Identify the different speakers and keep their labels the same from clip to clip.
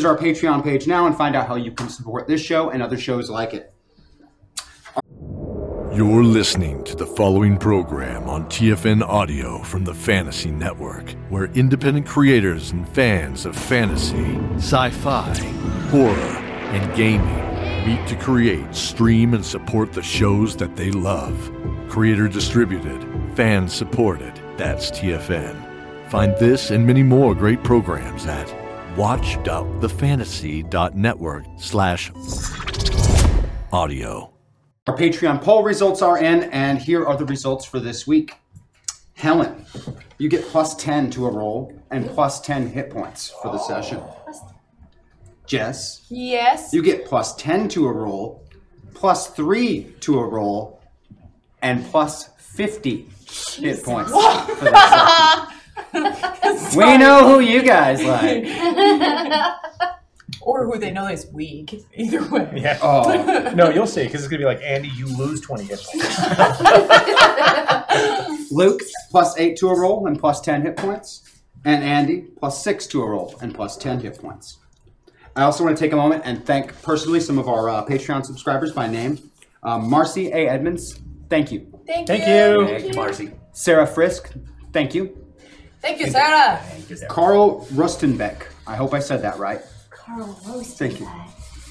Speaker 1: Visit our Patreon page now and find out how you can support this show and other shows like it.
Speaker 2: You're listening to the following program on TFN Audio from the Fantasy Network, where independent creators and fans of fantasy, sci fi, horror, and gaming meet to create, stream, and support the shows that they love. Creator distributed, fan supported, that's TFN. Find this and many more great programs at watch.thefantasy.network slash audio.
Speaker 1: Our Patreon poll results are in, and here are the results for this week. Helen, you get plus 10 to a roll and plus 10 hit points for the session. Jess,
Speaker 3: Yes.
Speaker 1: you get plus 10 to a roll, plus 3 to a roll, and plus 50 hit points for the session. we know who you guys like.
Speaker 3: Or who they know is weak. Either way.
Speaker 4: Yeah.
Speaker 1: Oh,
Speaker 4: No, you'll see, because it's gonna be like Andy, you lose twenty hit points.
Speaker 1: Luke, plus 8 to a roll and plus 10 hit points. And Andy, plus 6 to a roll and plus 10 hit points. I also want to take a moment and thank personally some of our uh, Patreon subscribers by name. Uh, Marcy A. Edmonds, thank you.
Speaker 3: Thank,
Speaker 4: Thank
Speaker 3: you.
Speaker 4: you.
Speaker 5: Thank you, Marcy.
Speaker 1: Sarah Frisk, thank you.
Speaker 3: Thank you, Sarah.
Speaker 5: Thank you, Sarah.
Speaker 1: Carl Rustenbeck, I hope I said that right.
Speaker 6: Carl Rose.
Speaker 1: Thank you.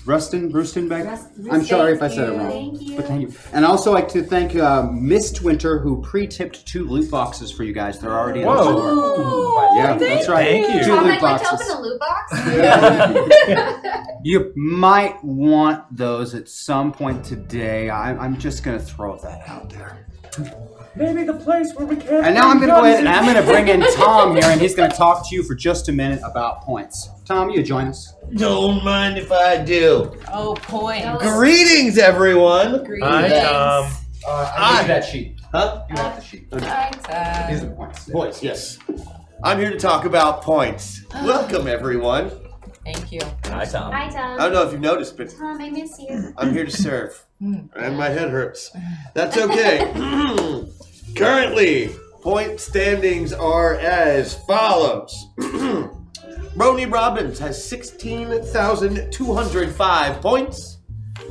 Speaker 1: Rustin, Rustenbeck?
Speaker 6: Rust-
Speaker 1: I'm sorry if I
Speaker 6: Rustenbeck.
Speaker 1: said it wrong.
Speaker 6: Thank you.
Speaker 1: But thank you. And I also like to thank uh, Miss Twinter, who pre tipped two loot boxes for you guys. They're already in the
Speaker 4: Whoa.
Speaker 1: store.
Speaker 3: Oh,
Speaker 1: Yeah, that's right.
Speaker 4: Thank you.
Speaker 1: Two
Speaker 6: Oh,
Speaker 1: loot
Speaker 6: I went to
Speaker 1: boxes.
Speaker 6: open a loot box.
Speaker 1: You might want those at some point today. I, I'm just gonna throw that out there.
Speaker 4: Maybe the place where we can't.
Speaker 1: And now I'm gonna go ahead and I'm gonna bring in Tom here, and he's gonna talk to you for just a minute about points. Tom, you join us.
Speaker 5: Don't mind if I do.
Speaker 3: Oh, point.
Speaker 5: Greetings, everyone.
Speaker 4: Hi,
Speaker 3: Um,
Speaker 4: Tom.
Speaker 1: Uh,
Speaker 5: I gave you that
Speaker 1: sheet.
Speaker 5: Huh?
Speaker 1: You have the sheet.
Speaker 4: Uh,
Speaker 6: Uh,
Speaker 1: These are the points.
Speaker 5: Points, yes. I'm here to talk about points. Welcome, everyone.
Speaker 3: Thank you.
Speaker 5: Hi, Tom.
Speaker 6: Uh-huh. Hi,
Speaker 5: I
Speaker 6: Tom.
Speaker 5: don't know if you've noticed, but
Speaker 6: Tom, I miss you.
Speaker 5: I'm here to serve.
Speaker 4: Hmm.
Speaker 5: And my head hurts. That's okay. Currently, point standings are as follows. Ronnie Robbins has 16,205 points.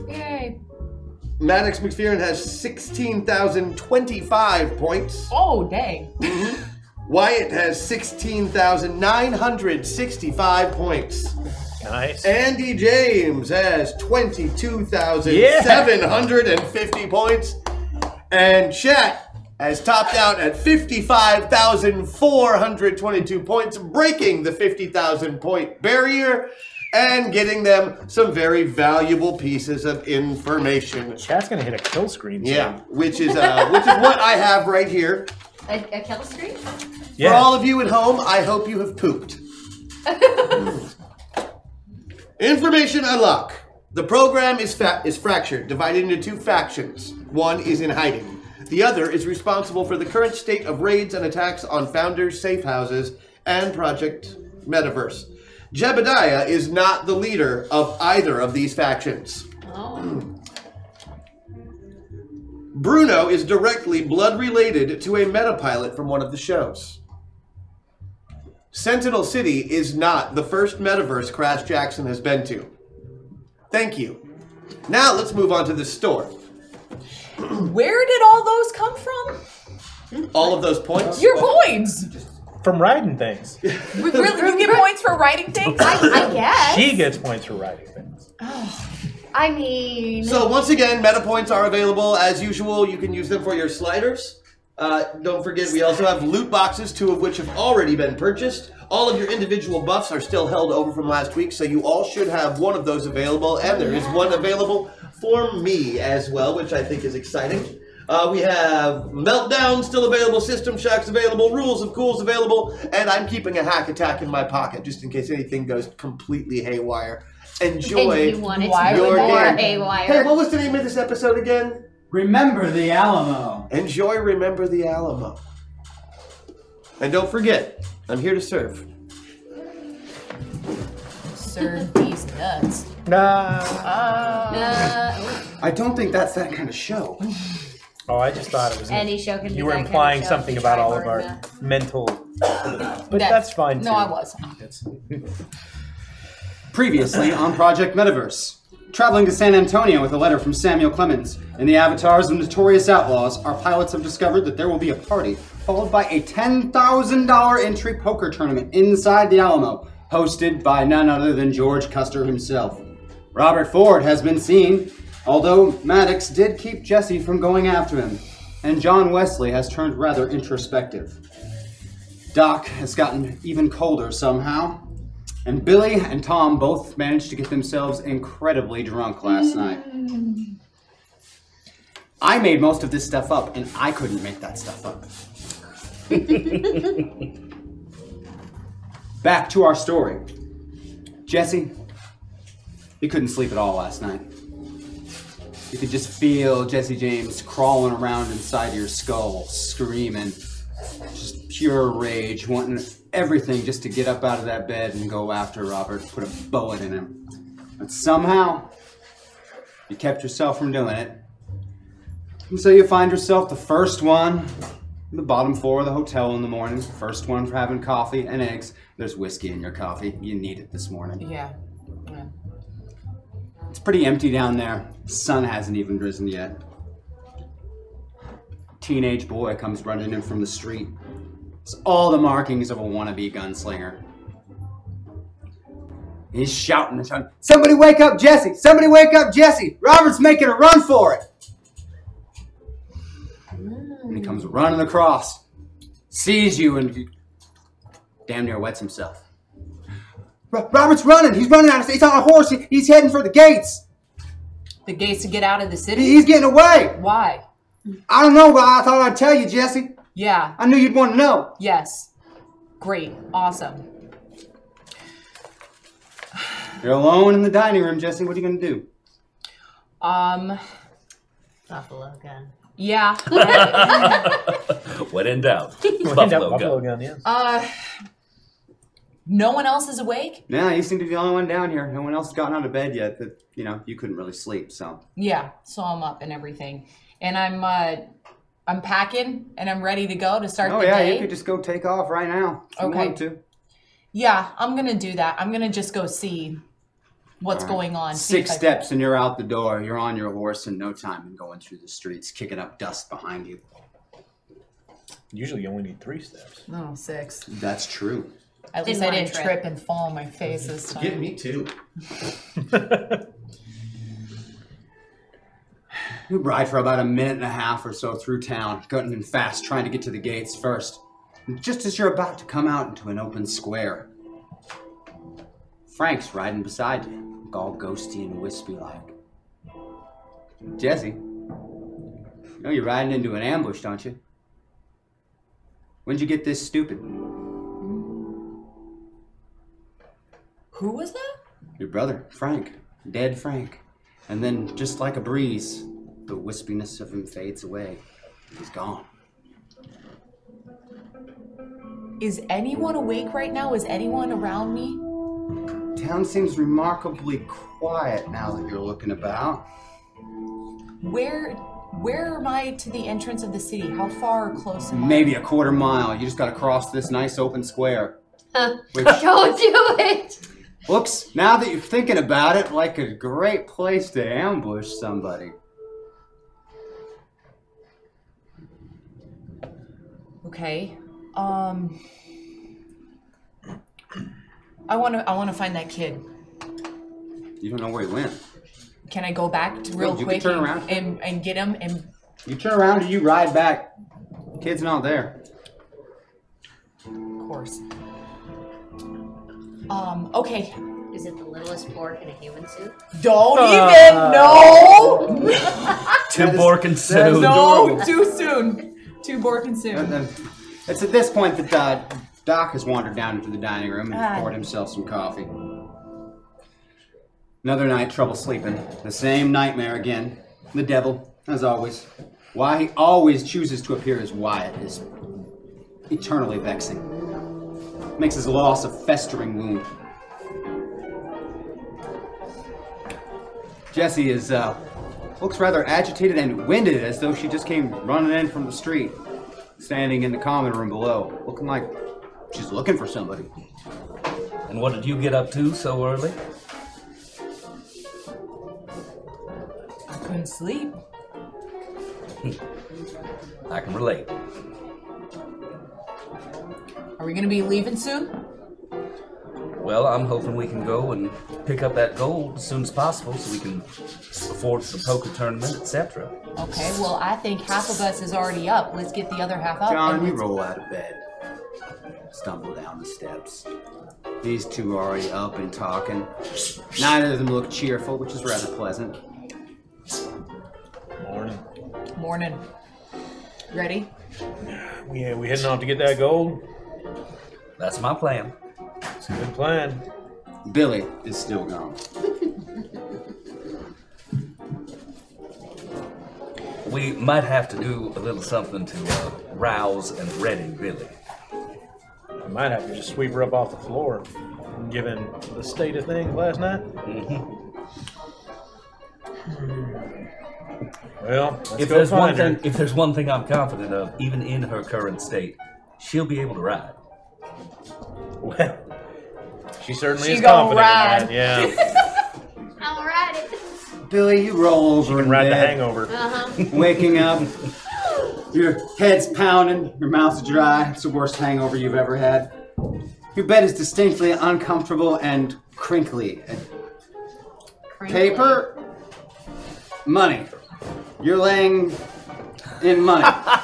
Speaker 3: Yay.
Speaker 5: Maddox McPheron has 16,025 points. Mm-hmm.
Speaker 3: Oh, dang.
Speaker 5: Wyatt has 16,965 points.
Speaker 4: Nice.
Speaker 5: Andy James has 22,750 points. And Chat has topped out at 55,422 points, breaking the 50,000 point barrier and getting them some very valuable pieces of information.
Speaker 4: Chat's gonna hit a kill screen. soon.
Speaker 5: Yeah, which is uh, which is what I have right here.
Speaker 6: A, a kettle screen?
Speaker 4: Yeah.
Speaker 5: For all of you at home, I hope you have pooped. Information unlock. The program is fa- is fractured, divided into two factions. One is in hiding. The other is responsible for the current state of raids and attacks on founders' safe houses and Project Metaverse. Jebediah is not the leader of either of these factions.
Speaker 4: Oh.
Speaker 5: Bruno is directly blood related to a meta pilot from one of the shows. Sentinel City is not the first metaverse Crash Jackson has been to. Thank you. Now let's move on to the store.
Speaker 3: Where did all those come from?
Speaker 5: All of those points.
Speaker 3: Your points.
Speaker 4: From riding things.
Speaker 3: We really, you get points for writing things?
Speaker 6: I guess.
Speaker 4: She gets points for riding things.
Speaker 6: I mean,
Speaker 5: So once again, meta points are available as usual. You can use them for your sliders. Uh, don't forget, we also have loot boxes, two of which have already been purchased. All of your individual buffs are still held over from last week, so you all should have one of those available, and there is one available for me as well, which I think is exciting. Uh, we have Meltdown still available, System Shocks available, Rules of Cools available, and I'm keeping a hack attack in my pocket just in case anything goes completely haywire.
Speaker 6: and
Speaker 5: Enjoy.
Speaker 6: you wanted
Speaker 3: Why
Speaker 6: to be
Speaker 5: would
Speaker 6: more
Speaker 5: they-
Speaker 6: a wire.
Speaker 5: Hey, what was the name of this episode again?
Speaker 7: Remember the Alamo.
Speaker 5: Enjoy Remember the Alamo. And don't forget, I'm here to serve.
Speaker 3: Serve these nuts.
Speaker 4: Nah.
Speaker 6: uh,
Speaker 1: I don't think that's that kind of show.
Speaker 4: Oh, I just thought it was.
Speaker 6: any show can be
Speaker 4: you were
Speaker 6: that kind of
Speaker 4: implying
Speaker 6: show
Speaker 4: something
Speaker 6: if you
Speaker 4: about
Speaker 6: try
Speaker 4: all of
Speaker 6: hard
Speaker 4: our
Speaker 6: enough.
Speaker 4: mental. But
Speaker 3: That-
Speaker 4: that's fine. too.
Speaker 3: No, I was.
Speaker 4: It's-
Speaker 1: Previously on Project Metaverse, traveling to San Antonio with a letter from Samuel Clemens and the avatars of notorious outlaws, our pilots have discovered that there will be a party followed by a $10,000 entry poker tournament inside the Alamo, hosted by none other than George Custer himself. Robert Ford has been seen, although Maddox did keep Jesse from going after him, and John Wesley has turned rather introspective. Doc has gotten even colder somehow. And Billy and Tom both managed to get themselves incredibly drunk last
Speaker 8: Mm-hmm.
Speaker 1: night. I made most of this stuff up, and I couldn't make that stuff up. Back to our story. Jesse, you couldn't sleep at all last night. You could just feel Jesse James crawling around inside your skull, screaming just pure rage, wanting everything just to get up out of that bed and go after Robert, put a bullet in him. But somehow, you kept yourself from doing it. And so you find yourself the first one in the bottom floor of the hotel in the morning, first one for having coffee and eggs. There's whiskey in your coffee. You need it this morning.
Speaker 3: Yeah. yeah.
Speaker 1: It's pretty empty down there. Sun hasn't even risen yet. Teenage boy comes running in from the street. It's all the markings of a wannabe gunslinger. He's shouting and shouting, Somebody wake up Jesse! Somebody wake up Jesse! Robert's making a run for it! And he comes running across, sees you, and he damn near wets himself. "Ro- Robert's running! He's running out of He's on a horse! He- He's heading for the gates!
Speaker 3: The gates to get out of the city?
Speaker 1: He- He's getting away!
Speaker 3: Why?
Speaker 1: I don't know, but I thought I'd tell you, Jesse.
Speaker 3: Yeah.
Speaker 1: I knew you'd want to know.
Speaker 3: Yes. Great. Awesome.
Speaker 1: You're alone in the dining room, Jesse. What are you going to do?
Speaker 3: Um.
Speaker 6: Buffalo gun.
Speaker 3: Yeah.
Speaker 8: When in doubt,
Speaker 4: End up
Speaker 8: Buffalo,
Speaker 4: Buffalo
Speaker 8: gun.
Speaker 4: gun, yeah.
Speaker 3: uh. No one else is awake.
Speaker 1: Yeah, you seem to be the only one down here. No one else has gotten out of bed yet. That you know, you couldn't really sleep. So
Speaker 3: Yeah. So I'm up and everything, and I'm uh, I'm packing and I'm ready to go to start
Speaker 1: oh
Speaker 3: the
Speaker 1: yeah,
Speaker 3: day.
Speaker 1: you could just go take off right now. If You
Speaker 3: Okay.
Speaker 1: want to.
Speaker 3: Yeah, I'm gonna do that. I'm gonna just go see what's going on. see
Speaker 1: Six
Speaker 3: if I-
Speaker 1: steps and you're out the door. You're on your horse in no time and going through the streets, kicking up dust behind you.
Speaker 4: Usually you only need three steps.
Speaker 3: Oh, six.
Speaker 1: That's true.
Speaker 3: At
Speaker 6: Didn't
Speaker 3: least I
Speaker 6: wanna
Speaker 3: didn't trip.
Speaker 6: trip.
Speaker 3: and fall on my face this time.
Speaker 5: Get me too.
Speaker 1: You ride for about a minute and a half or so through town, cutting in fast, trying to get to the gates first. And just as you're about to come out into an open square, Frank's riding beside you, all ghosty and wispy like. Jesse, you know you're riding into an ambush, don't you? When'd you get this stupid?
Speaker 3: Who was that?
Speaker 1: Your brother, Frank. Dead Frank. And then, just like a breeze, the wispiness of him fades away. He's gone.
Speaker 3: Is anyone awake right now? Is anyone around me?
Speaker 1: Town seems remarkably quiet now that you're looking about.
Speaker 3: Where where am I to the entrance of the city? How far or close am I?
Speaker 1: Maybe a quarter mile. You just gotta cross this nice open square. Which
Speaker 6: Don't do it.
Speaker 1: looks, now that you're thinking about it, like a great place to ambush somebody.
Speaker 3: Okay. Um I wanna I wanna find that kid.
Speaker 1: You don't know where he went.
Speaker 3: Can I go back to real
Speaker 1: you can
Speaker 3: quick
Speaker 1: turn
Speaker 3: and-
Speaker 1: around.
Speaker 3: and and get him and
Speaker 1: You turn around and you ride back. Kid's not there.
Speaker 3: of course. Um, okay.
Speaker 6: Is it the littlest pork in a human suit?
Speaker 1: Uh,
Speaker 3: Don't even know.
Speaker 8: Tim
Speaker 1: That is-
Speaker 8: Borkin
Speaker 1: that is
Speaker 8: said,
Speaker 3: No, too soon. Too Borkin
Speaker 1: And
Speaker 3: soon.
Speaker 1: then it's at this point that uh, Doc has wandered down into the dining room and
Speaker 3: Ah.
Speaker 1: poured himself some coffee. Another night, trouble sleeping. The same nightmare again. The devil, as always. Why he always chooses to appear as Wyatt is eternally vexing. Makes his loss a festering wound. Jessie is uh, looks rather agitated and winded, as though she just came running in from the street, standing in the common room below, looking like she's looking for somebody.
Speaker 8: and what did you get up to so early?
Speaker 3: couldn't sleep.
Speaker 8: I can relate.
Speaker 3: Are we gonna be leaving soon?
Speaker 8: Well, I'm hoping we can go and pick up that gold as soon as possible so we can afford the poker tournament, etc.
Speaker 3: Okay, well, I think half of us is already up. Let's get the other half up.
Speaker 1: John,
Speaker 3: and
Speaker 1: you
Speaker 3: let's-
Speaker 1: roll out of bed, stumble down the steps. These two are already up and talking. Neither of them look cheerful, which is rather pleasant.
Speaker 4: Morning.
Speaker 3: Morning. Ready?
Speaker 4: Yeah, we heading off to get that gold.
Speaker 8: That's my plan.
Speaker 4: It's a good plan.
Speaker 1: Billy is still gone.
Speaker 8: We might have to do a little something to uh, rouse and ready Billy.
Speaker 4: I might have to just sweep her up off the floor, given the state of things last night.
Speaker 1: Mm-hmm.
Speaker 4: Well, let's
Speaker 8: If
Speaker 4: go
Speaker 8: there's one
Speaker 4: find her.
Speaker 8: thing, if there's one thing I'm confident of, even in her current state, she'll be able to ride.
Speaker 4: Well, she certainly
Speaker 3: She
Speaker 4: is
Speaker 3: gonna
Speaker 4: confident.
Speaker 3: ride.
Speaker 4: in that, Yeah,
Speaker 6: All right.
Speaker 1: Billy, you roll over
Speaker 4: she can
Speaker 1: in
Speaker 4: ride the
Speaker 1: bed.
Speaker 4: hangover.
Speaker 6: Uh-huh.
Speaker 1: waking up. Your head's pounding, your mouth's dry. It's the worst hangover you've ever had. Your bed is distinctly uncomfortable and crinkly. And Paper, money. You're laying in money.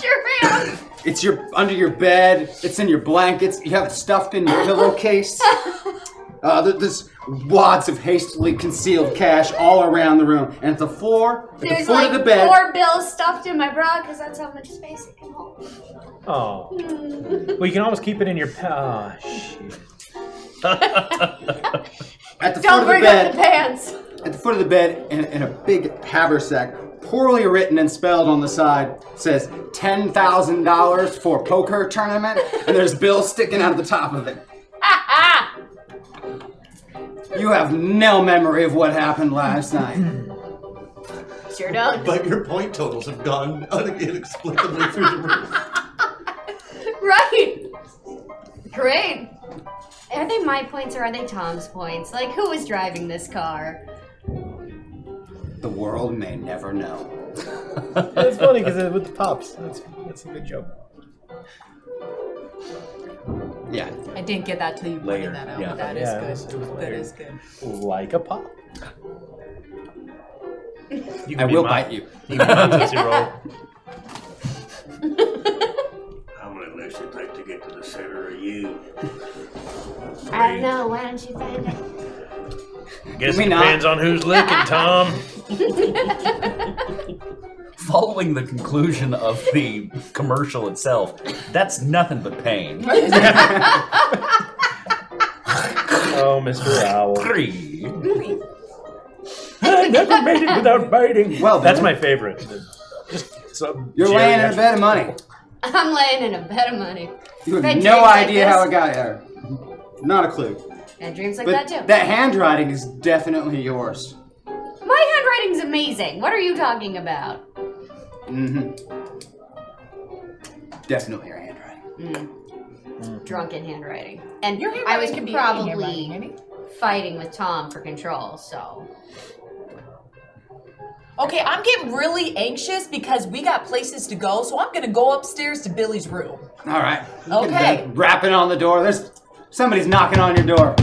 Speaker 6: Sure am.
Speaker 1: It's your under your bed. It's in your blankets. You have it stuffed in your pillowcase. Uh, there- there's wads of hastily concealed cash all around the room, and at the floor, at the
Speaker 6: There's
Speaker 1: foot
Speaker 6: like
Speaker 1: of the bed,
Speaker 6: four bills stuffed in my bra because that's how much space it can hold. Hmm.
Speaker 4: Oh, well, you can always keep it in your. Pa- oh, shit.
Speaker 1: at the foot of
Speaker 6: Don't bring
Speaker 1: the bed,
Speaker 6: up the pants.
Speaker 1: At the foot of the bed, in, in a big haversack, poorly written and spelled on the side, says $10,000 for poker tournament, and there's bills sticking out of the top of it.
Speaker 6: Ah,
Speaker 1: You have no memory of what happened last night.
Speaker 6: ah. Sure don't.
Speaker 5: But your point totals have gone un- inexplicably through the roof.
Speaker 6: Right. Great. Are they my points or are they Tom's points? Like, who was driving this car?
Speaker 1: The world may never know.
Speaker 4: That's funny because with the pops, that's that's a good joke.
Speaker 1: Yeah.
Speaker 3: I didn't get that till you
Speaker 8: Later,
Speaker 3: pointed that out.
Speaker 8: yeah.
Speaker 3: That
Speaker 4: Yeah, it
Speaker 3: is
Speaker 4: was- it was
Speaker 3: good. That
Speaker 4: later.
Speaker 3: is good.
Speaker 4: Like a pop. You can
Speaker 1: I
Speaker 4: be
Speaker 1: will
Speaker 4: my-
Speaker 1: bite you.
Speaker 4: You can be my tootsie roll.
Speaker 9: How many licks it take to get to the center of you?
Speaker 6: I don't know. Why don't you find out?
Speaker 4: Guess
Speaker 1: we
Speaker 4: it
Speaker 1: not?
Speaker 4: depends on who's licking, Tom.
Speaker 8: Following the conclusion of the commercial itself, that's nothing but pain.
Speaker 4: Oh, Mr. Owl.
Speaker 8: Three.
Speaker 4: I never made it without biting.
Speaker 1: Well,
Speaker 4: that's
Speaker 1: Billy.
Speaker 4: my favorite. Just some
Speaker 1: You're laying in a
Speaker 4: geriatric-
Speaker 1: bed of money.
Speaker 6: I'm laying in a bed of money.
Speaker 1: You
Speaker 6: I
Speaker 1: have
Speaker 6: dreamed
Speaker 1: no
Speaker 6: like
Speaker 1: idea
Speaker 6: this.
Speaker 1: how it got there. Not a clue.
Speaker 6: And dreams like
Speaker 1: But
Speaker 6: that too.
Speaker 1: that handwriting is definitely yours.
Speaker 6: My handwriting's amazing. What are you talking about?
Speaker 1: hmm Definitely your handwriting.
Speaker 6: Mm. Drunken handwriting. And
Speaker 3: Your handwriting
Speaker 6: I was
Speaker 3: could be
Speaker 6: probably
Speaker 3: in your writing, maybe.
Speaker 6: fighting with Tom for control, so.
Speaker 3: Okay, I'm getting really anxious because we got places to go, so I'm gonna go upstairs to Billy's room.
Speaker 1: All right.
Speaker 3: Okay.
Speaker 1: Rapping on the door. There's somebody's knocking on your door.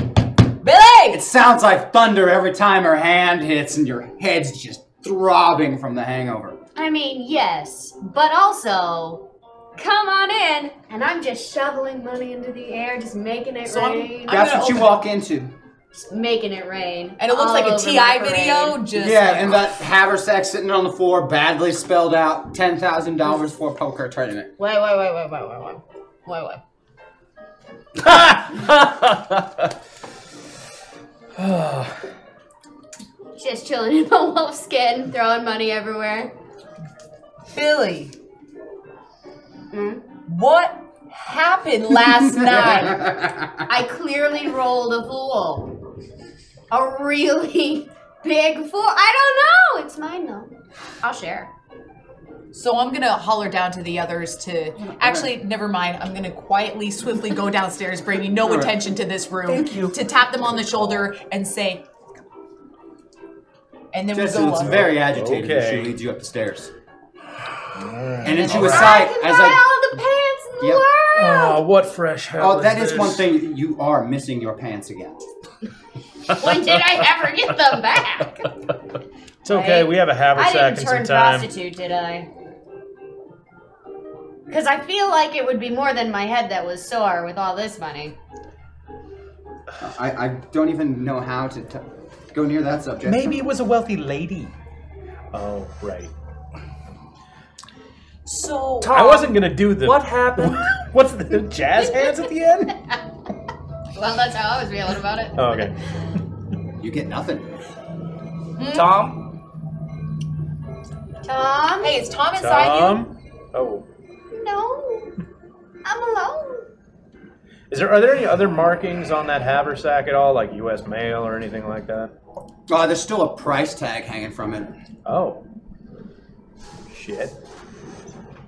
Speaker 3: Billy!
Speaker 1: It sounds like thunder every time her hand hits, and your head's just throbbing from the hangover.
Speaker 6: I mean, yes, but also, come on in. And I'm just shoveling money into the air, just making it
Speaker 3: So I'm-
Speaker 6: rain.
Speaker 3: I'm-
Speaker 1: That's
Speaker 3: gonna
Speaker 1: what you
Speaker 3: open
Speaker 1: walk into.
Speaker 6: Just making it rain.
Speaker 3: and it looks
Speaker 6: all
Speaker 3: like a
Speaker 6: over
Speaker 3: TI
Speaker 6: my
Speaker 3: video,
Speaker 6: parade.
Speaker 3: just
Speaker 1: yeah,
Speaker 3: like-
Speaker 1: and that haversack sitting on the floor, badly spelled out, ten thousand dollars for a poker tournament.
Speaker 3: Wait, wait, wait, wait, wait, wait, wait. Wait, wait.
Speaker 6: Just chilling in my wolf skin, throwing money everywhere.
Speaker 3: Billy,
Speaker 6: Hmm?
Speaker 3: what happened last night?
Speaker 6: I clearly rolled a fool. A really big fool. I don't know. It's mine though. I'll share.
Speaker 3: So I'm gonna holler down to the others to actually never mind. I'm gonna quietly, swiftly go downstairs, bringing no attention to this room. Thank you. To tap them on the shoulder and say, and then
Speaker 1: Jesse
Speaker 3: we go
Speaker 1: looks
Speaker 3: up.
Speaker 1: very agitated as she
Speaker 4: Okay.
Speaker 1: leads you up the stairs. And then she
Speaker 4: All
Speaker 1: was
Speaker 6: I
Speaker 1: side
Speaker 6: can
Speaker 1: as
Speaker 6: buy
Speaker 1: like,
Speaker 6: all the pants in the
Speaker 1: Yep.
Speaker 4: Oh, what fresh hell
Speaker 1: oh, that is
Speaker 4: this?
Speaker 1: one thing you are missing your pants again.
Speaker 6: world. When did I ever get them back?
Speaker 4: It's okay. We have a
Speaker 6: I
Speaker 4: haversack and
Speaker 6: didn't turn
Speaker 4: some time.
Speaker 6: prostitute, did I? Because I feel like it would be more than my head that was sore with all this money.
Speaker 1: I, I don't even know how to t- go near that subject.
Speaker 4: Maybe it was a wealthy lady. Oh, right.
Speaker 3: So
Speaker 4: I wasn't gonna do the.
Speaker 8: What happened?
Speaker 4: What's the jazz hands at the end?
Speaker 6: Well, that's how I was feeling about it.
Speaker 4: Oh, okay.
Speaker 1: You get nothing.
Speaker 8: Tom?
Speaker 6: Tom?
Speaker 3: hey, is Tom inside you?
Speaker 4: Tom. Oh,
Speaker 6: No. I'm alone.
Speaker 4: is there are there any other markings on that haversack at all, like U.S. mail or anything like that?
Speaker 1: Uh, there's still a price tag hanging from it.
Speaker 4: Oh, shit.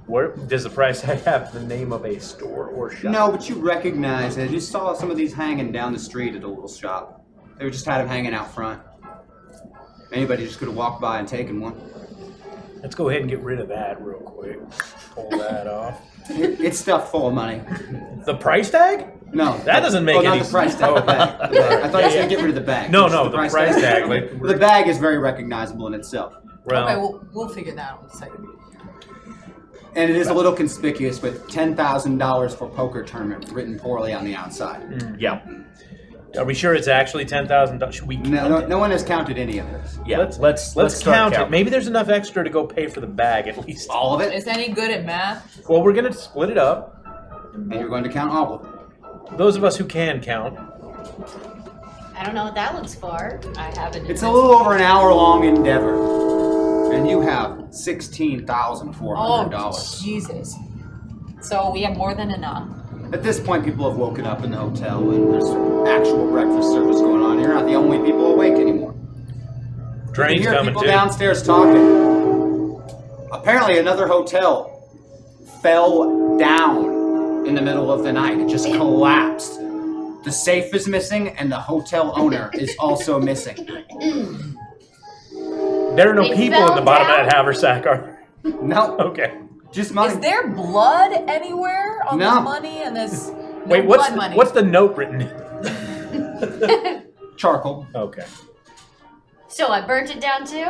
Speaker 4: Where does the price tag have the name of a store or shop?
Speaker 1: No, but you recognize it. You saw some of these hanging down the street at a little shop. They were just had them hanging out front. Anybody just could have walked by and taken one.
Speaker 4: Let's go ahead and get rid of that real quick. Pull that off.
Speaker 1: It- it's stuffed full of money.
Speaker 4: The price tag?
Speaker 1: No,
Speaker 4: That doesn't make
Speaker 1: oh, not
Speaker 4: any
Speaker 1: the price tag.
Speaker 4: sense.
Speaker 1: the bag. I thought I was gonna get rid of the bag.
Speaker 4: No,
Speaker 1: Just
Speaker 4: no, the price tag, like-
Speaker 1: the bag is very recognizable in itself,
Speaker 4: Well,
Speaker 3: Okay, we'll, we'll figure that out in a second.
Speaker 1: and it is a little conspicuous with ten thousand dollars for poker tournament written poorly on the outside.
Speaker 4: Mm,
Speaker 8: Yeah.
Speaker 4: are we sure it's actually ten thousand dollars? Should we?
Speaker 1: No, no, no one has counted any of this.
Speaker 8: Yeah.
Speaker 4: Let's-
Speaker 8: Let's let's
Speaker 4: Let's,
Speaker 8: start
Speaker 4: count it.
Speaker 8: counting.
Speaker 4: Maybe there's enough extra to go pay for the bag at least.
Speaker 1: All of it,
Speaker 3: Is any good at math?
Speaker 4: Well, we're gonna split it up.
Speaker 1: and you're going to count all of it.
Speaker 4: Those of us who can count.
Speaker 6: I don't know what that looks for. I haven't.
Speaker 1: It's a little over an hour long endeavor, and you have sixteen thousand four
Speaker 3: Oh,
Speaker 1: hundred dollars.
Speaker 3: Jesus. So we have more than enough.
Speaker 1: At this point, people have woken up in the hotel, and there's actual breakfast service going on. You're not the only people awake anymore. You
Speaker 4: Train's
Speaker 1: hear
Speaker 4: coming
Speaker 1: people
Speaker 4: too.
Speaker 1: downstairs talking. Apparently, another hotel fell down in the middle of the night. It just collapsed. The safe is missing, and the hotel owner is also missing.
Speaker 4: There are no
Speaker 6: They
Speaker 4: people in the
Speaker 6: fell
Speaker 4: bottom of
Speaker 6: down?
Speaker 4: that haversack. Are
Speaker 1: No,
Speaker 4: okay.
Speaker 1: just money.
Speaker 3: Is there blood anywhere on
Speaker 1: No.
Speaker 3: this money and this? No
Speaker 4: Wait, what's
Speaker 3: blood
Speaker 4: the,
Speaker 3: money.
Speaker 4: what's the note written? in?
Speaker 1: charcoal?
Speaker 4: Okay,
Speaker 6: So I burnt it down too?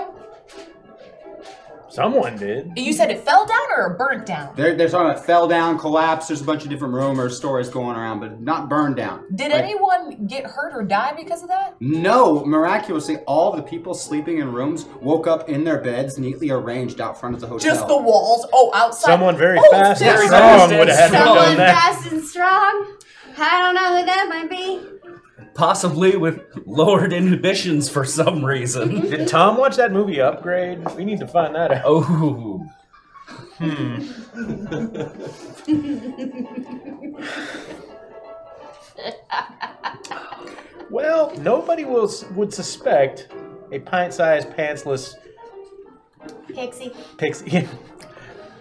Speaker 4: someone did.
Speaker 3: You said it fell down or it burnt down?
Speaker 1: They're, they're talking about fell down, collapse. There's a bunch of different rumors, stories going around, but not burned down.
Speaker 3: Did
Speaker 1: Like,
Speaker 3: anyone get hurt or die because of that?
Speaker 1: No, miraculously, all the people sleeping in rooms woke up in their beds, neatly arranged out front of the hotel.
Speaker 3: Just the walls? Oh, outside.
Speaker 4: Someone very
Speaker 3: Oh,
Speaker 4: fast and
Speaker 3: there it
Speaker 1: strong
Speaker 3: is.
Speaker 4: would have had to have
Speaker 6: Someone
Speaker 4: done that.
Speaker 6: fast and strong? I don't know who that might be.
Speaker 8: Possibly with lowered inhibitions for some reason.
Speaker 4: Did Tom watch that movie Upgrade? We need to find that out. Hmm.
Speaker 8: oh.
Speaker 4: Well, nobody will would suspect a pint-sized pantsless
Speaker 6: Pixie.
Speaker 4: pixie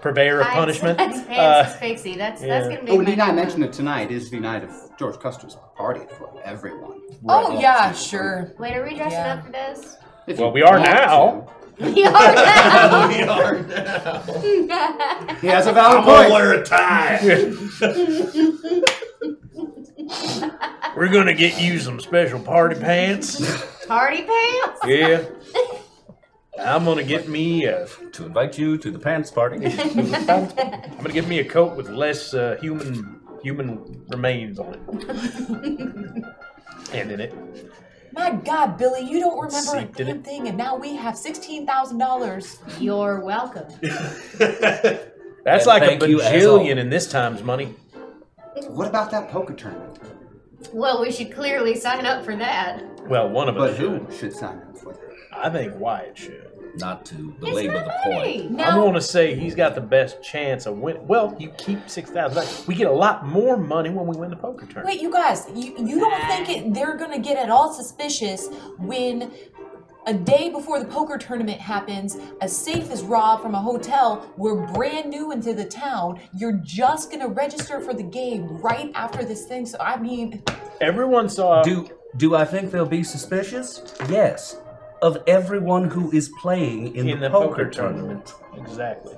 Speaker 4: purveyor of
Speaker 6: Eyes-
Speaker 4: punishment.
Speaker 6: Eyes,
Speaker 4: Uh,
Speaker 6: pants, is Pixie. That's that's
Speaker 4: yeah.
Speaker 6: gonna be.
Speaker 1: Oh,
Speaker 6: my-
Speaker 1: need I mention that tonight is the night of George Custer's party for everyone.
Speaker 3: Oh yeah, sure.
Speaker 6: Wait, are we dressing
Speaker 3: Yeah.
Speaker 6: up for this?
Speaker 1: If
Speaker 4: Well,
Speaker 1: you
Speaker 4: we are
Speaker 1: want
Speaker 4: now.
Speaker 6: Oh. We are now.
Speaker 5: We are now.
Speaker 1: to. He has a valid point.
Speaker 9: a tie.
Speaker 4: We're gonna get you some special party pants.
Speaker 6: Party pants.
Speaker 4: yeah. I'm gonna get me uh, a
Speaker 8: To invite you to the pants party.
Speaker 4: I'm gonna give me a coat with less uh, human human remains on it. and in it.
Speaker 3: My God, Billy, you don't remember a
Speaker 4: Seeped in
Speaker 3: damn
Speaker 4: it.
Speaker 3: thing, and now we have sixteen thousand dollars.
Speaker 6: You're welcome.
Speaker 4: That's
Speaker 8: And
Speaker 4: like a
Speaker 8: thank you, asshole.
Speaker 4: bajillion in this time's money.
Speaker 1: What about that poker tournament?
Speaker 6: Well, we should clearly sign up for that.
Speaker 4: Well, one of
Speaker 1: But
Speaker 4: us
Speaker 1: who
Speaker 4: should.
Speaker 1: should sign up for that?
Speaker 4: I think Wyatt should.
Speaker 8: Not to
Speaker 6: It's
Speaker 8: belabor
Speaker 6: not
Speaker 8: the
Speaker 6: money.
Speaker 8: point.
Speaker 4: I'm
Speaker 3: Now,
Speaker 4: gonna say he's got the best chance of winning. Well, you keep six thousand dollars. We get a lot more money when we win the poker tournament.
Speaker 3: wait, you guys, you, you don't think it, they're gonna get at all suspicious when a day before the poker tournament happens, a safe is robbed from a hotel. We're brand new into the town. You're just gonna register for the game right after this thing. So I mean,
Speaker 4: Everyone saw
Speaker 8: Do do I think they'll be suspicious? Yes. of everyone who is playing in,
Speaker 4: in the poker, tournament. Exactly.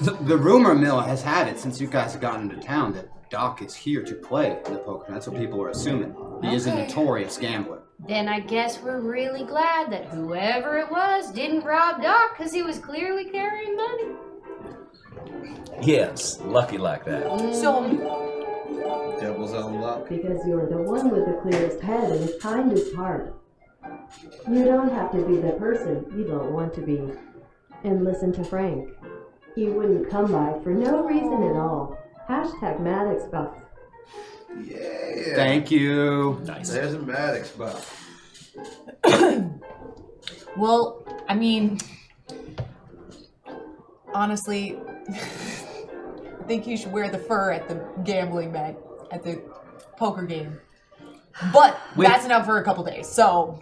Speaker 1: The, the rumor mill has had it since you guys have gotten into town that Doc is here to play in the poker. That's what people are assuming. He is a
Speaker 6: Okay.
Speaker 1: notorious gambler.
Speaker 6: Then I guess we're really glad that whoever it was didn't rob Doc because he was clearly carrying money.
Speaker 8: Yes, lucky like that.
Speaker 6: Mm.
Speaker 3: So,
Speaker 5: Devil's own luck.
Speaker 10: Because you're the one with the clearest head and the kindest heart. You don't have to be the person you don't want to be. And listen to Frank. He wouldn't come by for no reason at all. Hashtag Maddox Bucks.
Speaker 5: Yeah.
Speaker 1: Thank you.
Speaker 8: Nice.
Speaker 5: There's a Maddox buff.
Speaker 3: well, I mean, honestly, I think you should wear the fur at the gambling bag at the poker game. But that's enough for a couple days. So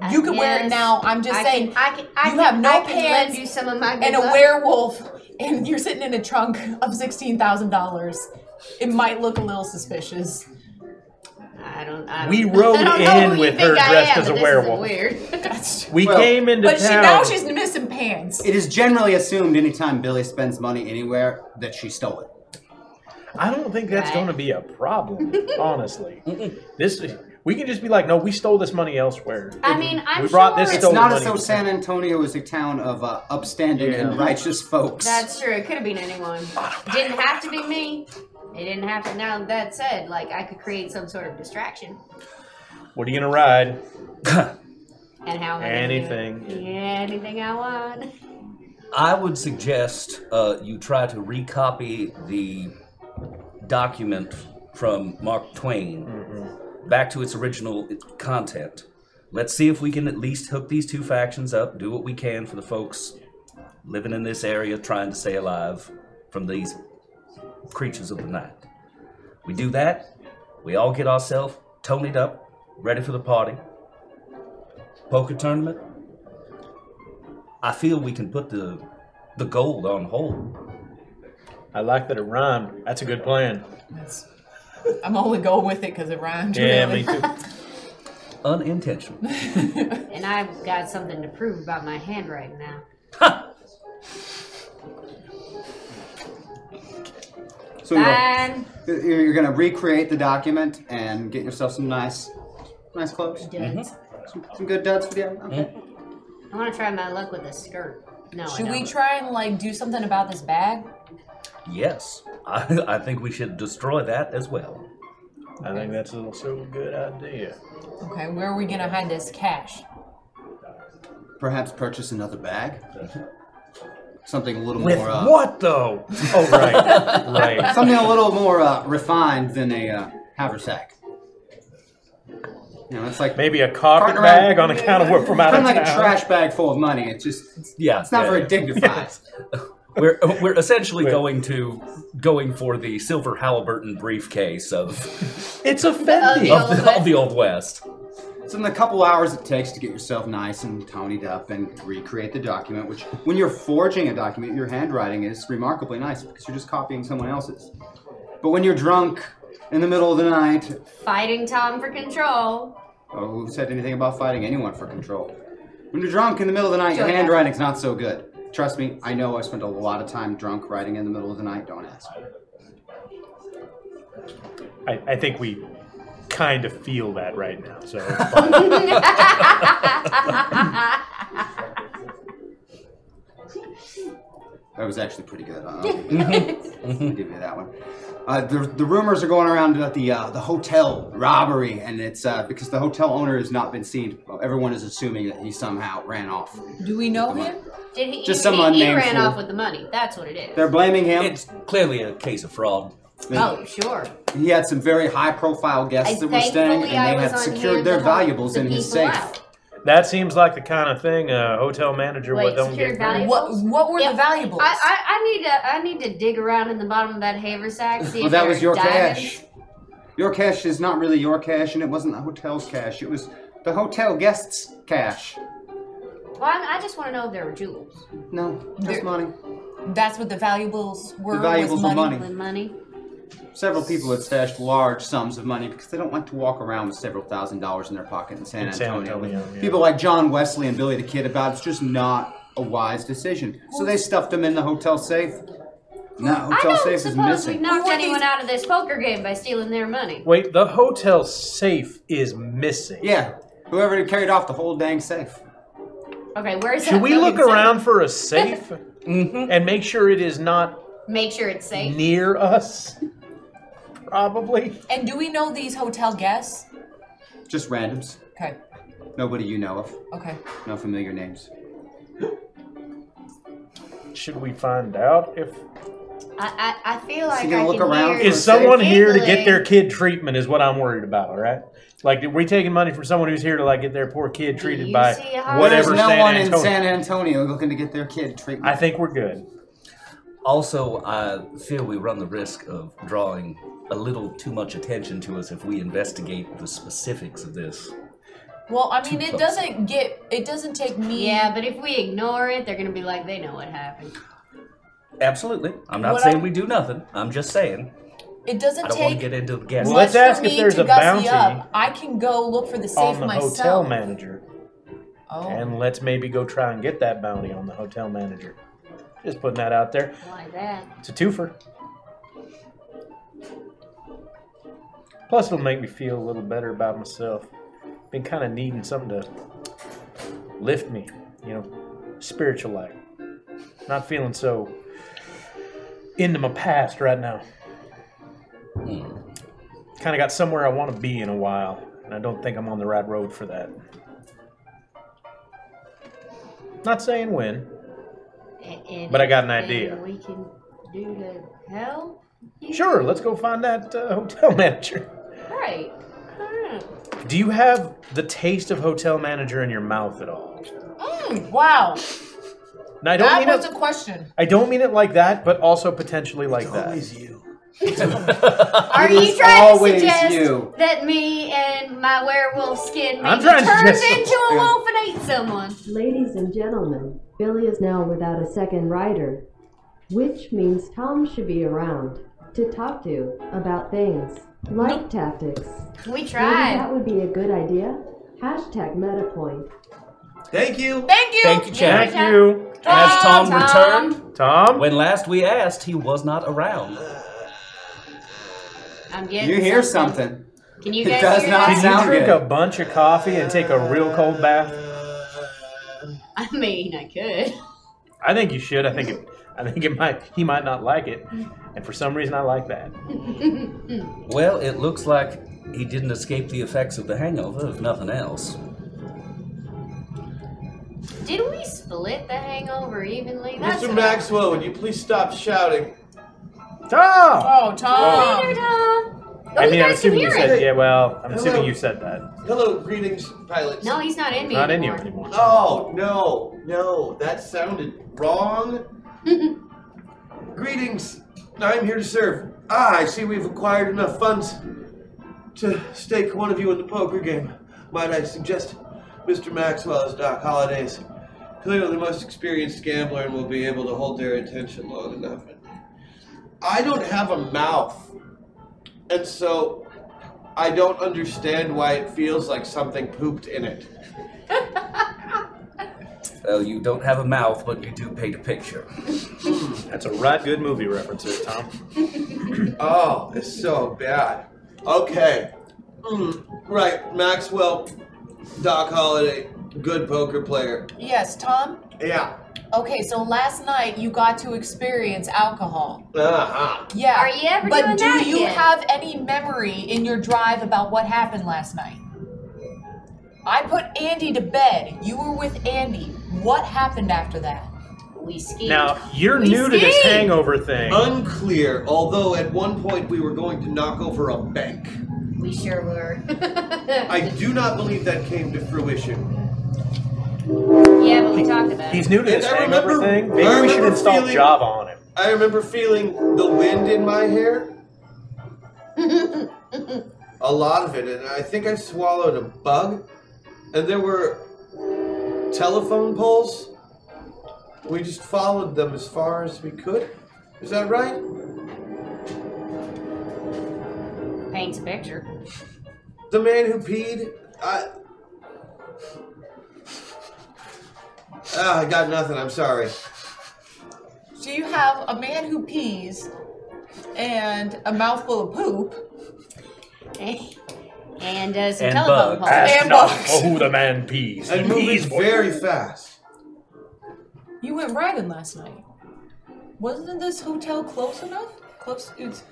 Speaker 6: I
Speaker 3: You can wear it
Speaker 6: guess
Speaker 3: now, I'm just
Speaker 6: Uh, I
Speaker 3: saying,
Speaker 6: Can, I can, I
Speaker 3: you
Speaker 6: can,
Speaker 3: have no
Speaker 6: I can
Speaker 3: pants
Speaker 6: lend you some of my good
Speaker 3: and a
Speaker 6: luck.
Speaker 3: werewolf, and you're sitting in a trunk of sixteen thousand dollars. It might look a little suspicious.
Speaker 6: I don't. I don't
Speaker 4: We
Speaker 6: I
Speaker 4: rode
Speaker 6: don't know
Speaker 4: in
Speaker 6: who you
Speaker 4: with
Speaker 6: think
Speaker 4: her
Speaker 6: I
Speaker 4: dressed
Speaker 6: am,
Speaker 4: as a
Speaker 6: but this is
Speaker 4: werewolf.
Speaker 6: Weird.
Speaker 4: We
Speaker 1: Well,
Speaker 4: came into
Speaker 3: But she
Speaker 4: town.
Speaker 3: now she's missing pants.
Speaker 1: It is generally assumed anytime Billy spends money anywhere that she stole it.
Speaker 4: I don't think that's
Speaker 6: Right.
Speaker 4: going to be a problem, honestly. this we can just be like, no, we stole this money elsewhere.
Speaker 6: I mean, I'm
Speaker 4: we brought
Speaker 6: sure
Speaker 4: this
Speaker 6: it's
Speaker 1: It's
Speaker 4: stolen
Speaker 1: not as
Speaker 4: money
Speaker 1: though
Speaker 4: to
Speaker 1: San
Speaker 4: town.
Speaker 1: Antonio is a town of uh, upstanding and
Speaker 4: Yeah.
Speaker 1: righteous folks.
Speaker 6: That's true. It could have been anyone. Didn't have to be me. It didn't have to. Now that said, like I could create some sort of distraction.
Speaker 4: What are you gonna ride?
Speaker 6: And how? am I gonna do it?
Speaker 4: Anything.
Speaker 6: Yeah, anything I want.
Speaker 8: I would suggest uh, you try to recopy the document from Mark Twain back to its original content. Let's see if we can at least hook these two factions up, do what we can for the folks living in this area trying to stay alive from these creatures of the night. We do that, we all get ourselves toned up, ready for the party. Poker tournament, I feel we can put the the gold on hold.
Speaker 4: I like that it rhymed. That's a good plan.
Speaker 3: That's- I'm only going with it because it rhymes.
Speaker 4: Yeah, me
Speaker 3: really.
Speaker 4: too.
Speaker 8: Unintentional.
Speaker 6: And I've got something to prove about my handwriting now.
Speaker 1: so you'll-
Speaker 6: Fine.
Speaker 1: you're, you're going to recreate the document and get yourself some nice, nice clothes,
Speaker 6: Duds.
Speaker 1: some, some good duds for the. Okay. Mm-hmm.
Speaker 6: I want to try my luck with a skirt. No, I
Speaker 3: Should we
Speaker 6: don't.
Speaker 3: try and like do something about this bag?
Speaker 8: yes, I, I think we should destroy that as well.
Speaker 4: I think that's also a good idea.
Speaker 3: Okay, where are we gonna hide this cash?
Speaker 1: Perhaps purchase another bag. Something a little
Speaker 8: With
Speaker 1: more. Uh,
Speaker 8: what though?
Speaker 4: Oh right, right.
Speaker 1: Something a little more uh, refined than a uh, haversack. You know, it's like
Speaker 4: Maybe a carpet
Speaker 1: Carter-
Speaker 4: bag on account of we're from out
Speaker 1: kind
Speaker 4: of
Speaker 1: of like a
Speaker 4: town.
Speaker 1: trash bag full of money. It's just it's
Speaker 8: Yeah,
Speaker 1: not
Speaker 8: yeah,
Speaker 1: very
Speaker 8: yeah.
Speaker 1: dignified.
Speaker 8: We're we're essentially
Speaker 4: Wait.
Speaker 8: going to going for the silver Halliburton briefcase of
Speaker 4: It's offending.
Speaker 6: Oh,
Speaker 8: of the, of the old west.
Speaker 1: So in the couple hours it takes to get yourself nice and tonied up and recreate the document, which when you're forging a document, your handwriting is remarkably nice because you're just copying someone else's. But when you're drunk in the middle of the night,
Speaker 6: Fighting Tom for control.
Speaker 1: or Uh, who said anything about fighting anyone for control. When you're drunk in the middle of the night, your
Speaker 6: Don't ask.
Speaker 1: handwriting's not so good. Trust me, I know I spent a lot of time drunk writing in the middle of the night. Don't ask.
Speaker 4: I, I think we kind of feel that right now. So
Speaker 1: That was actually pretty good. I'll I'll give you that one. Uh, the, the rumors are going around about the uh, the hotel robbery, and it's uh, because the hotel owner has not been seen. Well, everyone is assuming that he somehow ran off.
Speaker 3: Do we know him?
Speaker 6: Did he?
Speaker 1: Just
Speaker 6: he,
Speaker 1: some
Speaker 6: he
Speaker 1: unnamed
Speaker 6: ran
Speaker 1: fool.
Speaker 6: off with the money. That's what it is.
Speaker 1: They're blaming him.
Speaker 8: It's clearly a case of fraud.
Speaker 6: oh, sure.
Speaker 1: he had some very high profile guests that were staying, and
Speaker 6: thankfully, I
Speaker 1: they had
Speaker 6: was on
Speaker 1: secured
Speaker 6: hand
Speaker 1: their
Speaker 6: to help
Speaker 1: valuables
Speaker 6: the
Speaker 1: in his safe.
Speaker 6: people out.
Speaker 4: that seems like the kind of thing a hotel manager
Speaker 6: Wait,
Speaker 4: would don't get.
Speaker 6: secured value-
Speaker 3: What What were
Speaker 6: Yeah,
Speaker 3: the valuables?
Speaker 6: I, I, I need to I need to dig around in the bottom of that haversack. See
Speaker 1: Well,
Speaker 6: if
Speaker 1: Oh, that
Speaker 6: there
Speaker 1: was
Speaker 6: are
Speaker 1: your
Speaker 6: diamonds.
Speaker 1: cash. Your cash is not really your cash, and it wasn't the hotel's cash. It was the hotel guests' cash.
Speaker 6: Well, i I just want to know if there were jewels
Speaker 1: No, just
Speaker 3: There-
Speaker 1: money.
Speaker 3: That's what the valuables were.
Speaker 1: The valuables
Speaker 3: was
Speaker 1: were
Speaker 3: money.
Speaker 1: money.
Speaker 6: with money.
Speaker 1: Several people had stashed large sums of money because they don't like to walk around with several thousand dollars in their pocket in San
Speaker 4: In San
Speaker 1: Antonio.
Speaker 4: Antonio, yeah.
Speaker 1: People like John Wesley and Billy the Kid about it's just not a wise decision. So they stuffed them in the hotel safe. Now
Speaker 6: I
Speaker 1: hotel
Speaker 6: don't
Speaker 1: safe is
Speaker 6: suppose we
Speaker 1: missing.
Speaker 6: knocked anyone out of this poker game by stealing their money.
Speaker 4: Wait, the hotel safe is missing.
Speaker 1: Yeah, whoever carried off the whole dang safe.
Speaker 6: Okay, where is
Speaker 4: Should
Speaker 6: that
Speaker 4: we look
Speaker 6: building safe?
Speaker 4: around for a safe and make sure it is not
Speaker 6: Make sure it's Mm-hmm. safe.
Speaker 4: near us? Probably.
Speaker 3: And do we know these hotel guests?
Speaker 1: Just randoms.
Speaker 3: Okay.
Speaker 1: Nobody you know of.
Speaker 3: Okay.
Speaker 1: No familiar names.
Speaker 4: Should we find out if
Speaker 6: I, I, I feel like
Speaker 1: you gonna
Speaker 6: I
Speaker 1: look
Speaker 6: can
Speaker 1: around
Speaker 6: hear
Speaker 1: for a
Speaker 4: is someone here to get their kid treatment? Is what I'm worried about. All right, like are we taking money from someone who's here to like get their poor kid treated
Speaker 6: You
Speaker 4: by
Speaker 6: see how-
Speaker 1: There's
Speaker 4: whatever
Speaker 1: no
Speaker 4: San
Speaker 1: one
Speaker 4: Antonio.
Speaker 1: in San Antonio looking to get their kid treatment.
Speaker 4: I think we're good.
Speaker 8: Also, I feel we run the risk of drawing a little too much attention to us if we investigate the specifics of this.
Speaker 3: Well, I
Speaker 8: Too
Speaker 3: mean, it
Speaker 8: close.
Speaker 3: doesn't get. It doesn't take me.
Speaker 6: Yeah, but if we ignore it, they're gonna be like, they know what happened.
Speaker 8: Absolutely. I'm not
Speaker 3: What
Speaker 8: saying
Speaker 3: I-
Speaker 8: we do nothing. I'm just saying
Speaker 3: It
Speaker 8: I
Speaker 3: doesn't
Speaker 8: don't want to
Speaker 3: take.
Speaker 8: get into the guess.
Speaker 4: Well, let's
Speaker 3: much
Speaker 4: ask
Speaker 3: for
Speaker 4: if
Speaker 3: me
Speaker 4: there's
Speaker 3: to
Speaker 4: a
Speaker 3: gussy
Speaker 4: bounty
Speaker 3: up. I can go look for the safe
Speaker 4: on the
Speaker 3: myself.
Speaker 4: hotel manager,
Speaker 3: Oh.
Speaker 4: and let's maybe go try and get that bounty on the hotel manager. Just putting that out there.
Speaker 6: Like that.
Speaker 4: It's a twofer. Plus, it'll make me feel a little better about myself. Been kind of needing something to lift me, you know, spiritual like. Not feeling so into my past right now. Kind of got somewhere I want to be in a while, and I don't think I'm on the right road for that. Not saying when.
Speaker 6: A- and
Speaker 4: But I got an
Speaker 6: anything
Speaker 4: idea.
Speaker 6: We can do to help. you?
Speaker 4: Sure, let's go find that uh, hotel manager.
Speaker 6: Right. Hmm.
Speaker 4: Do you have the taste of hotel manager in your mouth at all?
Speaker 3: Mm, wow.
Speaker 4: And I don't
Speaker 3: That
Speaker 4: mean
Speaker 3: was a
Speaker 4: it.
Speaker 3: question.
Speaker 4: I don't mean it like that, but also potentially like that.
Speaker 6: Are you
Speaker 1: is
Speaker 6: trying to
Speaker 1: always
Speaker 6: suggest
Speaker 1: you.
Speaker 6: that me and my werewolf skin
Speaker 4: I'm
Speaker 6: maybe
Speaker 4: trying to
Speaker 6: turns
Speaker 4: suggest-
Speaker 6: into a wolf and eats someone?
Speaker 10: Ladies and gentlemen, Billy is now without a second rider, which means Tom should be around to talk to about things like tactics.
Speaker 6: We
Speaker 10: Maybe
Speaker 6: tried.
Speaker 10: that would be a good idea. Hashtag MetaPoint.
Speaker 5: Thank you.
Speaker 3: Thank you.
Speaker 8: Thank you, Chad.
Speaker 4: Thank you,
Speaker 3: Ah,
Speaker 8: Has Tom,
Speaker 6: Tom.
Speaker 8: returned?
Speaker 4: Tom.
Speaker 8: When last we asked, he was not around.
Speaker 6: I'm getting.
Speaker 1: You hear something.
Speaker 6: Can you
Speaker 1: It
Speaker 6: guys
Speaker 1: does
Speaker 6: hear
Speaker 1: not
Speaker 4: Did
Speaker 6: that?
Speaker 4: you
Speaker 1: Sound
Speaker 4: drink
Speaker 1: good.
Speaker 4: a bunch of coffee and take a real cold bath?
Speaker 6: I mean, I could.
Speaker 4: I think you should. I think it. I think it might. He might not like it, and for some reason, I like that.
Speaker 8: Well, it looks like he didn't escape the effects of the hangover, if nothing else.
Speaker 6: Did we split the hangover evenly? That's
Speaker 5: Mr.
Speaker 6: what-
Speaker 5: Maxwell, would you please stop shouting?
Speaker 4: Tom.
Speaker 3: Oh, Tom.
Speaker 6: Later, Tom. Oh,
Speaker 4: I mean,
Speaker 6: you
Speaker 4: I'm
Speaker 6: guys can
Speaker 4: assuming you
Speaker 6: hear
Speaker 4: said.
Speaker 5: it.
Speaker 4: Yeah, well, I'm assuming
Speaker 5: Hello.
Speaker 4: you said that.
Speaker 5: Hello, greetings, pilots.
Speaker 6: No, he's not in me
Speaker 4: Not in you
Speaker 6: anymore.
Speaker 4: anymore.
Speaker 5: Oh, no, no, that sounded wrong. Greetings, I'm here to serve. Ah, I see we've acquired enough funds to stake one of you in the poker game. Might I suggest Mr. Maxwell as Doc Holliday's clearly the most experienced gambler and will be able to hold their attention long enough. I don't have a mouth, and so I don't understand why it feels like something pooped in it.
Speaker 8: Well, Uh, you don't have a mouth, but you do paint a picture.
Speaker 4: That's a right good movie reference there, Tom.
Speaker 5: Oh, it's so bad. Okay. Mm, right, Maxwell, Doc Holliday, good poker player.
Speaker 3: Yes, Tom.
Speaker 5: Yeah.
Speaker 3: Okay, so last night you got to experience alcohol.
Speaker 5: Uh-huh.
Speaker 3: Yeah.
Speaker 6: Are you ever
Speaker 3: But
Speaker 6: doing
Speaker 3: do
Speaker 6: that
Speaker 3: you
Speaker 6: again?
Speaker 3: have any memory in your drive about what happened last night? I put Andy to bed. You were with Andy. What happened after that?
Speaker 6: We skied.
Speaker 4: Now you're
Speaker 6: We
Speaker 4: new to this
Speaker 6: skied.
Speaker 4: hangover thing.
Speaker 5: Unclear, although at one point we were going to knock over a bank.
Speaker 6: We sure were.
Speaker 5: I do not believe that came to fruition.
Speaker 6: yeah, but we talked about
Speaker 4: He's
Speaker 6: it.
Speaker 4: new to this
Speaker 5: And I
Speaker 4: hangover
Speaker 5: remember-
Speaker 4: thing.
Speaker 5: I
Speaker 4: Maybe we should
Speaker 5: remember
Speaker 4: install
Speaker 5: feeling-
Speaker 4: Java on him.
Speaker 5: I remember feeling the wind in my hair. a lot of it, and I think I swallowed a bug. And there were telephone poles. We just followed them as far as we could. Is that right?
Speaker 6: paints a picture.
Speaker 5: The man who peed. I. Ah, I got nothing. I'm sorry.
Speaker 3: So you have a man who pees and a mouthful of poop.
Speaker 6: and uh, some
Speaker 4: And
Speaker 6: telephone
Speaker 4: bugs.
Speaker 6: poles.
Speaker 4: Ask not for who the man pees.
Speaker 5: And
Speaker 4: He
Speaker 5: moving
Speaker 4: pees for
Speaker 5: very
Speaker 4: you.
Speaker 5: fast.
Speaker 3: You went riding last night. Wasn't this hotel close enough? Close. It's,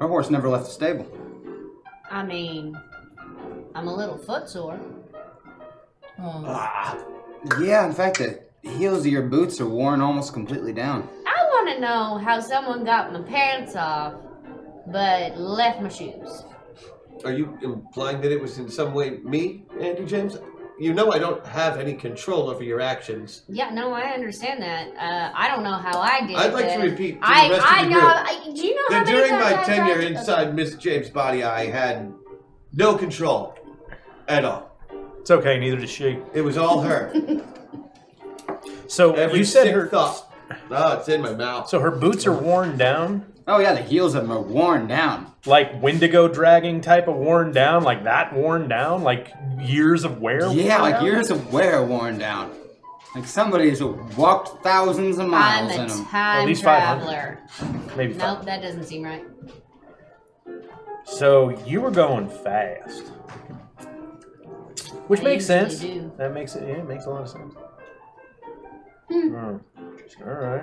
Speaker 1: Her horse never left the stable.
Speaker 6: I mean, I'm a little footsore.
Speaker 1: Ah, Yeah, in fact, the heels of your boots are worn almost completely down.
Speaker 6: I want to know how someone got my pants off, but left my shoes.
Speaker 5: Are you implying that it was in some way me, Andy James? You know I don't have any control over your actions.
Speaker 6: Yeah, no, I understand that. Uh, I don't know how I did.
Speaker 5: I'd like to
Speaker 6: but
Speaker 5: repeat to the
Speaker 6: I,
Speaker 5: rest of
Speaker 6: I
Speaker 5: the
Speaker 6: know.
Speaker 5: group
Speaker 6: I, do you know how
Speaker 5: That
Speaker 6: many
Speaker 5: during
Speaker 6: times
Speaker 5: my
Speaker 6: I
Speaker 5: tenure
Speaker 6: tried to-
Speaker 5: inside Miss James' body, I had no control at all.
Speaker 4: It's okay, neither does she.
Speaker 5: It was all her.
Speaker 4: So
Speaker 5: Every
Speaker 4: you said
Speaker 5: sick
Speaker 4: her
Speaker 5: thought. Oh, it's in my mouth.
Speaker 4: so her boots are worn down,
Speaker 1: Oh yeah, the heels of them are worn down.
Speaker 4: like Wendigo dragging type of worn down, like that worn down, like years of wear.
Speaker 1: Yeah,
Speaker 4: worn
Speaker 1: like
Speaker 4: down?
Speaker 1: years of wear worn down. Like somebody's walked thousands of
Speaker 6: I'm
Speaker 1: miles in
Speaker 6: a
Speaker 1: them.
Speaker 4: At
Speaker 6: time
Speaker 4: least 500.
Speaker 6: traveler.
Speaker 4: Maybe. five.
Speaker 6: Nope, that doesn't seem right.
Speaker 4: So you were going fast, which
Speaker 6: I
Speaker 4: makes
Speaker 6: usually
Speaker 4: sense.
Speaker 6: do.
Speaker 4: That makes it. Yeah, it makes a lot of sense. Hmm. All right.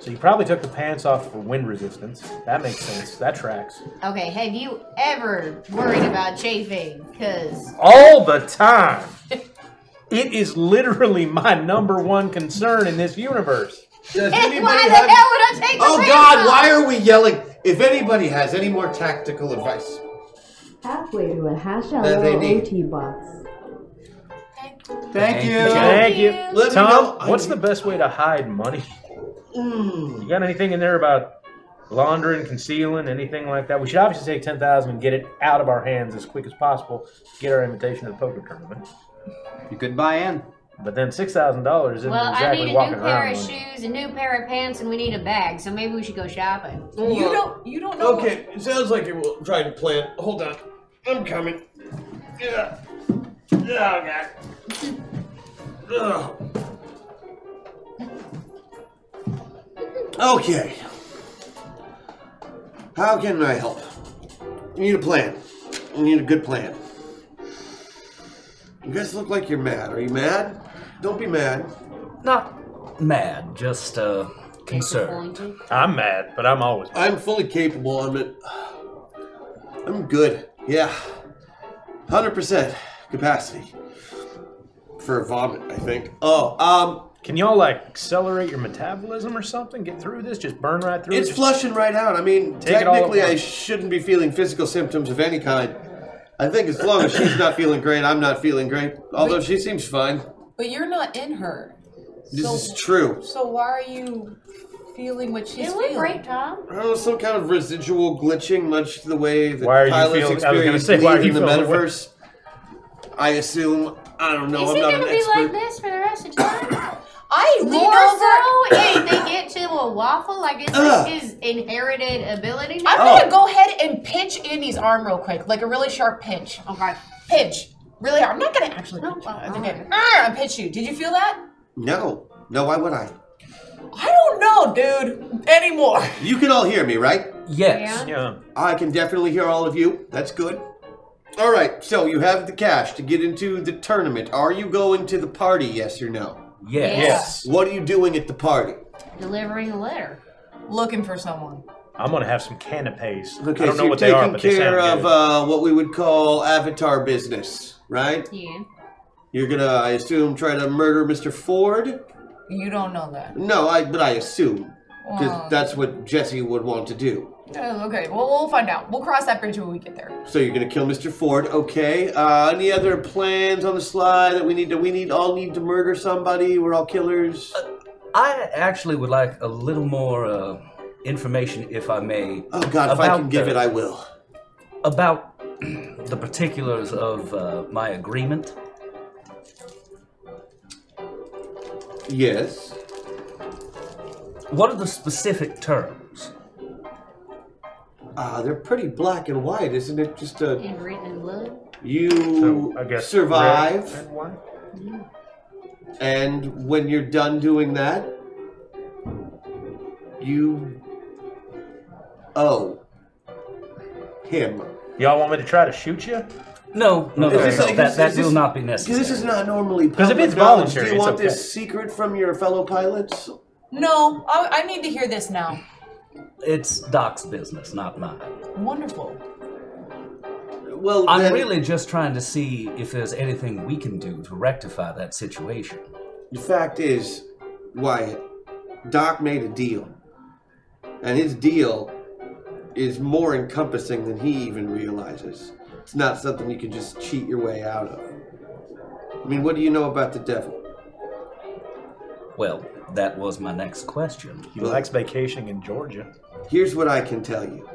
Speaker 4: So you probably took the pants off for wind resistance. That makes sense. That tracks.
Speaker 6: Okay, have you ever worried about chafing? Cause
Speaker 4: all the time. It is literally my number one concern in this universe.
Speaker 5: Does
Speaker 6: why the
Speaker 5: anybody
Speaker 6: hell would
Speaker 5: have-
Speaker 6: I take my
Speaker 5: Oh
Speaker 6: pants
Speaker 5: God!
Speaker 6: off?
Speaker 5: Why are we yelling? If anybody has any more tactical advice,
Speaker 10: Halfway to a hash out
Speaker 5: Uh, they need-
Speaker 10: OT box.
Speaker 1: Thank you.
Speaker 4: Thank you.
Speaker 5: Let me know-
Speaker 4: Tom,
Speaker 5: I
Speaker 4: what's
Speaker 5: need-
Speaker 4: the best way to hide money? You got anything in there about laundering, concealing, anything like that? We should obviously take 10000 and get it out of our hands as quick as possible, get our invitation to the poker tournament.
Speaker 1: You could buy in.
Speaker 4: But then $6,000 isn't
Speaker 6: Well,
Speaker 4: exactly
Speaker 6: I need a
Speaker 4: walking
Speaker 6: new pair
Speaker 4: around.
Speaker 6: of
Speaker 4: money.
Speaker 6: shoes, a new pair of pants, and we need a bag. So maybe we should go shopping.
Speaker 3: you don't. You don't know.
Speaker 5: Okay, it sounds like you're trying to plan. Hold on, I'm coming. Yeah. Oh God. Ugh. Okay. How can I help? You need a plan. You need a good plan. You guys look like you're mad. Are you mad? Don't be mad.
Speaker 8: Not mad, just uh, concerned.
Speaker 6: Disappointed.
Speaker 4: I'm mad, but I'm always
Speaker 5: I'm fully capable. I'm at. I'm good. Yeah, hundred percent capacity for vomit. I think. Oh, um,
Speaker 4: Can y'all like accelerate your metabolism or something? Get through this? Just burn right through
Speaker 5: it's
Speaker 4: it?
Speaker 5: flushing right out. I mean,
Speaker 4: Take it all at
Speaker 5: technically, I
Speaker 4: once.
Speaker 5: shouldn't be feeling physical symptoms of any kind. I think as long as she's not feeling great, I'm not feeling great. Although she seems fine.
Speaker 3: But you're not in her.
Speaker 5: This
Speaker 3: so,
Speaker 5: is true.
Speaker 3: So why are you feeling what she's
Speaker 6: Did we
Speaker 3: feeling?
Speaker 6: break Tom?
Speaker 5: Oh, some kind of residual glitching, much the way that
Speaker 4: Why are you
Speaker 5: pilots
Speaker 4: feeling- I was gonna
Speaker 5: experience
Speaker 4: say, why are
Speaker 5: bleed
Speaker 4: you
Speaker 5: in the
Speaker 4: feeling the way-
Speaker 5: metaverse. I assume. I don't know.
Speaker 6: Is
Speaker 5: I'm
Speaker 6: he
Speaker 5: not
Speaker 6: gonna
Speaker 5: an
Speaker 6: be
Speaker 5: expert.
Speaker 6: like this for the rest of time?
Speaker 3: I lean over.
Speaker 6: More so, if they get to a waffle, like it's
Speaker 5: Ugh.
Speaker 6: like his inherited ability.
Speaker 3: I'm
Speaker 5: Oh.
Speaker 3: gonna go ahead and pinch Andy's arm real quick, like a really sharp pinch.
Speaker 6: Okay.
Speaker 3: Pinch, really hard. I'm not gonna actually.
Speaker 6: No,
Speaker 3: Pinch
Speaker 6: uh,
Speaker 3: you. I think
Speaker 6: alright.
Speaker 3: I, Arr, I pinch you. Did you feel that?
Speaker 5: No. No, why would I?
Speaker 3: I don't know, dude, anymore.
Speaker 5: You can all hear me, right?
Speaker 8: Yes.
Speaker 6: Yeah.
Speaker 4: Yeah.
Speaker 5: I can definitely hear all of you. That's good. All right, so you have the cash to get into the tournament. Are you going to the party, yes or no?
Speaker 8: Yes.
Speaker 5: What are you doing at the party?
Speaker 6: Delivering a letter.
Speaker 3: Looking for someone.
Speaker 4: I'm gonna have some canapes.
Speaker 5: Okay,
Speaker 4: I don't
Speaker 5: so
Speaker 4: know
Speaker 5: you're
Speaker 4: what they
Speaker 5: taking
Speaker 4: are, but they
Speaker 5: care
Speaker 4: sound
Speaker 5: of
Speaker 4: good.
Speaker 5: uh, what we would call avatar business, right?
Speaker 6: Yeah.
Speaker 5: You're gonna, I assume, try to murder Mr. Ford?
Speaker 3: You don't know that.
Speaker 5: No, I, but I assume.
Speaker 3: Wow.
Speaker 5: Because that's what Jesse would want to do.
Speaker 3: Oh, okay, well we'll find out. We'll cross that bridge when we get there.
Speaker 5: So you're gonna kill Mr. Ford, okay? Uh, any other plans on the slide that we need to? We need all need to murder somebody. We're all killers.
Speaker 8: Uh, I actually would like a little more uh, information, if I may,
Speaker 5: Oh God, if I
Speaker 8: About
Speaker 5: can give
Speaker 8: the-
Speaker 5: it, I will.
Speaker 8: about the particulars of uh, my agreement.
Speaker 5: Yes.
Speaker 8: What are the specific terms?
Speaker 5: Ah, they're pretty black and white, isn't it? Just a
Speaker 6: And written in blood.
Speaker 5: you
Speaker 4: So, I guess
Speaker 5: survive,
Speaker 4: red and white?
Speaker 6: Mm.
Speaker 5: and when you're done doing that, you Oh. owe uh, him.
Speaker 4: Y'all want me to try to shoot you?
Speaker 8: No, no, no,
Speaker 4: Okay.
Speaker 8: no, no, that, that
Speaker 5: Is this-
Speaker 8: will not be
Speaker 5: Because
Speaker 8: necessary.
Speaker 5: this is not normally
Speaker 4: 'Cause if
Speaker 5: public
Speaker 4: it's
Speaker 5: knowledge.
Speaker 4: voluntary,
Speaker 5: Do you
Speaker 4: it's
Speaker 5: want
Speaker 4: okay.
Speaker 5: this secret from your fellow pilots?
Speaker 3: No, I, I need to hear this now.
Speaker 8: It's Doc's business, not mine.
Speaker 3: Wonderful.
Speaker 5: Well,
Speaker 8: I'm
Speaker 5: then-
Speaker 8: really just trying to see if there's anything we can do to rectify that situation.
Speaker 5: The fact is, Wyatt, Doc made a deal. And his deal is more encompassing than he even realizes. It's not something you can just cheat your way out of. I mean, what do you know about the devil?
Speaker 8: Well, that was my next question.
Speaker 4: He likes vacationing in Georgia.
Speaker 5: Here's what I can tell you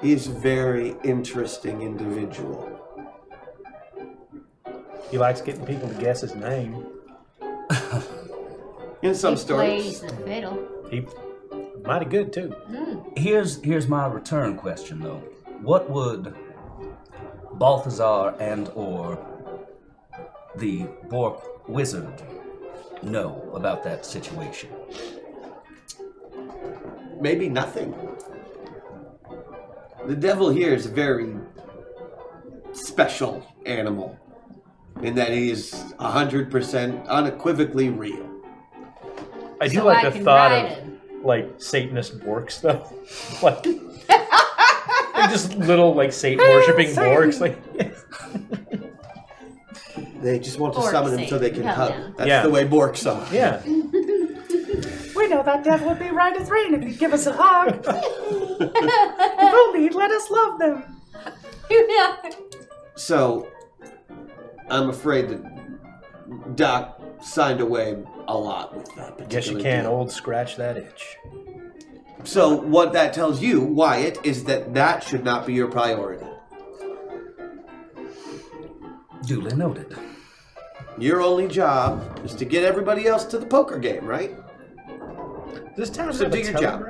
Speaker 5: he's a very interesting individual.
Speaker 4: He likes getting people to guess his name.
Speaker 5: In some
Speaker 6: he plays
Speaker 5: stories,
Speaker 6: the fiddle. Mm.
Speaker 4: He mighty good too.
Speaker 8: Here's here's my return question though. What would Balthazar and or the Bork wizard know about that situation?
Speaker 5: maybe nothing. The devil here is a very special animal in that he is 100% unequivocally real.
Speaker 4: I do
Speaker 6: So
Speaker 4: like
Speaker 6: I
Speaker 4: the
Speaker 6: can
Speaker 4: thought
Speaker 6: ride
Speaker 4: of
Speaker 6: him.
Speaker 4: like Satanist borks though. like they're just little like Satan worshipping borks. Like
Speaker 5: They just want to
Speaker 6: Bork
Speaker 5: summon him so
Speaker 6: Satan,
Speaker 5: they can
Speaker 6: come
Speaker 5: hug.
Speaker 6: down.
Speaker 5: That's
Speaker 4: Yeah.
Speaker 5: the way Borks are.
Speaker 4: yeah.
Speaker 11: We know that devil would be right as rain if he'd give us a hug. if only he'd let us love them.
Speaker 5: So, I'm afraid that Doc signed away a lot with that particular
Speaker 4: Guess you can
Speaker 5: deal.
Speaker 4: old scratch that itch.
Speaker 5: So, what that tells you, Wyatt, is that that should not be your priority.
Speaker 8: Duly noted.
Speaker 5: Your only job is to get everybody else to the poker game, right?
Speaker 4: This town
Speaker 5: So
Speaker 4: have
Speaker 5: do
Speaker 4: a
Speaker 5: your job.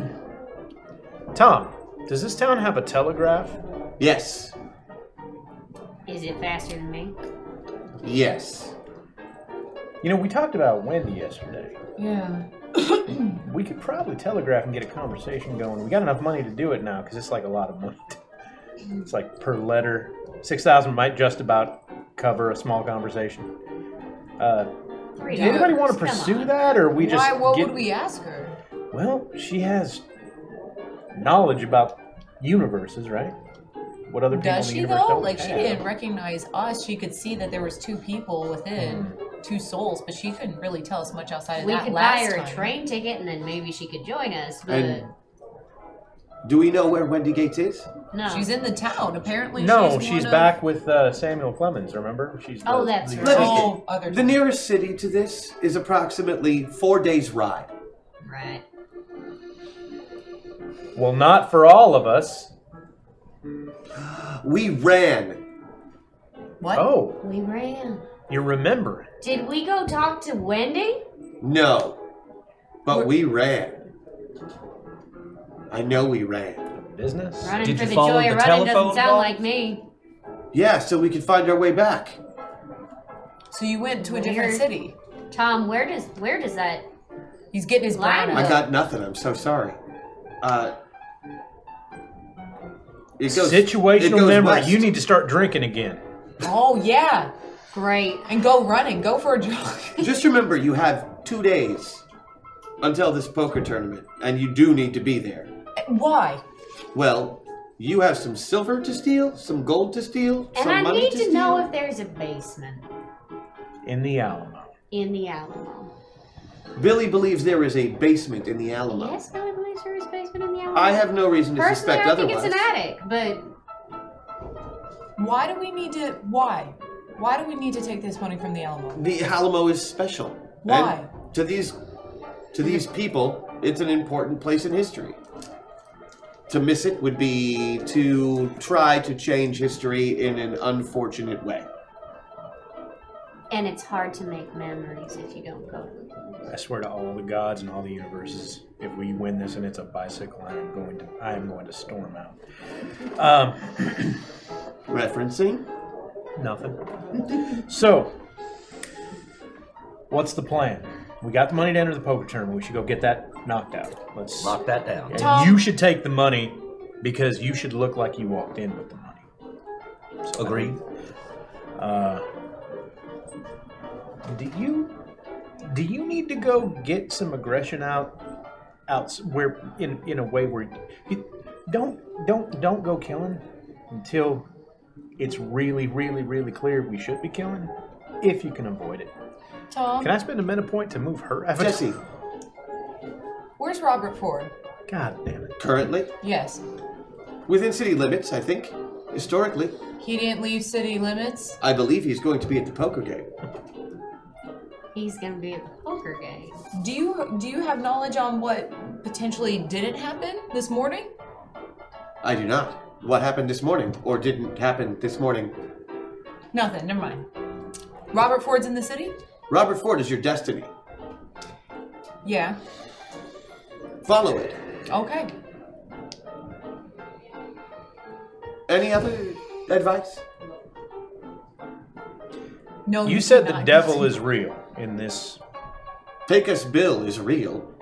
Speaker 4: telegraph? Tom, does this town have a telegraph?
Speaker 5: Yes.
Speaker 6: Is it faster than me?
Speaker 5: Yes.
Speaker 4: You know, we talked about Wendy yesterday.
Speaker 3: Yeah.
Speaker 4: We could probably telegraph and get a conversation going. We got enough money to do it now because it's like a lot of money. It's like per letter, six thousand might just about cover a small conversation. Uh,
Speaker 6: Three
Speaker 4: did anybody want to
Speaker 6: dollars, come
Speaker 4: pursue
Speaker 6: on.
Speaker 4: that, or we just?
Speaker 3: Why? What
Speaker 4: get-
Speaker 3: would we ask her?
Speaker 4: Well, she has knowledge about universes, right? What other people
Speaker 3: Does
Speaker 4: in the
Speaker 3: she
Speaker 4: universe
Speaker 3: though?
Speaker 4: don't
Speaker 3: Like she
Speaker 4: have.
Speaker 3: didn't recognize us. She could see that there was two people within,
Speaker 4: Mm.
Speaker 3: two souls, but she couldn't really tell us much outside of
Speaker 6: We
Speaker 3: that
Speaker 6: could buy
Speaker 3: last
Speaker 6: her a
Speaker 3: time.
Speaker 6: train ticket and then maybe she could join us, but
Speaker 5: And- Do we know where Wendy Gates is?
Speaker 6: no.
Speaker 3: She's in the town. Apparently,
Speaker 4: No,
Speaker 3: she's,
Speaker 4: she's
Speaker 3: one of-
Speaker 4: back with uh, Samuel Clemens. Remember? She's
Speaker 6: Oh,
Speaker 4: the-
Speaker 6: that's
Speaker 4: the-
Speaker 6: right.
Speaker 3: Oh, other
Speaker 5: The nearest city to this is approximately four days' ride.
Speaker 6: right.
Speaker 4: Well, not for all of us.
Speaker 5: We ran.
Speaker 3: What?
Speaker 4: Oh,
Speaker 6: We ran.
Speaker 4: you remember?
Speaker 6: Did we go talk to Wendy?
Speaker 5: No. But we ran. I know we ran.
Speaker 4: Business.
Speaker 6: Running
Speaker 8: Did
Speaker 6: for
Speaker 8: you
Speaker 6: the
Speaker 8: follow
Speaker 6: joy
Speaker 8: the
Speaker 6: of running
Speaker 8: telephone
Speaker 6: doesn't sound
Speaker 8: call?
Speaker 6: like me.
Speaker 5: Yeah, so we could find our way back.
Speaker 3: So you went to a different
Speaker 6: Weird.
Speaker 3: city.
Speaker 6: Tom, where does where does that
Speaker 3: He's getting his brown.
Speaker 6: Lionel.
Speaker 5: I
Speaker 3: up.
Speaker 5: got nothing. I'm so sorry. Uh, it goes, it
Speaker 4: Situational
Speaker 5: goes
Speaker 4: memory.
Speaker 5: west.
Speaker 4: You need to start drinking again.
Speaker 3: Oh yeah,
Speaker 6: great?
Speaker 3: and go running. Go for a jog.
Speaker 5: Just remember, you have two days until this poker tournament, and you do need to be there.
Speaker 3: Why?
Speaker 5: Well, you have some silver to steal, some gold to steal,
Speaker 6: And
Speaker 5: some
Speaker 6: I
Speaker 5: money
Speaker 6: need
Speaker 5: to,
Speaker 6: to
Speaker 5: steal.
Speaker 6: know if there's a basement
Speaker 4: In the Alamo.
Speaker 6: in the Alamo.
Speaker 5: Billy believes there is a basement in the Alamo.
Speaker 6: Yes, Billy believes there is a basement in the Alamo.
Speaker 5: I have no reason to
Speaker 6: Personally,
Speaker 5: suspect
Speaker 6: I think
Speaker 5: otherwise.
Speaker 6: it's an attic, but
Speaker 3: Why do we need to? Why? Why do we need to take this money from the Alamo?
Speaker 5: the Alamo is special.
Speaker 3: Why?
Speaker 5: And to these to these people, it's an important place in history. To miss it would be to try to change history in an unfortunate way.
Speaker 6: And it's hard to make memories if you don't go to the
Speaker 4: I swear to all the gods and all the universes, if we win this and it's a bicycle, I am going to I am going to storm out. Um,
Speaker 5: Referencing?
Speaker 4: Nothing. so, what's the plan? We got the money to enter the poker tournament. We should go get that knocked out. Let's
Speaker 8: Lock that down.
Speaker 4: And
Speaker 8: Tom-
Speaker 4: you should take the money because you should look like you walked in with the money.
Speaker 8: Agreed.
Speaker 4: Uh, do you do you need to go get some aggression out out where in in a way where you, don't don't don't go killing until it's really really really clear we should be killing if you can avoid it.
Speaker 3: Tom,
Speaker 4: Can I spend a meta point to move her? avatar?
Speaker 5: Jesse.
Speaker 3: where's Robert Ford?
Speaker 4: God damn it.
Speaker 5: Currently?
Speaker 3: Yes,
Speaker 5: Within city limits, I think. Historically.
Speaker 3: he didn't leave city limits.
Speaker 5: I believe he's going to be at the poker game.
Speaker 6: He's gonna be at the poker game.
Speaker 3: Do you do you have knowledge on what potentially didn't happen this morning?
Speaker 5: I do not. What happened this morning, or didn't happen this morning?
Speaker 3: Nothing. Never mind. Robert Ford's in the city.
Speaker 5: Robert Ford is your destiny.
Speaker 3: Yeah.
Speaker 5: Follow it.
Speaker 3: Okay.
Speaker 5: Any other advice?
Speaker 3: No.
Speaker 4: You said the
Speaker 3: cannot.
Speaker 4: devil is real in this.
Speaker 5: Take us, Bill is real.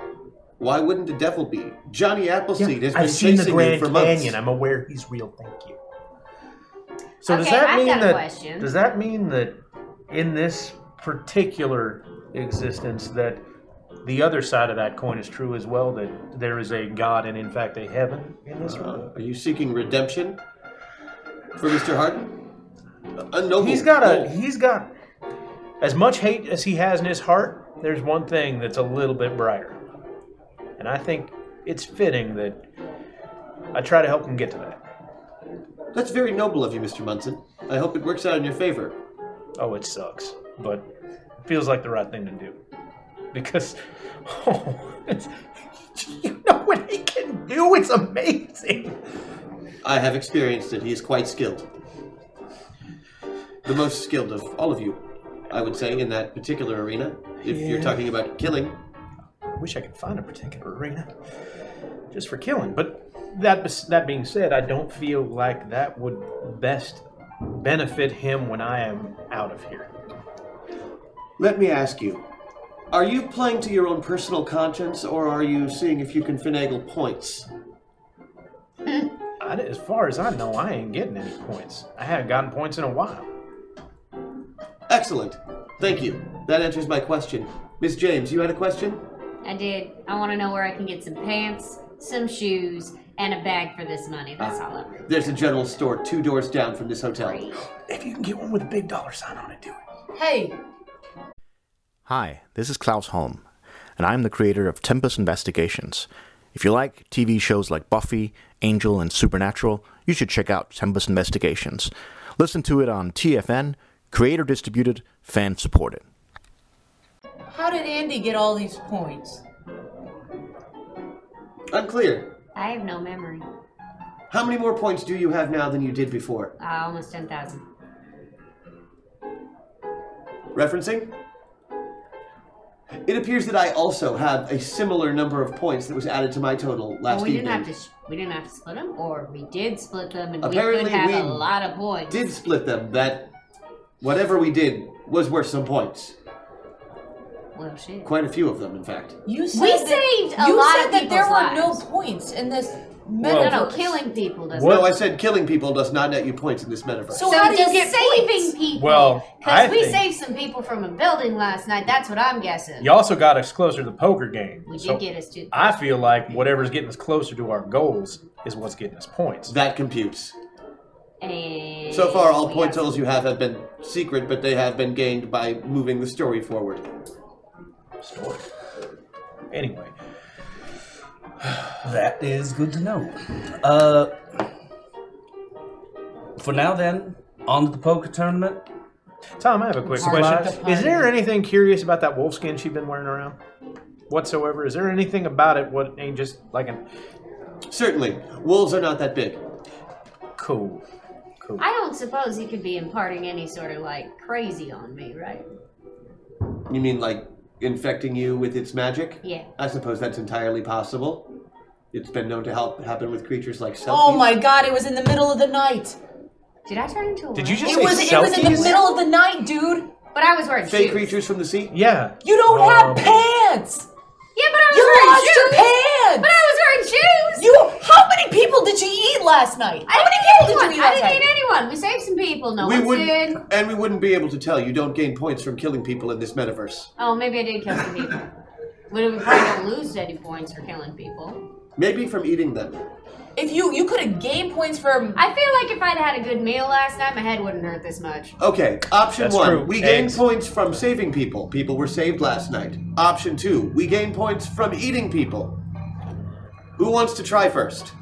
Speaker 5: Why wouldn't the devil be? Johnny Appleseed has been
Speaker 4: I've seen the
Speaker 5: chasing
Speaker 4: Grand
Speaker 5: you for months.
Speaker 4: Canyon. I'm aware he's real. Thank you. So does
Speaker 6: Okay,
Speaker 4: that
Speaker 6: I've
Speaker 4: mean
Speaker 6: got a
Speaker 4: that
Speaker 6: question.
Speaker 4: does that mean that in this particular existence that the other side of that coin is true as well that there is a god and in fact a heaven in this
Speaker 5: Uh, are you seeking redemption for Mr. Harden? A noble
Speaker 4: He's got a
Speaker 5: goal.
Speaker 4: he's got as much hate as he has in his heart. There's one thing that's a little bit brighter, and I think it's fitting that I try to help him get to that.
Speaker 5: That's very noble of you, Mr. Munson. I hope it works out in your favor.
Speaker 4: Oh, it sucks, but it feels like the right thing to do because oh, it's, you know what he can do. It's amazing.
Speaker 5: I have experienced it. He is quite skilled. The most skilled of all of you, I would say, in that particular arena. If you're
Speaker 4: Yeah.
Speaker 5: talking about killing,
Speaker 4: I wish I could find a particular arena just for killing. But that bes- that being said, I don't feel like that would best benefit him when I am out of here.
Speaker 5: let me ask you are you playing to your own personal conscience, or are you seeing if you can finagle points?
Speaker 4: I, as far as I know, I ain't getting any points. I haven't gotten points in a while.
Speaker 5: Excellent. Thank you. That answers my question. Miss James, you had a question?
Speaker 6: I did. I want to know where I can get some pants, some shoes, and a bag for this money. That's
Speaker 4: Uh,
Speaker 6: all I want.
Speaker 5: There's a general store two doors down from this hotel.
Speaker 4: If you can get one with a big dollar sign on it, do it.
Speaker 3: Hey,
Speaker 12: Hi, this is Klaus Holm, and I'm the creator of Tempest Investigations. If you like TV shows like Buffy, Angel, and Supernatural, you should check out Tempest Investigations. Listen to it on TFN, creator distributed, fan supported.
Speaker 3: how did Andy get all these points?
Speaker 5: Unclear.
Speaker 6: I have no memory.
Speaker 5: How many more points do you have now than you did before?
Speaker 6: Uh, almost 10,000.
Speaker 5: Referencing? It appears that I also have a similar number of points that was added to my total last
Speaker 6: Well, we
Speaker 5: evening.
Speaker 6: didn't have to. Sh- we didn't have to split them, or we did split them, and we
Speaker 5: Apparently
Speaker 6: could have
Speaker 5: we
Speaker 6: a lot of points.
Speaker 5: Did split them. That whatever we did was worth some points.
Speaker 6: Well, shit.
Speaker 5: Quite a few of them, in fact.
Speaker 3: You said
Speaker 6: We
Speaker 3: that,
Speaker 6: saved a
Speaker 3: you
Speaker 6: lot
Speaker 3: said
Speaker 6: of
Speaker 3: that there
Speaker 6: people's
Speaker 3: were no points in this
Speaker 5: Well-
Speaker 3: metaverse.
Speaker 5: No, no,
Speaker 6: killing people does
Speaker 5: No, I said killing people does not net you points in this metaverse.
Speaker 6: So,
Speaker 3: how do you
Speaker 6: just
Speaker 3: get
Speaker 6: saving people.
Speaker 4: Well, I
Speaker 6: because we
Speaker 4: think-
Speaker 6: saved some people from a building last night. That's what I'm guessing.
Speaker 4: You also got us closer to the poker game.
Speaker 6: We did
Speaker 4: so
Speaker 6: get us to.
Speaker 4: I feel like whatever's getting us closer to our goals is what's getting us points.
Speaker 5: that computes.
Speaker 6: And
Speaker 5: So far, all
Speaker 6: we
Speaker 5: point
Speaker 6: got-
Speaker 5: totals you have have been secret, but they have been gained by moving the story forward.
Speaker 4: Story. Anyway,
Speaker 8: That is good to know. Uh, for now, then, on to the poker tournament.
Speaker 4: Tom, I have a quick
Speaker 8: Surprise.
Speaker 4: question. Is there anything curious about that wolf skin she's been wearing around? Whatsoever? Is there anything about it what ain't just like an
Speaker 5: Certainly, wolves are not that big.
Speaker 4: cool? coat.
Speaker 6: I don't suppose he could be imparting any sort of like crazy on me, right?
Speaker 5: You mean like infecting you with its magic?
Speaker 6: Yeah.
Speaker 5: I suppose that's entirely possible. It's been known to help happen with creatures like selkies.
Speaker 3: Oh my god, it was in the middle of the night.
Speaker 6: Did I turn into a
Speaker 5: Did you
Speaker 6: werewolf?
Speaker 5: just
Speaker 3: it
Speaker 5: say
Speaker 3: was it was in the
Speaker 5: selkies?
Speaker 3: middle of the night, dude.
Speaker 6: But I was wearing
Speaker 5: Fake Oh.
Speaker 6: shoes.
Speaker 5: creatures from the sea?
Speaker 4: Yeah. Um,
Speaker 3: You don't have pants.
Speaker 6: Yeah, but I was
Speaker 3: You
Speaker 6: wearing
Speaker 3: lost
Speaker 6: shoes.
Speaker 3: your pants.
Speaker 6: But I was wearing shoes.
Speaker 3: You how many people did you eat last night?
Speaker 6: I
Speaker 3: How
Speaker 6: didn't
Speaker 3: many
Speaker 6: eat
Speaker 3: people
Speaker 6: anyone.
Speaker 3: did you eat
Speaker 6: I
Speaker 3: last
Speaker 6: didn't
Speaker 3: night?
Speaker 6: eat anyone. We saved some people. No
Speaker 5: we
Speaker 6: one
Speaker 5: wouldn't,
Speaker 6: did.
Speaker 5: and we wouldn't be able to tell. You don't gain points from killing people in this metaverse.
Speaker 6: Oh, maybe I did kill some people. Would we probably don't lose any points for killing people.
Speaker 5: Maybe from eating them.
Speaker 3: If you you could have gained points for
Speaker 6: I feel like if I'd had a good meal last night, my head wouldn't hurt this much.
Speaker 5: Okay, option
Speaker 4: That's
Speaker 5: one,
Speaker 4: true.
Speaker 5: we gain
Speaker 4: Eggs.
Speaker 5: points from saving people. People were saved last night. Option two, we gain points from eating people. Who wants to try first?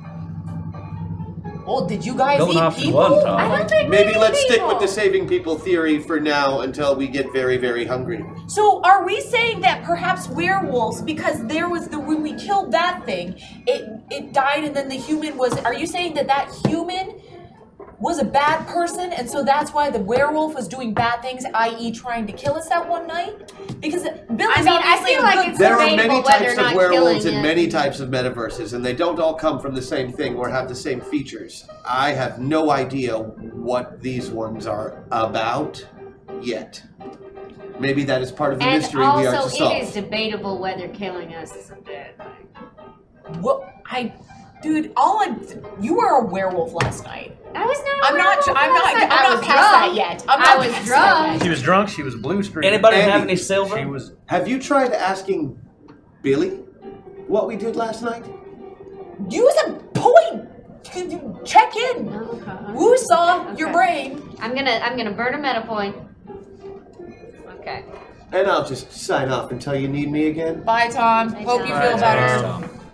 Speaker 3: Oh, did you guys
Speaker 8: Going
Speaker 3: eat
Speaker 8: off to
Speaker 3: people?
Speaker 8: one, Tom. I
Speaker 6: don't think
Speaker 5: Maybe let's stick with the saving people theory for now until we get very, very hungry.
Speaker 3: So are we saying that perhaps werewolves, because there was the when we killed that thing, it it died and then the human was are you saying that that human was a bad person and so that's why the werewolf was doing bad things, i.e. trying to kill us that one night? Because Billy's
Speaker 6: I mean, I
Speaker 3: obviously
Speaker 6: feel
Speaker 3: a
Speaker 6: like
Speaker 3: good
Speaker 6: it's
Speaker 5: There are
Speaker 6: debatable
Speaker 5: many types
Speaker 6: whether or
Speaker 5: of
Speaker 6: not
Speaker 5: werewolves
Speaker 6: killing
Speaker 5: and
Speaker 6: it-
Speaker 5: many types of metaverses, and they don't all come from the same thing or have the same features. I have no idea what these ones are about yet. Maybe that is part of the
Speaker 6: And
Speaker 5: mystery we are to
Speaker 6: also,
Speaker 5: solve.
Speaker 6: it is debatable whether killing us is a bad thing.
Speaker 3: Well, I, dude, all I, you were a werewolf last night.
Speaker 6: I was not. a
Speaker 3: I'm not.
Speaker 6: werewolf
Speaker 3: I'm
Speaker 6: last
Speaker 3: not.
Speaker 6: night.
Speaker 3: I'm
Speaker 6: I
Speaker 3: not
Speaker 6: was
Speaker 3: past that
Speaker 6: drunk.
Speaker 3: yet. I'm
Speaker 6: I
Speaker 3: not
Speaker 6: was
Speaker 3: past
Speaker 6: drunk.
Speaker 4: She was drunk. She was blue streaked.
Speaker 8: Anybody have
Speaker 5: Andy.
Speaker 8: any silver?
Speaker 4: She was.
Speaker 5: Have you tried asking Billy what we did last night?
Speaker 3: That yet. Use a point. Could you Check in.
Speaker 6: Okay.
Speaker 3: Woo saw your
Speaker 6: Okay.
Speaker 3: brain.
Speaker 6: I'm gonna. I'm gonna burn a meta point. Okay.
Speaker 5: And I'll just sign off until you need me again.
Speaker 3: Bye, Tom. Hope you feel
Speaker 4: Tom.
Speaker 3: better.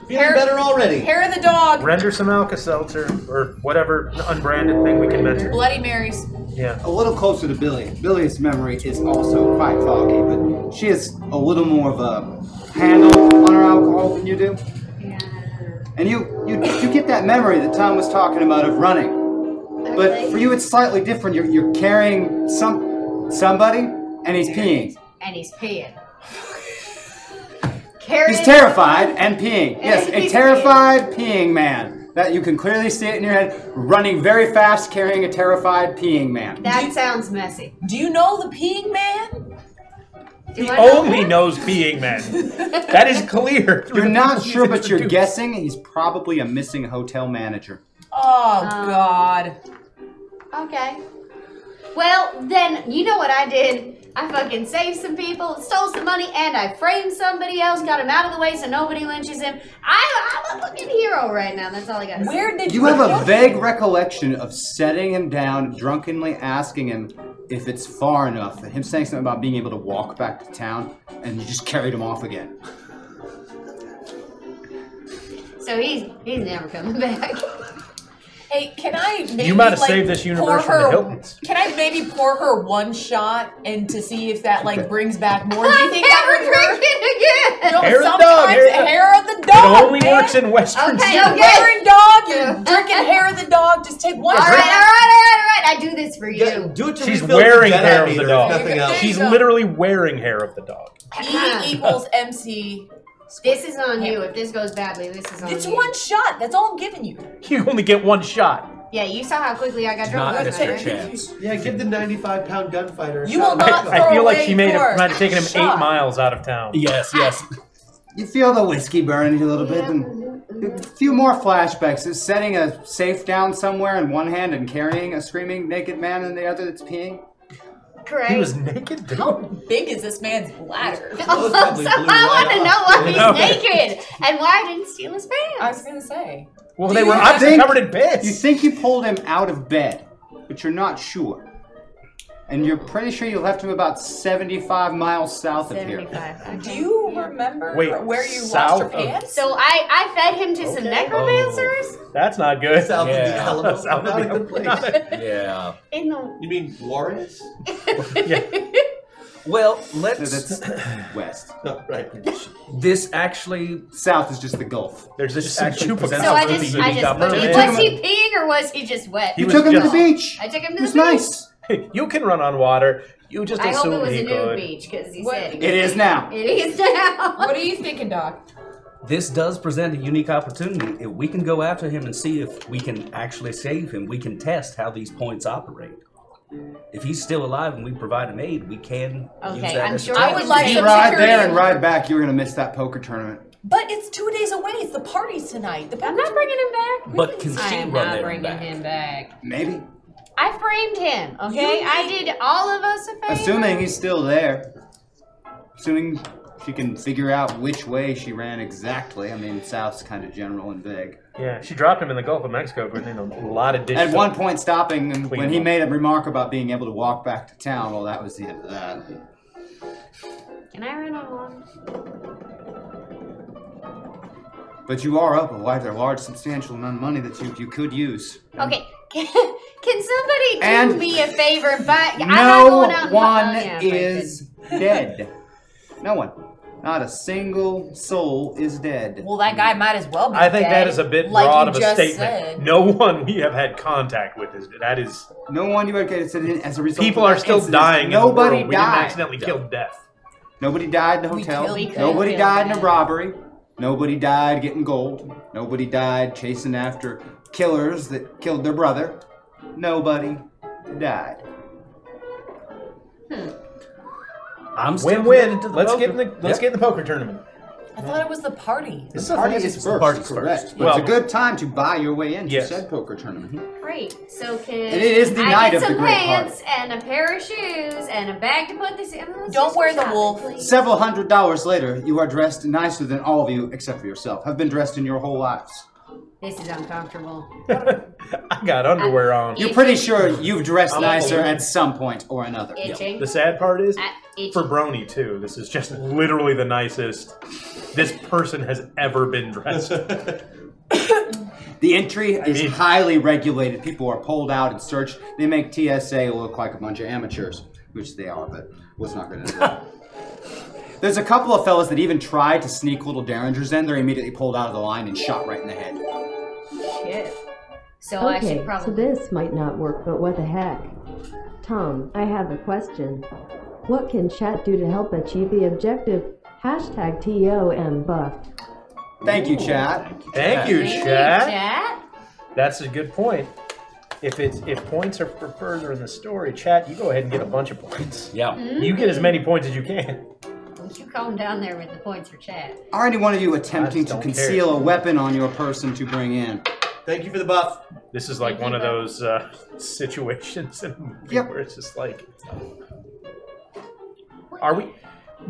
Speaker 5: Feeling
Speaker 3: Hair-
Speaker 5: better already.
Speaker 3: Hair of the dog.
Speaker 4: Render some Alka Seltzer or whatever unbranded thing we can mention.
Speaker 3: Bloody Marys.
Speaker 4: Yeah.
Speaker 1: A little closer to Billy. Billy's memory is also quite foggy, but she has a little more of a handle on her alcohol than you do. And you, you, you get that memory that Tom was talking about of running. But for you, it's slightly different. You're, you're carrying some somebody, and he's peeing.
Speaker 6: And he's peeing. Carrying.
Speaker 1: He's terrified and peeing. Yes, a
Speaker 6: he's
Speaker 1: terrified peeing man. That you can clearly see it in your head, running very fast, carrying a terrified peeing man.
Speaker 6: That sounds messy.
Speaker 3: Do you know the peeing man?
Speaker 6: Do
Speaker 4: Oh, He
Speaker 6: I know
Speaker 4: only
Speaker 6: him?
Speaker 4: knows being men. That is clear.
Speaker 1: You're not sure, but you're guessing he's probably a missing hotel manager.
Speaker 3: Oh
Speaker 6: Um,
Speaker 3: God.
Speaker 6: Okay. Well, then you know what I did. I fucking saved some people, stole some money, and I framed somebody else, got him out of the way so nobody lynches him. I, I'm a fucking hero right now. That's all I got. to say.
Speaker 3: Where did
Speaker 1: You have a vague recollection of setting him down, drunkenly asking him if it's far enough, and him saying something about being able to walk back to town, and you just carried him off again.
Speaker 6: So he's he's never coming back.
Speaker 3: Hey, can I? Maybe,
Speaker 4: You might have
Speaker 3: like,
Speaker 4: saved this
Speaker 3: pour
Speaker 4: universe from the
Speaker 3: her-
Speaker 4: Hiltons.
Speaker 3: Can I maybe pour her one shot and to see if that like brings back more? Do
Speaker 6: I
Speaker 3: you think that would
Speaker 6: never
Speaker 3: hurt?
Speaker 6: drink it again.
Speaker 3: No,
Speaker 4: Hair of the dog,
Speaker 3: sometimes
Speaker 4: hair of the-
Speaker 3: hair of the
Speaker 4: It
Speaker 3: dog.
Speaker 4: only
Speaker 3: man.
Speaker 4: works in Western
Speaker 6: Okay,
Speaker 4: cities.
Speaker 3: You're
Speaker 6: okay.
Speaker 3: wearing dog. You're drinking hair of the dog. Just take one
Speaker 6: All right, all
Speaker 3: drink.
Speaker 6: right, all right, all right. I do this for you.
Speaker 5: Yeah, do it to
Speaker 4: She's
Speaker 5: refill your
Speaker 4: wearing
Speaker 5: Jedi
Speaker 4: hair of the
Speaker 5: meter, if
Speaker 4: dog.
Speaker 5: Nothing else.
Speaker 4: She's
Speaker 3: There you go.
Speaker 4: literally wearing hair of the dog.
Speaker 3: E equals MC.
Speaker 6: This is on you. If this goes badly, this is on
Speaker 3: It's
Speaker 6: you.
Speaker 3: one shot. That's all I'm giving you.
Speaker 4: You only get one shot.
Speaker 6: Yeah, you saw how quickly I got
Speaker 8: Do
Speaker 6: drunk.
Speaker 8: not miss
Speaker 6: last night,
Speaker 8: your
Speaker 6: right?
Speaker 8: chance.
Speaker 5: Yeah, give the 95 pound gunfighter. a
Speaker 3: You
Speaker 5: shot.
Speaker 3: will not
Speaker 4: I, I
Speaker 3: throw
Speaker 4: feel like
Speaker 3: away
Speaker 4: she made
Speaker 3: your
Speaker 4: it, might have taken him
Speaker 3: shot.
Speaker 4: eight miles out of town.
Speaker 8: Yes, yes.
Speaker 1: You feel the whiskey burning a little bit, and a few more flashbacks. It's setting a safe down somewhere in one hand and carrying a screaming naked man in the other that's peeing.
Speaker 6: Correct.
Speaker 4: He was naked, dude.
Speaker 3: Big is this man's bladder?
Speaker 5: Those probably
Speaker 6: so
Speaker 5: blew right
Speaker 6: I want to
Speaker 5: off.
Speaker 6: know why he's
Speaker 4: No.
Speaker 6: naked and why I didn't steal his
Speaker 3: I
Speaker 6: pants.
Speaker 3: was gonna say.
Speaker 4: Well,
Speaker 3: Do
Speaker 4: they
Speaker 3: you
Speaker 4: were
Speaker 3: think-
Speaker 4: obviously covered in piss.
Speaker 1: You think you pulled him out of bed, but you're not sure. And you're pretty sure you left him about 75 miles south of here.
Speaker 6: 75. Okay.
Speaker 3: Do you remember
Speaker 4: Wait,
Speaker 3: where you
Speaker 4: south
Speaker 3: lost your
Speaker 4: of-
Speaker 3: pants?
Speaker 6: So I, I fed him to some necromancers
Speaker 4: Oh, that's not good.
Speaker 5: South of the
Speaker 8: Yeah.
Speaker 5: Alamo.
Speaker 4: South of
Speaker 5: Not
Speaker 4: the
Speaker 5: a good place.
Speaker 8: yeah.
Speaker 6: in the.
Speaker 5: You mean Lawrence?
Speaker 4: Yeah.
Speaker 8: Well, let's.
Speaker 1: that's west.
Speaker 4: Oh,
Speaker 5: right.
Speaker 8: This actually.
Speaker 1: South is just the Gulf.
Speaker 4: There's this
Speaker 1: actual
Speaker 6: So I just, I just, was he peeing or was he just wet?
Speaker 4: He You was took him to just- the beach.
Speaker 6: I took him to
Speaker 4: It
Speaker 6: the
Speaker 4: was
Speaker 6: beach.
Speaker 4: you can run on water. You just
Speaker 6: I hope
Speaker 4: assume
Speaker 6: it was
Speaker 4: he
Speaker 6: a nude
Speaker 4: could.
Speaker 6: beach because he said
Speaker 4: It is now.
Speaker 6: It is now.
Speaker 3: What are you thinking, Doc?
Speaker 8: This does present a unique opportunity. If we can go after him and see if we can actually save him, we can test how these points operate. If he's still alive and we provide him aid, we can use that as a
Speaker 3: I
Speaker 8: tactic.
Speaker 3: would like
Speaker 1: you
Speaker 3: some
Speaker 1: ride
Speaker 3: security.
Speaker 1: there and ride back. You're gonna miss that poker tournament.
Speaker 3: But it's two days away. It's the parties tonight. The I'm not
Speaker 6: bringing him back.
Speaker 1: But can
Speaker 6: I
Speaker 1: she
Speaker 6: am
Speaker 1: run
Speaker 6: not
Speaker 1: there
Speaker 6: bringing
Speaker 1: back?
Speaker 6: him back.
Speaker 1: Maybe.
Speaker 6: I framed him. Okay, I did all of us a favor.
Speaker 1: Assuming he's still there. Assuming she can figure out which way she ran exactly. I mean, south's kind of general and vague.
Speaker 4: Yeah, she dropped him in the Gulf of Mexico, but then a lot of dishes.
Speaker 1: At one point, stopping him
Speaker 4: Clean
Speaker 1: when he
Speaker 4: up.
Speaker 1: made a remark about being able to walk back to town. Well, that was the end of that.
Speaker 6: Can I run on one?
Speaker 1: But you are up a large, a large substantial amount of money that you, you could use.
Speaker 6: Okay. Can, can somebody do
Speaker 1: And
Speaker 6: me a favor? But I'm not
Speaker 1: no
Speaker 6: going out. and-
Speaker 1: one
Speaker 6: Oh, yeah, I
Speaker 1: is dead. No one. Not a single soul is dead.
Speaker 3: Well, that guy might as well be.
Speaker 4: I think that
Speaker 3: dead,
Speaker 4: is a bit
Speaker 3: like
Speaker 4: broad
Speaker 3: you
Speaker 4: of a
Speaker 3: just
Speaker 4: statement.
Speaker 3: said.
Speaker 4: No one we have had contact with is that is.
Speaker 1: No one you had said as a result.
Speaker 4: People
Speaker 1: of
Speaker 4: are
Speaker 1: that
Speaker 4: still
Speaker 1: incident,
Speaker 4: dying. in the
Speaker 1: Nobody
Speaker 4: world. We didn't
Speaker 1: died.
Speaker 4: accidentally kill death.
Speaker 1: Nobody died in a
Speaker 4: We
Speaker 1: hotel.
Speaker 4: killed- we killed
Speaker 1: Nobody
Speaker 4: him.
Speaker 1: died in a robbery. Nobody died getting gold. Nobody died chasing after killers that killed their brother. Nobody died.
Speaker 8: I'm
Speaker 4: Win win. Let's get in the let's get in the poker tournament.
Speaker 3: I thought it was the party.
Speaker 1: This party is first, correct. But
Speaker 4: Well-
Speaker 1: it's a good time to buy your way into
Speaker 4: Yes.
Speaker 1: said poker tournament.
Speaker 6: Great. So can
Speaker 1: And it is the
Speaker 6: I
Speaker 1: night
Speaker 6: get
Speaker 1: of the
Speaker 6: some
Speaker 1: great
Speaker 6: pants and a pair of shoes and a bag to put this in? Let's
Speaker 3: Don't
Speaker 6: just
Speaker 3: wear
Speaker 6: go
Speaker 3: the
Speaker 6: shopping,
Speaker 3: wolf.
Speaker 6: please.
Speaker 1: Several hundred dollars later, you are dressed nicer than all of you except for yourself. Have been dressed in your whole lives.
Speaker 6: This is uncomfortable.
Speaker 4: I got underwear on.
Speaker 1: You're pretty sure you've dressed
Speaker 4: I'm
Speaker 1: nicer
Speaker 4: old.
Speaker 1: at some point or another.
Speaker 6: Itching.
Speaker 4: The sad part is
Speaker 6: itching.
Speaker 4: for Brony too. This is just literally the nicest this person has ever been dressed.
Speaker 1: The entry is highly regulated. People are pulled out and searched. They make TSA look like a bunch of amateurs, which they are, but let's not get into that. There's a couple of fellas that even tried to sneak little derringers in. They're immediately pulled out of the line and shot right in the head.
Speaker 6: Shit. So
Speaker 10: okay,
Speaker 6: I should probably.
Speaker 10: so this might not work, but what the heck? Tom, I have a question. What can chat do to help achieve the objective? Hashtag TOM buff.
Speaker 1: Thank you, chat.
Speaker 4: Thank you,
Speaker 6: Thank you,
Speaker 4: chat.
Speaker 6: Chat.
Speaker 4: That's a good point. If it's if points are for further in the story, chat, you go ahead and get a bunch of points.
Speaker 8: Yeah.
Speaker 4: You get as many points as you can.
Speaker 6: Will you calm down there with the points for chat?
Speaker 1: Are any one of you attempting
Speaker 4: don't
Speaker 1: to
Speaker 4: care.
Speaker 1: conceal a weapon on your person to bring in?
Speaker 5: Thank you for the buff.
Speaker 4: This is like one of those uh, situations in a movie where it's just like, are we?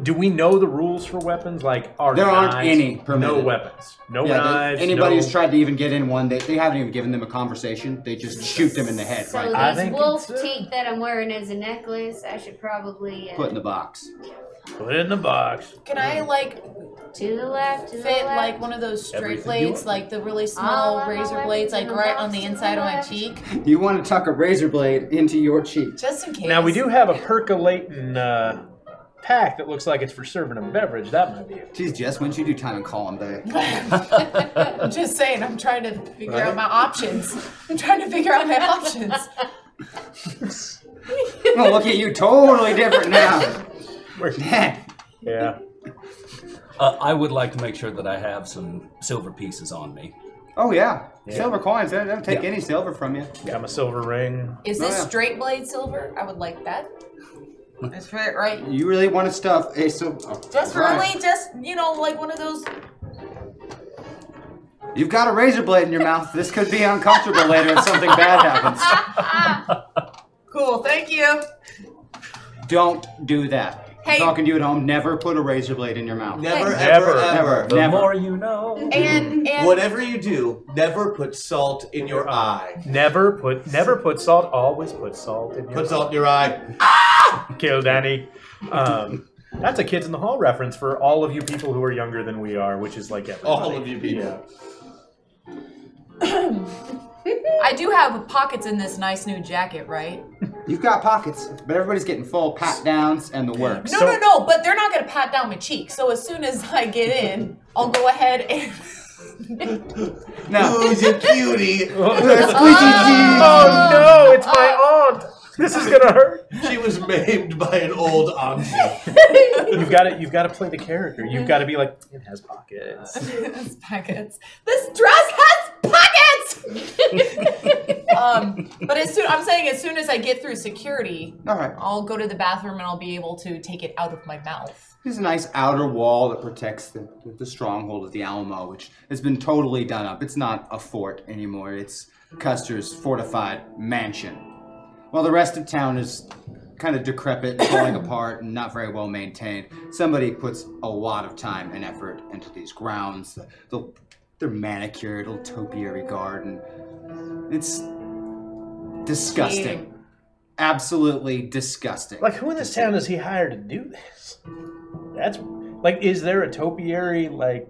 Speaker 4: Do we know the rules for weapons? Like, are
Speaker 1: There aren't
Speaker 4: knives-
Speaker 1: any
Speaker 4: No
Speaker 1: permitted.
Speaker 4: weapons. No
Speaker 1: Yeah, they-
Speaker 4: knives.
Speaker 1: Anybody
Speaker 4: no-
Speaker 1: who's tried to even get in one, they, they haven't even given them a conversation. They just shoot them in the head,
Speaker 6: So
Speaker 1: right?
Speaker 6: these wolf teeth that I'm wearing as a necklace, I should probably uh,
Speaker 1: Put in the box.
Speaker 4: Put it in the box.
Speaker 3: Can I like
Speaker 6: to the left, to the
Speaker 3: fit
Speaker 6: left.
Speaker 3: like one of those straight
Speaker 1: Everything you
Speaker 3: blades,
Speaker 1: want.
Speaker 3: like the really
Speaker 6: All
Speaker 3: small
Speaker 6: on my
Speaker 3: razor
Speaker 6: left,
Speaker 3: blades, like
Speaker 6: no
Speaker 3: right
Speaker 6: box
Speaker 3: on the
Speaker 6: to the
Speaker 3: inside of my
Speaker 6: left.
Speaker 3: cheek,
Speaker 1: You want to tuck a razor blade into your cheek.
Speaker 3: just in case.
Speaker 4: Now we do have a percolating uh, pack that looks like it's for serving a beverage. That might be it.
Speaker 1: Jeez, Jess, when'd you do time and column day?
Speaker 3: I'm just saying. I'm trying to figure
Speaker 1: Right?
Speaker 3: out my options. I'm trying to figure out my options.
Speaker 1: I'm gonna Oh, look at you totally different now.
Speaker 4: yeah.
Speaker 8: Uh, I would like to make sure that I have some silver pieces on me.
Speaker 1: Oh yeah,
Speaker 8: Yeah.
Speaker 1: silver coins. They don't- they don't take
Speaker 8: Yeah.
Speaker 1: any silver from you.
Speaker 4: Got my silver ring.
Speaker 3: Is
Speaker 1: No,
Speaker 3: this
Speaker 1: yeah.
Speaker 3: straight blade silver? I would like that. That's for it, right?
Speaker 1: You really want to stuff a oh, silver?
Speaker 3: Just really, just you know, like one of those.
Speaker 1: You've got a razor blade in your mouth. This could be uncomfortable later if something bad happens.
Speaker 3: Cool. Thank you.
Speaker 1: Don't do that.
Speaker 3: Hey.
Speaker 1: Talking to you at home, never put a razor blade in your mouth.
Speaker 5: Never,
Speaker 1: Hey.
Speaker 5: ever,
Speaker 1: Never,
Speaker 5: ever.
Speaker 1: never, The never. more
Speaker 8: you know.
Speaker 3: And and
Speaker 5: Whatever you do, never put salt in your eye.
Speaker 4: Never put never put salt. Always put salt in your
Speaker 5: Put salt in your eye.
Speaker 4: Kill Danny. Um, that's a Kids in the Hall reference for all of you people who are younger than we are, which is like everybody.
Speaker 5: All of you people.
Speaker 4: Yeah.
Speaker 3: I do have pockets in this nice new jacket, right?
Speaker 1: You've got pockets, but everybody's getting full pat downs and the works.
Speaker 3: No, no, no, but they're not gonna pat down my cheek. So as soon as I get in, I'll go ahead and.
Speaker 1: Now,
Speaker 5: who's a cutie?
Speaker 4: Oh no, it's my aunt.
Speaker 5: Oh.
Speaker 4: This is gonna hurt.
Speaker 5: She was maimed by an old aunt.
Speaker 4: you've got to you've got to play the character. You've got to be like it has pockets.
Speaker 3: Has pockets. This dress has pockets. um, but as soon I'm saying as soon as I get through security,
Speaker 1: All right.
Speaker 3: I'll go to the bathroom and I'll be able to take it out of my mouth.
Speaker 1: There's a nice outer wall that protects the, the stronghold of the Alamo, which has been totally done up. It's not a fort anymore, it's Custer's fortified mansion. While the rest of town is kind of decrepit, falling apart, and not very well maintained, somebody puts a lot of time and effort into these grounds. They'll, they're manicured, a little topiary garden. It's disgusting. Absolutely disgusting.
Speaker 4: Like who in this town is he hired to do this? That's like is there a topiary like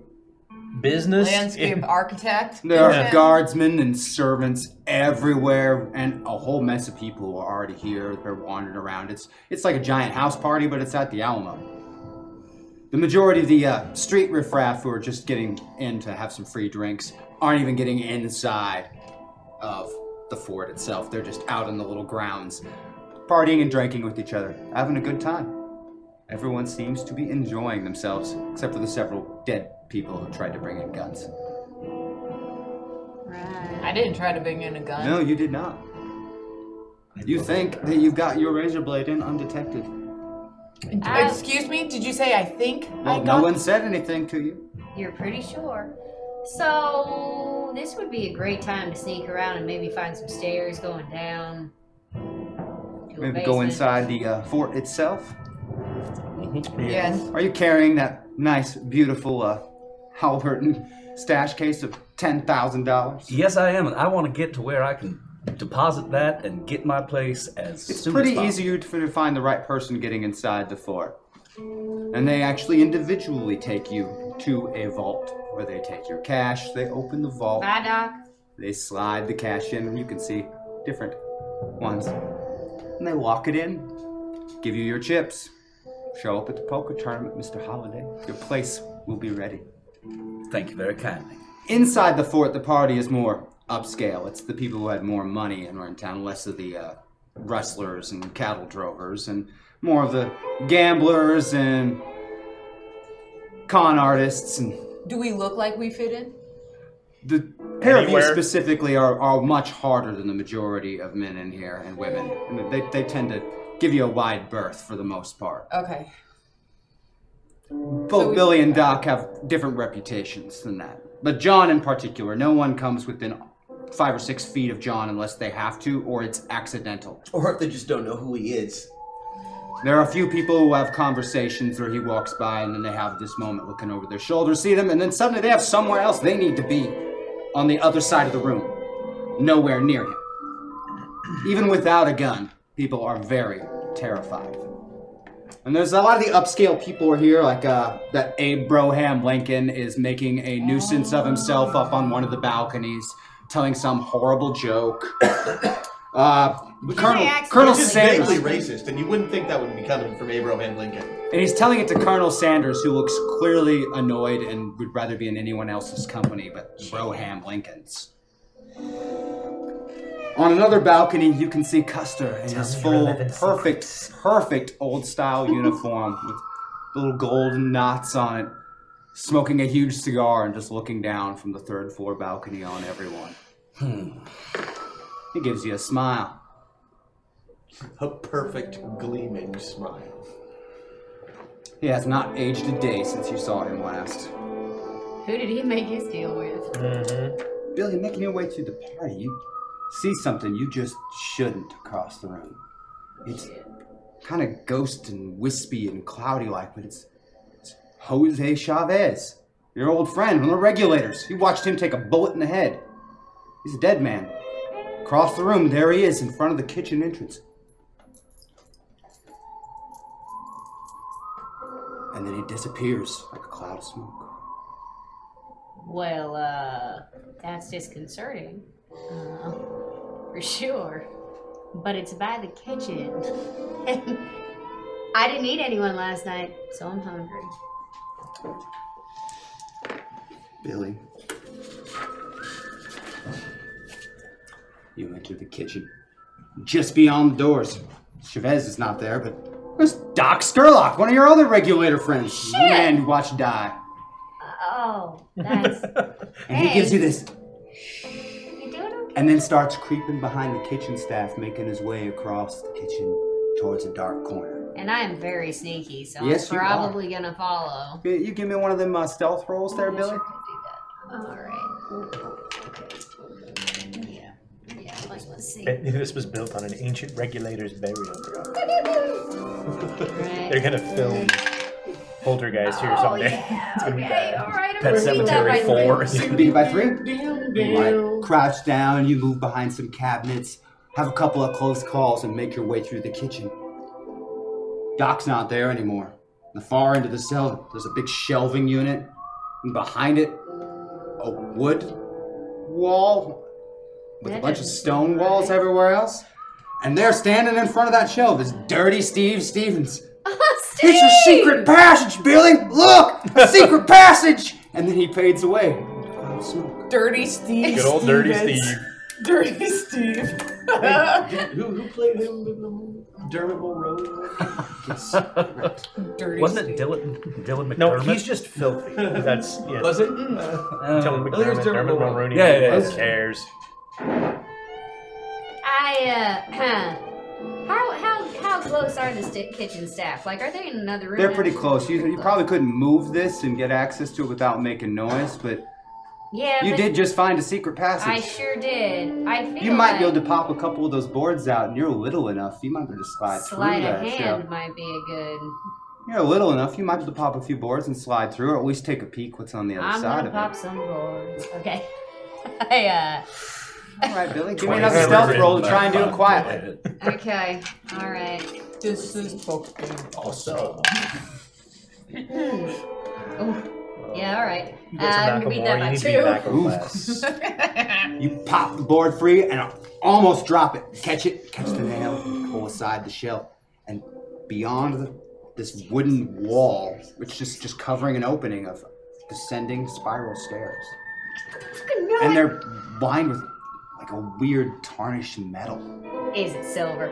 Speaker 4: business?
Speaker 3: Landscape
Speaker 4: in-
Speaker 3: architect.
Speaker 1: There are
Speaker 3: Yeah.
Speaker 1: guardsmen and servants everywhere, and a whole mess of people who are already here. They're wandering around. It's it's like a giant house party, but it's at the Alamo. The majority of the uh, street riffraff who are just getting in to have some free drinks aren't even getting inside of the fort itself. They're just out in the little grounds, partying and drinking with each other, having a good time. Everyone seems to be enjoying themselves, except for the several dead people who tried to bring in guns.
Speaker 3: I didn't try to bring in a gun.
Speaker 1: No, you did not. You think that you've got your razor blade in undetected.
Speaker 3: Excuse me, did you say I think I
Speaker 1: Well,
Speaker 3: got
Speaker 1: no one said anything to you.
Speaker 6: You're pretty sure. So this would be a great time to sneak around and maybe find some stairs going down. to a
Speaker 1: Maybe go
Speaker 6: basement.
Speaker 1: inside the uh, fort itself.
Speaker 3: Yes.
Speaker 1: Are you carrying that nice, beautiful uh, Halberton stash case of ten thousand dollars?
Speaker 8: Yes, I am, and I want to get to where I can deposit that and get my place as
Speaker 1: It's
Speaker 8: soon
Speaker 1: pretty
Speaker 8: as possible.
Speaker 1: easy to find the right person getting inside the fort, and they actually individually take you to a vault where they take your cash. They open the vault.
Speaker 6: Bye, Doc.
Speaker 1: They slide the cash in, and you can see different ones. And they lock it in, give you your chips. Show up at the poker tournament, Mr. Holliday. Your place will be ready.
Speaker 8: Thank you very kindly.
Speaker 1: Inside the fort, the party is more upscale. It's the people who had more money and were in town, less of the uh, rustlers and cattle drovers, and more of the gamblers and con artists and
Speaker 3: Do we look like we fit in?
Speaker 1: the pair of you
Speaker 4: Anywhere.
Speaker 1: specifically are, are much harder than the majority of men in here and women. I mean, they, they tend to give you a wide berth for the most part.
Speaker 3: Okay.
Speaker 1: Both Billy and Doc have different reputations than that. But John in particular, no one comes within five or six feet of John unless they have to or it's accidental.
Speaker 5: Or if they just don't know who he is.
Speaker 1: There are a few people who have conversations where he walks by and then they have this moment looking over their shoulder, see them, and then suddenly they have somewhere else they need to be on the other side of the room, nowhere near him. Even without a gun, people are very terrified. And there's a lot of the upscale people here, like uh, that Abraham Lincoln is making a nuisance of himself up on one of the balconies, telling some horrible joke. uh, Colonel, Colonel
Speaker 5: Which is
Speaker 1: Sanders.
Speaker 5: vaguely racist, and you wouldn't think that would be coming from Abraham Lincoln.
Speaker 1: And he's telling it to Colonel Sanders, who looks clearly annoyed and would rather be in anyone else's company but Broham Lincoln's. On another balcony, you can see Custer in his full, perfect, perfect old style uniform with little golden knots on it, smoking a huge cigar and just looking down from the third floor balcony on everyone.
Speaker 8: Hmm.
Speaker 1: He gives you a smile.
Speaker 5: A perfect gleaming smile.
Speaker 1: He has not aged a day since you saw him last.
Speaker 6: Who did he make his deal with?
Speaker 1: Billy, making your way through the party, you see something you just shouldn't across the room. It's kind of ghost and wispy and cloudy like, but it's, it's Jose Chavez, your old friend, one of the regulators. You watched him take a bullet in the head. He's a dead man. Across the room, there he is in front of the kitchen entrance. And then he disappears like a cloud of smoke.
Speaker 6: Well, uh, that's disconcerting. Uh, for sure. But it's by the kitchen. I didn't eat anyone last night, so I'm hungry.
Speaker 1: Billy. You enter the kitchen. Just beyond the doors. Chavez is not there, but there's Doc Sturlock, one of your other regulator friends.
Speaker 6: Shit!
Speaker 1: Man, you watch die.
Speaker 6: Oh, that's.
Speaker 1: And he gives you this
Speaker 6: You doing okay?
Speaker 1: and then starts creeping behind the kitchen staff, making his way across the kitchen towards a dark corner.
Speaker 6: And I am very sneaky, so
Speaker 1: Yes,
Speaker 6: I'm
Speaker 1: you are.
Speaker 6: probably gonna follow.
Speaker 1: You you give me one of them uh, stealth rolls there, Billy?
Speaker 6: All right. Yeah. Yeah. Like, let's see.
Speaker 4: Bet This was built on an ancient regulator's burial ground. They're gonna film Poltergeist here
Speaker 6: Oh,
Speaker 4: someday.
Speaker 6: yeah.
Speaker 4: it's gonna be
Speaker 6: Okay,
Speaker 4: bad.
Speaker 6: all right, I'm
Speaker 1: Pet
Speaker 6: gonna read that
Speaker 1: Sematary
Speaker 6: right
Speaker 1: four.
Speaker 6: away.
Speaker 1: You beat it by three?
Speaker 6: Damn,
Speaker 1: You like
Speaker 6: damn.
Speaker 1: crouch down, you move behind some cabinets, have a couple of close calls, and make your way through the kitchen. Doc's not there anymore. In the far end of the cell, there's a big shelving unit, and behind it, a wood wall with a bunch of stone walls everywhere else. And there, standing in front of that shelf, is Dirty Steve Stevens.
Speaker 6: Steve!
Speaker 1: It's a secret passage, Billy! Look! A secret passage! And then he fades away. Oh, smoke.
Speaker 3: Dirty Steve.
Speaker 1: Good old Dirty
Speaker 3: Stevens.
Speaker 1: Steve.
Speaker 3: Dirty Steve.
Speaker 5: who, who played him in the movie? Dermot Mulroney?
Speaker 3: Dirty
Speaker 8: Wasn't it Dylan, Dylan McDermott?
Speaker 4: No, he's just filthy. That's yeah.
Speaker 5: Was it?
Speaker 4: Uh, Dylan
Speaker 8: I think it was
Speaker 4: McDermott,
Speaker 8: Dermot
Speaker 4: Dermot
Speaker 8: Mulroney.
Speaker 4: Mulroney.
Speaker 8: Yeah, yeah,
Speaker 4: Who
Speaker 8: yeah.
Speaker 4: cares?
Speaker 6: I uh, how how how close are the sti kitchen staff? Like, are they in another room?
Speaker 1: They're
Speaker 6: now?
Speaker 1: pretty close. You, you probably couldn't move this and get access to it without making noise, but
Speaker 6: Yeah,
Speaker 1: you
Speaker 6: but
Speaker 1: did just find a secret
Speaker 6: I
Speaker 1: passage.
Speaker 6: sure did. I feel
Speaker 1: You might
Speaker 6: like
Speaker 1: be able to pop a couple of those boards out, and you're little enough. You might be able to slide,
Speaker 6: sleight
Speaker 1: through
Speaker 6: of
Speaker 1: that.
Speaker 6: hand might be a good.
Speaker 1: Yeah. You're little enough. You might be able to pop a few boards and slide through, or at least take a peek what's on the other
Speaker 6: I'm
Speaker 1: side
Speaker 6: gonna
Speaker 1: of
Speaker 6: pop some boards. Okay. I uh.
Speaker 1: All right, Billy. it. Give me another stealth roll to try and do it quietly.
Speaker 6: Okay. All right.
Speaker 3: This is fucking awesome.
Speaker 6: Ooh. Yeah. All right.
Speaker 3: You
Speaker 6: Uh, I'm gonna beat that by two.
Speaker 1: You pop the board free and almost drop it. Catch it, catch the nail, pull aside the shell, and beyond the, this wooden wall, which is just covering an opening of descending spiral stairs. And they're lined with like a weird tarnished metal.
Speaker 6: Is it silver?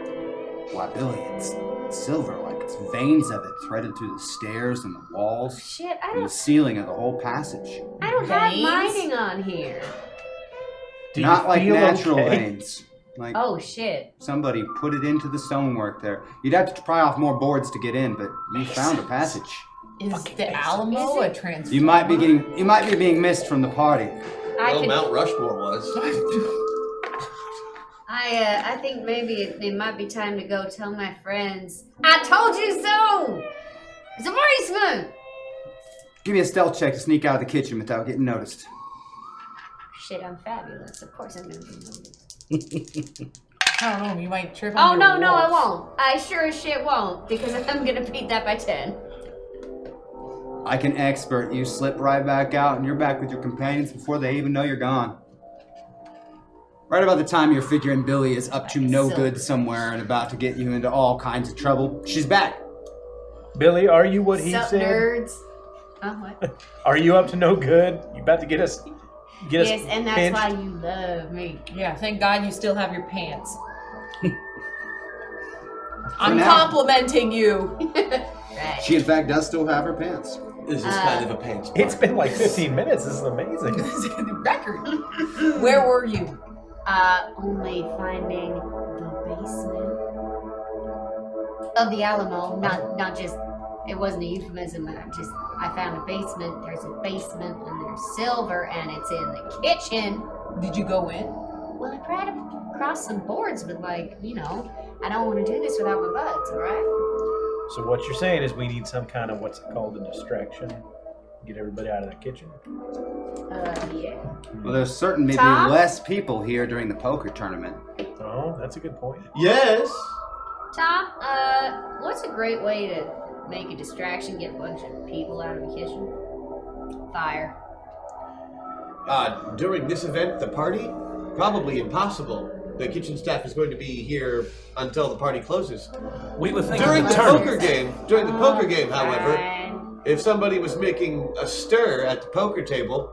Speaker 1: Why, Billy, it's silver, like it's veins of it threaded through the stairs and the walls
Speaker 6: Shit, I
Speaker 1: and the
Speaker 6: don't.
Speaker 1: ceiling of the whole passage.
Speaker 6: I don't have
Speaker 3: Veins?
Speaker 6: mining on here.
Speaker 4: Do you
Speaker 1: Not like
Speaker 4: feel
Speaker 1: natural
Speaker 4: okay?
Speaker 1: veins. Like
Speaker 6: oh shit.
Speaker 1: Somebody put it into the stonework there. You'd have to pry off more boards to get in, but you found a passage.
Speaker 3: Is the Alamo a trans?
Speaker 1: You might be getting you might be being missed from the party.
Speaker 6: I could-
Speaker 5: Rushmore was.
Speaker 6: I uh, I think maybe it, it might be time to go tell my friends. I told you so. It's a basement.
Speaker 1: Give me a stealth check to sneak out of the kitchen without getting noticed.
Speaker 6: Shit, I'm fabulous. Of course I'm gonna be. noticed.
Speaker 3: I don't know. You might trip.
Speaker 6: Oh
Speaker 3: on
Speaker 6: no,
Speaker 3: your
Speaker 6: no, I
Speaker 3: walls.
Speaker 6: won't. I sure as shit won't because I'm gonna beat that by ten.
Speaker 1: I can expert you slip right back out and you're back with your companions before they even know you're gone. Right about the time you're figuring Billy is up to no good somewhere and about to get you into all kinds of trouble, she's back.
Speaker 4: Billy, are you what he
Speaker 6: Sup,
Speaker 4: said?
Speaker 6: nerds? Oh what?
Speaker 4: Are you up to no good? You about to get us? Get us
Speaker 6: yes, and that's
Speaker 4: pinched?
Speaker 6: why you love me.
Speaker 3: Yeah, thank God you still have your pants.
Speaker 1: For
Speaker 3: I'm
Speaker 1: now.
Speaker 3: complimenting you.
Speaker 1: She in fact does still have her pants.
Speaker 5: This
Speaker 6: Uh,
Speaker 3: is kind
Speaker 5: of a pants.
Speaker 4: It's been like 15 minutes. This is amazing.
Speaker 3: Record. Where were you?
Speaker 6: Uh, only finding the basement of the Alamo. Not, not just. It wasn't a euphemism. I just, I found a basement. There's a basement, and there's silver, and it's in the kitchen.
Speaker 3: Did you go in?
Speaker 6: Well, I tried to cross some boards, but like, you know, I don't want to do this without my buds. All right.
Speaker 4: So what you're saying is we need some kind of what's it called a distraction. Get everybody out of the kitchen.
Speaker 6: Uh, yeah.
Speaker 1: Well there's certain maybe
Speaker 6: Tom?
Speaker 1: less people here during the poker tournament.
Speaker 4: Oh, that's a good point.
Speaker 5: Yes.
Speaker 6: Tom, uh, what's a great way to make a distraction, get a bunch of people out of the kitchen? Fire.
Speaker 5: Uh, during this event, the party? Probably impossible. the kitchen staff is going to be here until the party closes.
Speaker 8: We were thinking
Speaker 5: during
Speaker 8: of
Speaker 5: the
Speaker 8: tournament.
Speaker 5: poker game. During the poker game, however, if somebody was making a stir at the poker table,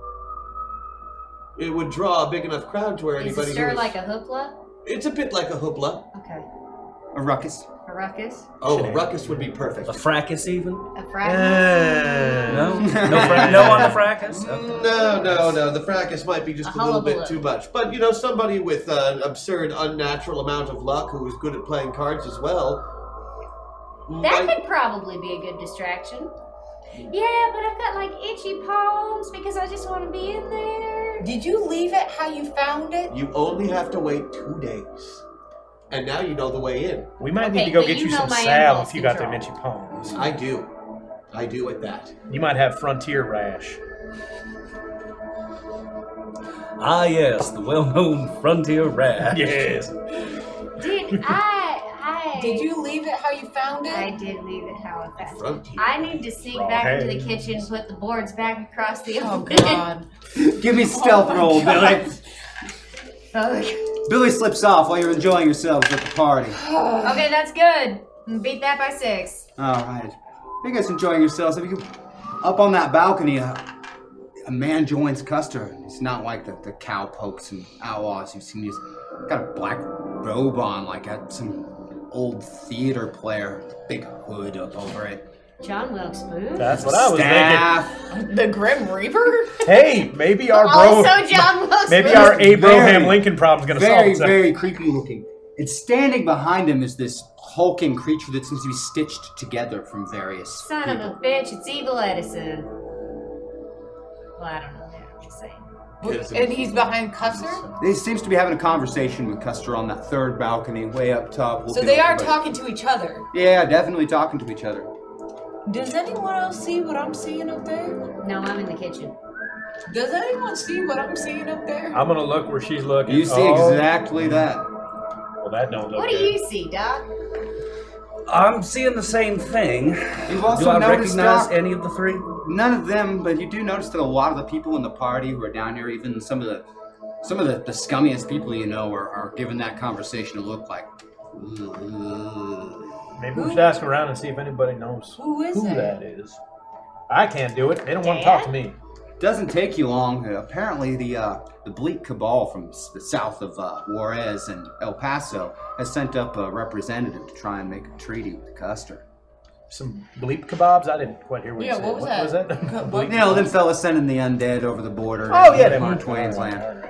Speaker 5: it would draw a big enough crowd to where
Speaker 6: Is a
Speaker 5: anybody. who
Speaker 6: stir
Speaker 5: was-
Speaker 6: like a hoopla?
Speaker 5: It's a bit like a hoopla,
Speaker 6: Okay.
Speaker 1: a ruckus.
Speaker 6: A ruckus?
Speaker 5: Oh, a ruckus would be perfect.
Speaker 8: A fracas, even.
Speaker 6: A fracas?
Speaker 8: No, no, fra- no on the fracas.
Speaker 5: Mm, No, no, no. The fracas might be just a,
Speaker 6: A
Speaker 5: little bit
Speaker 6: hullabaloo.
Speaker 5: too much. But you know, somebody with an absurd, unnatural amount of luck who is good at playing cards as well. Um,
Speaker 6: That could probably be a good distraction. Yeah, but I've got like itchy palms because I just want to be in there.
Speaker 3: Did you leave it how you found it?
Speaker 5: You only have to wait two days, and now you know the way in.
Speaker 4: We might
Speaker 3: Okay,
Speaker 4: need to go
Speaker 3: but
Speaker 4: get
Speaker 3: you
Speaker 4: you,
Speaker 3: know
Speaker 4: some
Speaker 3: my
Speaker 4: salve
Speaker 3: impulse
Speaker 4: if you got them
Speaker 3: control.
Speaker 4: itchy palms.
Speaker 5: I do. I do at that.
Speaker 4: You might have frontier rash.
Speaker 8: Ah, yes, the well-known frontier rash.
Speaker 4: Yes.
Speaker 6: Did I? I
Speaker 3: Did you leave it how you found it?
Speaker 6: I did leave it how I found it.
Speaker 5: Frontier.
Speaker 6: I need to sneak
Speaker 1: Wrong
Speaker 6: back into
Speaker 1: hand.
Speaker 6: the kitchen, put the boards back across the
Speaker 3: Oh,
Speaker 6: oven.
Speaker 1: Give me stealth roll, Billy.
Speaker 6: okay,
Speaker 1: Billy slips off while you're enjoying yourselves at the party.
Speaker 6: that's good. Beat that by six.
Speaker 1: All right. You guys enjoying yourselves? If you up on that balcony, a, a man joins Custer. He's not like the, the cowpokes and outlaws you've seen. He's got a black robe on, like a, some old theater player, big hood up over it.
Speaker 6: John Wilkes Booth.
Speaker 4: That's what I was
Speaker 1: Staff.
Speaker 4: thinking.
Speaker 3: The Grim Reaper?
Speaker 4: Hey, maybe our bro.
Speaker 6: Also John Wilkes
Speaker 4: maybe
Speaker 6: Booth.
Speaker 4: our Abraham
Speaker 1: Very,
Speaker 4: Lincoln problem's gonna solve
Speaker 1: very,
Speaker 4: itself.
Speaker 1: very creepy looking. And standing behind him is this hulking creature that seems to be stitched together from various.
Speaker 6: Son of a bitch, it's Evil Edison. Well, I don't know that. I'm just saying.
Speaker 3: And he's behind Custer?
Speaker 1: He seems to be having a conversation with Custer on that third balcony, way up top.
Speaker 3: So
Speaker 1: looking
Speaker 3: they
Speaker 1: at
Speaker 3: are
Speaker 1: everybody.
Speaker 3: talking to each other.
Speaker 1: Yeah, definitely talking to each other.
Speaker 3: Does anyone else see what I'm seeing up there?
Speaker 6: No, I'm in the kitchen.
Speaker 3: Does anyone see what I'm seeing up there?
Speaker 4: I'm gonna look where she's looking.
Speaker 1: You see
Speaker 4: Oh.
Speaker 1: exactly that.
Speaker 4: Well, that don't look
Speaker 6: What do
Speaker 4: good.
Speaker 6: you see, Doc?
Speaker 8: I'm seeing the same thing.
Speaker 1: You've also
Speaker 8: do I
Speaker 1: noticed,
Speaker 8: recognize
Speaker 1: Doc-
Speaker 8: any of the three?
Speaker 1: None of them, but you do notice that a lot of the people in the party who are down here, even some of the some of the, the scummiest people you know, are, are giving that conversation a look like. "Ooh."
Speaker 4: Maybe we should ask around and see if anybody knows
Speaker 3: Who is it?
Speaker 4: that is. I can't do it. They don't want to talk to me.
Speaker 1: Doesn't take you long. Apparently, the uh, the bleak cabal from s- the south of uh, Juarez and El Paso has sent up a representative to try and make a treaty with Custer.
Speaker 4: Some bleep kebabs. I didn't quite hear what
Speaker 3: Yeah,
Speaker 4: you said.
Speaker 3: what was that?
Speaker 4: that?
Speaker 1: You know, them fellas sending the undead over the border.
Speaker 4: Oh, yeah, they
Speaker 1: Mark
Speaker 4: were.
Speaker 1: Twain's land.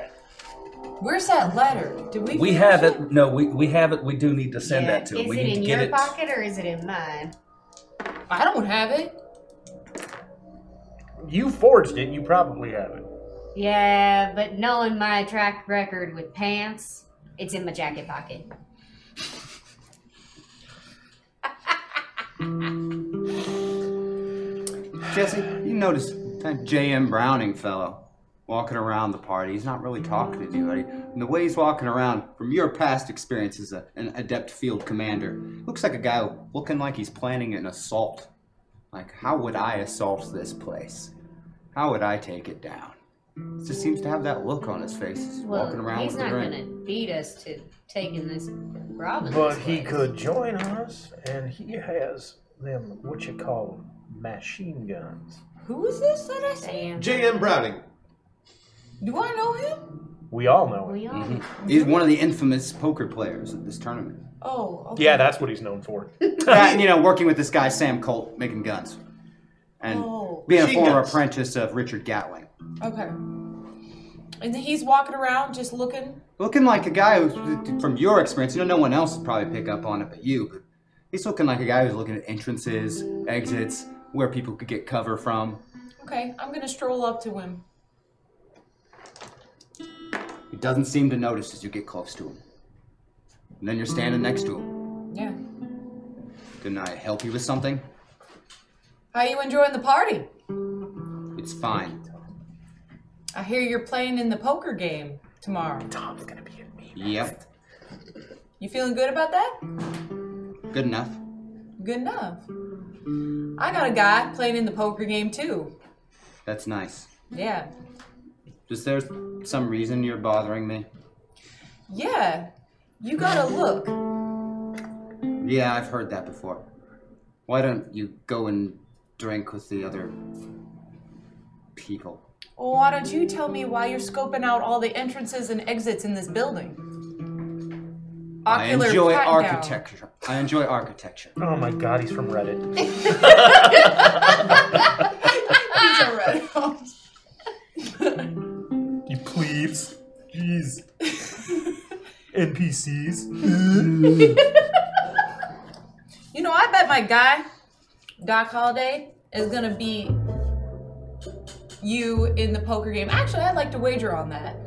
Speaker 3: Where's that letter? Did we
Speaker 8: We
Speaker 3: finish
Speaker 8: have it. No, we, we have it. We do need to send
Speaker 6: Yeah,
Speaker 8: that to him.
Speaker 6: Is
Speaker 8: We
Speaker 6: it
Speaker 8: need
Speaker 6: in
Speaker 8: to
Speaker 6: your
Speaker 8: get it.
Speaker 6: pocket or is it in mine?
Speaker 3: I don't have it.
Speaker 4: You forged it. You probably have it.
Speaker 6: Yeah, but knowing my track record with pants, it's in my jacket pocket.
Speaker 1: Jesse, you notice that J.M. Browning fellow walking around the party. He's not really talking to anybody. And the way he's walking around, from your past experience as a, an adept field commander, looks like a guy looking like he's planning an assault. Like, how would I assault this place? How would I take it down? He just seems to have that look on his face. He's
Speaker 6: Well,
Speaker 1: walking around
Speaker 6: he's
Speaker 1: with a
Speaker 6: not
Speaker 1: grin.
Speaker 6: gonna beat us to taking this Robin.
Speaker 4: But he could join us, and he has them, what you call machine guns.
Speaker 3: Who is this that I see?
Speaker 5: J.M. Browning.
Speaker 3: Do I know him?
Speaker 4: We all know
Speaker 6: We all
Speaker 1: Mm-hmm. He's one of the infamous poker players at this tournament.
Speaker 3: Oh, okay.
Speaker 4: Yeah, that's what he's known for.
Speaker 1: that, and, you know, working with this guy Sam Colt making guns, and
Speaker 3: Oh.
Speaker 1: being a
Speaker 3: Machine
Speaker 1: former
Speaker 3: guns.
Speaker 1: apprentice of Richard Gatling,
Speaker 3: Okay. And he's walking around just looking.
Speaker 1: looking like a guy who's from your experience. You know, no one else would probably pick up on it but you. But he's looking like a guy who's looking at entrances, exits, where people could get cover from.
Speaker 3: Okay, I'm gonna stroll up to him.
Speaker 1: He doesn't seem to notice as you get close to him. And then you're standing next to him.
Speaker 3: Yeah.
Speaker 1: Didn't I help you with something?
Speaker 3: How you enjoying the party?
Speaker 1: It's fine.
Speaker 3: I hear you're playing in the poker game tomorrow. Tom's gonna be.
Speaker 1: Yep.
Speaker 3: You feeling good about that?
Speaker 1: Good enough.
Speaker 3: Good enough. I got a guy playing in the poker game too.
Speaker 1: That's nice.
Speaker 3: Yeah.
Speaker 1: Is there some reason you're bothering me?
Speaker 3: Yeah. You gotta look.
Speaker 1: Yeah, I've heard that before. Why don't you go and drink with the other people?
Speaker 3: Why don't you tell me why you're scoping out all the entrances and exits in this building? Ocular
Speaker 1: I enjoy
Speaker 3: pat-down.
Speaker 1: architecture. I enjoy architecture.
Speaker 4: Oh my god, he's from Reddit.
Speaker 3: These are red homes.
Speaker 4: You plebes. Jeez. NPCs.
Speaker 3: You know, I bet my guy, Doc Holliday, is gonna beat you in the poker game. Actually, I'd like to wager on that.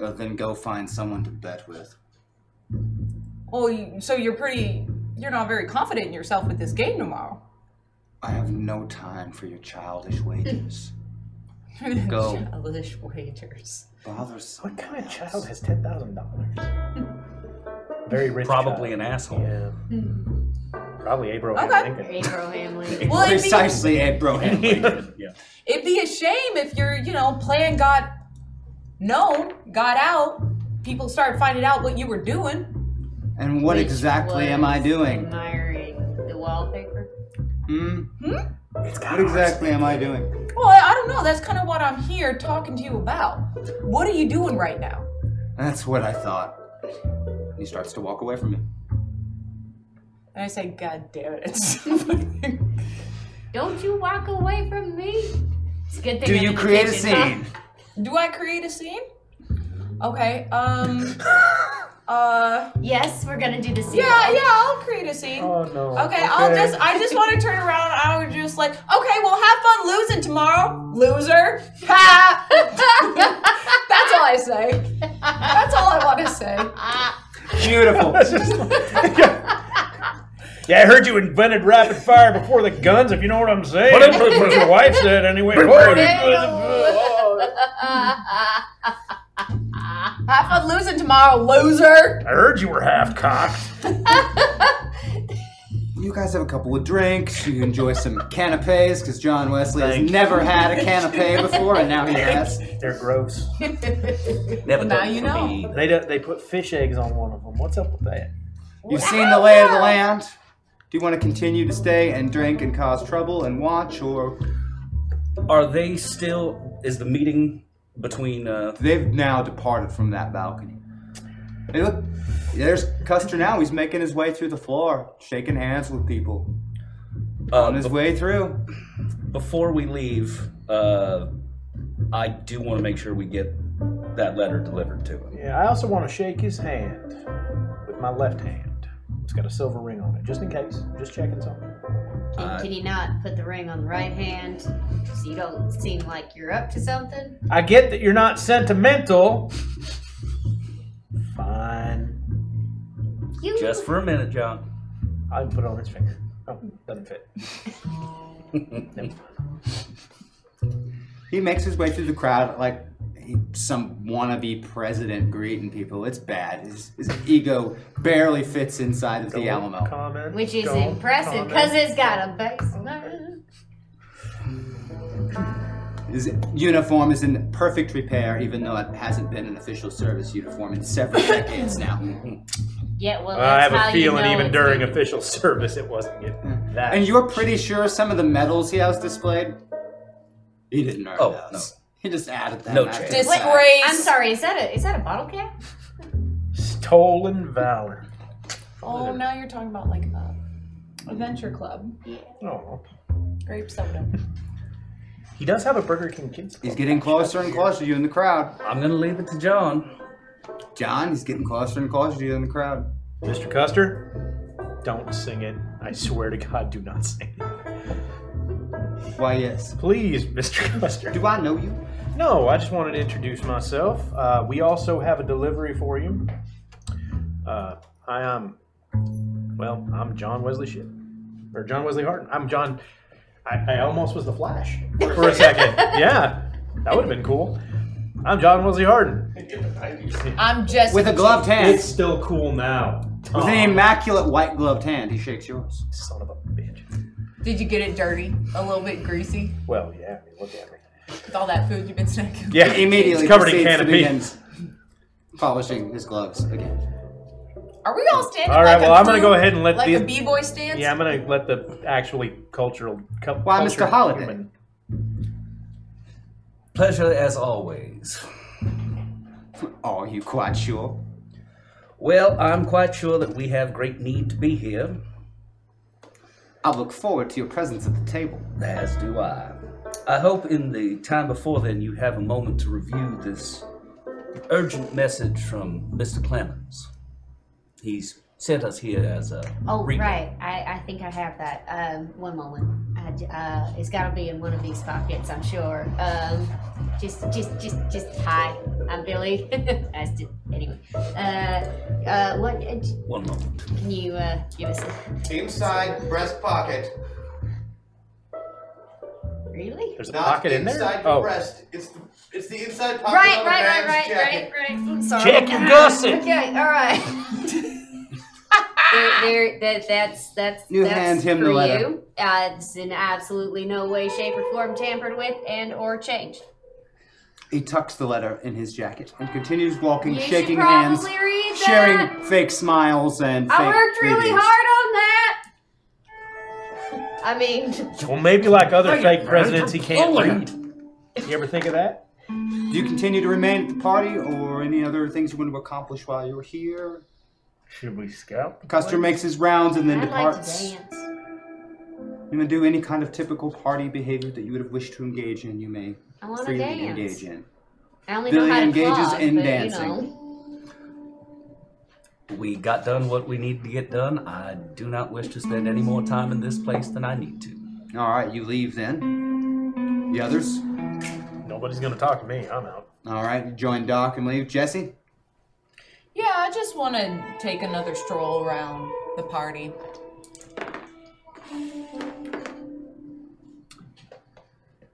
Speaker 1: Uh, then go find someone to bet with.
Speaker 3: Oh, you- so you're pretty, you're not very confident in yourself with this game tomorrow.
Speaker 1: I have no time for your childish wagers. Go.
Speaker 3: Childish wagers.
Speaker 1: Bother someone
Speaker 4: What kind of child has ten thousand dollars? Very rich.
Speaker 8: Probably
Speaker 4: child.
Speaker 8: an asshole.
Speaker 4: Yeah.
Speaker 6: Hmm.
Speaker 4: Probably Abraham Lincoln.
Speaker 6: April Hamlin.
Speaker 3: Hmm. Well, it'd be-
Speaker 1: Precisely, Abraham Lincoln.
Speaker 8: yeah.
Speaker 3: It'd be a shame if your, you know, plan got known, got out, people started finding out what you were doing.
Speaker 1: And what
Speaker 6: Which
Speaker 1: exactly am I
Speaker 6: was
Speaker 1: doing?
Speaker 6: Admiring the wallpaper.
Speaker 1: Hmm? What exactly am I doing?
Speaker 3: Well, I I don't know. That's kind of what I'm here talking to you about. What are you doing right now?
Speaker 1: That's what I thought. He starts to walk away from me.
Speaker 3: And I say, God damn it.
Speaker 6: Don't you walk away from me. It's a good thing.
Speaker 1: Do
Speaker 6: I'm
Speaker 1: you
Speaker 6: in the
Speaker 1: create a
Speaker 6: kitchen, huh?
Speaker 1: scene?
Speaker 3: Do I create a scene? Okay. Um. Uh.
Speaker 6: Yes, we're gonna do the scene.
Speaker 3: Yeah. Yeah. I'll create a scene.
Speaker 4: Oh no.
Speaker 3: Okay, I'll just I just want to turn around. I was just like, okay, well, have fun losing tomorrow, loser. Ha! That's all I say. That's all I want to say.
Speaker 1: Beautiful.
Speaker 4: Yeah, I heard you invented rapid fire before the guns, if you know what I'm saying. That's what your wife said anyway. I
Speaker 3: Have fun losing tomorrow, loser.
Speaker 4: heard you were half cocked.
Speaker 1: You guys have a couple of drinks. You enjoy some canapes because John Wesley
Speaker 4: Thank
Speaker 1: has never had a canape before, and now he has.
Speaker 4: They're gross.
Speaker 8: Never
Speaker 3: Now
Speaker 8: done it
Speaker 3: you
Speaker 8: for
Speaker 3: know.
Speaker 8: me.
Speaker 4: They do, they put fish eggs on one of them. What's up with that?
Speaker 1: You've seen the lay of the land. Do you want to continue to stay and drink and cause trouble and watch, or
Speaker 8: Are they still? Is the meeting between? Uh,
Speaker 1: they've now departed from that balcony? Hey, look, there's Custer now. He's making his way through the floor, shaking hands with people
Speaker 8: uh,
Speaker 1: on his way through.
Speaker 8: before we leave, uh, I do want to make sure we get that letter delivered to him.
Speaker 4: Yeah, I also want to shake his hand with my left hand. It's got a silver ring on it, just in case. Just checking something.
Speaker 6: Can, can you not put the ring on the right hand so you don't seem like you're up to something?
Speaker 4: I get that you're not sentimental. Fine.
Speaker 6: You
Speaker 8: Just for a minute, John.
Speaker 4: I can put it on his finger. Oh, doesn't fit. Never mind.
Speaker 1: He makes his way through the crowd like he- some wannabe president greeting people. It's bad. His, his ego barely fits inside of the
Speaker 4: Don't
Speaker 1: Alamo.
Speaker 4: comment.
Speaker 6: which is
Speaker 4: Don't
Speaker 6: impressive because
Speaker 4: comment.
Speaker 6: it's got a basement.
Speaker 1: His uniform is in perfect repair, even though it hasn't been an official service uniform in several decades now.
Speaker 6: Yeah, well,
Speaker 4: I
Speaker 6: that's
Speaker 4: have
Speaker 6: how
Speaker 4: a
Speaker 6: you
Speaker 4: feeling
Speaker 6: know
Speaker 4: even
Speaker 6: it's
Speaker 4: during
Speaker 6: good.
Speaker 4: official service it wasn't getting that.
Speaker 1: Hmm. And you're pretty sure some of the medals he has displayed? He didn't earn
Speaker 8: Oh,
Speaker 1: those. He just added that.
Speaker 8: No
Speaker 1: after
Speaker 8: chance.
Speaker 1: the fact.
Speaker 3: Disgrace.
Speaker 6: I'm sorry. Is that a is that a bottle cap?
Speaker 4: stolen valor.
Speaker 3: Oh, now you're talking about like uh, adventure club,
Speaker 4: Oh.
Speaker 3: grape soda.
Speaker 4: He does have a Burger King kids.
Speaker 1: He's getting closer and closer to you in the crowd.
Speaker 8: I'm gonna leave it to John.
Speaker 1: John, he's getting closer and closer to you in the crowd.
Speaker 4: Mr. Custer, don't sing it. I swear to God, do not sing it.
Speaker 1: Why, yes.
Speaker 4: Please, Mr. Custer.
Speaker 1: Do I know you?
Speaker 4: No, I just wanted to introduce myself. Uh, we also have a delivery for you. Uh, I am, well, I'm John Wesley Ship, or John Wesley Harden. I'm John. I, I almost was the Flash for a second. yeah, that would have been cool. I'm John Wesley Harden.
Speaker 3: I'm just
Speaker 1: With a gloved hand.
Speaker 4: It's still cool now.
Speaker 1: With
Speaker 4: Aw,
Speaker 1: an immaculate white gloved hand, he shakes yours.
Speaker 4: son of a bitch.
Speaker 3: Did you get it dirty? A little bit greasy
Speaker 4: Well, yeah. I mean, look at me.
Speaker 3: with all that food you've been snacking.
Speaker 4: Yeah,
Speaker 1: Immediately
Speaker 4: it's covered in
Speaker 1: proceeds to
Speaker 4: canopy.
Speaker 1: begin polishing his gloves again.
Speaker 3: Are we all standing?
Speaker 4: All right,
Speaker 3: like a
Speaker 4: well, I'm gonna
Speaker 3: crew,
Speaker 4: go ahead and let
Speaker 3: like
Speaker 4: the
Speaker 3: a b-boy stance.
Speaker 4: Yeah, I'm gonna let the actually cultural. Co-
Speaker 1: Why, Mr.
Speaker 4: cultural
Speaker 1: Holliday?
Speaker 4: human-
Speaker 8: Pleasure as always.
Speaker 1: Are you quite sure?
Speaker 8: Well, I'm quite sure that we have great need to be here.
Speaker 1: I look forward to your presence at the table.
Speaker 8: As do I. I hope in the time before then you have a moment to review this urgent message from Mr. Clemens. He's sent us here as a
Speaker 6: Oh,
Speaker 8: recap.
Speaker 6: right. I, I think I have that. Um, one moment. I d uh, it's got to be in one of these pockets, I'm sure. Um, just, just, just, just. Hi, I'm Billy. As did, anyway. Uh, uh, what? Uh, j-
Speaker 8: One moment.
Speaker 6: can you uh, give us? A,
Speaker 5: Inside breast pocket.
Speaker 6: really?
Speaker 4: There's a
Speaker 5: Not
Speaker 4: pocket in there.
Speaker 5: Inside your
Speaker 4: oh,
Speaker 5: breast. It's the, it's the inside pocket.
Speaker 6: Right,
Speaker 5: of a
Speaker 6: right, right,
Speaker 5: man's
Speaker 6: right,
Speaker 5: jacket.
Speaker 6: right, right. I'm sorry.
Speaker 5: Check your gusset.
Speaker 6: Okay, all right. there, there, that, that's that's
Speaker 1: You
Speaker 6: that's
Speaker 1: hand him
Speaker 6: for
Speaker 1: the letter.
Speaker 6: you. Uh, it's in absolutely no way, shape, or form tampered with and or changed.
Speaker 1: He tucks the letter in his jacket and continues walking,
Speaker 6: You should
Speaker 1: shaking hands,
Speaker 6: probably read that.
Speaker 1: sharing fake smiles and
Speaker 6: I
Speaker 1: fake
Speaker 6: worked really
Speaker 1: reviews.
Speaker 6: hard on that. I mean,
Speaker 4: well, maybe like other
Speaker 1: Hey,
Speaker 4: fake
Speaker 1: man,
Speaker 4: presidents, he can't
Speaker 1: bullying.
Speaker 4: read. You ever think of that?
Speaker 1: Do you continue to remain at the party or any other things you want to accomplish while you're here?
Speaker 4: Should we scout? the
Speaker 1: Custer
Speaker 4: place?
Speaker 1: makes his rounds and then
Speaker 6: I'd like to
Speaker 1: departs.
Speaker 6: dance.
Speaker 1: you may do any kind of typical party behavior that you would have wished to engage in, you may
Speaker 6: I wanna
Speaker 1: freely
Speaker 6: dance.
Speaker 1: engage in.
Speaker 6: I only
Speaker 1: Billy
Speaker 6: know how to
Speaker 1: engages
Speaker 6: plug,
Speaker 1: in
Speaker 6: but,
Speaker 1: dancing.
Speaker 6: You know,
Speaker 8: We got done what we needed to get done. I do not wish to spend any more time in this place than I need to.
Speaker 1: All right, you leave then. The others?
Speaker 4: Nobody's gonna talk to me. I'm out.
Speaker 1: All right, you join Doc and leave. Jesse?
Speaker 3: Yeah, I just want to take another stroll around the party.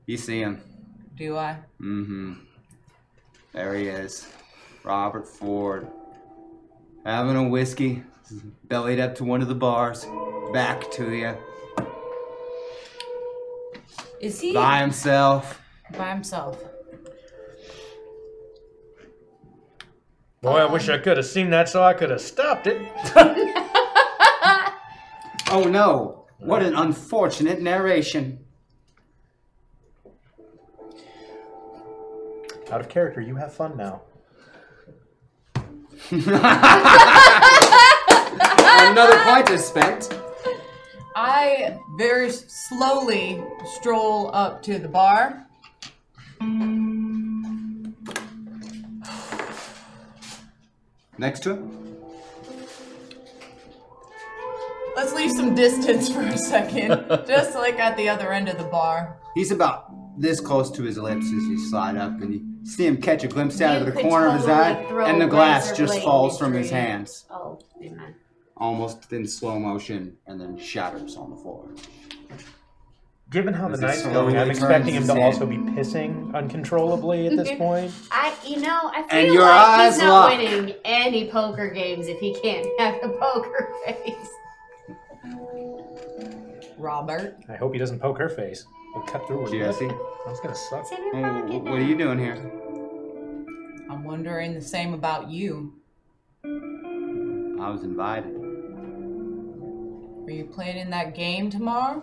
Speaker 1: You see him.
Speaker 3: Do I?
Speaker 1: Mm-hmm. There he is. Robert Ford. Having a whiskey.
Speaker 4: Mm-hmm.
Speaker 1: Bellied up to one of the bars. Back to you.
Speaker 3: Is he
Speaker 1: By himself.
Speaker 3: by himself?
Speaker 4: Boy, I wish I could have seen that, so I could have stopped it.
Speaker 1: Oh no. What an unfortunate narration.
Speaker 4: Out of character, you have fun now.
Speaker 1: Another point is spent.
Speaker 3: I very slowly stroll up to the bar.
Speaker 1: Next to him?
Speaker 3: Let's leave some distance for a second, just like at the other end of the bar.
Speaker 1: He's about this close to his lips as you slide up and you see him catch a glimpse out of
Speaker 6: You
Speaker 1: the
Speaker 6: could
Speaker 1: corner of his
Speaker 6: totally
Speaker 1: eye
Speaker 6: throw
Speaker 1: and the
Speaker 6: a
Speaker 1: glass
Speaker 6: razor
Speaker 1: just
Speaker 6: blade
Speaker 1: falls
Speaker 6: in
Speaker 1: from his
Speaker 6: tree.
Speaker 1: hands.
Speaker 6: Oh, never mind.
Speaker 1: Almost in slow motion and then shatters on the floor.
Speaker 4: Given how the
Speaker 1: This
Speaker 4: night's
Speaker 1: is
Speaker 4: going, I'm
Speaker 1: slowly
Speaker 4: expecting him to
Speaker 1: turns
Speaker 4: also be pissing uncontrollably at this point.
Speaker 6: I, you know, I feel
Speaker 4: And your
Speaker 6: like
Speaker 4: eyes
Speaker 6: he's not
Speaker 4: lock.
Speaker 6: winning any poker games if he can't have a poker face.
Speaker 3: Robert.
Speaker 4: I hope he doesn't poke her face. He'll cut through her.
Speaker 1: Jesse?
Speaker 4: That's gonna suck.
Speaker 1: What are you doing here?
Speaker 3: I'm wondering the same about you.
Speaker 1: I was invited.
Speaker 3: Are you playing in that game tomorrow?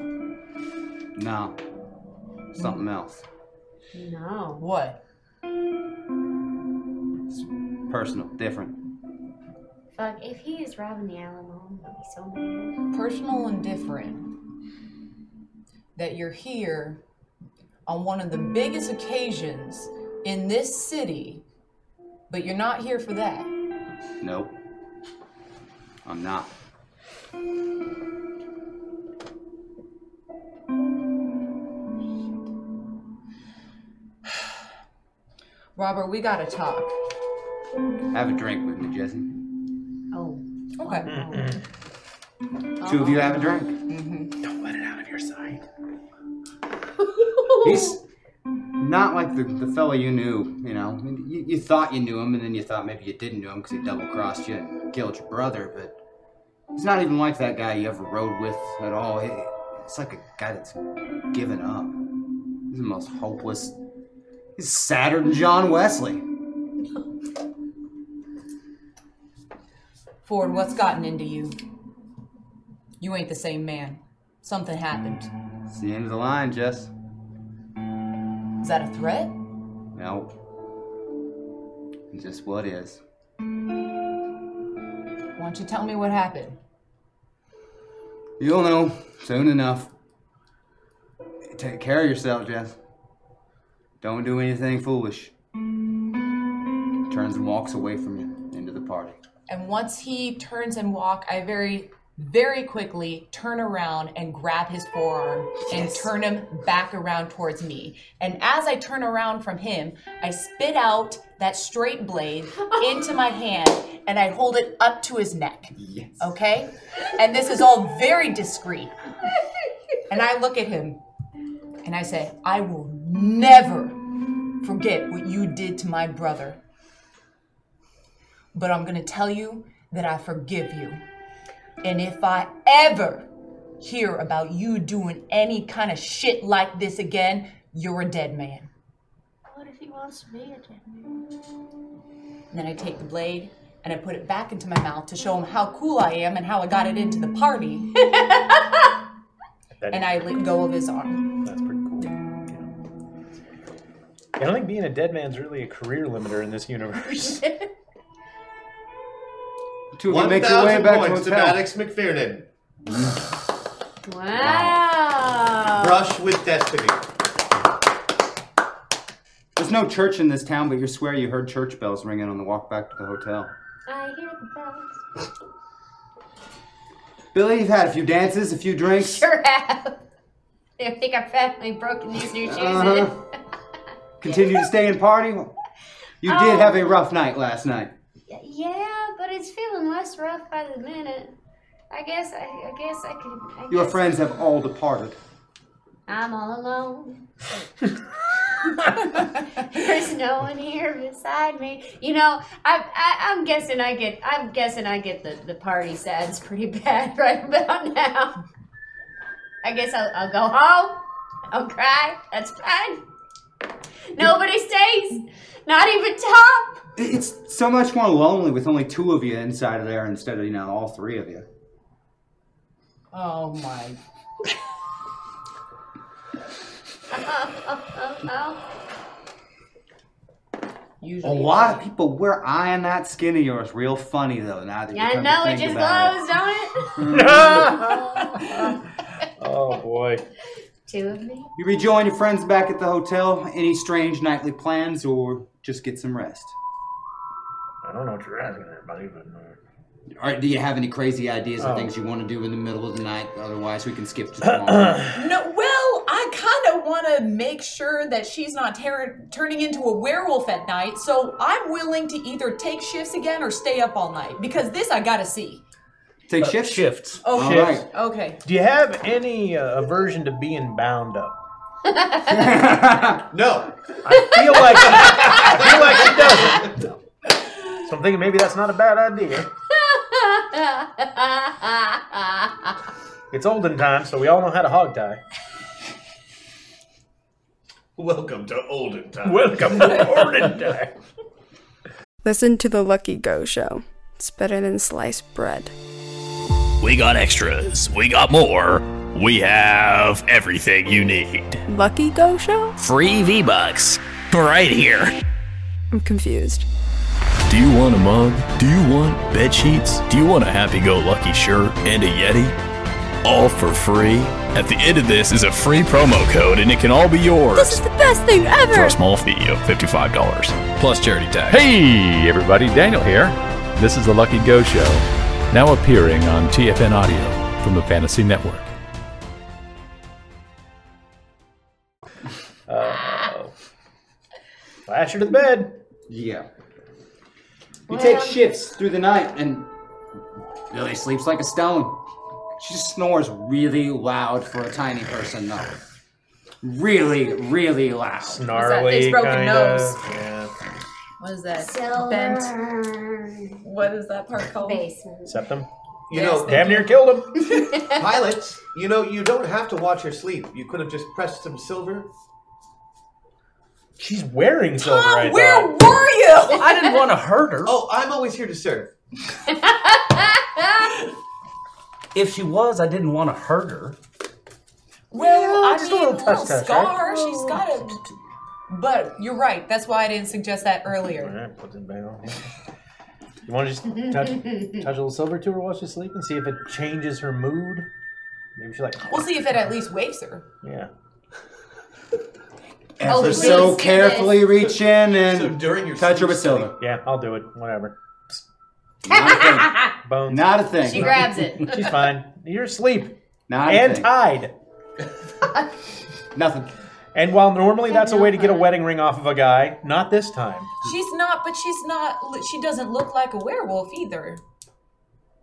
Speaker 1: No. Something else.
Speaker 6: No.
Speaker 3: What?
Speaker 1: Personal. Different.
Speaker 6: Fuck, if he is robbing the Alamo, I'm gonna be so mad.
Speaker 3: Personal and different. That you're here on one of the biggest occasions in this city, but you're not here for that.
Speaker 1: Nope. I'm not.
Speaker 3: Robert, we gotta talk.
Speaker 1: Have a drink with me, Jesse.
Speaker 6: Oh.
Speaker 3: Okay.
Speaker 1: Two of you have a drink.
Speaker 3: Mm-hmm.
Speaker 4: Don't let it out of your sight.
Speaker 1: He's not like the, the fella you knew, you know. I mean, You, you thought you knew him, and then you thought maybe you didn't know him because he double crossed you and killed your brother, but he's not even like that guy you ever rode with at all. He, it's like a guy that's given up. He's the most hopeless. He's sadder than John Wesley.
Speaker 3: Ford, what's gotten into you? You ain't the same man. Something happened.
Speaker 1: It's the end of the line, Jess.
Speaker 3: Is that a threat?
Speaker 1: Nope. It's Just what is.
Speaker 3: Why don't you tell me what happened?
Speaker 1: You'll know soon enough. Take care of yourself, Jess. Don't do anything foolish. Turns and walks away from you into the party.
Speaker 3: And once he turns and walk, I very, very quickly turn around and grab his forearm and turn him back around towards me. And as I turn around from him, I spit out that straight blade into my hand and I hold it up to his neck. Yes. Okay? And this is all very discreet. And I look at him and I say, I will never forget what you did to my brother. But I'm going to tell you that I forgive you. And if I ever hear about you doing any kind of shit like this again, you're a dead man.
Speaker 6: What if he wants to be a gentleman?
Speaker 3: And then I take the blade and I put it back into my mouth to show him how cool I am and how I got it into the party. and I let go of his arm.
Speaker 4: That's pretty cool. I don't think being a dead man's really a career limiter in this universe.
Speaker 1: Two
Speaker 5: One thousand points to Maddox McFerrin.
Speaker 6: Wow.
Speaker 5: Brush with destiny.
Speaker 1: There's no church in this town, but you swear you heard church bells ringing on the walk back to the hotel.
Speaker 6: I hear the bells.
Speaker 1: Billy, you've had a few dances, a few drinks.
Speaker 6: Sure have. I think I've had my broken these new shoes in.
Speaker 1: Uh-huh. Continue to stay and party. You
Speaker 6: Oh.
Speaker 1: did have a rough night last night.
Speaker 6: Yeah, but it's feeling less rough by the minute. I guess I, I guess I could. I
Speaker 1: Your
Speaker 6: guess
Speaker 1: friends have all departed.
Speaker 6: I'm all alone. There's no one here beside me. You know, I, I I'm guessing I get I'm guessing I get the the party sads pretty bad right about now. I guess I'll, I'll go home. I'll cry. That's fine. Nobody stays. Not even Tom.
Speaker 1: It's so much more lonely with only two of you inside of there instead of, you know, all three of you.
Speaker 3: Oh my.
Speaker 1: A lot of people were eyeing that skin of yours real funny, though, now that you
Speaker 6: Yeah, I
Speaker 1: come to
Speaker 6: know it
Speaker 1: think
Speaker 6: just
Speaker 1: about
Speaker 6: glows, don't it?
Speaker 1: it. Oh, boy.
Speaker 6: Two of me.
Speaker 1: You rejoin your friends back at the hotel. Any strange nightly plans or just get some rest?
Speaker 4: I don't know what you're asking everybody, but uh,
Speaker 1: All right, do you have any crazy ideas or
Speaker 4: Oh.
Speaker 1: things you want to do in the middle of the night? Otherwise, we can skip to tomorrow.
Speaker 3: No, well, I kind of want to make sure that she's not ter- turning into a werewolf at night, so I'm willing to either take shifts again or stay up all night because this I gotta see.
Speaker 1: Take
Speaker 4: shifts. Shifts.
Speaker 3: Oh,
Speaker 4: All
Speaker 3: shit.
Speaker 4: right.
Speaker 3: okay.
Speaker 4: Do you have any uh, aversion to being bound up?
Speaker 5: no.
Speaker 4: I feel like I feel like she doesn't. So I'm thinking maybe that's not a bad idea. It's olden time, so we all know how to hog tie.
Speaker 9: Welcome to olden time.
Speaker 4: Welcome to olden time.
Speaker 13: Listen to the Lucky Go Show. It's better than sliced bread.
Speaker 14: We got extras. We got more. We have everything you need.
Speaker 13: Lucky Go Show?
Speaker 14: Free V Bucks right here.
Speaker 13: I'm confused.
Speaker 14: Do you want a mug? Do you want bed sheets? Do you want a happy go lucky shirt and a Yeti? All for free. At the end of this is a free promo code and it can all be yours.
Speaker 13: This is the best thing ever!
Speaker 14: for a small fee of $55 plus charity tax. Hey, everybody, Daniel here. This is the Lucky Go Show, now appearing on TFN Audio from the Fantasy Network.
Speaker 4: Uh, flash her to the bed.
Speaker 1: Yeah. You take shifts through the night, and Lily sleeps like a stone. She snores really loud for a tiny person, though. Really, really loud.
Speaker 4: Snarly,
Speaker 3: broken
Speaker 4: kind
Speaker 3: nose?
Speaker 4: of. Yeah.
Speaker 3: What is that? Bent. What is that part called? Basement.
Speaker 4: Septum.
Speaker 5: You know,
Speaker 4: damn near killed him.
Speaker 5: Pilots, you know, you don't have to watch her sleep. You could have just pressed some silver.
Speaker 4: She's wearing silver. I
Speaker 5: where
Speaker 4: thought.
Speaker 3: were you?
Speaker 5: I didn't
Speaker 8: want to hurt her.
Speaker 5: Oh, I'm always here to serve.
Speaker 8: If she was, I didn't want to hurt her.
Speaker 3: Well, I
Speaker 8: just a
Speaker 3: mean,
Speaker 8: little
Speaker 3: little,
Speaker 8: touch touch,
Speaker 3: scar. She's got a. But you're right. That's why I didn't suggest that earlier.
Speaker 4: Alright, put it back on. You want to just touch, touch a little silver to her while she's sleeping? See if it changes her mood? Maybe she's like,
Speaker 3: We'll see if it at least wakes her.
Speaker 4: yeah.
Speaker 3: Oh,
Speaker 1: Ever
Speaker 3: please
Speaker 1: so
Speaker 3: do this.
Speaker 1: carefully reach in and touch her with silver.
Speaker 4: Yeah, I'll do it. Whatever. Bones.
Speaker 1: Not a thing.
Speaker 6: She grabs it.
Speaker 4: she's fine. You're asleep.
Speaker 1: Not a
Speaker 4: and
Speaker 1: thing.
Speaker 4: tied.
Speaker 1: Nothing.
Speaker 4: And while normally that's a way to get a wedding ring off of a guy, not this time.
Speaker 3: She's not, but she's not. She doesn't look like a werewolf either.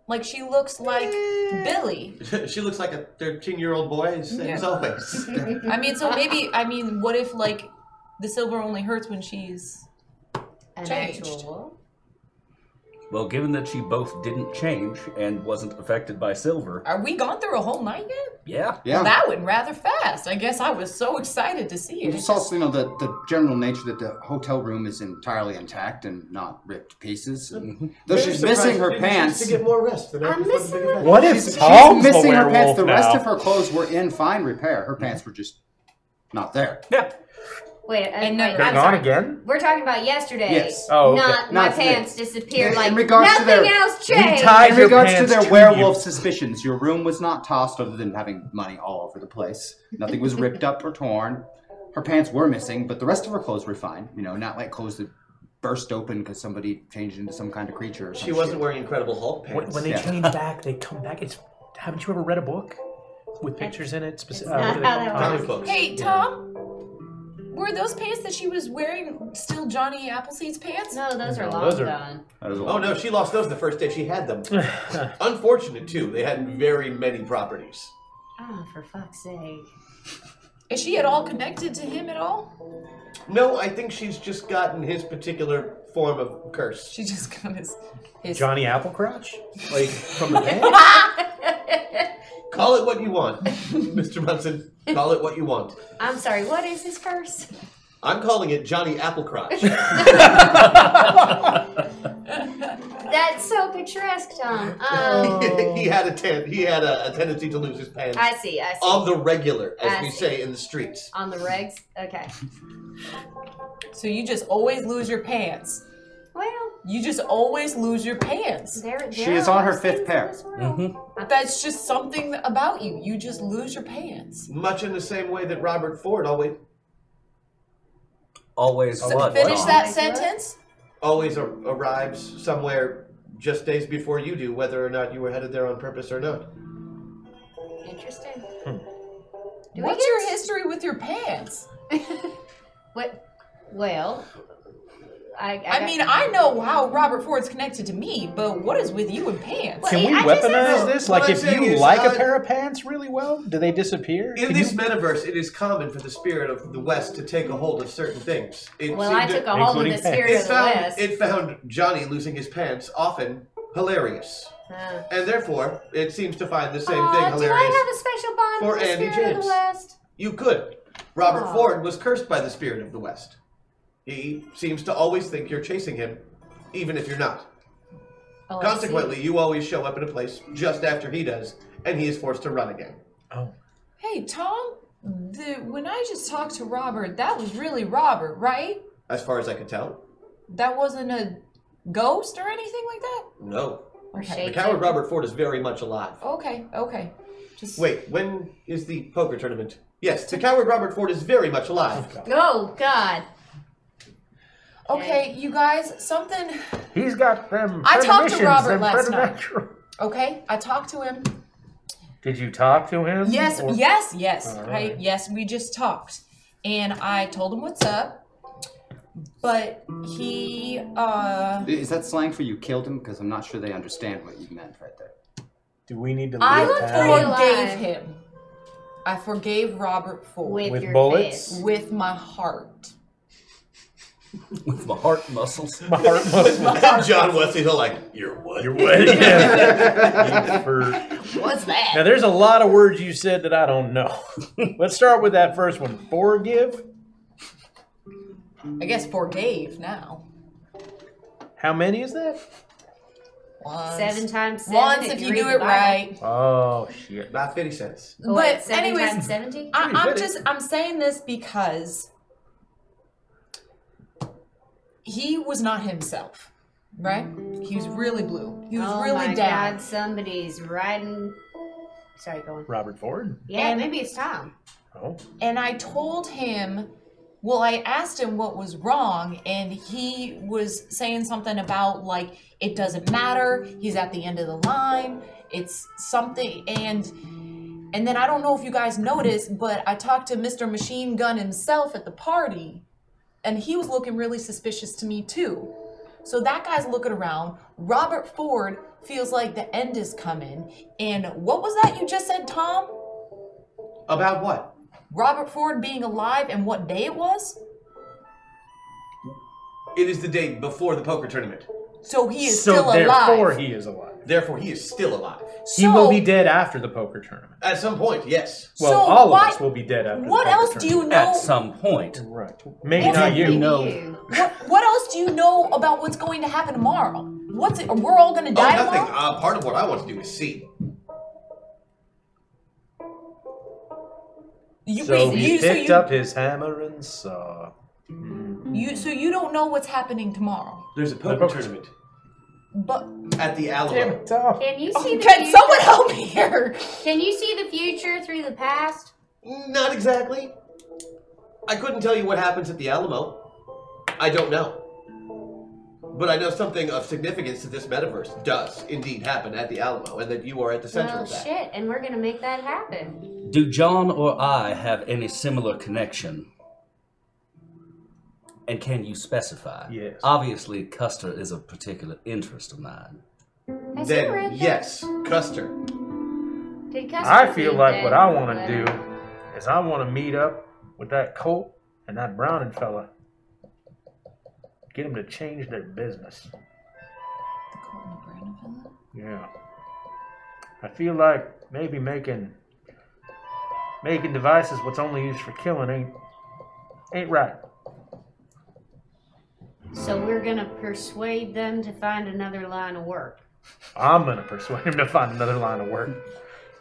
Speaker 3: Like she looks like Billy.
Speaker 5: she looks like a 13 year old boy, as
Speaker 3: Yeah.
Speaker 5: always.
Speaker 3: I mean, so maybe. I mean, what if like the silver only hurts when she's changed?
Speaker 8: Well, given that she both didn't change and wasn't affected by silver,
Speaker 3: Are we gone through a whole night yet?
Speaker 8: yeah.
Speaker 1: Yeah.
Speaker 3: That went rather fast. I guess I was so excited to see
Speaker 1: You
Speaker 3: it.
Speaker 1: just also, you know, the, the general nature that the hotel room is entirely intact and not ripped to pieces.
Speaker 4: Mm-hmm.
Speaker 1: And though she's missing her pants,
Speaker 15: more rest. I'm missing my
Speaker 4: What if
Speaker 1: she's
Speaker 4: Tom's the
Speaker 1: missing her
Speaker 4: werewolf
Speaker 1: pants. The rest
Speaker 4: now?
Speaker 1: of her clothes were in fine repair. Her pants were just not there.
Speaker 6: Wait, uh,
Speaker 3: and
Speaker 6: wait,
Speaker 1: They're
Speaker 6: I'm
Speaker 1: gone
Speaker 6: sorry.
Speaker 1: again?
Speaker 6: We're talking about yesterday.
Speaker 1: Yes. Oh, okay.
Speaker 6: Not my
Speaker 1: Not today.
Speaker 6: pants disappeared.
Speaker 1: In
Speaker 6: Like
Speaker 1: regards to
Speaker 6: nothing
Speaker 1: their-
Speaker 6: else changed.
Speaker 1: in regards to their werewolf suspicions, your room was not tossed other than having money all over the place. Nothing was ripped up or torn. Her pants were missing, but the rest of her clothes were fine. You know, not like clothes that burst open because somebody changed into some kind of creature. Or
Speaker 5: She wasn't wearing Incredible Hulk pants.
Speaker 4: When, when they change back, they come back. It's haven't you ever read a book with pictures in it? uh, Specific,
Speaker 6: not how that
Speaker 5: Comic books.
Speaker 3: Hey, Tom. Were those pants that she was wearing still Johnny Appleseed's pants?
Speaker 6: No, those
Speaker 5: No, long Mm-hmm. those are- gone. Oh no, she lost those the first day she had them. Unfortunate too. They had very many properties.
Speaker 6: Oh, for fuck's sake.
Speaker 3: Is she at all connected to him at all?
Speaker 5: No, I think she's just gotten his particular form of curse.
Speaker 3: She just got his. his
Speaker 4: Johnny Applecrotch?
Speaker 5: Like from the band? Call it what you want, Mr. Munson. Call it what you want.
Speaker 6: I'm sorry. What is his curse?
Speaker 5: I'm calling it Johnny Applecrotch.
Speaker 6: That's so picturesque, Tom. Um,
Speaker 5: he had a ten- he had a, a tendency to lose his pants
Speaker 6: I see. I see.
Speaker 5: on the regular, as
Speaker 6: I
Speaker 5: we
Speaker 6: see.
Speaker 5: say in the streets.
Speaker 6: On the regs. Okay.
Speaker 3: So you just always lose your pants.
Speaker 6: Well,
Speaker 3: You just always lose your pants.
Speaker 6: There,
Speaker 1: She is on her fifth pair.
Speaker 6: Mm-hmm.
Speaker 3: That's just something about you. You just lose your pants.
Speaker 5: Much in the same way that Robert Ford always
Speaker 8: Always
Speaker 3: So
Speaker 8: what?
Speaker 3: finish
Speaker 8: Tom?
Speaker 3: that sentence.
Speaker 5: always ar- arrives somewhere just days before you do, whether or not you were headed there on purpose or not.
Speaker 6: Interesting.
Speaker 5: Hmm.
Speaker 6: Do we
Speaker 3: What's
Speaker 6: get-
Speaker 3: your history with your pants?
Speaker 6: What? Well, I. I,
Speaker 3: I mean, I know how Robert Ford's connected to me, but what is with you and pants?
Speaker 4: Can we weaponize this?
Speaker 5: What
Speaker 4: Like,
Speaker 5: I'm
Speaker 4: if
Speaker 5: saying
Speaker 4: you
Speaker 5: is,
Speaker 4: like
Speaker 5: uh,
Speaker 4: a pair of pants really well, do they disappear?
Speaker 5: In
Speaker 4: Can
Speaker 5: this
Speaker 4: you-
Speaker 5: metaverse, it is common for the spirit of the West to take a hold of certain things. It
Speaker 6: Well, I
Speaker 5: seemed to-
Speaker 6: took a hold of the Including spirit
Speaker 5: It
Speaker 6: of the
Speaker 5: found-
Speaker 6: West.
Speaker 5: It found Johnny losing his pants often hilarious.
Speaker 6: Uh,
Speaker 5: And therefore, it seems to find the same
Speaker 6: Aw,
Speaker 5: thing
Speaker 6: do
Speaker 5: hilarious.
Speaker 6: I have a special bond
Speaker 5: for
Speaker 6: with the
Speaker 5: Andy
Speaker 6: spirit of
Speaker 5: James.
Speaker 6: the West?
Speaker 5: You could. Robert
Speaker 6: Aw.
Speaker 5: Ford was cursed by the spirit of the West. He seems to always think you're chasing him, even if you're not.
Speaker 6: Oh, I see.
Speaker 5: Consequently, you always show up in a place just after he does, and he is forced to run again.
Speaker 3: Hey, Tom, the, when I just talked to Robert, that was really Robert, right?
Speaker 5: As far as I can tell,
Speaker 3: That wasn't a ghost or anything like that?
Speaker 5: no.
Speaker 3: Okay.
Speaker 5: The coward Robert Ford is very much alive.
Speaker 3: Okay, okay. Oh, Just
Speaker 5: Wait, when is the poker tournament? Yes, the coward Robert Ford is very much alive.
Speaker 6: Oh God.
Speaker 3: Okay, you guys, something.
Speaker 4: He's got them.
Speaker 3: I talked to
Speaker 4: premonitions,
Speaker 3: Robert
Speaker 4: them
Speaker 3: last night.
Speaker 4: premonitions.
Speaker 3: Okay, I talked to him.
Speaker 4: Did you talk to him?
Speaker 3: Yes,
Speaker 4: Or-
Speaker 3: yes, yes.
Speaker 4: All
Speaker 3: I, yes, we just talked. And I told him what's up. But he uh
Speaker 1: Is that slang for you killed him? Because I'm not sure they understand what you meant right there.
Speaker 4: Do we need to
Speaker 3: I
Speaker 4: leave town?
Speaker 3: forgave him. I forgave Robert Ford.
Speaker 6: With
Speaker 4: With your bullets? fist.
Speaker 3: With my heart.
Speaker 8: With my heart muscles.
Speaker 4: My heart
Speaker 5: muscles. John Wesley's all like, "You're what? You're
Speaker 4: what?" Yeah. You for-
Speaker 6: What's that?
Speaker 4: Now, there's a lot of words you said that I don't know. Let's start with that first one. Forgive.
Speaker 3: I guess forgave now.
Speaker 4: How many is that?
Speaker 3: Once.
Speaker 6: Seven times seven.
Speaker 3: Once if you
Speaker 6: read
Speaker 3: do
Speaker 6: the
Speaker 3: it
Speaker 6: Bible.
Speaker 3: right.
Speaker 4: Oh shit.
Speaker 5: About fifty cents.
Speaker 6: But
Speaker 3: But
Speaker 6: seven
Speaker 3: anyways,
Speaker 6: Oh, times 70?
Speaker 3: I,
Speaker 6: Pretty
Speaker 3: I'm
Speaker 6: good.
Speaker 3: just I'm saying this because he was not himself, right? He was really blue. He was
Speaker 6: oh
Speaker 3: really
Speaker 6: my
Speaker 3: down.
Speaker 6: God, somebody's riding. Sorry, go on.
Speaker 4: Robert Ford.
Speaker 6: Yeah,
Speaker 3: And-
Speaker 6: maybe it's Tom.
Speaker 4: Oh.
Speaker 3: And I told him, well, I asked him what was wrong, and he was saying something about like it doesn't matter. He's at the end of the line. It's something, and and then I don't know if you guys noticed, but I talked to Mr. Machine Gun himself at the party, and he was looking really suspicious to me too. So that guy's looking around. Robert Ford feels like the end is coming. And what was that you just said, Tom?
Speaker 5: About what?
Speaker 3: Robert Ford being alive and what day it was.
Speaker 5: It is the day before the poker tournament.
Speaker 3: So he is
Speaker 4: so
Speaker 3: still
Speaker 4: therefore
Speaker 3: alive.
Speaker 4: he is alive.
Speaker 5: Therefore, he is still alive.
Speaker 4: he will
Speaker 3: So-
Speaker 4: be dead after the poker tournament.
Speaker 5: At some point, yes.
Speaker 4: Well,
Speaker 3: So
Speaker 4: all
Speaker 3: why-
Speaker 4: of us will be dead after.
Speaker 3: what
Speaker 4: the poker
Speaker 3: else do you
Speaker 4: tournament.
Speaker 3: know- At
Speaker 8: some point.
Speaker 4: Right. Maybe
Speaker 3: What
Speaker 4: not
Speaker 3: do
Speaker 4: you.
Speaker 3: you What, what else do you know about what's going to happen tomorrow? What's it? We're all going to
Speaker 5: Oh,
Speaker 3: die
Speaker 5: nothing.
Speaker 3: tomorrow.
Speaker 5: Uh, part of what I want to do is see.
Speaker 3: You,
Speaker 4: so
Speaker 3: wait,
Speaker 4: he
Speaker 3: you, so
Speaker 4: picked
Speaker 3: you,
Speaker 4: up his hammer and saw. Mm.
Speaker 3: you, so you don't know what's happening tomorrow.
Speaker 5: There's a poker tournament
Speaker 3: But Oh,
Speaker 5: at the Alamo.
Speaker 6: Can you see the
Speaker 3: Can
Speaker 6: future?
Speaker 3: someone help me here?
Speaker 6: Can you see the future through the past?
Speaker 5: Not exactly. I couldn't tell you what happens at the Alamo. I don't know. But I know something of significance to this metaverse does indeed happen at the Alamo, and that you are at the center
Speaker 6: Well,
Speaker 5: of that.
Speaker 6: shit, and we're gonna make that happen.
Speaker 8: Do John or I have any similar connection? And can you specify?
Speaker 4: Yes.
Speaker 8: Obviously, Custer is a particular interest of mine.
Speaker 6: Has he Then, read that? yes,
Speaker 5: Custer.
Speaker 6: Did Custer
Speaker 4: I feel
Speaker 6: read
Speaker 4: like
Speaker 6: that?
Speaker 4: what I want to do
Speaker 6: Well,
Speaker 4: is I want to meet up with that Colt and that Browning fella. Get them to change their business. Yeah. I feel like maybe making making devices what's only used for killing ain't ain't right.
Speaker 6: So we're gonna persuade them to find another line of work.
Speaker 4: I'm gonna persuade him to find another line of work.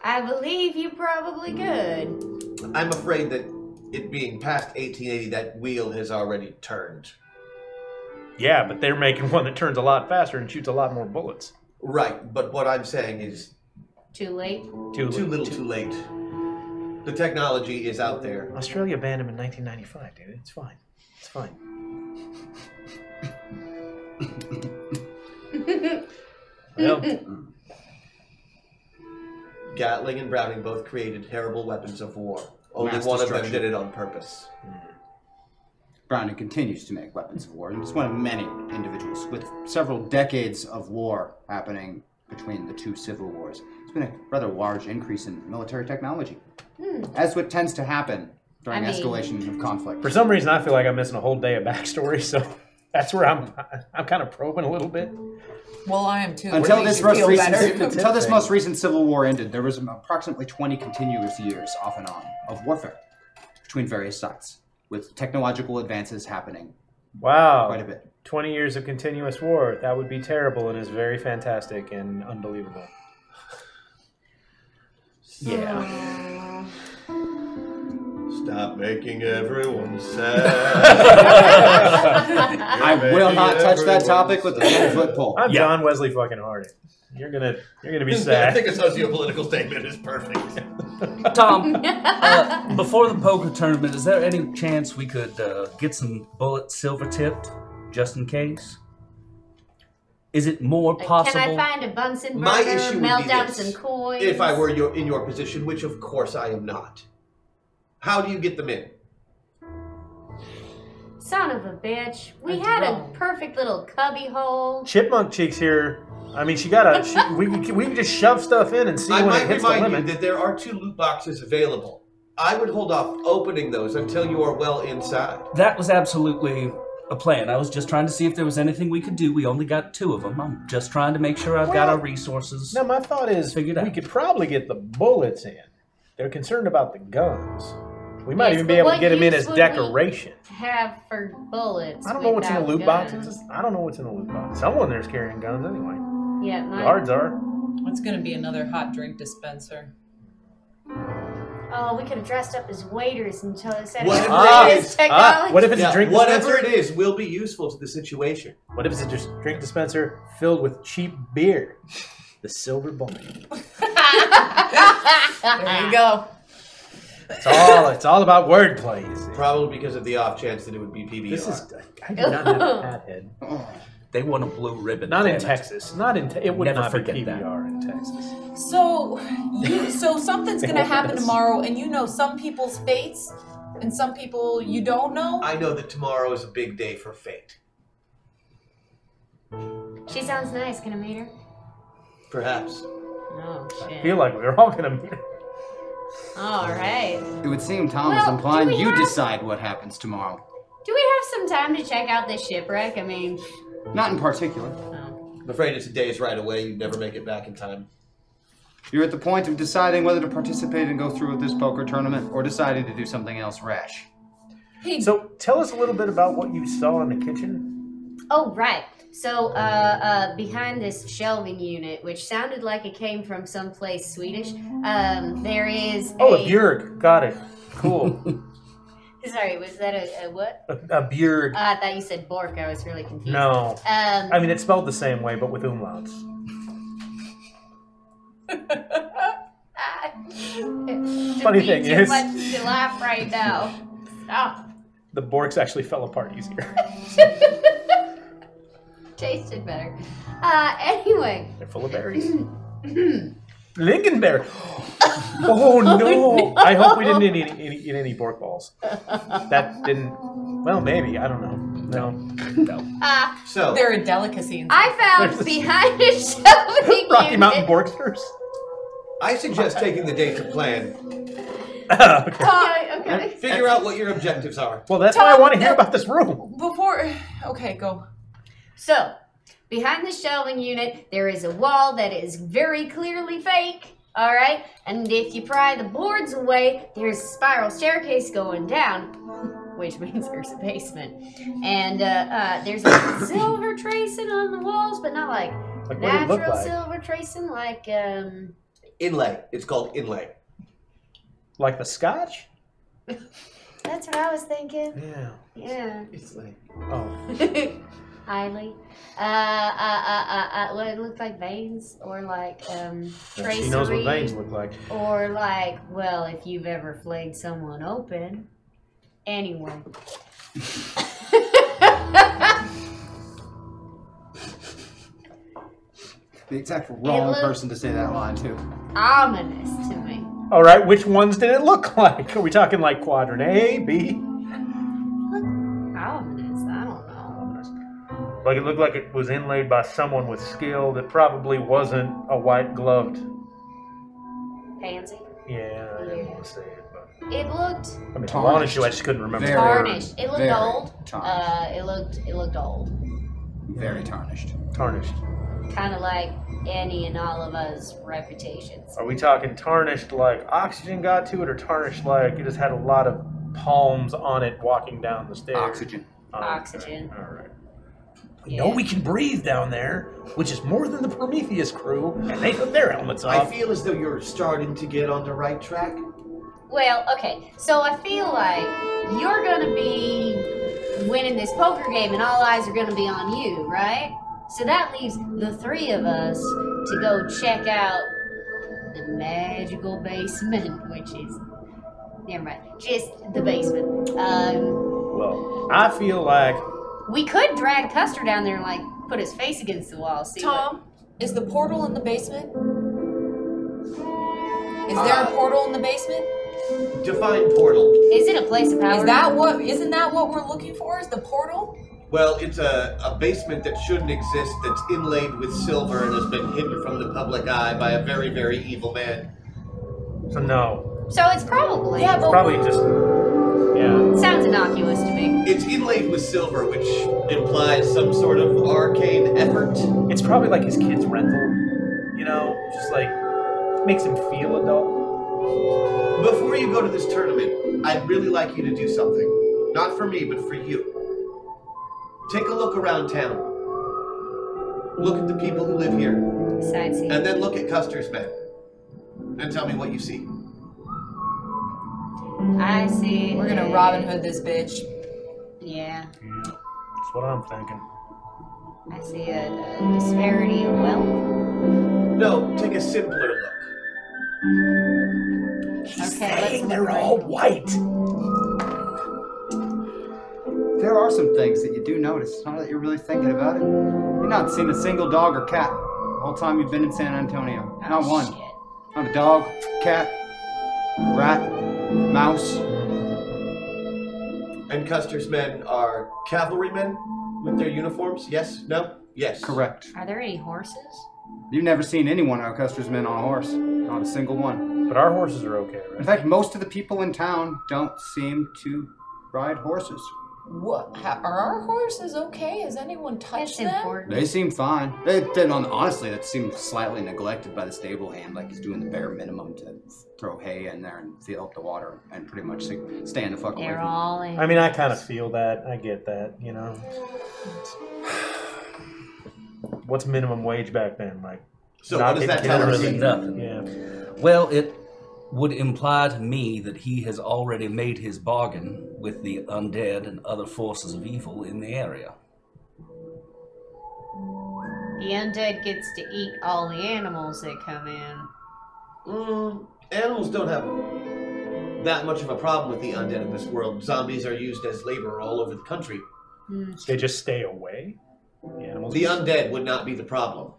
Speaker 6: I believe you probably could.
Speaker 5: I'm afraid that it being past 1880, that wheel has already turned.
Speaker 4: Yeah, but they're making one that turns a lot faster and shoots a lot more bullets.
Speaker 5: Right, but what I'm saying is
Speaker 6: Too late. Uh,
Speaker 5: too, little, too late. The technology is out there.
Speaker 4: Australia banned him in 1995, dude. It's fine. It's fine.
Speaker 5: Gatling and Browning both created terrible weapons of war. Only
Speaker 1: Mass
Speaker 5: one of them
Speaker 1: destruction.
Speaker 5: did it on purpose.
Speaker 1: Browning continues to make weapons of war, and it's one of many individuals with several decades of war happening between the two civil wars. It's been a rather large increase in military technology, as what tends to happen during
Speaker 4: I mean-
Speaker 1: escalation of conflict.
Speaker 4: For some reason, I feel like I'm missing a whole day of backstory, so that's where I'm. I'm kind of probing a little bit.
Speaker 3: Well, I am too.
Speaker 1: Until
Speaker 3: It makes
Speaker 1: this,
Speaker 3: you
Speaker 1: most
Speaker 3: feel
Speaker 1: recent,
Speaker 3: better.
Speaker 1: until this most recent civil war ended, there was approximately 20 continuous years, off and on, of warfare between various sides, with technological advances happening
Speaker 4: Wow.
Speaker 1: quite a bit.
Speaker 4: 20 years of continuous war. That would be terrible and is very fantastic and unbelievable.
Speaker 5: Yeah. Stop making everyone sad.
Speaker 1: I will not touch that topic with a 10 foot pole.
Speaker 4: I'm John Wesley fucking Harding. You're gonna you're gonna be
Speaker 5: I
Speaker 4: sad.
Speaker 5: think a sociopolitical statement is perfect.
Speaker 8: Tom, uh, before the poker tournament, is there any chance we could uh, get some bullets silver tipped, just in case? Is it more possible?
Speaker 6: Uh, Can I find a Bunsen
Speaker 5: My
Speaker 6: burner?
Speaker 5: issue
Speaker 6: Melt
Speaker 5: would be
Speaker 6: down
Speaker 5: this.
Speaker 6: some coins.
Speaker 5: If I were your, in your position, which of course I am not. How do you get them in?
Speaker 6: Son of a bitch. We had a perfect little cubby hole.
Speaker 4: Chipmunk cheeks here. I mean, she got a. She, we we can just shove stuff in and see
Speaker 5: I
Speaker 4: when
Speaker 5: might
Speaker 4: it hits the
Speaker 5: remind you
Speaker 4: limit.
Speaker 5: that there are two loot boxes available. I would hold off opening those until you are well inside.
Speaker 8: That was absolutely a plan. I was just trying to see if there was anything we could do. We only got two of them. I'm just trying to make sure I've got our resources.
Speaker 4: Now, my thought is
Speaker 8: Figured
Speaker 4: we
Speaker 8: out.
Speaker 4: could probably get the bullets in. They're concerned about the guns. We might
Speaker 6: Yes,
Speaker 4: even be
Speaker 6: but
Speaker 4: able to
Speaker 6: what
Speaker 4: get them in
Speaker 6: use
Speaker 4: as
Speaker 6: would we-
Speaker 4: decoration.
Speaker 6: Have for bullets.
Speaker 4: I don't know what's in the
Speaker 6: without
Speaker 4: loot
Speaker 6: guns.
Speaker 4: boxes. I don't know what's in the loot box. Someone there's carrying guns anyway.
Speaker 6: Yeah, mine.
Speaker 4: Yards are.
Speaker 3: It's gonna be another hot drink dispenser.
Speaker 6: Oh, we could have dressed up as waiters and t- said
Speaker 5: Whatever
Speaker 4: Ah,
Speaker 5: it is.
Speaker 4: ah, what if it's a drink
Speaker 5: Whatever
Speaker 4: dispenser?
Speaker 5: it is will be useful to the situation.
Speaker 4: What if it's a dis- drink dispenser filled with cheap beer? The silver bullet.
Speaker 3: There you go.
Speaker 4: It's all. It's all about wordplay. you see.
Speaker 5: Probably because of the off chance that it would be PBR.
Speaker 4: This is. I did not have a pathead.
Speaker 8: They want a blue ribbon.
Speaker 4: Not in
Speaker 8: damn it.
Speaker 4: Texas. Not in. Te- it would
Speaker 8: Never
Speaker 4: not be
Speaker 8: forget that.
Speaker 4: PBR in Texas.
Speaker 3: So you so something's gonna happen tomorrow and you know some people's fates and some people you don't know.
Speaker 5: I know that tomorrow is a big day for fate.
Speaker 6: She sounds nice. Can I meet her?
Speaker 5: Perhaps.
Speaker 6: Oh
Speaker 4: I
Speaker 6: shit.
Speaker 4: feel like we're all gonna meet.
Speaker 6: All right.
Speaker 1: It would seem Tom is
Speaker 6: Well,
Speaker 1: implying
Speaker 6: do we
Speaker 1: you
Speaker 6: have-
Speaker 1: decide what happens tomorrow.
Speaker 6: Do we have some time to check out this shipwreck? I mean,
Speaker 1: Not in particular.
Speaker 5: I'm afraid it's a day's right away. You'd never make it back in time.
Speaker 1: You're at the point of deciding whether to participate and go through with this poker tournament or deciding to do something else rash.
Speaker 4: So tell us a little bit about what you saw in the kitchen.
Speaker 6: Oh, right. So, uh, uh, behind this shelving unit, which sounded like it came from someplace Swedish, um, there is
Speaker 4: Oh,
Speaker 6: a.
Speaker 4: a Bjorg. Got it. Cool.
Speaker 6: Sorry, was that a, a what?
Speaker 4: a, a Bjorg.
Speaker 6: Uh, I thought you said Bork. I was really confused.
Speaker 4: No.
Speaker 6: Um,
Speaker 4: I mean, it's spelled the same way, but with umlauts. Funny
Speaker 6: be
Speaker 4: thing
Speaker 6: too
Speaker 4: is-
Speaker 6: much to laugh right now. Stop.
Speaker 4: The Borks actually fell apart easier.
Speaker 6: Tasted better. Uh, anyway.
Speaker 4: They're full of berries. Lingonberry. Oh no. I hope we didn't eat any, any, eat any Bork balls. That didn't. Well, maybe I don't know. No. No.
Speaker 6: Uh,
Speaker 5: So
Speaker 3: They're a delicacy. in-
Speaker 6: I
Speaker 4: There's
Speaker 6: found
Speaker 4: this-
Speaker 6: behind a shelving
Speaker 4: Rocky
Speaker 6: unit.
Speaker 4: Mountain Borksters.
Speaker 5: I suggest taking the day to plan.
Speaker 6: Okay, okay.
Speaker 5: Figure out what your objectives are.
Speaker 4: Well, that's why I want to hear about this room.
Speaker 3: Before okay, go.
Speaker 6: So, behind the shelving unit, there is a wall that is very clearly fake. All right, and if you pry the boards away, there's a spiral staircase going down, which means there's a basement. And uh, uh, there's like silver tracing on the walls, but not like,
Speaker 5: Like, what did it look
Speaker 6: natural
Speaker 5: like?
Speaker 6: silver tracing, like um,
Speaker 5: Inlay. It's called inlay.
Speaker 4: Like the Scotch.
Speaker 6: that's what I was thinking.
Speaker 4: Yeah.
Speaker 6: Yeah.
Speaker 5: It's
Speaker 4: Oh.
Speaker 6: Highly. Uh, uh, uh, uh, uh, well, it looked like veins or like um,
Speaker 4: Yeah, she knows what
Speaker 6: tracery.
Speaker 4: veins look like.
Speaker 6: Or like, well, if you've ever flayed someone open. Anyway.
Speaker 1: The exact wrong
Speaker 6: looked-
Speaker 1: person to say that line to.
Speaker 6: Ominous to me.
Speaker 4: All right. Which ones did it look like? Are we talking like quadrant A, B?
Speaker 6: Ominous, I don't know.
Speaker 4: Like it looked like it was inlaid by someone with skill that probably wasn't a white gloved.
Speaker 6: Pansy.
Speaker 4: Yeah, I didn't want to say it, but
Speaker 6: It looked
Speaker 4: I mean, I wanted to, I just couldn't remember.
Speaker 1: Very-
Speaker 6: tarnished. It looked
Speaker 1: very
Speaker 6: old.
Speaker 1: tarnished.
Speaker 6: Uh, it looked it looked old.
Speaker 1: Very tarnished.
Speaker 4: Tarnished.
Speaker 6: Kind of like any and all of us reputations.
Speaker 4: Are we talking tarnished like oxygen got to it, or tarnished like it just had a lot of palms on it walking down the stairs?
Speaker 1: Oxygen.
Speaker 4: Oh,
Speaker 6: Oxygen.
Speaker 4: All right. We know we can breathe down there, which is more than the Prometheus crew, and they put their helmets
Speaker 5: I
Speaker 4: off.
Speaker 5: feel as though you're starting to get on the right track.
Speaker 6: Well, okay. So I feel like you're gonna be winning this poker game, and all eyes are gonna be on you, right? So that leaves the three of us to go check out the magical basement, which is never mind, just the basement. Um,
Speaker 4: Well, I feel like
Speaker 6: we could drag Custer down there and like put his face against the wall. See what-
Speaker 3: Tom, is the portal in the basement? Is there a portal in the basement?
Speaker 5: Uh, Define portal.
Speaker 6: Is it a place of power?
Speaker 3: Is that what isn't that what we're looking for? Is the portal?
Speaker 5: Well, it's a, a basement that shouldn't exist that's inlaid with silver and has been hidden from the public eye by a very, very evil man.
Speaker 4: so. No,
Speaker 6: So it's probably
Speaker 3: Yeah, but
Speaker 4: probably just yeah.
Speaker 6: sounds innocuous to me.
Speaker 5: It's inlaid with silver, which implies some sort of arcane effort.
Speaker 4: It's probably like his kid's rental, you know, just like makes him feel adult.
Speaker 5: Before you go to this tournament, I'd really like you to do something. Not for me, but for you. Take a look around town. Look at the people who live here,
Speaker 6: Sightseeing.
Speaker 5: and then look at Custer's men, and tell me what you see.
Speaker 6: I see.
Speaker 3: We're gonna Robin Hood this bitch.
Speaker 6: Yeah,
Speaker 4: That's what I'm thinking.
Speaker 6: I see a, a disparity of wealth.
Speaker 5: No, take a simpler look.
Speaker 6: okay, let's look right now.
Speaker 1: white. There are some things that you do notice. Now that you're really thinking about it, you've not seen a single dog or cat the whole time you've been in San Antonio. Not one. Not a dog, cat, rat, mouse.
Speaker 5: And Custer's men are cavalrymen with their uniforms? Yes? No? Yes.
Speaker 1: Correct.
Speaker 6: Are there any horses?
Speaker 1: You've never seen anyone out of Custer's men on a horse. Not a single one.
Speaker 4: But our horses are okay, right?
Speaker 1: In fact, most of the people in town don't seem to ride horses.
Speaker 3: What? How, are our horses okay? Has anyone touched them?
Speaker 1: They seem fine. They, they don't- honestly, that seemed slightly neglected by the stable hand. Like he's doing the bare minimum to throw hay in there and fill up the water and pretty much sig- stay in the fuck away.
Speaker 6: They're
Speaker 1: from-
Speaker 6: all in.
Speaker 4: I mean, I kind of feel that. I get that, you know. What's minimum wage back then? Like,
Speaker 5: So what does that tell us?
Speaker 4: really
Speaker 8: Nothing.
Speaker 4: Yeah.
Speaker 8: Well, it would imply to me that he has already made his bargain with the undead and other forces of evil in the area.
Speaker 6: The undead gets to eat all the animals that come in.
Speaker 5: Mm, animals don't have that much of a problem with the undead in this world. Zombies are used as labor all over the country. Hmm.
Speaker 4: They just stay away. The animals.
Speaker 5: The undead would not be the problem.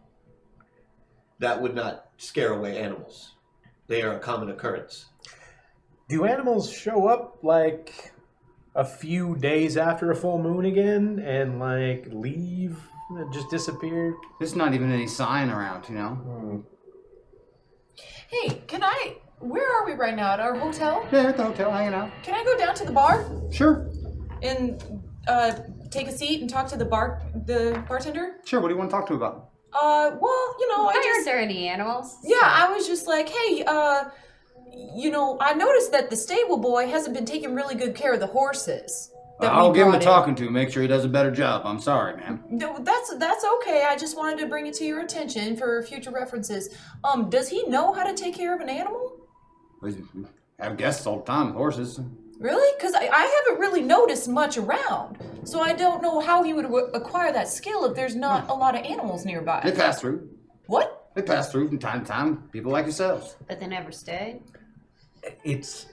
Speaker 5: That would not scare away animals. They are a common occurrence.
Speaker 4: Do animals show up like a few days after a full moon again and like leave? Just disappear?
Speaker 1: There's not even any sign around, you know.
Speaker 4: Hmm.
Speaker 3: Hey, can I? Where are we right now? At our hotel?
Speaker 1: Yeah, at the hotel, hanging out.
Speaker 3: Can I go down to the bar
Speaker 1: Sure,
Speaker 3: and uh, take a seat and talk to the bar the bartender?
Speaker 1: sure. What do you want to talk to about?
Speaker 3: Uh, well, you know, I
Speaker 6: Why aren't
Speaker 3: just
Speaker 6: there any animals?
Speaker 3: yeah, I was just like, hey, uh, you know, I noticed that the stable boy hasn't been taking really good care of the horses. that we
Speaker 1: I'll give him a
Speaker 3: brought in.
Speaker 1: talking to. Make sure he does a better job. I'm sorry, man.
Speaker 3: No, that's that's okay. I just wanted to bring it to your attention for future references. Um, does he know how to take care of an animal?
Speaker 1: We have guests all the time with horses.
Speaker 3: Really? Because I, I haven't really noticed much around, so I don't know how he would w- acquire that skill if there's not a lot of animals
Speaker 1: They
Speaker 3: nearby.
Speaker 1: pass through.
Speaker 3: What?
Speaker 1: They pass through from time to time. People like yourselves.
Speaker 6: But they never stay.
Speaker 8: It's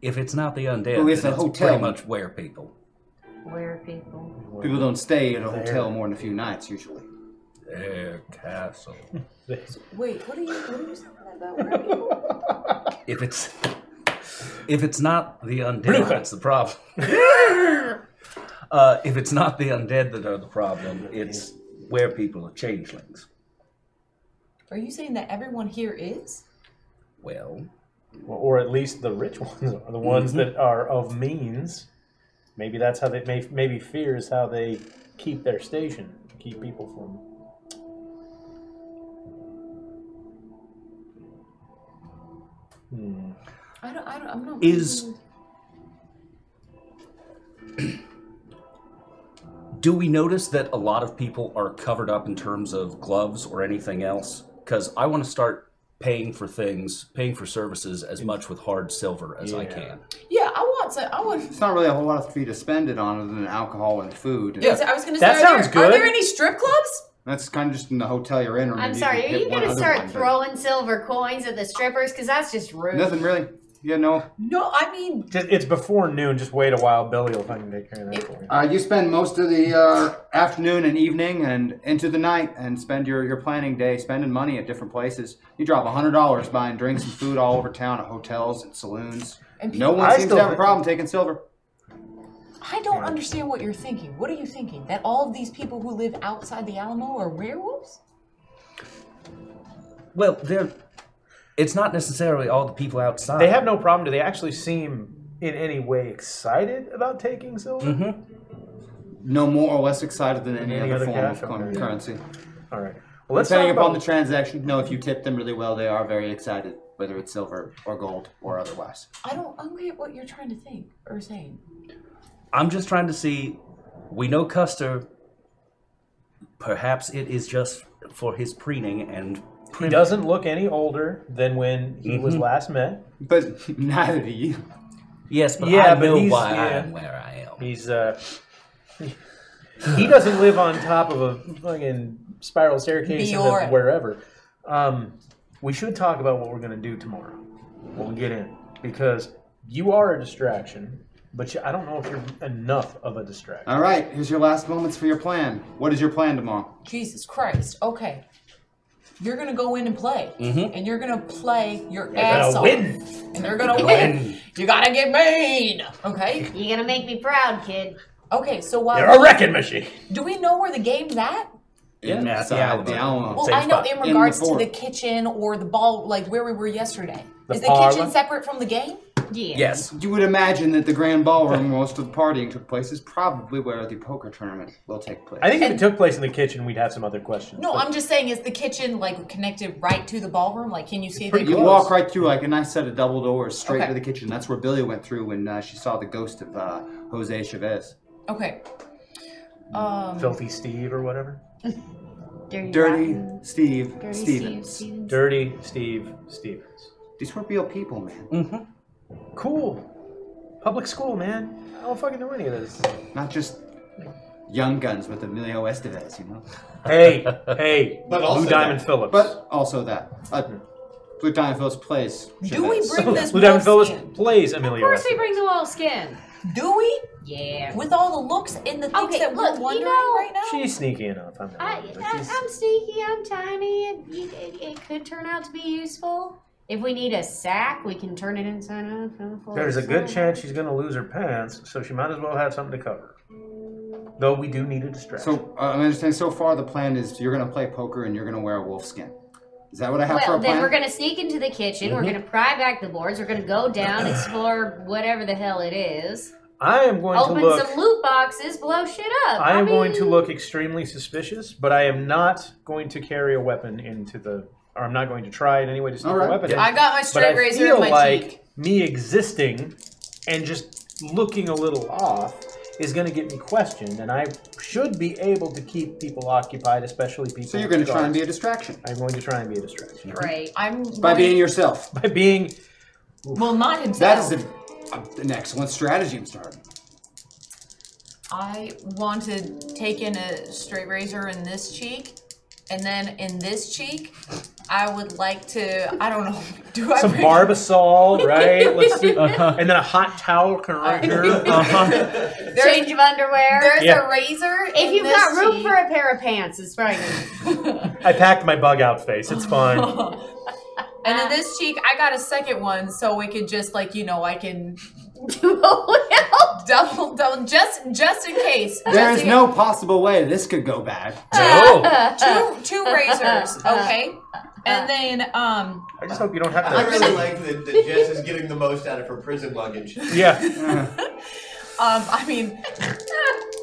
Speaker 8: if it's not the undead,
Speaker 1: Well, it's
Speaker 8: then
Speaker 1: a
Speaker 8: it's
Speaker 1: hotel.
Speaker 8: pretty much where people.
Speaker 6: Where are people?
Speaker 1: People don't stay at a hotel more than a few nights usually.
Speaker 8: Their castle.
Speaker 3: Wait, what are you? What are you talking about? Where are people?
Speaker 8: if it's if it's not the undead
Speaker 4: Bruja.
Speaker 8: that's the problem. uh, if it's not the undead that are the problem, it's where people are changelings.
Speaker 3: Are you saying that everyone here is?
Speaker 8: Well,
Speaker 4: Well, or at least the rich ones are the ones that are of means. Maybe that's how they may, maybe fear is how they keep their station, keep people from. Hmm.
Speaker 3: I don't. I don't. I'm not.
Speaker 8: Is- do we notice that a lot of people are covered up in terms of gloves or anything else? Because I want to start paying for things, paying for services as much with hard silver as I can.
Speaker 3: Yeah, I want to. I want.
Speaker 1: It's not really a whole lot for you to spend it on other than alcohol and food.
Speaker 3: Yeah, I was gonna say.
Speaker 4: that
Speaker 3: are there-
Speaker 4: sounds good.
Speaker 3: Are there any strip clubs?
Speaker 1: That's kind of just in the hotel you're in. Or
Speaker 6: I'm
Speaker 1: maybe
Speaker 6: sorry,
Speaker 1: can
Speaker 6: are
Speaker 1: get
Speaker 6: you
Speaker 1: one
Speaker 6: gonna
Speaker 1: other
Speaker 6: start
Speaker 1: one, but
Speaker 6: throwing silver coins at the strippers? Because that's just rude.
Speaker 1: Nothing really. Yeah, no.
Speaker 3: No, I mean,
Speaker 4: Just, it's before noon. Just wait a while. Billy will fucking take care of that for you.
Speaker 1: Uh, you spend most of the uh, afternoon and evening and into the night and spend your, your planning day spending money at different places. You drop $100 buying drinks and food all over town at hotels and saloons.
Speaker 3: And
Speaker 1: no
Speaker 3: people-
Speaker 1: one
Speaker 4: I
Speaker 1: seems
Speaker 4: still
Speaker 1: to have a
Speaker 4: think-
Speaker 1: problem taking silver.
Speaker 3: I don't understand what you're thinking. What are you thinking? That all of these people who live outside the Alamo are werewolves?
Speaker 8: Well, they're. It's not necessarily all the people outside.
Speaker 4: They have no problem. Do they actually seem in any way excited about taking silver?
Speaker 1: No more or less excited than any,
Speaker 4: Mm-hmm. Any
Speaker 1: other,
Speaker 4: other
Speaker 1: form
Speaker 4: cash?
Speaker 1: of con-
Speaker 4: Okay.
Speaker 1: currency.
Speaker 4: All right. Well, let's
Speaker 1: Depending
Speaker 4: talk
Speaker 1: upon
Speaker 4: about-
Speaker 1: the transaction, no, if you tip them really well, they are very excited, whether it's silver or gold or otherwise.
Speaker 3: I don't. I don't get what you're trying to think or saying.
Speaker 8: I'm just trying to see. We know Custer Perhaps it is just for his preening and
Speaker 4: He doesn't look any older than when he was
Speaker 8: Mhm.
Speaker 4: last met.
Speaker 1: Mm-hmm. But neither do you.
Speaker 8: Yes, but I know why I am where I am.
Speaker 4: He's uh, he doesn't live on top of a fucking spiral staircase into
Speaker 3: Bjorn.
Speaker 4: wherever. Um, we should talk about what we're gonna do tomorrow. We'll get in because you are a distraction, but you, I don't know if you're enough of a distraction.
Speaker 1: All right, here's your last moments for your plan. What is your plan tomorrow?
Speaker 3: Jesus Christ. Okay. You're gonna go in and play,
Speaker 1: Mhm.
Speaker 3: and you're gonna play your
Speaker 1: They're
Speaker 3: ass
Speaker 1: gonna
Speaker 3: off,
Speaker 1: win.
Speaker 3: and they're gonna win. You gotta get made, okay?
Speaker 6: You're gonna make me proud, kid.
Speaker 3: Okay, so while
Speaker 4: machine.
Speaker 3: Do we know where the game's at?
Speaker 1: Yeah,
Speaker 4: that's
Speaker 1: the Alamo.
Speaker 3: Well, I know in regards to the kitchen or the ball, like where we were yesterday.
Speaker 1: The
Speaker 3: Is the
Speaker 1: parlor?
Speaker 3: kitchen separate from the game?
Speaker 6: Yeah.
Speaker 8: Yes.
Speaker 1: You would imagine that the grand ballroom where most of the partying took place is probably where the poker tournament will take place.
Speaker 4: I think if it took place in the kitchen, we'd have some other questions.
Speaker 3: No,
Speaker 4: but-
Speaker 3: I'm just saying, is the kitchen like connected right to the ballroom? Like, can you see the?
Speaker 1: You walk right through like a nice set of double doors straight
Speaker 3: Okay.
Speaker 1: to the kitchen. That's where Billy went through when uh, she saw the ghost of uh, Jose Chavez.
Speaker 3: Okay. Um,
Speaker 4: Filthy Steve or whatever.
Speaker 6: Dirty,
Speaker 1: Dirty Steve
Speaker 6: Dirty Steve
Speaker 1: Stevens.
Speaker 6: Stevens.
Speaker 4: Dirty Steve Stevens.
Speaker 1: These weren't real people, man.
Speaker 8: Mm-hmm.
Speaker 4: Cool. Public school, man. I don't fucking know any of this.
Speaker 1: Not just young guns with Emilio Estevez, you know.
Speaker 4: Hey, hey,
Speaker 1: But
Speaker 4: Blue
Speaker 1: also
Speaker 4: Diamond
Speaker 1: that.
Speaker 4: Phillips.
Speaker 1: But also that. Uh, Blue Diamond Phillips plays.
Speaker 3: Do we
Speaker 1: Chavez.
Speaker 3: bring this
Speaker 4: Blue Diamond
Speaker 3: wolf
Speaker 4: Phillips
Speaker 3: skin?
Speaker 4: plays
Speaker 6: Of
Speaker 4: Emilio.
Speaker 6: course we bring the wolfskin.
Speaker 3: Do we?
Speaker 6: Yeah.
Speaker 3: With all the looks and the things
Speaker 6: Okay,
Speaker 3: that
Speaker 6: look,
Speaker 3: we're wondering
Speaker 6: you know-
Speaker 3: right now.
Speaker 4: She's sneaky enough. I'm
Speaker 6: I,
Speaker 4: not. but
Speaker 6: I,
Speaker 4: she's-
Speaker 6: I'm sneaky. I'm tiny. It, it, it could turn out to be useful. If we need a sack, we can turn it inside out.
Speaker 4: There's a good chance she's going to lose her pants, so she might as well have something to cover. Though we do need a distraction.
Speaker 1: So uh, I'm understanding. So far, the plan is you're going to play poker and you're going to wear a wolf skin. Is that what I have for
Speaker 6: Well,
Speaker 1: a
Speaker 6: then
Speaker 1: plan?
Speaker 6: we're gonna sneak into the kitchen. We're
Speaker 1: Mhm.
Speaker 6: gonna pry back the boards. We're gonna go down, explore whatever the hell it is.
Speaker 4: I am going
Speaker 6: Open
Speaker 4: to look.
Speaker 6: some loot boxes, blow shit
Speaker 3: Uh,
Speaker 6: up.
Speaker 4: I am
Speaker 6: mean,
Speaker 4: going to look extremely suspicious, but I am not going to carry a weapon into the. Or I'm not going to try in any way to sneak
Speaker 3: All right.
Speaker 4: a weapon. in.
Speaker 3: I got my
Speaker 4: But
Speaker 3: straight
Speaker 4: I
Speaker 3: razor in
Speaker 4: feel
Speaker 3: my
Speaker 4: like me existing and just looking a little off is going to get me questioned, and I should be able to keep people occupied, especially people.
Speaker 1: so you're going to try and be a distraction
Speaker 4: I'm going to try and be a distraction.
Speaker 6: Great.
Speaker 3: I'm
Speaker 1: by being yourself.
Speaker 4: By being.
Speaker 3: Well, not
Speaker 1: That
Speaker 3: himself.
Speaker 1: is a, a- an excellent strategy, Mr. Harden.
Speaker 3: I want to take in a straight razor in this cheek, and then in this cheek, I would like to. I don't know. Do I
Speaker 4: Some
Speaker 3: bring-
Speaker 4: barbasol, right? Let's do, and then a hot towel can right here. Uh-huh.
Speaker 6: change of underwear.
Speaker 3: There's
Speaker 4: Yeah.
Speaker 3: a razor.
Speaker 6: If
Speaker 3: in
Speaker 6: you've
Speaker 3: this
Speaker 6: got room
Speaker 3: cheek.
Speaker 6: for a pair of pants, it's probably gonna
Speaker 4: I packed my bug out face. It's fine.
Speaker 3: And in this cheek, I got a second one, so it could just like you know I can double double just just in case.
Speaker 1: There
Speaker 3: just
Speaker 1: is
Speaker 3: in
Speaker 1: no possible way this could go bad.
Speaker 3: case.
Speaker 1: Oh.
Speaker 3: two two razors, okay. And then um,
Speaker 4: I just hope you don't have to.
Speaker 5: I really like that, that Jess is getting the most out of her prison luggage.
Speaker 4: Yeah.
Speaker 3: um, I mean,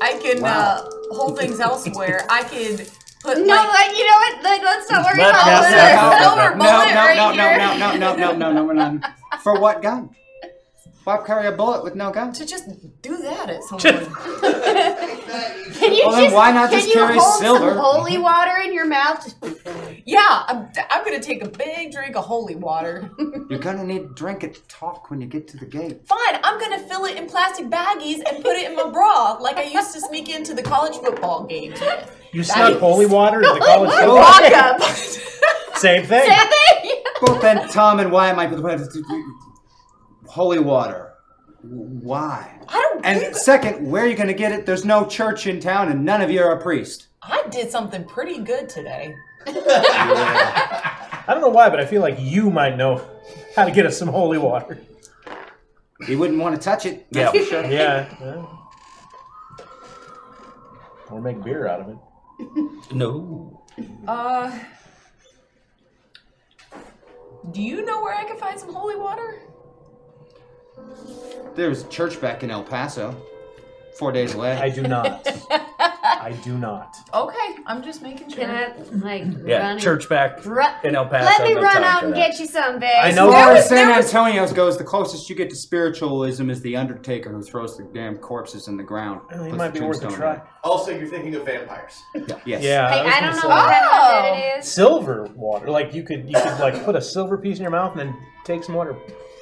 Speaker 3: I can
Speaker 5: Wow.
Speaker 3: uh, hold things elsewhere. I can put
Speaker 6: No,
Speaker 3: like,
Speaker 6: like, you know what? Like, let's not worry
Speaker 1: No,
Speaker 6: about
Speaker 1: no,
Speaker 6: this.
Speaker 1: no,
Speaker 6: Silver
Speaker 1: no,
Speaker 6: bullet
Speaker 1: no,
Speaker 6: right
Speaker 1: no,
Speaker 6: here.
Speaker 1: no, no, no, no, no, no, no, we're not. For what gun? Why carry a bullet with no gun?
Speaker 3: To just do that at some point.
Speaker 6: Can you
Speaker 1: Well, then
Speaker 6: just,
Speaker 1: why not
Speaker 6: can
Speaker 1: just
Speaker 6: you
Speaker 1: carry
Speaker 6: hold
Speaker 1: silver?
Speaker 6: some holy water in your mouth?
Speaker 3: yeah, I'm, I'm gonna take a big drink of holy water.
Speaker 1: You're gonna need to drink it to talk when you get to the gate.
Speaker 3: Fine, I'm gonna fill it in plastic baggies and put it in my bra like I used to sneak into the college football games. with.
Speaker 4: You
Speaker 3: That
Speaker 4: snuck
Speaker 3: is-
Speaker 4: holy water into the college
Speaker 3: Holy
Speaker 4: football
Speaker 3: water.
Speaker 4: game?
Speaker 3: Rock up.
Speaker 4: Same thing.
Speaker 1: Well, then Tom and why am I holy water? Why?
Speaker 3: I don't.
Speaker 1: And second, where are you gonna get it? There's no church in town, and none of you are a priest.
Speaker 3: I did something pretty good today.
Speaker 4: I don't know why, but I feel like you might know how to get us some holy water.
Speaker 1: You wouldn't want to touch it.
Speaker 8: Yeah.
Speaker 4: yeah. yeah. Or make beer out of it.
Speaker 8: No.
Speaker 3: Uh, do you know where I can find some holy water?
Speaker 1: There was a church back in El Paso, four days away.
Speaker 4: I do not.
Speaker 6: that?
Speaker 4: I do not.
Speaker 3: Okay, I'm just making sure.
Speaker 6: Can I like
Speaker 8: Yeah,
Speaker 6: run
Speaker 8: church back
Speaker 6: Ru-
Speaker 8: in El Paso.
Speaker 6: Let me
Speaker 8: no
Speaker 6: run
Speaker 8: time
Speaker 6: out
Speaker 8: for
Speaker 6: and
Speaker 8: that.
Speaker 6: get you some, Vic.
Speaker 1: I know.
Speaker 6: There
Speaker 1: As far
Speaker 6: was-
Speaker 1: as San
Speaker 6: there was-
Speaker 1: Antonio's goes, the closest you get to spiritualism is the Undertaker who throws the damn corpses in the ground.
Speaker 4: Well, he
Speaker 1: Puts
Speaker 4: might
Speaker 1: the
Speaker 4: be worth a
Speaker 1: tombstone
Speaker 4: try.
Speaker 1: in.
Speaker 5: Also, Oh, you're thinking of vampires.
Speaker 1: Yes.
Speaker 4: Yeah.
Speaker 6: Like,
Speaker 4: was
Speaker 6: I
Speaker 4: gonna
Speaker 6: don't know
Speaker 4: say.
Speaker 6: what
Speaker 4: Oh!
Speaker 6: kind of
Speaker 1: Oh.
Speaker 6: it is.
Speaker 4: Silver water. Like you could you could like put a silver piece in your mouth and then take some water.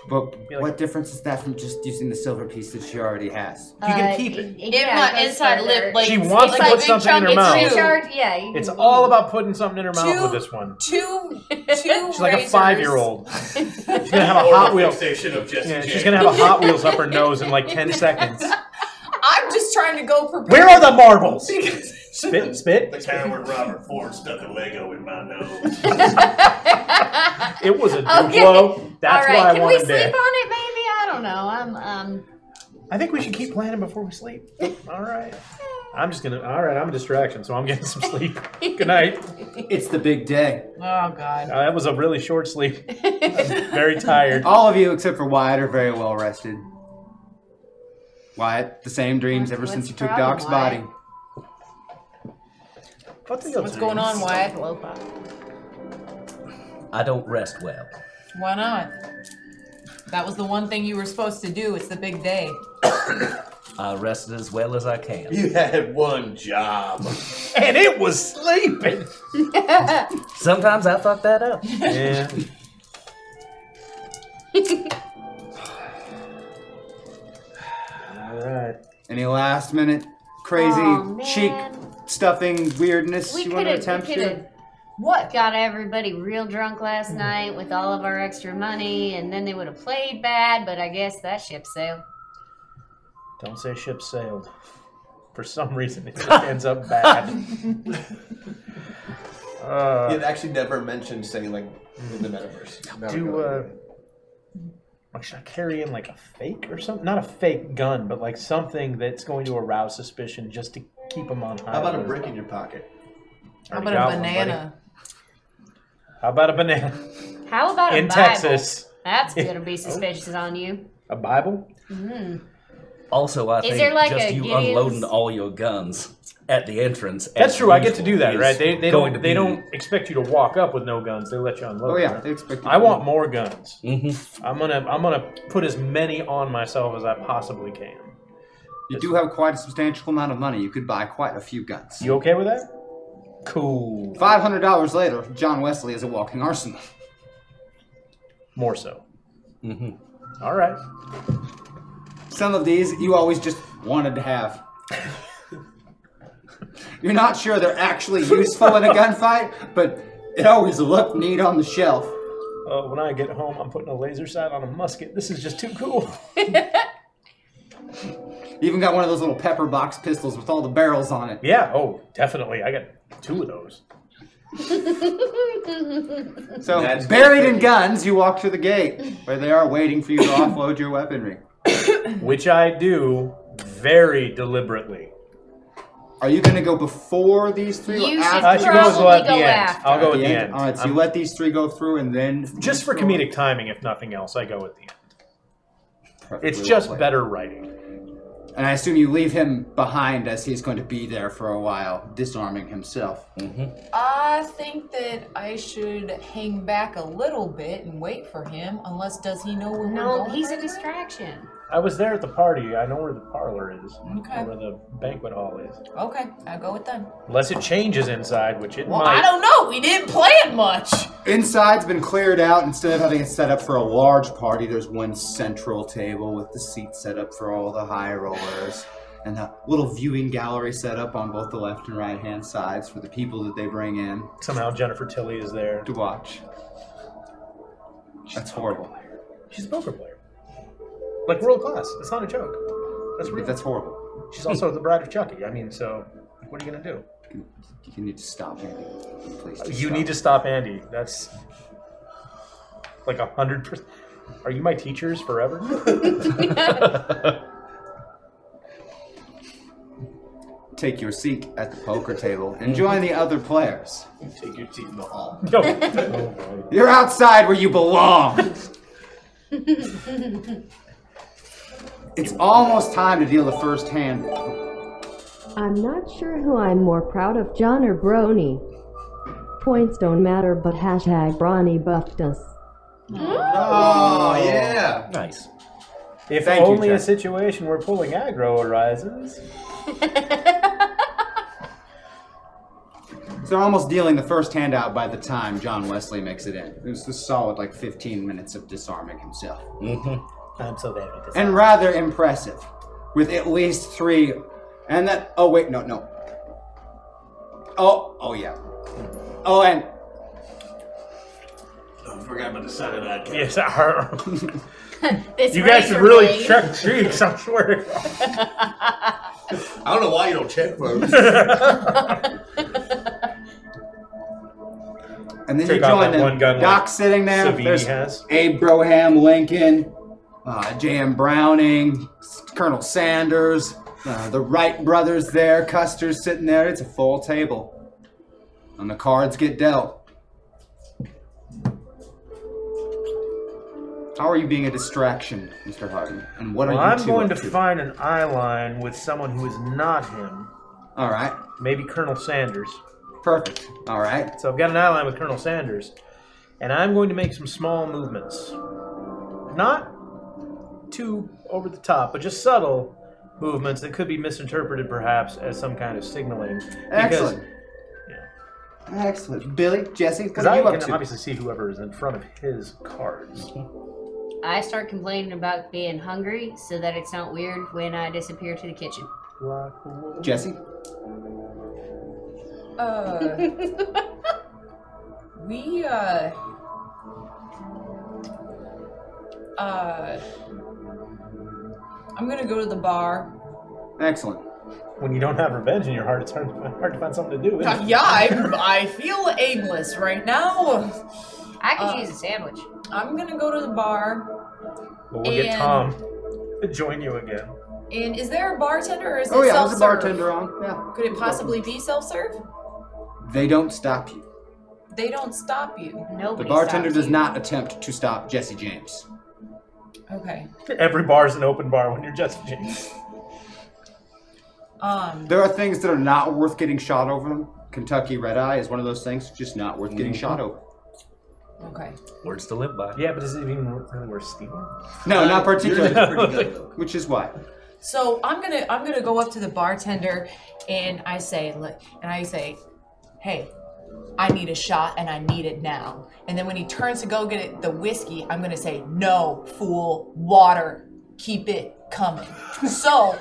Speaker 1: But what difference is that from just using the silver piece that she already has?
Speaker 4: You can keep it.
Speaker 6: Give
Speaker 16: my inside lip, like,
Speaker 4: She wants to put something in her mouth.
Speaker 6: Yeah, you
Speaker 4: It's all about putting something in her mouth
Speaker 3: Two-
Speaker 4: with this one.
Speaker 3: Two, two.
Speaker 4: She's like a
Speaker 3: razors.
Speaker 4: five-year-old. She's gonna have a Hot Wheels.
Speaker 9: Fixation of Jesse
Speaker 4: Yeah,
Speaker 9: J.
Speaker 4: she's gonna have a Hot Wheels up her nose in like ten seconds.
Speaker 3: I'm just trying to go prepared.
Speaker 4: Where are the marbles? Spit, spit.
Speaker 9: The kind where Robert Ford stuck a Lego in my nose.
Speaker 4: It was a
Speaker 6: Okay.
Speaker 4: Duplo. That's
Speaker 6: all right.
Speaker 4: why I
Speaker 6: Can we
Speaker 4: wanted
Speaker 6: sleep
Speaker 4: that.
Speaker 6: on it, maybe? I don't know. I'm um.
Speaker 4: I think we should keep planning before we sleep. All right. I'm just gonna. All right, I'm a distraction, so I'm getting some sleep. Good night.
Speaker 1: It's the big day.
Speaker 3: Oh God.
Speaker 4: Uh, that was a really short sleep. I'm very tired.
Speaker 1: All of you except for Wyatt are very well rested. Wyatt, the same dreams ever
Speaker 3: What's
Speaker 1: since
Speaker 3: the
Speaker 1: you took
Speaker 3: problem,
Speaker 1: Doc's
Speaker 3: Wyatt?
Speaker 1: body.
Speaker 3: What's going on, Wyatt?
Speaker 8: I don't rest well.
Speaker 3: Why not? That was the one thing you were supposed to do. It's the big day.
Speaker 8: I rested as well as I can.
Speaker 5: You had one job.
Speaker 4: and it was sleeping.
Speaker 8: Sometimes I fuck that up.
Speaker 4: Yeah.
Speaker 1: All
Speaker 4: right.
Speaker 1: Any last minute crazy
Speaker 6: Aw,
Speaker 1: cheek stuffing weirdness
Speaker 6: We
Speaker 1: you want to
Speaker 6: coulda-
Speaker 1: attempt
Speaker 6: we
Speaker 1: here?
Speaker 6: coulda
Speaker 3: What?
Speaker 6: Got everybody real drunk last night with all of our extra money, and then they would have played bad, but I guess that ship sailed.
Speaker 4: Don't say ship sailed. For some reason, it just ends up bad.
Speaker 5: He
Speaker 4: Uh,
Speaker 5: had actually never mentioned sailing in the metaverse. Never
Speaker 4: do
Speaker 5: really.
Speaker 4: uh, like should I carry in like a fake or something? Not a fake gun, but like something that's going to arouse suspicion just to keep them on high.
Speaker 5: How about a
Speaker 4: alert.
Speaker 5: brick in your pocket?
Speaker 4: Already
Speaker 3: How about a
Speaker 4: got one, buddy.
Speaker 3: banana?
Speaker 4: How about a banana?
Speaker 6: How about a
Speaker 4: In
Speaker 6: Bible?
Speaker 4: Texas.
Speaker 6: That's gonna
Speaker 4: Oh.
Speaker 6: be suspicious on you.
Speaker 4: A Bible?
Speaker 6: Mm.
Speaker 8: Also, I
Speaker 6: Is
Speaker 8: think
Speaker 6: there like
Speaker 8: just
Speaker 6: a
Speaker 8: you
Speaker 6: Gideon's-
Speaker 8: unloading all your guns at the entrance.
Speaker 4: That's
Speaker 8: as
Speaker 4: true. I get to
Speaker 8: usual
Speaker 4: do that,
Speaker 8: is
Speaker 4: right? They, they
Speaker 8: going
Speaker 4: don't
Speaker 8: to
Speaker 4: they
Speaker 8: be-
Speaker 4: don't expect you to walk up with no guns. They let you unload.
Speaker 1: Oh, yeah,
Speaker 4: right?
Speaker 1: they expect you
Speaker 4: I
Speaker 1: to
Speaker 4: want
Speaker 1: unload.
Speaker 4: more guns.
Speaker 8: Mm-hmm.
Speaker 4: I'm gonna I'm gonna put as many on myself as I possibly can.
Speaker 1: You do have quite a substantial amount of money. You could buy quite a few guns.
Speaker 4: You okay with that? Cool.
Speaker 1: Five hundred dollars later, John Wesley is a walking arsenal.
Speaker 4: More so.
Speaker 8: Mm-hmm.
Speaker 4: All right.
Speaker 1: Some of these you always just wanted to have. You're not sure they're actually useful in a gunfight, but it always looked neat on the shelf.
Speaker 4: Uh, when I get home, I'm putting a laser sight on a musket. This is just too cool.
Speaker 1: You even got one of those little pepper box pistols with all the barrels on it.
Speaker 4: Yeah. Oh, definitely. I got two of those.
Speaker 1: So
Speaker 4: That's
Speaker 1: buried in guns, you walk to the gate where they are waiting for you to offload your weaponry.
Speaker 4: Which I do very deliberately.
Speaker 1: Are you going to go before these three?
Speaker 6: You
Speaker 1: or
Speaker 6: should
Speaker 1: after?
Speaker 4: I should go as well at the
Speaker 6: Probably go
Speaker 4: end.
Speaker 6: after.
Speaker 4: I'll go at the end.
Speaker 1: All right, so
Speaker 4: I'm-
Speaker 1: you let these three go through, and then
Speaker 4: just for comedic timing, if nothing else, I go at the end. It's
Speaker 1: well
Speaker 4: just
Speaker 1: played.
Speaker 4: better writing.
Speaker 1: and I assume you leave him behind as he's going to be there for a while, disarming himself. Mm-hmm.
Speaker 3: I think that I should hang back a little bit and wait for him. Unless, does he know where we're
Speaker 6: No,
Speaker 3: going?
Speaker 6: he's a distraction.
Speaker 4: I was there at the party. I know where the parlor is,
Speaker 3: Okay.
Speaker 4: or where the banquet hall is.
Speaker 3: Okay, I'll go with them.
Speaker 4: Unless it changes inside, which it
Speaker 3: Well,
Speaker 4: might.
Speaker 3: I don't know. We didn't plan much.
Speaker 1: Inside's been cleared out. Instead of having it set up for a large party, there's one central table with the seats set up for all the high rollers and a little viewing gallery set up on both the left and right hand sides for the people that they bring in
Speaker 4: Somehow Jennifer Tilly is there.
Speaker 1: to watch. That's horrible.
Speaker 4: She's a poker player, like world class. It's not a joke. That's real.
Speaker 1: That's horrible.
Speaker 4: She's also the bride of Chucky. I mean, so what are you gonna do?
Speaker 1: You need to stop, Andy. Please. just
Speaker 4: You
Speaker 1: stop.
Speaker 4: need to stop Andy. That's like a hundred percent. Are you my teachers forever?
Speaker 1: take your seat at the poker table and join the other players.
Speaker 5: Take your teeth in the hall.
Speaker 4: Yo.
Speaker 1: You're outside where you belong. It's almost time to deal the first hand.
Speaker 10: I'm not sure who I'm more proud of, John or Brony. Points don't matter, but hashtag Brony buffed us.
Speaker 5: Oh, yeah.
Speaker 8: Nice.
Speaker 4: If
Speaker 5: Thank you,
Speaker 4: only a
Speaker 5: Jack.
Speaker 4: situation where pulling aggro arises.
Speaker 1: So they're almost dealing the first handout by the time John Wesley makes it in. It was the solid like 15 minutes of disarming himself.
Speaker 4: Mm-hmm. I'm so very disappointed.
Speaker 1: And rather impressive, with at least three. And that. Oh wait, no, no. Oh, oh yeah. Oh, and
Speaker 4: Oh,
Speaker 9: I forgot about the side of that.
Speaker 4: Yes, I heard.
Speaker 6: This
Speaker 4: you guys
Speaker 6: race
Speaker 4: should
Speaker 6: or
Speaker 4: really
Speaker 6: flee.
Speaker 4: check cheeks, I swear.
Speaker 9: I don't know why you don't check those.
Speaker 1: and then
Speaker 4: Take
Speaker 1: you
Speaker 4: out
Speaker 1: join
Speaker 4: that one
Speaker 1: them.
Speaker 4: gun like
Speaker 1: Doc's sitting there.
Speaker 4: Savini
Speaker 1: There's
Speaker 4: has.
Speaker 1: Abraham Lincoln, uh, J.M. Browning, Colonel Sanders, uh, the Wright brothers there, Custer's sitting there. It's a full table. And the cards get dealt. How are you being a distraction, Mr. Harden? And what are
Speaker 4: Well,
Speaker 1: you
Speaker 4: I'm
Speaker 1: two
Speaker 4: going to
Speaker 1: up to?
Speaker 4: find an eye line with someone who is not him.
Speaker 1: All right.
Speaker 4: Maybe Colonel Sanders.
Speaker 1: Perfect. All right.
Speaker 4: So I've got an eye line with Colonel Sanders, and I'm going to make some small movements, not too over the top, but just subtle movements that could be misinterpreted perhaps as some kind of signaling. Because-
Speaker 1: Excellent. Excellent. Billy, Jesse, what
Speaker 4: Because
Speaker 1: are
Speaker 4: I
Speaker 1: you up
Speaker 4: can
Speaker 1: to?
Speaker 4: obviously see whoever is in front of his cards.
Speaker 6: I start complaining about being hungry so that it's not weird when I disappear to the kitchen.
Speaker 1: Jesse?
Speaker 3: Uh, we uh, uh, I'm gonna go to the bar.
Speaker 1: Excellent.
Speaker 4: When you don't have revenge in your heart, it's hard to find, hard to find something to do. isn't it?
Speaker 3: Yeah, I, I feel aimless right now.
Speaker 6: I could
Speaker 3: Uh,
Speaker 6: use a sandwich.
Speaker 3: I'm gonna go to the bar.
Speaker 4: Well, we'll get
Speaker 3: And-
Speaker 4: Tom to join you again.
Speaker 3: And is there a bartender or is
Speaker 1: Oh,
Speaker 3: it
Speaker 1: yeah, there's a
Speaker 3: self-serve?
Speaker 1: bartender on. Yeah.
Speaker 3: Could it possibly be self-serve?
Speaker 1: They don't stop you.
Speaker 3: They don't stop you.
Speaker 1: The
Speaker 3: Nobody.
Speaker 1: bartender does not attempt to stop Jesse James.
Speaker 3: Okay.
Speaker 4: Every bar is an open bar when you're Jesse James.
Speaker 3: Um.
Speaker 1: There are things that are not worth getting shot over them. Kentucky Red Eye is one of those things just not worth getting shot over.
Speaker 3: Okay.
Speaker 8: Words to live by.
Speaker 4: Yeah, but is it even really worth stealing?
Speaker 1: No, not particularly.
Speaker 4: particularly.
Speaker 1: Which is why.
Speaker 3: So I'm gonna I'm gonna go up to the bartender, and I say look, and I say, hey, I need a shot and I need it now. And then when he turns to go get it, the whiskey, I'm gonna say no, fool, water, keep it coming. So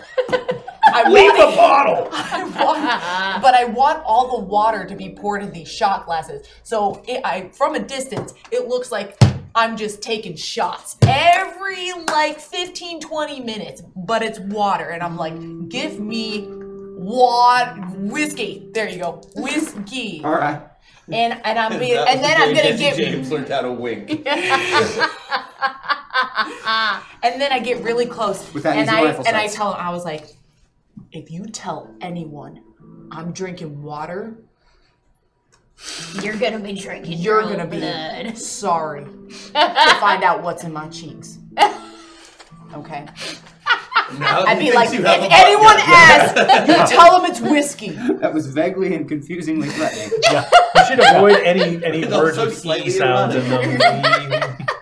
Speaker 3: I
Speaker 11: Leave
Speaker 3: want
Speaker 11: the
Speaker 3: it-
Speaker 11: bottle!
Speaker 3: I want, but I want all the water to be poured in these shot glasses. So it, I from a distance, it looks like. I'm just taking shots every like 15, 20 minutes, but it's water. And I'm like, give me water, whiskey. There you go. Whiskey.
Speaker 1: All right.
Speaker 3: And and I'm being,
Speaker 5: That
Speaker 3: and
Speaker 5: was
Speaker 3: then
Speaker 5: the
Speaker 3: I'm
Speaker 5: day
Speaker 3: gonna
Speaker 5: Jesse
Speaker 3: get
Speaker 5: James learned how to wink.
Speaker 3: and then I get really close
Speaker 5: With that
Speaker 3: and
Speaker 5: easy
Speaker 3: I
Speaker 5: rifle
Speaker 3: and I
Speaker 5: sights.
Speaker 3: tell him I was like, if you tell anyone I'm drinking water,
Speaker 6: You're gonna be drinking
Speaker 3: you're
Speaker 6: your own
Speaker 3: gonna be
Speaker 6: blood.
Speaker 3: sorry to find out what's in my cheeks. Okay.
Speaker 5: Now
Speaker 3: I'd
Speaker 5: he
Speaker 3: be
Speaker 5: thinks
Speaker 3: like,
Speaker 5: you
Speaker 3: if
Speaker 5: have a
Speaker 3: anyone
Speaker 5: podcast.
Speaker 3: asks, you tell them it's whiskey.
Speaker 1: That was vaguely and confusingly threatening.
Speaker 4: yeah. You should avoid any any
Speaker 1: It's
Speaker 4: words
Speaker 1: also
Speaker 4: with e
Speaker 1: slightly
Speaker 4: sounds in them.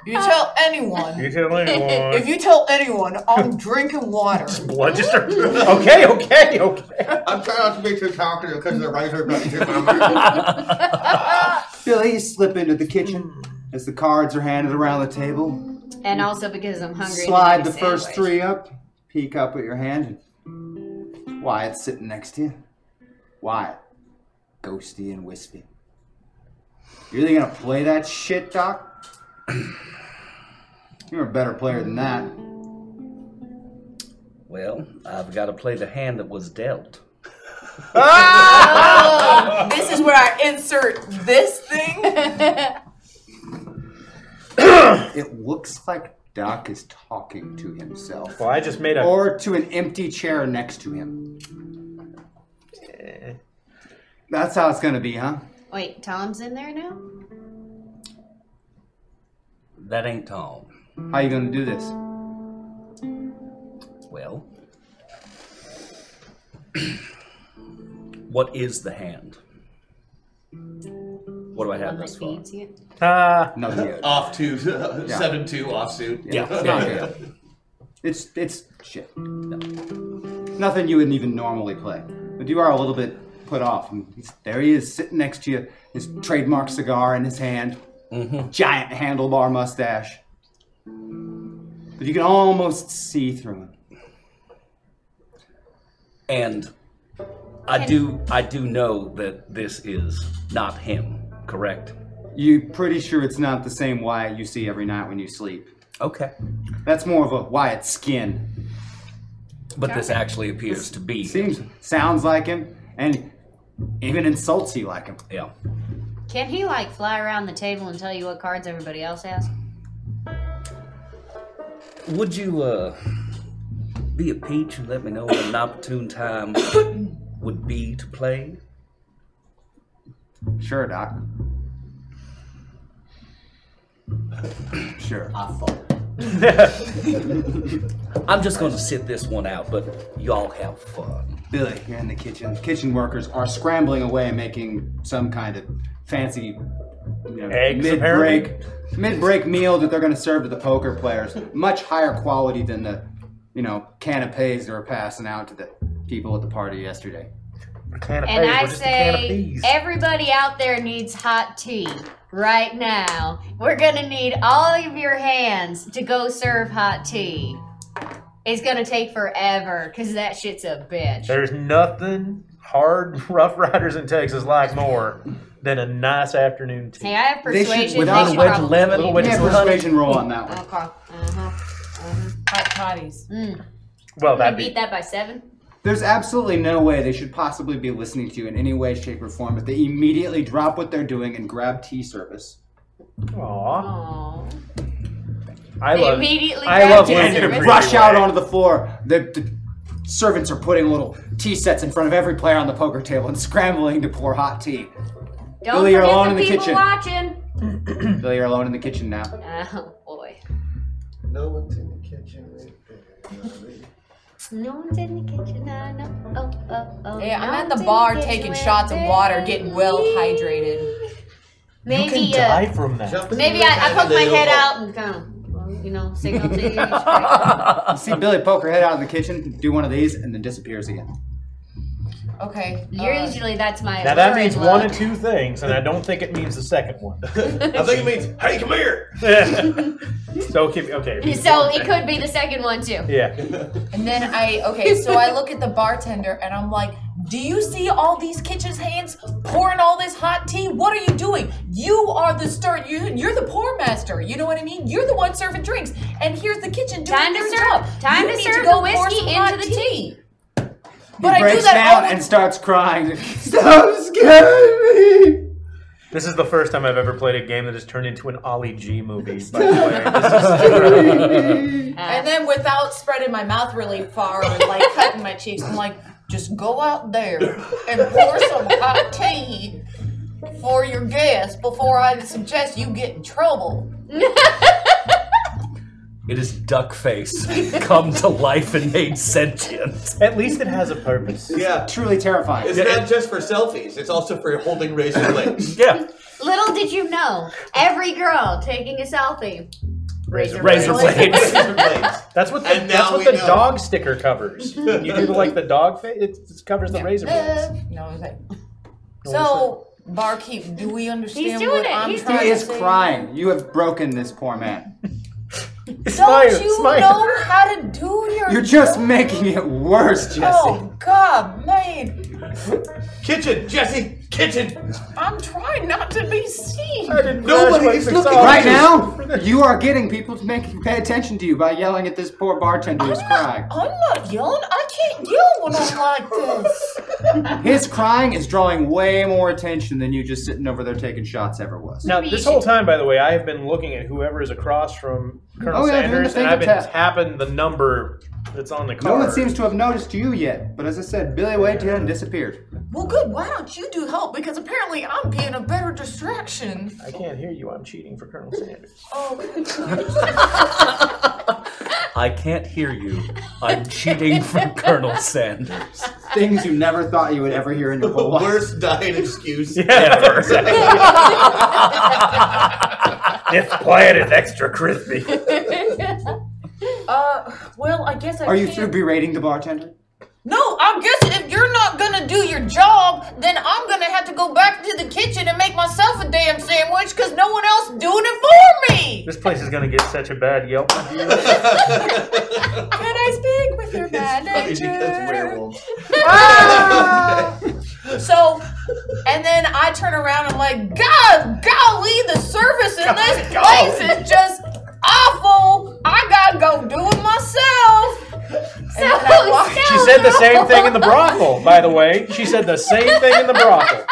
Speaker 3: You tell anyone.
Speaker 4: You tell anyone.
Speaker 3: If you tell anyone I'm drinking water,
Speaker 4: blood just starts. okay, okay, okay.
Speaker 5: I'm trying not to be too talkative because the razor doesn't do
Speaker 1: Billy, you slip into the kitchen as the cards are handed around the table.
Speaker 6: And also because I'm hungry. and I
Speaker 1: Slide
Speaker 6: need
Speaker 1: the
Speaker 6: a
Speaker 1: first
Speaker 6: sandwich.
Speaker 1: three up, peek up at your hand, and Wyatt's sitting next to you. Wyatt, ghosty and wispy. You're really gonna play that shit, Doc? You're a better player than that.
Speaker 8: Well, I've got to play the hand that was dealt.
Speaker 3: Oh, this is where I insert this thing.
Speaker 1: It looks like Doc is talking to himself.
Speaker 4: Well, I just made a.
Speaker 1: Or to an empty chair next to him.
Speaker 4: Eh.
Speaker 1: That's how it's gonna be, huh?
Speaker 6: Wait, Tom's in there now?
Speaker 8: That ain't Tom.
Speaker 1: How you gonna do this?
Speaker 8: Well, What is the hand? What do I have thus far?
Speaker 4: Ah,
Speaker 5: off two,
Speaker 8: Yeah.
Speaker 5: seven two offsuit.
Speaker 8: Yeah.
Speaker 1: It's not good. It's it's shit. Nothing you would even normally play. But you are a little bit put off. And he's, there he is, sitting next to you, his trademark cigar in his hand, giant handlebar mustache. But you can almost see through him.
Speaker 8: And I do I do know that this is not him, correct?
Speaker 1: You're pretty sure it's not the same Wyatt you see every night when you sleep.
Speaker 8: Okay.
Speaker 1: That's more of a Wyatt skin.
Speaker 8: But this actually appears to be
Speaker 1: Seems sounds like him, and even insults you like him.
Speaker 8: Yeah.
Speaker 6: Can he like fly around the table and tell you what cards everybody else has?
Speaker 8: Would you uh be a peach and let me know what an opportune time would be to play?
Speaker 1: Sure, Doc. Sure.
Speaker 8: I'm just going to sit this one out, but y'all have fun.
Speaker 1: Billy, you're in the kitchen. Kitchen workers are scrambling away, making some kind of fancy you know,
Speaker 4: Eggs,
Speaker 1: mid-break mid-break meal that they're going to serve to the poker players. Much higher quality than the you know canapes they were passing out to the people at the party yesterday.
Speaker 6: And I say everybody out there needs hot tea right now. We're gonna need all of your hands to go serve hot tea. It's gonna take forever because that shit's a bitch.
Speaker 4: There's nothing hard Rough Riders in Texas like more than a nice afternoon tea.
Speaker 6: Hey, I have persuasion. They should,
Speaker 4: without a wedge
Speaker 6: probably
Speaker 4: lemon,
Speaker 6: leave
Speaker 4: a wedge
Speaker 6: it.
Speaker 4: of Yeah, honey. persuasion roll on that one.
Speaker 6: Oh, Carl. Uh-huh. Uh-huh.
Speaker 3: Hot toddies.
Speaker 6: Mm.
Speaker 1: Well,
Speaker 6: Can we beat that by seven?
Speaker 1: There's absolutely no way they should possibly be listening to you in any way, shape, or form. But they immediately drop what they're doing and grab tea service.
Speaker 4: Aww. I
Speaker 6: They
Speaker 4: love.
Speaker 6: immediately
Speaker 4: I
Speaker 6: grabbed
Speaker 4: love
Speaker 6: you
Speaker 4: when
Speaker 6: and
Speaker 4: they
Speaker 6: you
Speaker 1: rush out onto the floor. The, the servants are putting little tea sets in front of every player on the poker table and scrambling to pour hot tea.
Speaker 6: Don't
Speaker 1: Billy, you're
Speaker 6: forget
Speaker 1: alone
Speaker 6: the
Speaker 1: in the
Speaker 6: people
Speaker 1: kitchen.
Speaker 6: watching.
Speaker 1: Billy, you're alone in the kitchen now.
Speaker 6: Oh boy.
Speaker 5: No one's in the kitchen. right there.
Speaker 6: No one's in the kitchen. I know. Oh, oh, oh.
Speaker 3: Yeah, I'm
Speaker 6: No
Speaker 3: at
Speaker 6: one's
Speaker 3: the
Speaker 6: in
Speaker 3: bar
Speaker 6: kitchen
Speaker 3: taking
Speaker 6: with
Speaker 3: shots of
Speaker 6: me.
Speaker 3: water, getting well hydrated.
Speaker 6: Maybe
Speaker 4: You can
Speaker 6: uh,
Speaker 4: die from that.
Speaker 6: Maybe I, I poke my head out and kind of, you know, signal to you.
Speaker 1: You see Billy poke her head out of the kitchen, do one of these, and then disappears again.
Speaker 3: Okay. uh,
Speaker 6: Usually that's my.
Speaker 4: Now that
Speaker 6: lurid
Speaker 4: means
Speaker 6: look.
Speaker 4: one of two things, and I don't think it means the second one. I think
Speaker 5: it means, hey, come here.
Speaker 4: so okay, okay.
Speaker 6: So it could be the second one too.
Speaker 4: Yeah.
Speaker 3: And then I okay, so I look at the bartender and I'm like, "Do you see all these kitchen's hands pouring all this hot tea? What are you doing? You are the stir. You you're the pour master. You know what I mean? You're the one serving drinks, and here's the kitchen doing
Speaker 6: Time to
Speaker 3: your
Speaker 6: serve-
Speaker 3: job.
Speaker 6: time
Speaker 3: You
Speaker 6: to
Speaker 3: need
Speaker 6: serve
Speaker 3: go
Speaker 6: the
Speaker 3: pour
Speaker 6: whiskey
Speaker 3: some
Speaker 6: into
Speaker 3: hot
Speaker 6: the
Speaker 3: tea.
Speaker 1: he
Speaker 3: But I do
Speaker 1: breaks
Speaker 3: that all
Speaker 1: down
Speaker 3: the-
Speaker 1: and starts crying. Stop scaring me!
Speaker 4: This is the first time I've ever played a game that has turned into an Ollie G movie. By the way, this is
Speaker 3: and then without spreading my mouth really far and like cutting my cheeks, I'm like, just go out there and pour some hot tea for your guests before I suggest you get in trouble.
Speaker 8: It is Duckface come to life and made sentient.
Speaker 4: At least it has a purpose.
Speaker 5: Yeah.
Speaker 1: Truly terrifying.
Speaker 5: It's not just for selfies. It's also for holding razor blades.
Speaker 8: yeah.
Speaker 6: Little did you know, every girl taking a selfie.
Speaker 4: razor,
Speaker 5: Razor blades. Razor
Speaker 4: That's what the,
Speaker 5: And now
Speaker 4: that's what
Speaker 5: we
Speaker 4: the
Speaker 5: know.
Speaker 4: dog sticker covers. you do the, like the dog face. It just covers the razor blades.
Speaker 3: Uh, no, okay. So, barkeep, do we understand
Speaker 6: He's doing
Speaker 3: what
Speaker 6: it.
Speaker 3: I'm
Speaker 6: He's
Speaker 3: trying
Speaker 1: He is
Speaker 3: to say?
Speaker 1: crying. You have broken this poor man.
Speaker 3: Don't you know how to do your
Speaker 1: You're just making it worse, Jesse.
Speaker 3: Oh god, man.
Speaker 5: kitchen, Jesse, kitchen.
Speaker 3: I'm trying not to be seen.
Speaker 5: Nobody's looking
Speaker 1: Right now, you are getting people to make pay attention to you by yelling at this poor bartender who's crying.
Speaker 3: I'm not yelling. I can't yell when I'm like this.
Speaker 1: His crying is drawing way more attention than you just sitting over there taking shots ever was.
Speaker 4: Now, this whole time, by the way, I have been looking at whoever is across from Colonel
Speaker 1: Oh, yeah, doing the
Speaker 4: Sanders,
Speaker 1: thing
Speaker 4: and I've
Speaker 1: to
Speaker 4: been
Speaker 1: tap.
Speaker 4: tapping the number that's on the
Speaker 1: no
Speaker 4: card.
Speaker 1: one seems to have noticed you yet, but as I said, Billy waved to him and disappeared.
Speaker 3: Well, good. Why don't you do help? Because apparently I'm being a better distraction. Oh.
Speaker 4: I can't hear you. I'm cheating for Colonel Sanders.
Speaker 8: I can't hear you. I'm cheating from Colonel Sanders.
Speaker 1: Things you never thought you would ever hear in your whole life. Worst
Speaker 5: diet excuse
Speaker 1: ever.
Speaker 4: This plan is extra crispy.
Speaker 3: uh, well, I guess I
Speaker 1: Are you
Speaker 3: can't-
Speaker 1: through berating the bartender?
Speaker 3: No, I'm guessing if you're not gonna do your job, then I'm gonna have to go back to the kitchen and make myself a damn sandwich because no one else doing it for me.
Speaker 4: This place is gonna get such a bad Yelp review.
Speaker 3: Can I speak with your manager?
Speaker 4: Ah!
Speaker 3: so, and then I turn around and like, God, golly, the service in this place is just awful. I gotta go do it myself. So,
Speaker 4: She said the same thing in the brothel, by the way. She said the same thing in the brothel.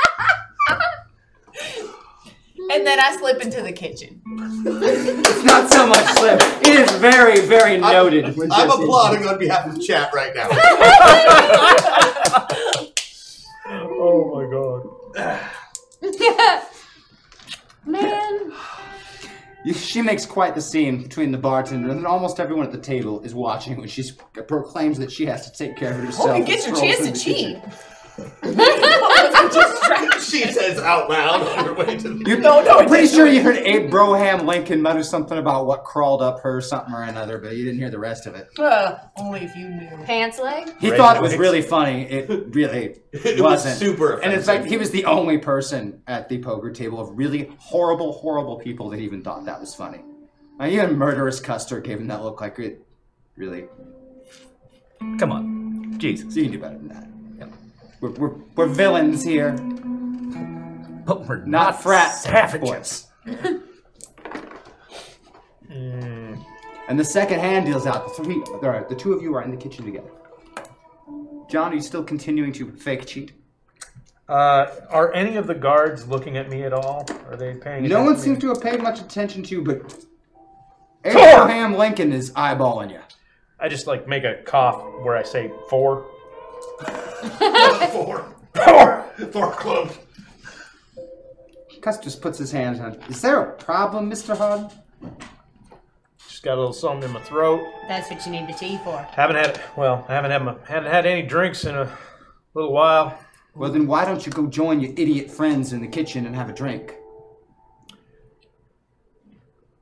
Speaker 3: And then I slip into the kitchen.
Speaker 1: It's not so much slip. It is very, very noted. I'm,
Speaker 5: I'm applauding on behalf of chat right now.
Speaker 4: oh my god.
Speaker 6: Man.
Speaker 1: You- She makes quite the scene between the bartender and almost everyone at the table is watching when she proclaims that she has to take care of herself.
Speaker 3: Hope Oh, you
Speaker 1: and
Speaker 3: get your
Speaker 1: strolls
Speaker 3: chance
Speaker 1: in
Speaker 3: to
Speaker 1: the
Speaker 3: cheat.
Speaker 5: she says out loud on her way to the.
Speaker 1: You no, no. I'm pretty sure you heard Abe Broham Lincoln mutter something about what crawled up her something or another, but you didn't hear the rest of it.
Speaker 3: Uh, only if you knew.
Speaker 6: Pants leg?
Speaker 1: He thought it was really funny. It really
Speaker 5: It was
Speaker 1: wasn't.
Speaker 5: super
Speaker 1: And in
Speaker 5: offensive.
Speaker 1: fact, he was the only person at the poker table of really horrible, horrible people that even thought that was funny. And even murderous Custer gave him that look like it really.
Speaker 8: Come on, Jesus,
Speaker 1: you can do better than that. We're, we're, we're villains here,
Speaker 8: But we're
Speaker 1: not, frat
Speaker 8: savages.
Speaker 1: boys. Mm. And the second hand deals out. The three, or the two of you are in the kitchen together. John, are you still continuing to fake cheat?
Speaker 4: Uh, are any of the guards looking at me at all? Are they paying?
Speaker 1: No one
Speaker 4: attention
Speaker 1: seems to have paid much attention to you, but Abraham Lincoln is eyeballing you.
Speaker 4: I just like make a cough where I say four.
Speaker 5: four.
Speaker 4: Four.
Speaker 5: Four clubs.
Speaker 1: Custis puts his hands on. Is there a problem, Mr. Hod?
Speaker 4: Just got a little something in my throat.
Speaker 6: That's what you need the tea for.
Speaker 4: Haven't had well, I haven't had my haven't had any drinks in a little while.
Speaker 1: Well, then why don't you go join your idiot friends in the kitchen and have a drink?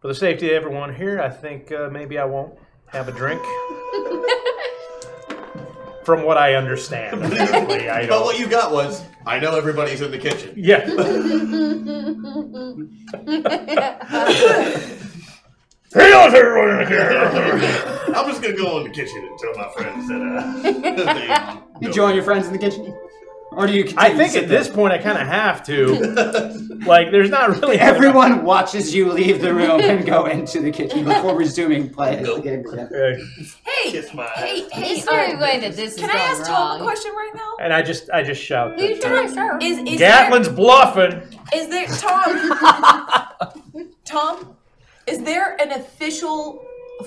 Speaker 4: For the safety of everyone here, I think uh, maybe I won't have a drink. From what I understand, apparently, I
Speaker 5: But
Speaker 4: don't.
Speaker 5: what you got was, I know everybody's in the kitchen.
Speaker 4: Yeah.
Speaker 9: Hey, how's everyone in here?
Speaker 5: I'm just gonna go in the kitchen and tell my friends that.
Speaker 1: You join your friends in the kitchen, or do you?
Speaker 4: I
Speaker 1: continue to
Speaker 4: think
Speaker 1: sit
Speaker 4: at
Speaker 1: there?
Speaker 4: this point I kind of have to. like, there's not really
Speaker 1: Everyone watches you leave the room and go into the kitchen before resuming play. of the game again.
Speaker 3: Hey, hey, hey!
Speaker 6: There's no
Speaker 3: uh,
Speaker 6: way that this is
Speaker 3: Can
Speaker 6: going
Speaker 3: I ask
Speaker 6: wrong.
Speaker 3: Tom a question right now?
Speaker 4: And I just I just shout. that,
Speaker 3: Is is
Speaker 4: Gatlin's bluffing.
Speaker 3: there is there Tom? Tom, is there an official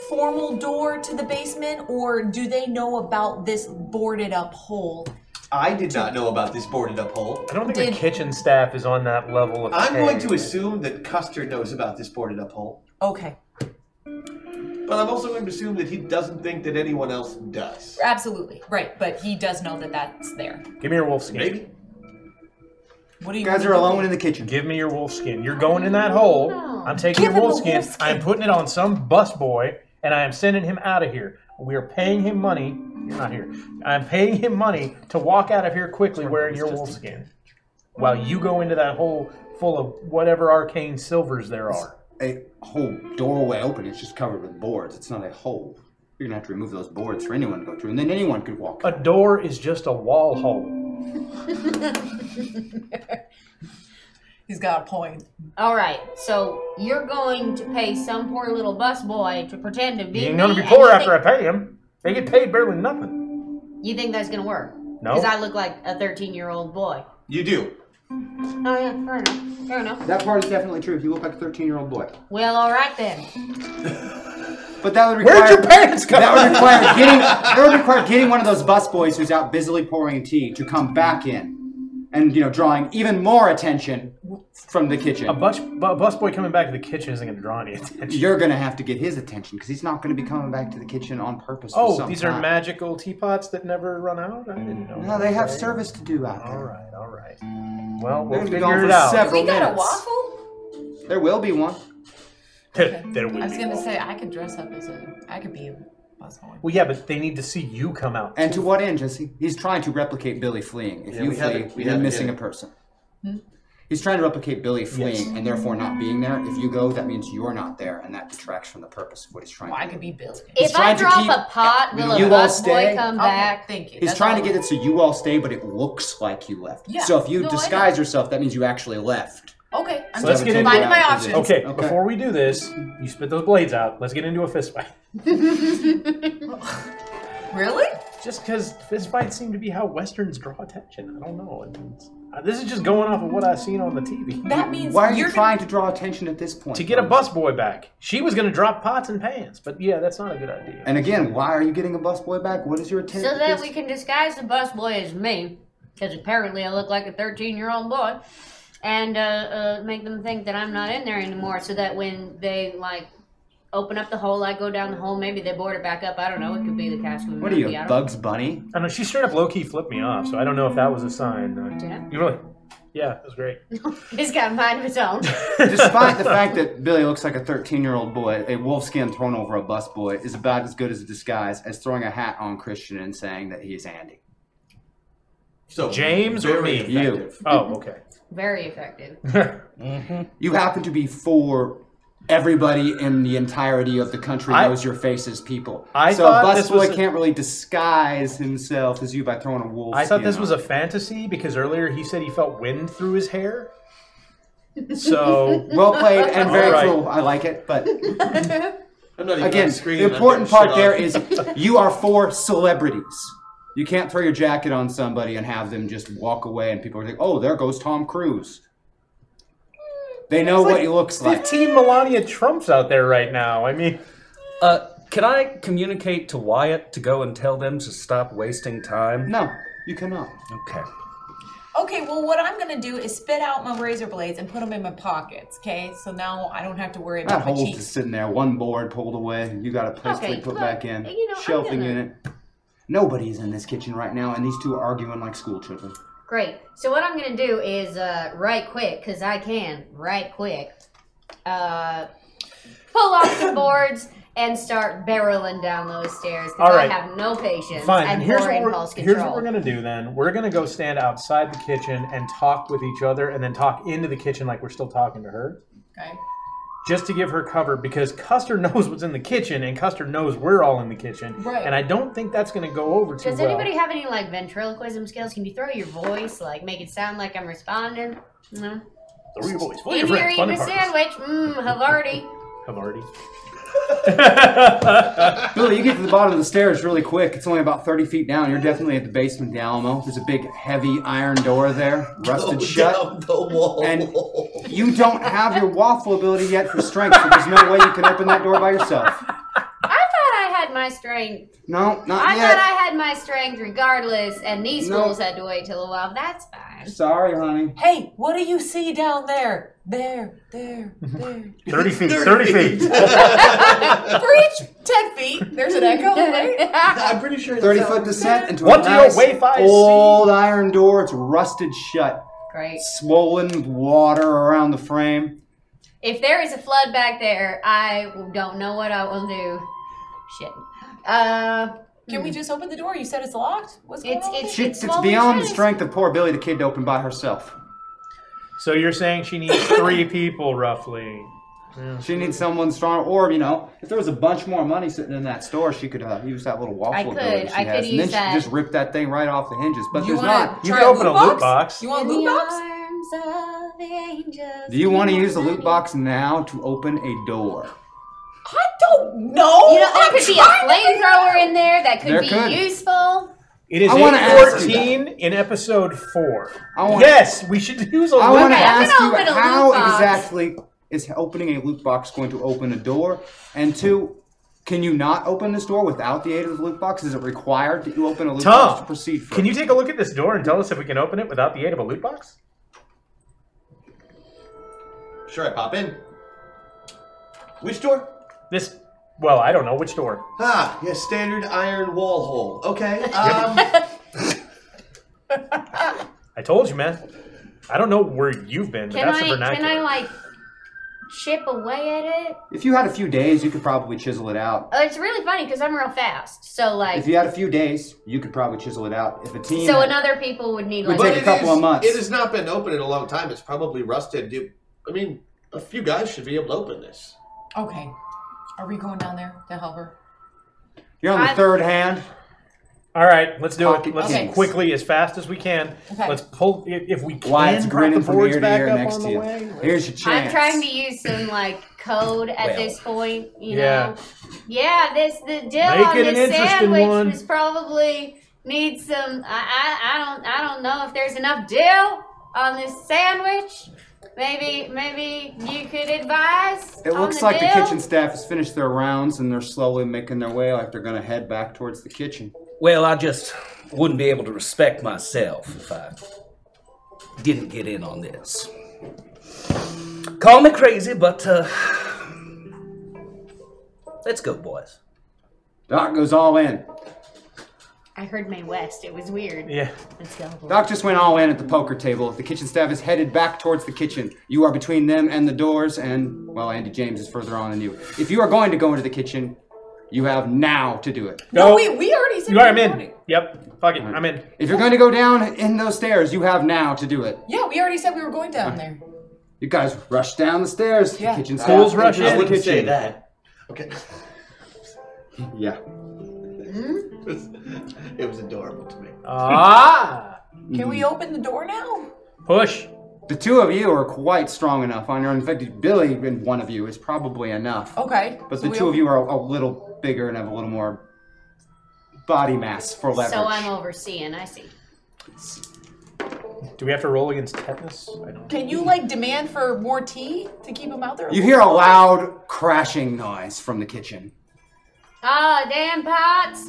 Speaker 3: formal door to the basement, or do they know about this boarded up hole?
Speaker 5: I did not know about this boarded up hole.
Speaker 4: I don't think the kitchen staff is on that level of.
Speaker 5: I'm going
Speaker 4: pay.
Speaker 5: to assume that Custer knows about this boarded up hole,
Speaker 3: Okay,
Speaker 5: but I'm also going to assume that he doesn't think that anyone else does.
Speaker 3: absolutely right, but he does know that that's there.
Speaker 4: Give me your wolf skin. Maybe.
Speaker 3: What do you
Speaker 1: guys are alone in the kitchen.
Speaker 4: Give me your wolf skin. You're going in that hole. I'm taking your wolf skin. I'm putting it on some bus boy, and I am sending him out of here. We are paying him money. You're not here. I'm paying him money to walk out of here quickly wearing your wolf skin, while you go into that hole full of whatever arcane silvers there are.
Speaker 1: a whole doorway open. It's just covered with boards. It's not a hole. You're gonna have to remove those boards for anyone to go through, and then anyone could walk.
Speaker 4: A door is just a wall hole.
Speaker 3: He's got a point.
Speaker 6: All right, so you're going to pay some poor little busboy to pretend to be.
Speaker 4: You ain't gonna be
Speaker 6: me, and
Speaker 4: poor
Speaker 6: you
Speaker 4: after I
Speaker 6: think-
Speaker 4: pay him. They get paid barely nothing.
Speaker 6: You think that's gonna work?
Speaker 4: No.
Speaker 6: Because I look like a 13 year old boy.
Speaker 5: You do.
Speaker 6: Oh yeah, fair enough. Fair enough.
Speaker 1: That part is definitely true. You look like a 13 year old boy.
Speaker 6: Well, all right then.
Speaker 1: But that would require.
Speaker 4: your pants go?
Speaker 1: That would require getting. That would require getting one of those busboys who's out busily pouring tea to come back in, and you know drawing even more attention from the kitchen.
Speaker 4: A bus, bu- busboy coming back to the kitchen isn't going to draw any attention.
Speaker 1: You're going to have to get his attention because he's not going to be coming back to the kitchen on purpose. for
Speaker 4: Oh,
Speaker 1: some
Speaker 4: these are
Speaker 1: time.
Speaker 4: magical teapots that never run out. I didn't know.
Speaker 1: No, they have service to do out there. All
Speaker 4: right, all right. Well,
Speaker 1: They're
Speaker 4: we'll
Speaker 1: gonna be
Speaker 4: figure
Speaker 1: gone
Speaker 4: it
Speaker 1: for
Speaker 4: out.
Speaker 1: several
Speaker 4: We got a
Speaker 1: minutes. There will be one.
Speaker 4: there will
Speaker 3: I was
Speaker 4: be.
Speaker 3: gonna say I could dress up as a. I could be a busboy.
Speaker 4: Well, yeah, but they need to see you come out.
Speaker 1: And to what end, Jesse? He's trying to replicate Billy fleeing. If
Speaker 4: Yeah,
Speaker 1: you
Speaker 4: we
Speaker 1: flee,
Speaker 4: haven't- we
Speaker 1: you're
Speaker 4: haven't
Speaker 1: missing a
Speaker 4: yet.
Speaker 1: person.
Speaker 3: Hmm?
Speaker 1: He's trying to replicate Billy fleeing
Speaker 3: Yes.
Speaker 1: and therefore not being there. If you go, that means you're not there, and that detracts from the purpose of what he's trying
Speaker 3: Well,
Speaker 1: to
Speaker 3: I
Speaker 1: do.
Speaker 3: could be Billy.
Speaker 1: He's
Speaker 6: if I
Speaker 1: trying to
Speaker 6: drop
Speaker 1: keep-
Speaker 6: a pot, will
Speaker 1: You won't
Speaker 6: a bus boy
Speaker 1: stay?
Speaker 6: come
Speaker 1: Okay,
Speaker 6: back?
Speaker 3: Thank you.
Speaker 1: He's
Speaker 3: That's
Speaker 1: trying
Speaker 3: all
Speaker 1: to get it so you all stay, but it looks like you left.
Speaker 3: Yeah.
Speaker 1: So if you
Speaker 3: No, I know.
Speaker 1: disguise yourself, that means you actually left.
Speaker 3: Okay, I'm
Speaker 1: So let's
Speaker 3: just
Speaker 1: get
Speaker 3: finding
Speaker 1: into it.
Speaker 3: my
Speaker 1: Is
Speaker 3: options.
Speaker 1: it-
Speaker 4: Okay,
Speaker 1: Okay.
Speaker 4: before we do this, you spit those blades out. Let's get into a fist fight.
Speaker 3: really?
Speaker 4: Just because fist fights seem to be how westerns draw attention. I don't know. It's- uh, This is just going off of what I've seen on the TV.
Speaker 3: That means
Speaker 1: Why are you
Speaker 3: you're
Speaker 1: trying to draw attention at this point?
Speaker 4: to get a busboy back. She was going to drop pots and pans, but yeah, that's not a good idea.
Speaker 1: And again, why are you getting a busboy back? What is your
Speaker 6: So
Speaker 1: attention?
Speaker 6: that we can disguise the busboy as me, because apparently I look like a 13 year old boy, and uh, uh, make them think that I'm not in there anymore, so that when they, like, open up the hole, I go down the hole, maybe they board it back up. I don't know. It could be the cast
Speaker 1: What are you, Bugs Bunny?
Speaker 4: I know she straight up low key flipped me off, so I don't know if that was a sign. Uh,
Speaker 6: Yeah.
Speaker 4: You really? Yeah, that was great.
Speaker 6: He's got a mind of his own.
Speaker 1: Despite the fact that Billy looks like a 13 year old boy, a wolfskin thrown over a busboy is about as good as a disguise as throwing a hat on Christian and saying that he is Andy.
Speaker 5: So
Speaker 4: James or me?
Speaker 1: You.
Speaker 4: Oh, okay.
Speaker 6: Very effective.
Speaker 1: You happen to be for everybody in the entirety of the country
Speaker 4: I-
Speaker 1: knows your face as people.
Speaker 4: I
Speaker 1: so
Speaker 4: thought this was
Speaker 1: busboy
Speaker 4: a-
Speaker 1: can't really disguise himself as you by throwing a wolf.
Speaker 4: I thought
Speaker 1: skin
Speaker 4: this was
Speaker 1: on.
Speaker 4: a fantasy because earlier he said he felt wind through his hair. So
Speaker 1: well played and very
Speaker 4: All right.
Speaker 1: cool. I like it, but
Speaker 5: I'm not even
Speaker 1: Again,
Speaker 5: on screen.
Speaker 1: the
Speaker 5: I've
Speaker 1: important
Speaker 5: got shit
Speaker 1: part there
Speaker 5: on.
Speaker 1: is you are for celebrities. You can't throw your jacket on somebody and have them just walk away, and people are like, "Oh, there goes Tom Cruise." They know
Speaker 4: It's
Speaker 1: what
Speaker 4: like
Speaker 1: he looks like.
Speaker 4: Fifteen Melania Trumps out there right now. I mean,
Speaker 8: Uh, can I communicate to Wyatt to go and tell them to stop wasting time?
Speaker 1: No, you cannot.
Speaker 8: Okay.
Speaker 3: Okay, well, what I'm gonna do is spit out my razor blades and put them in my pockets. Okay, so now I don't have to worry
Speaker 1: That
Speaker 3: about my
Speaker 1: hole's
Speaker 3: cheeks.
Speaker 1: just sitting there, one board pulled away. You got a place to
Speaker 3: Okay,
Speaker 1: be put
Speaker 3: look,
Speaker 1: back in.
Speaker 3: you know, I'm
Speaker 1: Shelving
Speaker 3: gonna-
Speaker 1: unit. Nobody's in this kitchen right now, and these two are arguing like school children.
Speaker 6: Great. So what I'm gonna do is uh, right quick, cause I can right quick, uh, pull off the boards and start barreling down those stairs. Cause
Speaker 4: All right.
Speaker 6: I have no patience.
Speaker 4: fine.
Speaker 6: I'm
Speaker 4: And here's
Speaker 6: poor
Speaker 4: what,
Speaker 6: impulse
Speaker 4: we're, here's what
Speaker 6: control.
Speaker 4: we're gonna do. Then we're gonna go stand outside the kitchen and talk with each other, and then talk into the kitchen like we're still talking to her.
Speaker 3: Okay.
Speaker 4: just to give her cover because Custer knows what's in the kitchen and Custer knows we're all in the kitchen.
Speaker 6: Right.
Speaker 4: And I don't think that's going to go over too
Speaker 6: Does
Speaker 4: well.
Speaker 6: anybody have any like ventriloquism skills? Can you throw your voice, like make it sound like I'm responding? No.
Speaker 4: Throw your voice. What are
Speaker 6: If
Speaker 4: your
Speaker 6: you're
Speaker 4: friends?
Speaker 6: eating
Speaker 4: Fun
Speaker 6: a
Speaker 4: and hard.
Speaker 6: sandwich, mmm, Havarti.
Speaker 1: Billy, you get to the bottom of the stairs really quick. It's only about 30 feet down. You're definitely at the basement of the Alamo. There's a big, heavy iron door there, rusted shut. And you don't have your waffle ability yet for strength, so there's no way you can open that door by yourself.
Speaker 6: I thought I had my strength.
Speaker 1: No, not
Speaker 6: I
Speaker 1: yet.
Speaker 6: thought I had my strength regardless, and these
Speaker 1: No.
Speaker 6: fools had to wait till a while. That's fine.
Speaker 1: Sorry, honey.
Speaker 3: Hey, what do you see down there? There, there,
Speaker 1: Mm-hmm.
Speaker 3: there.
Speaker 4: 30 feet. 30 feet.
Speaker 3: For each ten feet, there's an echo. Right?
Speaker 5: I'm pretty sure.
Speaker 1: 30 foot descent into
Speaker 4: What
Speaker 1: a
Speaker 4: do your
Speaker 1: nice
Speaker 4: Wi-Fi
Speaker 1: old iron door. It's rusted shut,
Speaker 6: Great.
Speaker 1: swollen with water around the frame.
Speaker 6: If there is a flood back there, I don't know what I will do. Shit. Uh,
Speaker 3: Can we just open the door? You said it's locked. What's going
Speaker 6: It's-
Speaker 3: on?
Speaker 6: it's-
Speaker 1: She, it's
Speaker 6: swollen
Speaker 1: beyond the
Speaker 6: shut.
Speaker 1: strength of poor Billy the Kid to open by herself.
Speaker 4: So you're saying she needs three people roughly.
Speaker 1: She needs someone strong, or you know, if there was a bunch more money sitting in that store, she could uh, use that little waffle
Speaker 6: I could-
Speaker 1: ability she
Speaker 6: I could
Speaker 1: has, and
Speaker 6: use
Speaker 1: then
Speaker 6: that.
Speaker 1: she could just rip that thing right off the hinges. But
Speaker 3: You
Speaker 1: there's
Speaker 3: wanna
Speaker 1: not.
Speaker 3: You try could a open loot a loot box? box. You want
Speaker 6: in
Speaker 3: a loot
Speaker 6: the
Speaker 3: box?
Speaker 6: arms of the angels.
Speaker 1: Do you want to use the loot box now to open a door?
Speaker 3: I don't know.
Speaker 6: You know, there
Speaker 3: I'm
Speaker 6: could be a
Speaker 3: trying to figure out-
Speaker 6: flamethrower in there that could
Speaker 4: There
Speaker 6: be
Speaker 4: could.
Speaker 6: useful.
Speaker 4: It is
Speaker 1: I wanna ask you
Speaker 4: 14 in episode 4.
Speaker 1: I wanna-
Speaker 4: yes, we should use a
Speaker 1: I want to
Speaker 4: loop.
Speaker 1: ask you
Speaker 6: open a loot
Speaker 1: how
Speaker 6: box.
Speaker 1: exactly is opening a loot box going to open a door? And two, can you not open this door without the aid of the loot box? Is it required that you open a loot box
Speaker 4: Tom,
Speaker 1: to proceed? First?
Speaker 4: can you take a look at this door and tell us if we can open it without the aid of a loot box?
Speaker 5: Sure, I pop in. Which door?
Speaker 4: This. Well, I don't know which door.
Speaker 5: Ah, yes, standard iron wall hole. Okay. Um,
Speaker 4: I told you, man. I don't know where you've been, but
Speaker 6: Can
Speaker 4: that's
Speaker 6: I
Speaker 4: a
Speaker 6: can
Speaker 4: vernacular.
Speaker 6: I like chip away at it?
Speaker 1: If you had a few days, you could probably chisel it out.
Speaker 6: Oh, it's really funny because I'm real fast. So like,
Speaker 1: If you had a few days, you could probably chisel it out. If a team,
Speaker 6: so and other people would need like.
Speaker 1: Would take a couple of months.
Speaker 5: It has not been open in a long time. It's probably rusted. You- I mean, a few guys should be able to open this.
Speaker 3: Okay. Are we going down there to help her?
Speaker 1: You're on the
Speaker 3: I'm-
Speaker 1: third hand.
Speaker 4: All right, let's do
Speaker 1: Pocket
Speaker 4: it. Let's
Speaker 1: kings.
Speaker 4: quickly, as fast as we can.
Speaker 6: Okay.
Speaker 4: Let's pull if we can.
Speaker 1: Wyatt's
Speaker 4: prop
Speaker 1: grinning
Speaker 4: the
Speaker 1: from
Speaker 4: boards
Speaker 1: ear to
Speaker 4: back
Speaker 1: ear
Speaker 4: up
Speaker 1: next
Speaker 4: on
Speaker 1: to
Speaker 4: the
Speaker 1: you.
Speaker 4: way.
Speaker 1: Here's your
Speaker 6: I'm
Speaker 1: chance.
Speaker 6: trying to use some like code at
Speaker 1: Well.
Speaker 6: this point, you
Speaker 1: Yeah.
Speaker 6: know. Yeah, this the deal
Speaker 1: Make
Speaker 6: on
Speaker 1: it an
Speaker 6: this
Speaker 1: interesting
Speaker 6: sandwich
Speaker 1: one.
Speaker 6: was probably needs some. I, I I don't I don't know if there's enough dill on this sandwich. Maybe maybe you could advise.
Speaker 1: It
Speaker 6: on
Speaker 1: looks like the
Speaker 6: dill?
Speaker 1: kitchen staff has finished their rounds and they're slowly making their way like they're going to head back towards the kitchen.
Speaker 8: Well, I just wouldn't be able to respect myself if I didn't get in on this. Call me crazy, but uh, let's go, boys.
Speaker 1: Doc goes all in.
Speaker 6: I heard May West. It was weird.
Speaker 1: Yeah.
Speaker 6: Let's go.
Speaker 1: Doc just went all in at the poker table. The kitchen staff is headed back towards the kitchen. You are between them and the doors, and, well, Andy James is further on than you. If you are going to go into the kitchen, you have now to do it.
Speaker 4: No,
Speaker 3: we, we already said
Speaker 4: You are, I'm
Speaker 3: we were
Speaker 4: in. Yep. Fuck it. I'm in.
Speaker 1: If you're going to go down in those stairs, you have now to do it.
Speaker 3: Yeah, we already said we were going down there.
Speaker 1: You guys rush down the stairs.
Speaker 3: Yeah.
Speaker 1: The
Speaker 5: Uh,
Speaker 1: kitchen staff
Speaker 4: Fools rush
Speaker 1: enters
Speaker 4: in.
Speaker 1: the
Speaker 4: Wouldn't
Speaker 1: kitchen.
Speaker 4: say that.
Speaker 5: Okay.
Speaker 1: Yeah.
Speaker 5: It was- it was adorable to me.
Speaker 4: Ah!
Speaker 3: Can we open the door now?
Speaker 4: Push.
Speaker 1: The two of you are quite strong enough on your own. In fact, Billy and one of you is probably enough.
Speaker 3: Okay.
Speaker 1: But
Speaker 3: so
Speaker 1: the
Speaker 3: we
Speaker 1: two of
Speaker 3: open-
Speaker 1: you are a little bigger and have a little more body mass for leverage.
Speaker 6: So
Speaker 3: uh,
Speaker 6: I'm overseeing. I see.
Speaker 4: Do we have to roll against tetanus? I don't.
Speaker 3: Can you like demand for more tea to keep him out there?
Speaker 1: you hear a loud crashing noise from the kitchen.
Speaker 6: Oh, damn pots.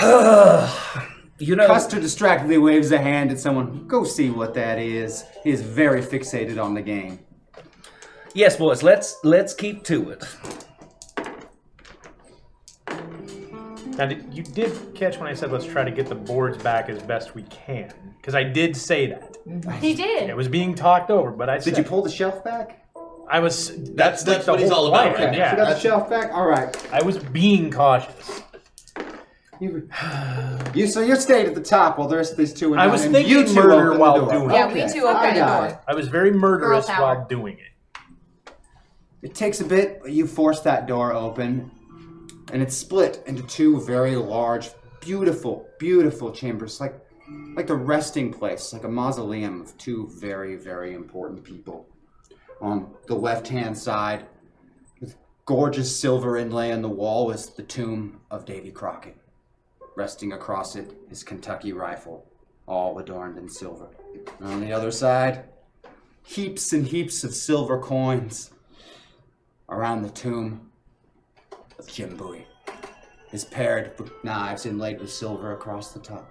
Speaker 8: you know,
Speaker 1: Custer distractedly waves a hand at someone. Go see what that is. He is very fixated on the game.
Speaker 8: Yes, boys. Let's let's keep to it.
Speaker 4: Now, did- you did catch when I said let's try to get the boards back as best we can, because I did say that.
Speaker 3: Mm-hmm.
Speaker 6: He did.
Speaker 4: It was being talked over, but I
Speaker 1: Did you pull the shelf back?
Speaker 4: I was. That's
Speaker 5: That's- that's
Speaker 4: like the
Speaker 5: what he's
Speaker 4: whole
Speaker 5: all about
Speaker 4: plan,
Speaker 5: right now.
Speaker 4: Yeah.
Speaker 5: You got the
Speaker 1: shelf back. All right.
Speaker 4: I was being cautious.
Speaker 1: You, you so you stayed at the top while the rest of these two. Are
Speaker 4: I
Speaker 1: down,
Speaker 4: was
Speaker 1: and
Speaker 4: thinking
Speaker 1: you two
Speaker 4: murder
Speaker 1: opened the
Speaker 4: while
Speaker 1: door.
Speaker 4: doing it.
Speaker 3: Yeah, we two opened
Speaker 1: I
Speaker 3: the
Speaker 1: got
Speaker 3: door.
Speaker 1: it.
Speaker 4: I was very murderous
Speaker 3: Girl power.
Speaker 4: while doing it.
Speaker 1: It takes a bit, but you force that door open, and it's split into two very large, beautiful, beautiful chambers, like like the resting place, like a mausoleum of two very, very important people. On the left hand side, with gorgeous silver inlay on the wall, is the tomb of Davy Crockett. Resting across it, his Kentucky rifle, all adorned in silver. And on the other side, heaps and heaps of silver coins around the tomb of Jim Bowie, his paired knives inlaid with silver across the top.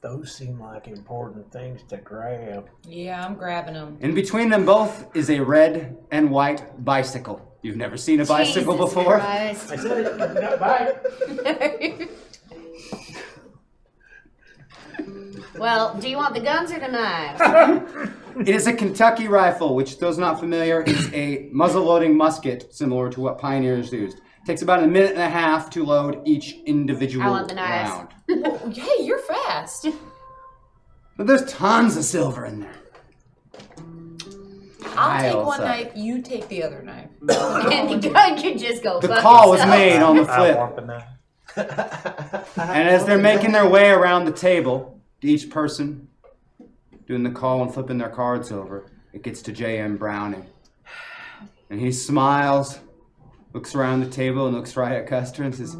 Speaker 4: Those seem like important things to grab.
Speaker 3: Yeah, I'm grabbing him.
Speaker 1: In between them both is a red and white bicycle. You've never seen a bicycle before?
Speaker 4: I said it. Not by.
Speaker 6: well, do you want the guns or the knives?
Speaker 1: It is a Kentucky rifle, which, those not familiar, is a muzzle-loading musket similar to what pioneers used. takes about a minute and a half to load each individual
Speaker 6: I want the knives.
Speaker 1: round.
Speaker 3: Whoa, Oh, hey, you're fast.
Speaker 1: But there's tons of silver in there.
Speaker 3: I'll take
Speaker 1: Piles
Speaker 3: one
Speaker 1: up.
Speaker 3: knife. You take the other knife.
Speaker 6: and the gun could just go.
Speaker 1: The
Speaker 6: fuck
Speaker 1: call was
Speaker 6: itself.
Speaker 1: made on the
Speaker 4: I
Speaker 1: flip.
Speaker 4: want the knife.
Speaker 1: And as they're making their way around the table, each person doing the call and flipping their cards over, it gets to J.M. Browning. And he smiles, looks around the table, and looks right at Custer and says,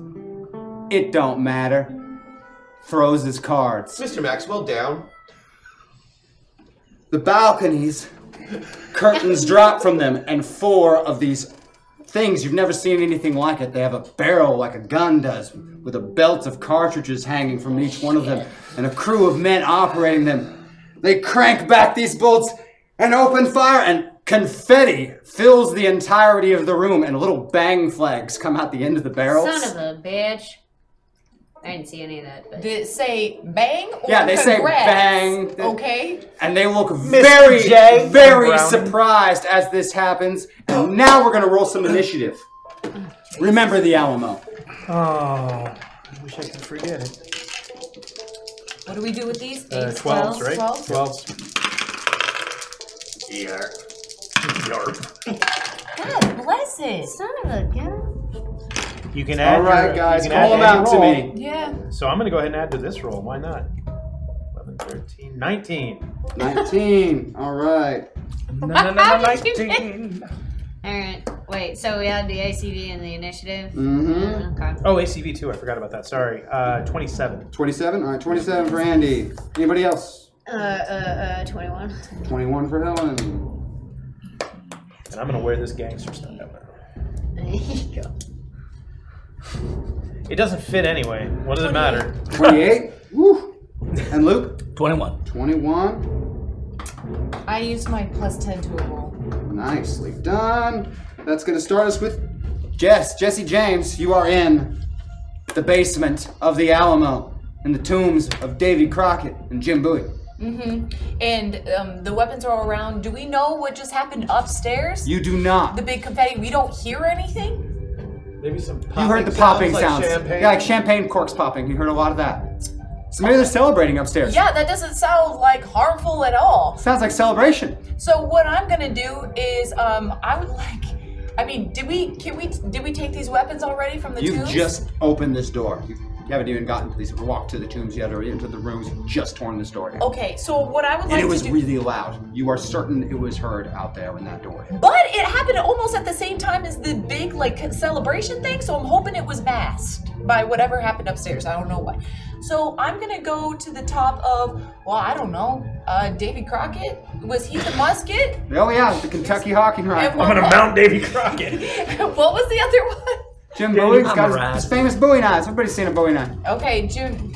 Speaker 1: It don't matter. Throws his cards.
Speaker 5: Mr. Maxwell down.
Speaker 1: The balconies, curtains drop from them, and four of these things you've never seen anything like it. They have a barrel like a gun does, with a belt of cartridges hanging from each one of them, and a crew of men operating them. They crank back these bolts, and open fire and confetti fills the entirety of the room and little bang flags come out the end of the barrels.
Speaker 6: Son of a bitch. I didn't see any of that. But.
Speaker 3: Did it say bang or
Speaker 1: Yeah, they say
Speaker 3: congrats?
Speaker 1: bang.
Speaker 3: Okay.
Speaker 1: and they look very,
Speaker 3: J.
Speaker 1: very
Speaker 3: Browning.
Speaker 1: surprised as this happens. And now we're gonna roll some initiative. Remember the Alamo.
Speaker 4: Oh, I wish I could forget it.
Speaker 3: What do we do with these?
Speaker 4: Uh,
Speaker 3: Eights,
Speaker 4: 12s, right?
Speaker 3: 12s?
Speaker 4: 12s.
Speaker 9: Yeah.
Speaker 3: God bless it.
Speaker 6: Son of a gun.
Speaker 4: You can
Speaker 1: All
Speaker 4: add.
Speaker 1: right,
Speaker 4: your,
Speaker 1: guys,
Speaker 4: you can
Speaker 1: call
Speaker 4: add
Speaker 1: them out
Speaker 4: to your
Speaker 1: to
Speaker 4: roll.
Speaker 1: me.
Speaker 3: Yeah.
Speaker 4: So I'm going to go ahead and add to this roll. Why not? 11, 13, 19.
Speaker 1: 19. All right.
Speaker 6: Alright, wait, so we had the ACV and the initiative?
Speaker 1: Mhm.
Speaker 6: Okay.
Speaker 4: Oh, ACV too. I forgot about that. Sorry. Uh, 27.
Speaker 1: 27? All right, 27 for Andy. Anybody else?
Speaker 6: Uh, uh, uh, 21.
Speaker 1: 21 for Helen.
Speaker 4: And I'm going to wear this gangster stuff out now.
Speaker 6: There you go.
Speaker 4: It doesn't fit anyway. What does it matter?
Speaker 1: 28. Woo. And Luke?
Speaker 8: 21.
Speaker 1: 21.
Speaker 3: I used my plus 10 to a roll.
Speaker 1: Nicely done. That's going to start us with Jess. Jesse James, you are in the basement of the Alamo in the tombs of Davy Crockett and Jim Bowie.
Speaker 3: hmm And um, the weapons are all around. Do we know what just happened upstairs?
Speaker 1: You do not.
Speaker 3: the big confetti. We don't hear anything.
Speaker 4: Maybe some
Speaker 1: You heard the popping sounds. Yeah, like champagne corks popping. You heard a lot of that. So maybe they're celebrating upstairs.
Speaker 3: Yeah, that doesn't sound like harmful at all.
Speaker 1: Sounds like celebration.
Speaker 3: So what I'm gonna do is, um, I would like. I mean, did we? Can we? Did we take these weapons already from the
Speaker 1: You've
Speaker 3: tombs?
Speaker 1: just opened this door. You haven't even gotten to these walked to the tombs yet or into the rooms. You've just torn this door down.
Speaker 3: Okay. So what I would
Speaker 1: And
Speaker 3: like
Speaker 1: it was
Speaker 3: to do.
Speaker 1: really loud. You are certain it was heard out there when that door hit.
Speaker 3: but it happened almost at the same time as the big like celebration thing, so I'm hoping it was masked by whatever happened upstairs. I don't know why. So I'm gonna go to the top of well, I don't know. Uh, Davy Crockett was he the musket?
Speaker 1: Oh yeah, the Kentucky Hawking Rifle.
Speaker 3: I'm gonna mount
Speaker 4: Davy Crockett.
Speaker 3: what was the other one?
Speaker 1: Jim
Speaker 4: Damn,
Speaker 1: Bowie's
Speaker 4: I'm
Speaker 1: got
Speaker 4: a
Speaker 1: his, his famous Bowie knives. Everybody's seen a Bowie knife.
Speaker 3: Okay, June.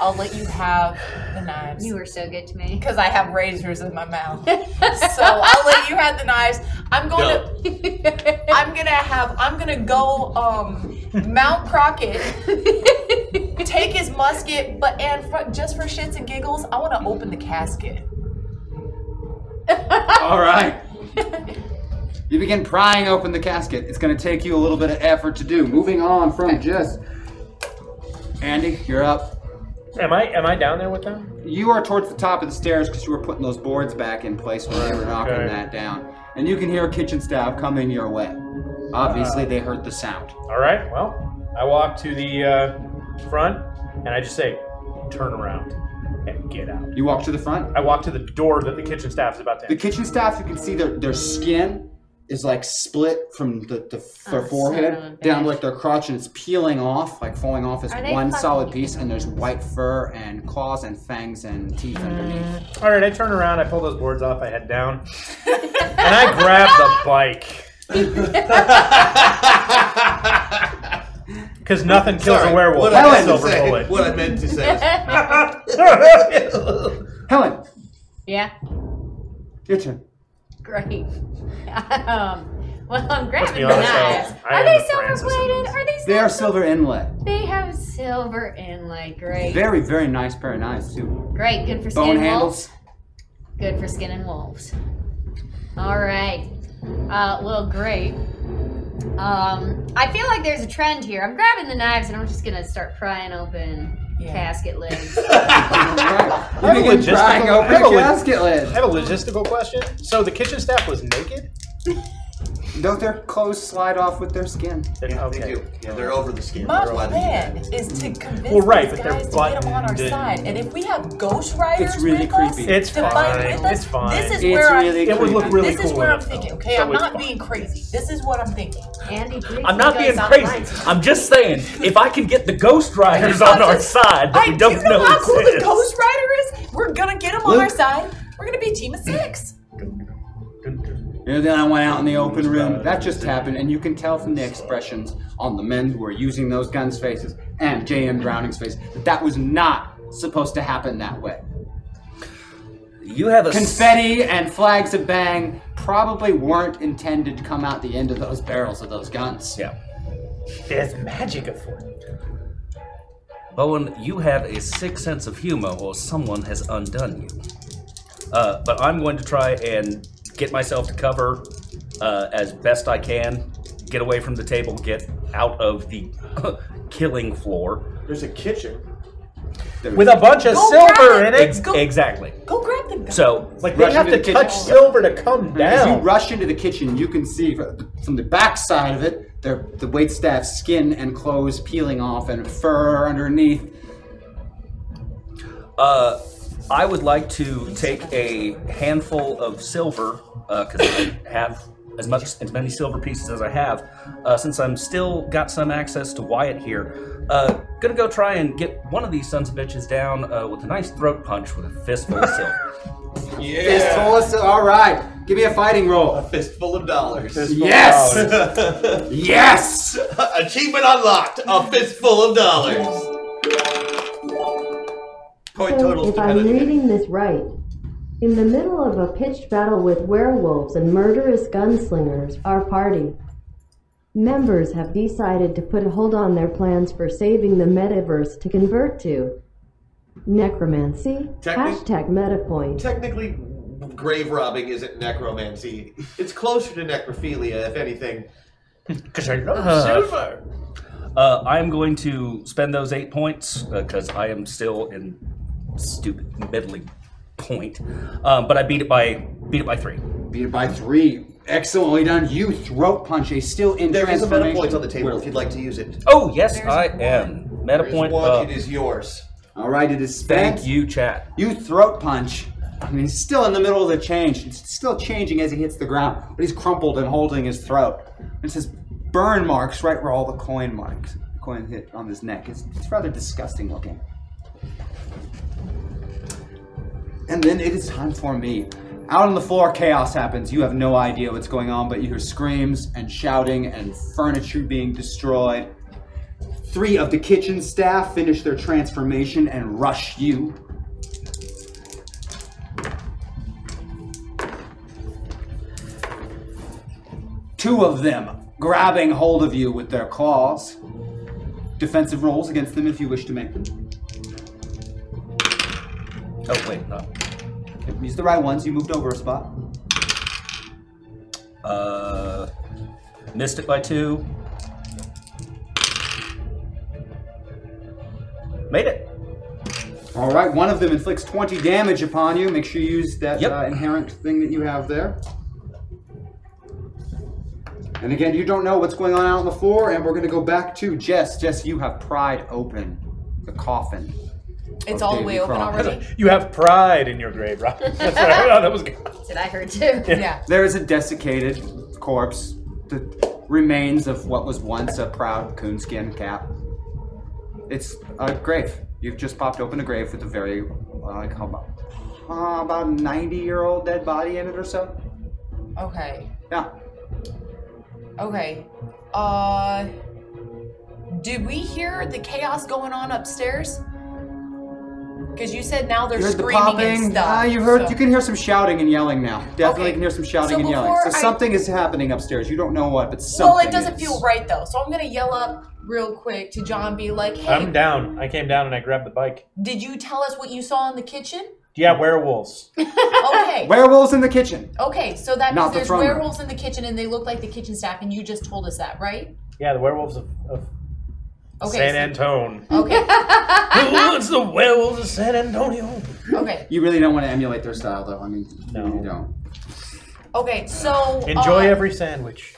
Speaker 3: I'll let you have the knives. You
Speaker 6: were so good to me.
Speaker 3: Because I have razors in my mouth. so I'll let you have the knives. I'm going to. I'm going to have. I'm going to go um, Mount Crockett, take his musket, but and for, just for shits and giggles, I want to open the casket.
Speaker 1: All right. You begin prying open the casket. It's going to take you a little bit of effort to do. Moving on from Jess. Andy, you're up.
Speaker 4: Am I am I down there with them?
Speaker 1: You are towards the top of the stairs because you were putting those boards back in place when they were knocking
Speaker 4: Okay.
Speaker 1: that down. And you can hear kitchen staff coming your way.
Speaker 4: Uh.
Speaker 1: Obviously, they heard the sound.
Speaker 4: All right. Well, I walk to the uh, front and I just say, "Turn around and get out."
Speaker 1: You walk to the front.
Speaker 4: I walk to the door that the kitchen staff is about to.
Speaker 1: The kitchen staff, you can see their, their skin is like split from the, the their
Speaker 4: Oh, son of
Speaker 1: forehead
Speaker 4: a
Speaker 1: down to like their crotch and it's peeling off, like falling off as
Speaker 4: Are they
Speaker 1: one
Speaker 4: fucking
Speaker 1: solid piece. And there's white fur and claws and fangs and teeth
Speaker 4: Uh.
Speaker 1: underneath.
Speaker 4: All right. I turn around. I pull those boards off. I head down, and I grab the bike. Because nothing kills
Speaker 5: Sorry,
Speaker 4: a werewolf.
Speaker 5: what
Speaker 4: like a
Speaker 5: I meant to
Speaker 4: silver
Speaker 5: say-
Speaker 4: bullet.
Speaker 5: what I meant to say is-
Speaker 1: Helen,
Speaker 6: yeah,
Speaker 1: your turn.
Speaker 6: great. Um, well, I'm grabbing the
Speaker 1: honest, though,
Speaker 6: knives.
Speaker 1: I
Speaker 6: Are
Speaker 1: am
Speaker 6: they
Speaker 1: the
Speaker 6: silver
Speaker 1: Francis in
Speaker 6: plated? Are they
Speaker 1: They are silver inlay.
Speaker 6: They have silver inlay. Great.
Speaker 1: Very, very nice pair of knives, too.
Speaker 6: Great. Good for
Speaker 1: Bone
Speaker 6: skinning
Speaker 1: handles.
Speaker 6: wolves. Good for skinning wolves. All right. Uh, well, great. Um, I feel like there's a trend here. I'm grabbing the knives and I'm just gonna start prying open casket lids.
Speaker 4: I have, a
Speaker 1: begin prying
Speaker 4: logistical,
Speaker 1: open
Speaker 4: I have
Speaker 1: the
Speaker 4: a lo-
Speaker 1: casket lid.
Speaker 4: I have a logistical question. So the kitchen staff was naked?
Speaker 1: Don't their clothes slide off with their skin?
Speaker 4: Yeah, okay.
Speaker 5: they do. Yeah, they're over the skin.
Speaker 3: My
Speaker 5: They're allowed to do
Speaker 3: plan is to convince
Speaker 4: Well, right,
Speaker 3: these
Speaker 4: but they're
Speaker 3: guys to get them on our
Speaker 4: buttoned and-
Speaker 3: side, and if we have ghost riders
Speaker 4: It's really
Speaker 3: with us
Speaker 4: creepy. It's
Speaker 3: to fight
Speaker 4: fine.
Speaker 3: with us,
Speaker 4: It's fine.
Speaker 3: this
Speaker 4: It's
Speaker 3: is where
Speaker 4: really
Speaker 3: I'm.
Speaker 4: It would look creepy. really
Speaker 3: This is
Speaker 4: cool
Speaker 3: where I'm
Speaker 4: enough, though.
Speaker 3: thinking. Okay,
Speaker 4: So
Speaker 3: I'm
Speaker 4: it's
Speaker 3: not
Speaker 4: fine.
Speaker 3: being crazy. This is what I'm thinking.
Speaker 6: Andy,
Speaker 8: I'm not being crazy. I'm just saying, if I can get the Ghost Riders on our side, that
Speaker 3: I
Speaker 8: we don't
Speaker 3: do know how cool the
Speaker 8: exist.
Speaker 3: Ghost Rider is. We're gonna get him on
Speaker 8: Luke.
Speaker 3: our side. We're gonna be a team of six.
Speaker 1: And then I went out in the open room. That just happened, and you can tell from the expressions on the men who were using those guns' faces and J.M. Browning's face that that was not supposed to happen that way.
Speaker 8: You have a
Speaker 1: confetti and flags of bang probably weren't intended to come out the end of those barrels of those guns.
Speaker 8: Yeah.
Speaker 4: There's magic afoot.
Speaker 8: Bowen, you have a sick sense of humor, or someone has undone you. Uh, but I'm going to try and get myself to cover uh, as best I can, get away from the table, get out of the killing floor.
Speaker 5: There's a kitchen.
Speaker 4: With a bunch of
Speaker 8: Go
Speaker 4: silver in
Speaker 8: grab
Speaker 4: it.
Speaker 8: Ex- exactly.
Speaker 3: Go grab them.
Speaker 8: So,
Speaker 4: Like, they have to touch silver to come
Speaker 1: As you
Speaker 4: down.
Speaker 1: rush into the kitchen, you can see from the backside of it, their, the waitstaff's skin and clothes peeling off and fur underneath.
Speaker 8: Uh, I would like to take a handful of silver because I have as much as many silver pieces as I have. Uh, since I'm still got some access to Wyatt here, uh, gonna go try and get one of these sons of bitches down uh, with a nice throat punch with a fistful of silver.
Speaker 5: Yeah.
Speaker 1: Fistful of sil- all right. Give me a fighting roll. A
Speaker 5: fistful of dollars.
Speaker 1: yes.
Speaker 5: yes! Achievement unlocked. A fistful of dollars. Point
Speaker 10: So,
Speaker 5: totals
Speaker 10: if I'm
Speaker 5: dependent.
Speaker 10: reading this right, in the middle of a pitched battle with werewolves and murderous gunslingers, our party members have decided to put a hold on their plans for saving the metaverse to convert to necromancy.
Speaker 5: Technic-
Speaker 10: hashtag MetaPoint.
Speaker 5: Technically, grave robbing isn't necromancy. It's closer to necrophilia, if anything.
Speaker 8: Because I
Speaker 5: love silver.
Speaker 8: Uh, I'm going to spend those eight points because I am still in stupid middling point, um, but I beat it by beat it by three.
Speaker 1: Beat it by three. Excellently done. You throat punch a still in
Speaker 5: There is a
Speaker 1: transformation.
Speaker 5: meta point on the table if you'd like to use it.
Speaker 8: Oh yes, I am. Meta
Speaker 5: There is
Speaker 8: point.
Speaker 5: one,
Speaker 8: up.
Speaker 5: it is yours.
Speaker 1: All right, it is spent.
Speaker 8: Thank you, chat.
Speaker 1: You throat punch. I mean, he's still in the middle of the change. It's still changing as he hits the ground, but he's crumpled and holding his throat. It says burn marks right where all the coin marks, coin hit on his neck. It's, it's rather disgusting looking. And then it is time for me. Out on the floor, chaos happens. You have no idea what's going on, but you hear screams and shouting and furniture being destroyed. Three of the kitchen staff finish their transformation and rush you. Two of them grabbing hold of you with their claws. Defensive rolls against them if you wish to make them.
Speaker 8: Oh wait, no.
Speaker 1: Use the right ones. You moved over a spot.
Speaker 8: Uh, missed it by two. Made it.
Speaker 1: All right, one of them inflicts 20 damage upon you. Make sure you use that uh, inherent thing that you have there. And again, you don't know what's going on out on the floor, and we're going to go back to Jess. Jess, you have pried open the coffin. of
Speaker 6: It's all the
Speaker 1: Davy
Speaker 6: way open
Speaker 1: Crockett.
Speaker 6: already.
Speaker 4: You have pride in your grave, Rob. That's what I thought that was good.
Speaker 6: That's what I heard too. Yeah.
Speaker 1: There is a desiccated corpse, the remains of what was once a proud coonskin cap. It's a grave. You've just popped open a grave with a very, uh, like, how about, uh, about 90 year old dead body in it or so.
Speaker 3: Okay.
Speaker 1: Yeah.
Speaker 3: Okay. Uh. Did we hear the chaos going on upstairs? Because you said now they're
Speaker 1: You heard the
Speaker 3: screaming and
Speaker 1: popping.
Speaker 3: stuff.
Speaker 1: Ah, you heard.
Speaker 3: so-
Speaker 1: You can hear some shouting and yelling now. Definitely
Speaker 3: Okay.
Speaker 1: can hear some shouting
Speaker 3: So
Speaker 1: and yelling. So
Speaker 3: before I-
Speaker 1: something is happening upstairs. You don't know what, but something.
Speaker 3: well, it doesn't
Speaker 1: is.
Speaker 3: feel right though, so I'm gonna yell up real quick to John, be like, "Hey,
Speaker 4: I'm down. I came down and I grabbed the bike.
Speaker 3: did you tell us what you saw in the kitchen?"
Speaker 4: Yeah, werewolves.
Speaker 3: Okay.
Speaker 1: Werewolves in the kitchen.
Speaker 3: Okay, so that
Speaker 4: Not
Speaker 3: means
Speaker 4: the
Speaker 3: there's
Speaker 4: throne room.
Speaker 3: werewolves in the kitchen and they look like the kitchen staff, and you just told us that, right?
Speaker 4: Yeah, the werewolves of, of
Speaker 3: Okay,
Speaker 4: San
Speaker 3: so-
Speaker 4: Antone.
Speaker 3: Okay.
Speaker 4: Who wants the werewolves of San Antonio?
Speaker 3: okay.
Speaker 1: You really don't want to emulate their style, though. I mean, no, you don't.
Speaker 3: Okay, so
Speaker 4: Enjoy
Speaker 3: uh,
Speaker 4: every sandwich.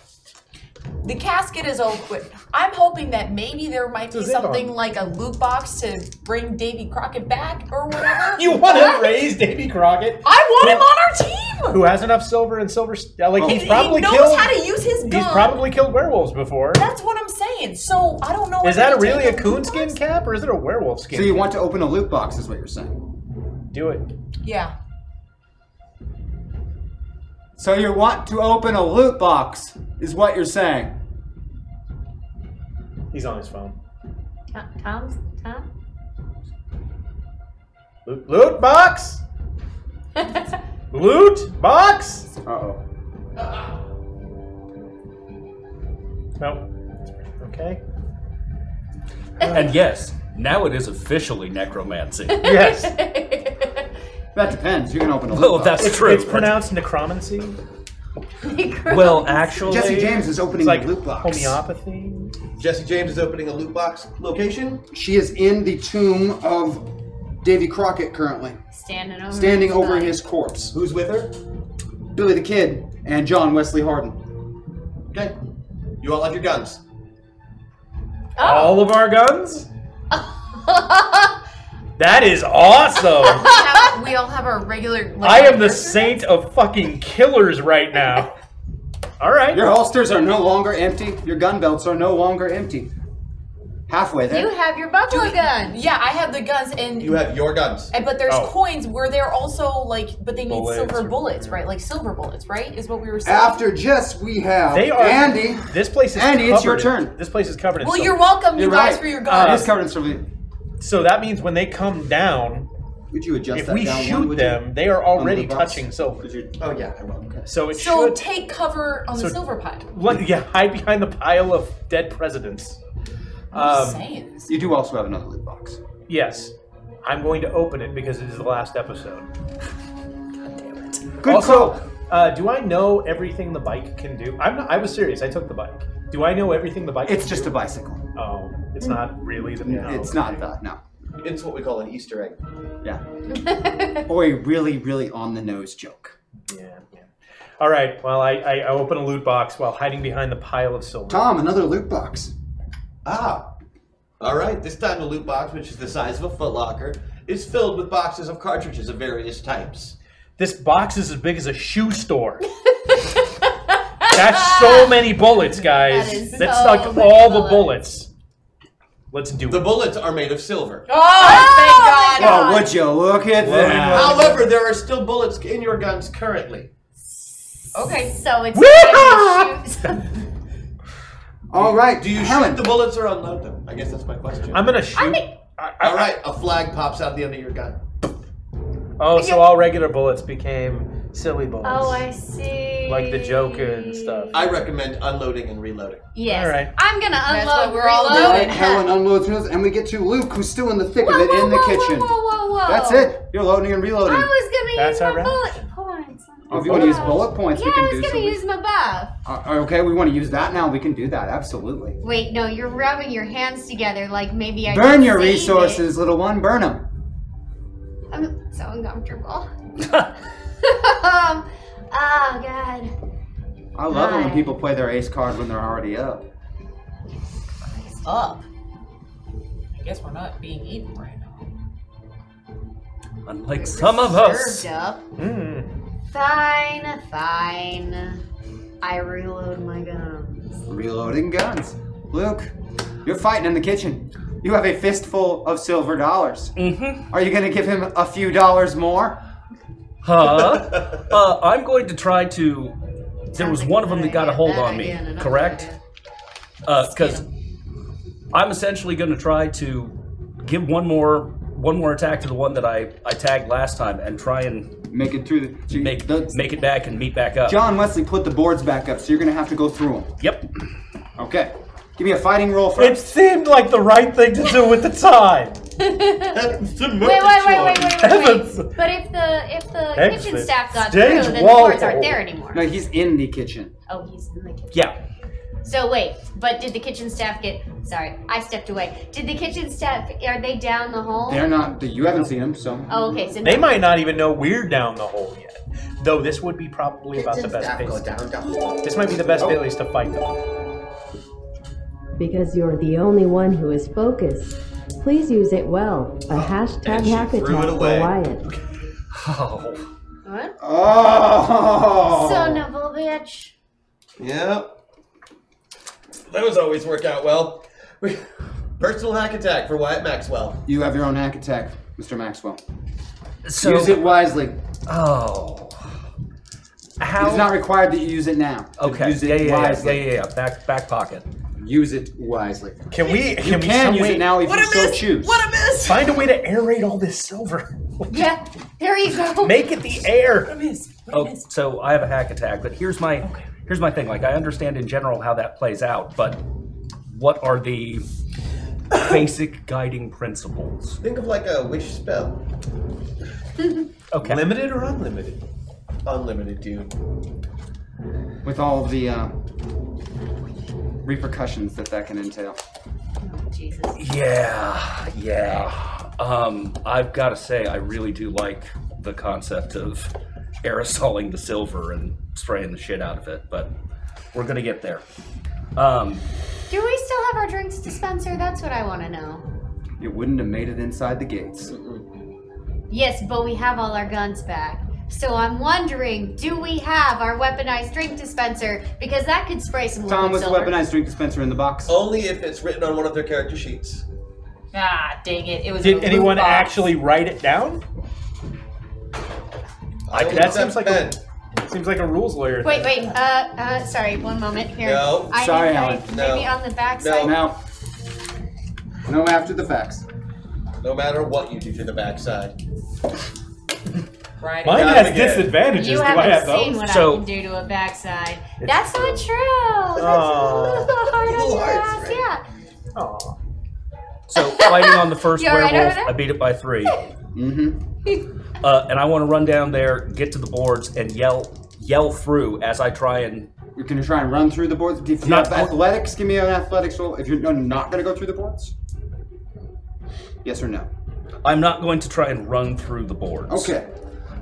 Speaker 3: the casket is open. I'm hoping that maybe there might be
Speaker 4: It's a zip
Speaker 3: something
Speaker 4: on.
Speaker 3: like a loot box to bring Davy Crockett back or whatever.
Speaker 4: You want to
Speaker 3: What?
Speaker 4: raise Davy Crockett?
Speaker 3: I want him on our team.
Speaker 4: Who has enough silver and silver? st-
Speaker 1: Oh.
Speaker 4: Like
Speaker 3: He-
Speaker 4: he's probably
Speaker 3: he knows
Speaker 4: killed.
Speaker 3: how to use his gun.
Speaker 4: He's probably killed werewolves before.
Speaker 3: That's what I'm saying. So I don't know.
Speaker 4: Is
Speaker 3: if
Speaker 4: that
Speaker 3: we
Speaker 4: a really
Speaker 3: take
Speaker 4: a coonskin cap or is it a werewolf skin?
Speaker 1: So you want to open a loot box, is what you're saying.
Speaker 4: Do it.
Speaker 3: Yeah.
Speaker 1: So you want to open a loot box, is what you're saying.
Speaker 4: He's on his phone.
Speaker 6: Tom, Tom, Tom?
Speaker 4: Loot, loot box. Loot box.
Speaker 1: Uh oh.
Speaker 4: No. Okay.
Speaker 8: and yes, now it is officially necromancy.
Speaker 4: Yes.
Speaker 1: that depends. You can open a
Speaker 8: Well, Oh, that's
Speaker 4: It's-
Speaker 8: true.
Speaker 4: It's pronounced necromancy.
Speaker 8: Well, actually,
Speaker 5: Jesse James is opening
Speaker 4: It's like
Speaker 5: the loot box.
Speaker 4: Homeopathy.
Speaker 5: Jesse James is opening a loot box location.
Speaker 1: She is in the tomb of Davy Crockett currently,
Speaker 6: Standing over.
Speaker 1: standing
Speaker 6: his
Speaker 1: over
Speaker 6: body.
Speaker 1: his corpse.
Speaker 5: Who's with her?
Speaker 1: Billy the Kid and John Wesley Hardin.
Speaker 5: Okay. You all have your guns.
Speaker 4: All of our guns. that is awesome.
Speaker 3: We, have- we all have our regular.
Speaker 4: I am the saint of fucking killers right now. All right.
Speaker 1: Your holsters are no longer empty. Your gun belts are no longer empty. Halfway there.
Speaker 6: You have your buffalo gun.
Speaker 3: Yeah, I have the guns, and
Speaker 5: You have your guns.
Speaker 6: Eh,
Speaker 3: and- but there's
Speaker 5: Oh.
Speaker 3: coins where they're also like, but they need
Speaker 5: Bullets
Speaker 3: silver
Speaker 5: or-
Speaker 3: bullets, right? Like silver bullets, right? Is what we were saying.
Speaker 1: After Jess, we have
Speaker 4: They are.
Speaker 1: Andy.
Speaker 4: This place is.
Speaker 1: Andy, it's your
Speaker 4: covered in-
Speaker 1: turn.
Speaker 4: This place is covered in.
Speaker 3: Well,
Speaker 4: silver.
Speaker 3: you're welcome, you
Speaker 1: You're
Speaker 3: guys,
Speaker 1: right.
Speaker 3: for your
Speaker 4: Uh,
Speaker 3: guns.
Speaker 1: It's covered in silver.
Speaker 4: So that means when they come down,
Speaker 1: Would you adjust
Speaker 4: if
Speaker 1: that
Speaker 4: we
Speaker 1: down one,
Speaker 4: shoot
Speaker 1: would you?
Speaker 4: them, they are
Speaker 1: Under
Speaker 4: already
Speaker 1: the box?
Speaker 4: touching silver.
Speaker 5: Oh yeah, I will. Okay.
Speaker 4: So it
Speaker 3: so
Speaker 4: should.
Speaker 3: take cover on
Speaker 4: so-
Speaker 3: the silver pot.
Speaker 4: Let- yeah, hide behind the pile of dead presidents.
Speaker 3: I'm just
Speaker 4: Um,
Speaker 3: saying.
Speaker 1: You do also have another loot box.
Speaker 4: Yes, I'm going to open it because it is the last episode.
Speaker 1: Good
Speaker 4: also, uh, do I know everything the bike can do? I'm not, I was serious. I took the bike. Do I know everything the bike?
Speaker 1: It's
Speaker 4: can
Speaker 1: just
Speaker 4: do?
Speaker 1: a bicycle.
Speaker 4: Oh, it's not really the. no.
Speaker 1: It's not that, no.
Speaker 5: It's what we call an Easter egg.
Speaker 1: Yeah. or a really, really on the nose joke.
Speaker 4: Yeah. yeah. All right. Well, I, I I open a loot box while hiding behind the pile of silver.
Speaker 1: Tom, another loot box.
Speaker 5: Ah. All right. This time the loot box, which is the size of a Foot Locker, is filled with boxes of cartridges of various types.
Speaker 4: This box is as big as a shoe store. That's so many bullets, guys.
Speaker 6: That is
Speaker 4: That's
Speaker 6: so
Speaker 4: like
Speaker 6: many
Speaker 4: all the bullets. Let's do
Speaker 5: The
Speaker 4: it.
Speaker 5: bullets are made of silver.
Speaker 3: Oh, thank God.
Speaker 1: Oh, would you look at that?
Speaker 5: However, there are still bullets in your guns currently.
Speaker 3: Okay.
Speaker 6: So it's
Speaker 4: Wee-haw!
Speaker 1: All right.
Speaker 5: Do you
Speaker 1: Helen.
Speaker 5: shoot the bullets or unload them? I guess that's my question.
Speaker 4: I'm gonna shoot.
Speaker 5: All right. A flag pops out the end of your gun.
Speaker 4: oh, so all regular bullets became silly bullets,
Speaker 6: Oh, I see.
Speaker 4: like the Joker and stuff.
Speaker 5: I recommend unloading and reloading.
Speaker 6: Yes.
Speaker 4: All right.
Speaker 6: I'm gonna unload.
Speaker 3: what we're all
Speaker 1: All
Speaker 6: reload.
Speaker 1: right, Helen unloads hers, and we get to Luke, who's still in the thick of it in the kitchen.
Speaker 6: Whoa, whoa, whoa, whoa.
Speaker 1: That's it. You're loading and
Speaker 6: I
Speaker 1: reloading.
Speaker 6: was gonna
Speaker 4: That's
Speaker 6: use
Speaker 4: our
Speaker 6: my bullet
Speaker 4: round.
Speaker 6: points.
Speaker 1: Oh, if you want to use bullet points,
Speaker 6: Yeah,
Speaker 1: we can
Speaker 6: I was
Speaker 1: do
Speaker 6: gonna
Speaker 1: something.
Speaker 6: use my buff.
Speaker 1: Uh, okay, we want to use that now. We can do that. Absolutely.
Speaker 6: Wait, no, you're rubbing your hands together like maybe I.
Speaker 1: Burn
Speaker 6: just
Speaker 1: your
Speaker 6: saved it.
Speaker 1: resources, little one. Burn them.
Speaker 6: I'm so uncomfortable. um, oh god.
Speaker 1: I love it when
Speaker 6: Hi.
Speaker 1: people play their ace card when they're already up.
Speaker 3: Up. I guess we're not being eaten right now.
Speaker 8: Unlike some of us.
Speaker 6: Served up.
Speaker 4: Mm.
Speaker 6: Fine, fine. I reload my guns.
Speaker 1: Reloading guns. Luke, you're fighting in the kitchen. You have a fistful of silver dollars.
Speaker 8: Mm-hmm.
Speaker 1: Are you going to give him a few dollars more?
Speaker 8: Huh? uh, I'm going to try to. There was one of them that got a hold on me, correct? Because I'm essentially going to try to give one more one more attack to the one that I, I tagged last time and try and
Speaker 1: Make it through the. so you-
Speaker 8: make
Speaker 1: the-
Speaker 8: make it back and meet
Speaker 4: Uh.
Speaker 8: back up.
Speaker 1: John Wesley put the boards back up, so you're going to have to go through them.
Speaker 8: Yep.
Speaker 1: Okay. Give me a fighting roll
Speaker 4: It
Speaker 1: first.
Speaker 4: seemed like the right thing to do with the time.
Speaker 6: Wait, wait, wait, wait, wait, wait,
Speaker 4: Heavens.
Speaker 6: wait. But if the if the kitchen
Speaker 4: Excellent.
Speaker 6: staff got
Speaker 4: Stage
Speaker 6: through, then the
Speaker 4: wall.
Speaker 6: boards aren't there anymore.
Speaker 1: No, he's in the kitchen.
Speaker 6: Oh, he's in the kitchen.
Speaker 4: Yeah.
Speaker 6: So wait, but did the kitchen staff get? Sorry, I stepped away. Did the kitchen staff? Are they down the hole?
Speaker 1: They're not. You haven't seen him, so.
Speaker 6: Oh, okay. So
Speaker 4: They might not even know we're down the hole yet. Though this would be probably about the best
Speaker 5: Staff
Speaker 4: place.
Speaker 5: go down, down.
Speaker 4: This might be the
Speaker 1: Oh.
Speaker 4: best place to fight them.
Speaker 10: Because you're the only one who is focused. Please use it well by hashtag
Speaker 5: Oh, And she
Speaker 10: hack
Speaker 5: threw it
Speaker 10: attack for
Speaker 5: away.
Speaker 10: Wyatt.
Speaker 8: Oh.
Speaker 6: What?
Speaker 1: Oh!
Speaker 6: Son of a bitch.
Speaker 5: Yep. Those always work out well. We- Personal hack attack for Wyatt Maxwell.
Speaker 1: You have your own hack attack, Mr. Maxwell.
Speaker 8: So
Speaker 1: use it wisely.
Speaker 8: oh. How
Speaker 1: It's not required that you use it now.
Speaker 8: Okay.
Speaker 1: Use it
Speaker 8: yeah, yeah, yeah, yeah,
Speaker 1: wisely.
Speaker 8: yeah, yeah. Back back pocket.
Speaker 1: Use it wisely.
Speaker 4: Can we?
Speaker 1: You
Speaker 4: Can we
Speaker 1: can
Speaker 4: some
Speaker 1: use
Speaker 4: way-
Speaker 1: it now if you so choose.
Speaker 3: a miss!
Speaker 4: Find a way to aerate all this silver.
Speaker 6: Yeah, there you go.
Speaker 4: Make it the air.
Speaker 8: Oh, so I have a hack attack, but here's my here's my thing. Like I understand in general how that plays out, but what are the basic guiding principles?
Speaker 5: Think of like a witch spell.
Speaker 8: Okay.
Speaker 5: Limited or unlimited? Unlimited, dude.
Speaker 1: with all the uh, repercussions that that can entail.
Speaker 8: Yeah, yeah. Um, I've got to say, I really do like the concept of aerosoling the silver and spraying the shit out of it, but we're gonna get there. Um,
Speaker 6: Do we still have our drinks dispenser? That's what I want to know.
Speaker 1: It wouldn't have made it inside the gates.
Speaker 6: Yes, but we have all our guns back. So I'm wondering, do we have our weaponized drink dispenser? Because that could spray some
Speaker 1: Tom
Speaker 6: liquid
Speaker 1: was a
Speaker 6: silver.
Speaker 1: weaponized drink dispenser in the box.
Speaker 5: Only if it's written on one of their character sheets.
Speaker 3: Ah, dang it! It was. a
Speaker 4: Did
Speaker 3: loot
Speaker 4: anyone
Speaker 3: box.
Speaker 4: actually write it down?
Speaker 5: I
Speaker 4: that
Speaker 5: don't
Speaker 4: seems like a seems like a rules lawyer.
Speaker 6: Wait,
Speaker 4: thing.
Speaker 6: wait. Uh, uh, sorry. One moment here.
Speaker 4: No.
Speaker 6: I
Speaker 4: Sorry,
Speaker 6: need- I-
Speaker 4: Alan.
Speaker 6: Maybe
Speaker 5: No.
Speaker 6: on the back
Speaker 5: No.
Speaker 6: side.
Speaker 1: No. No after the facts.
Speaker 5: No matter what you do to the backside.
Speaker 3: Right.
Speaker 4: Mine
Speaker 5: Got
Speaker 4: has
Speaker 5: him again.
Speaker 4: disadvantages.
Speaker 6: You
Speaker 4: Do
Speaker 6: haven't
Speaker 4: I have
Speaker 6: seen
Speaker 4: those?
Speaker 6: what I
Speaker 4: So-
Speaker 6: can do to a backside.
Speaker 4: It's
Speaker 6: That's not true. That's
Speaker 5: Oh.
Speaker 6: a
Speaker 8: Aw.
Speaker 6: little hard on
Speaker 8: Little
Speaker 6: your ass.
Speaker 8: hearts,
Speaker 6: Yeah.
Speaker 4: Oh,
Speaker 8: so fighting on the first
Speaker 6: You all right
Speaker 8: werewolf,
Speaker 6: over there?
Speaker 8: I beat it by 3 Mm-hmm. Uh, and I want to run down there, get to the boards, and yell yell through as I try and.
Speaker 1: You're gonna try and run through the boards. If you
Speaker 8: Not-
Speaker 1: have athletics, give me an athletics roll. If you're no, not gonna go through the boards, yes or no?
Speaker 8: I'm not going to try and run through the boards.
Speaker 1: Okay.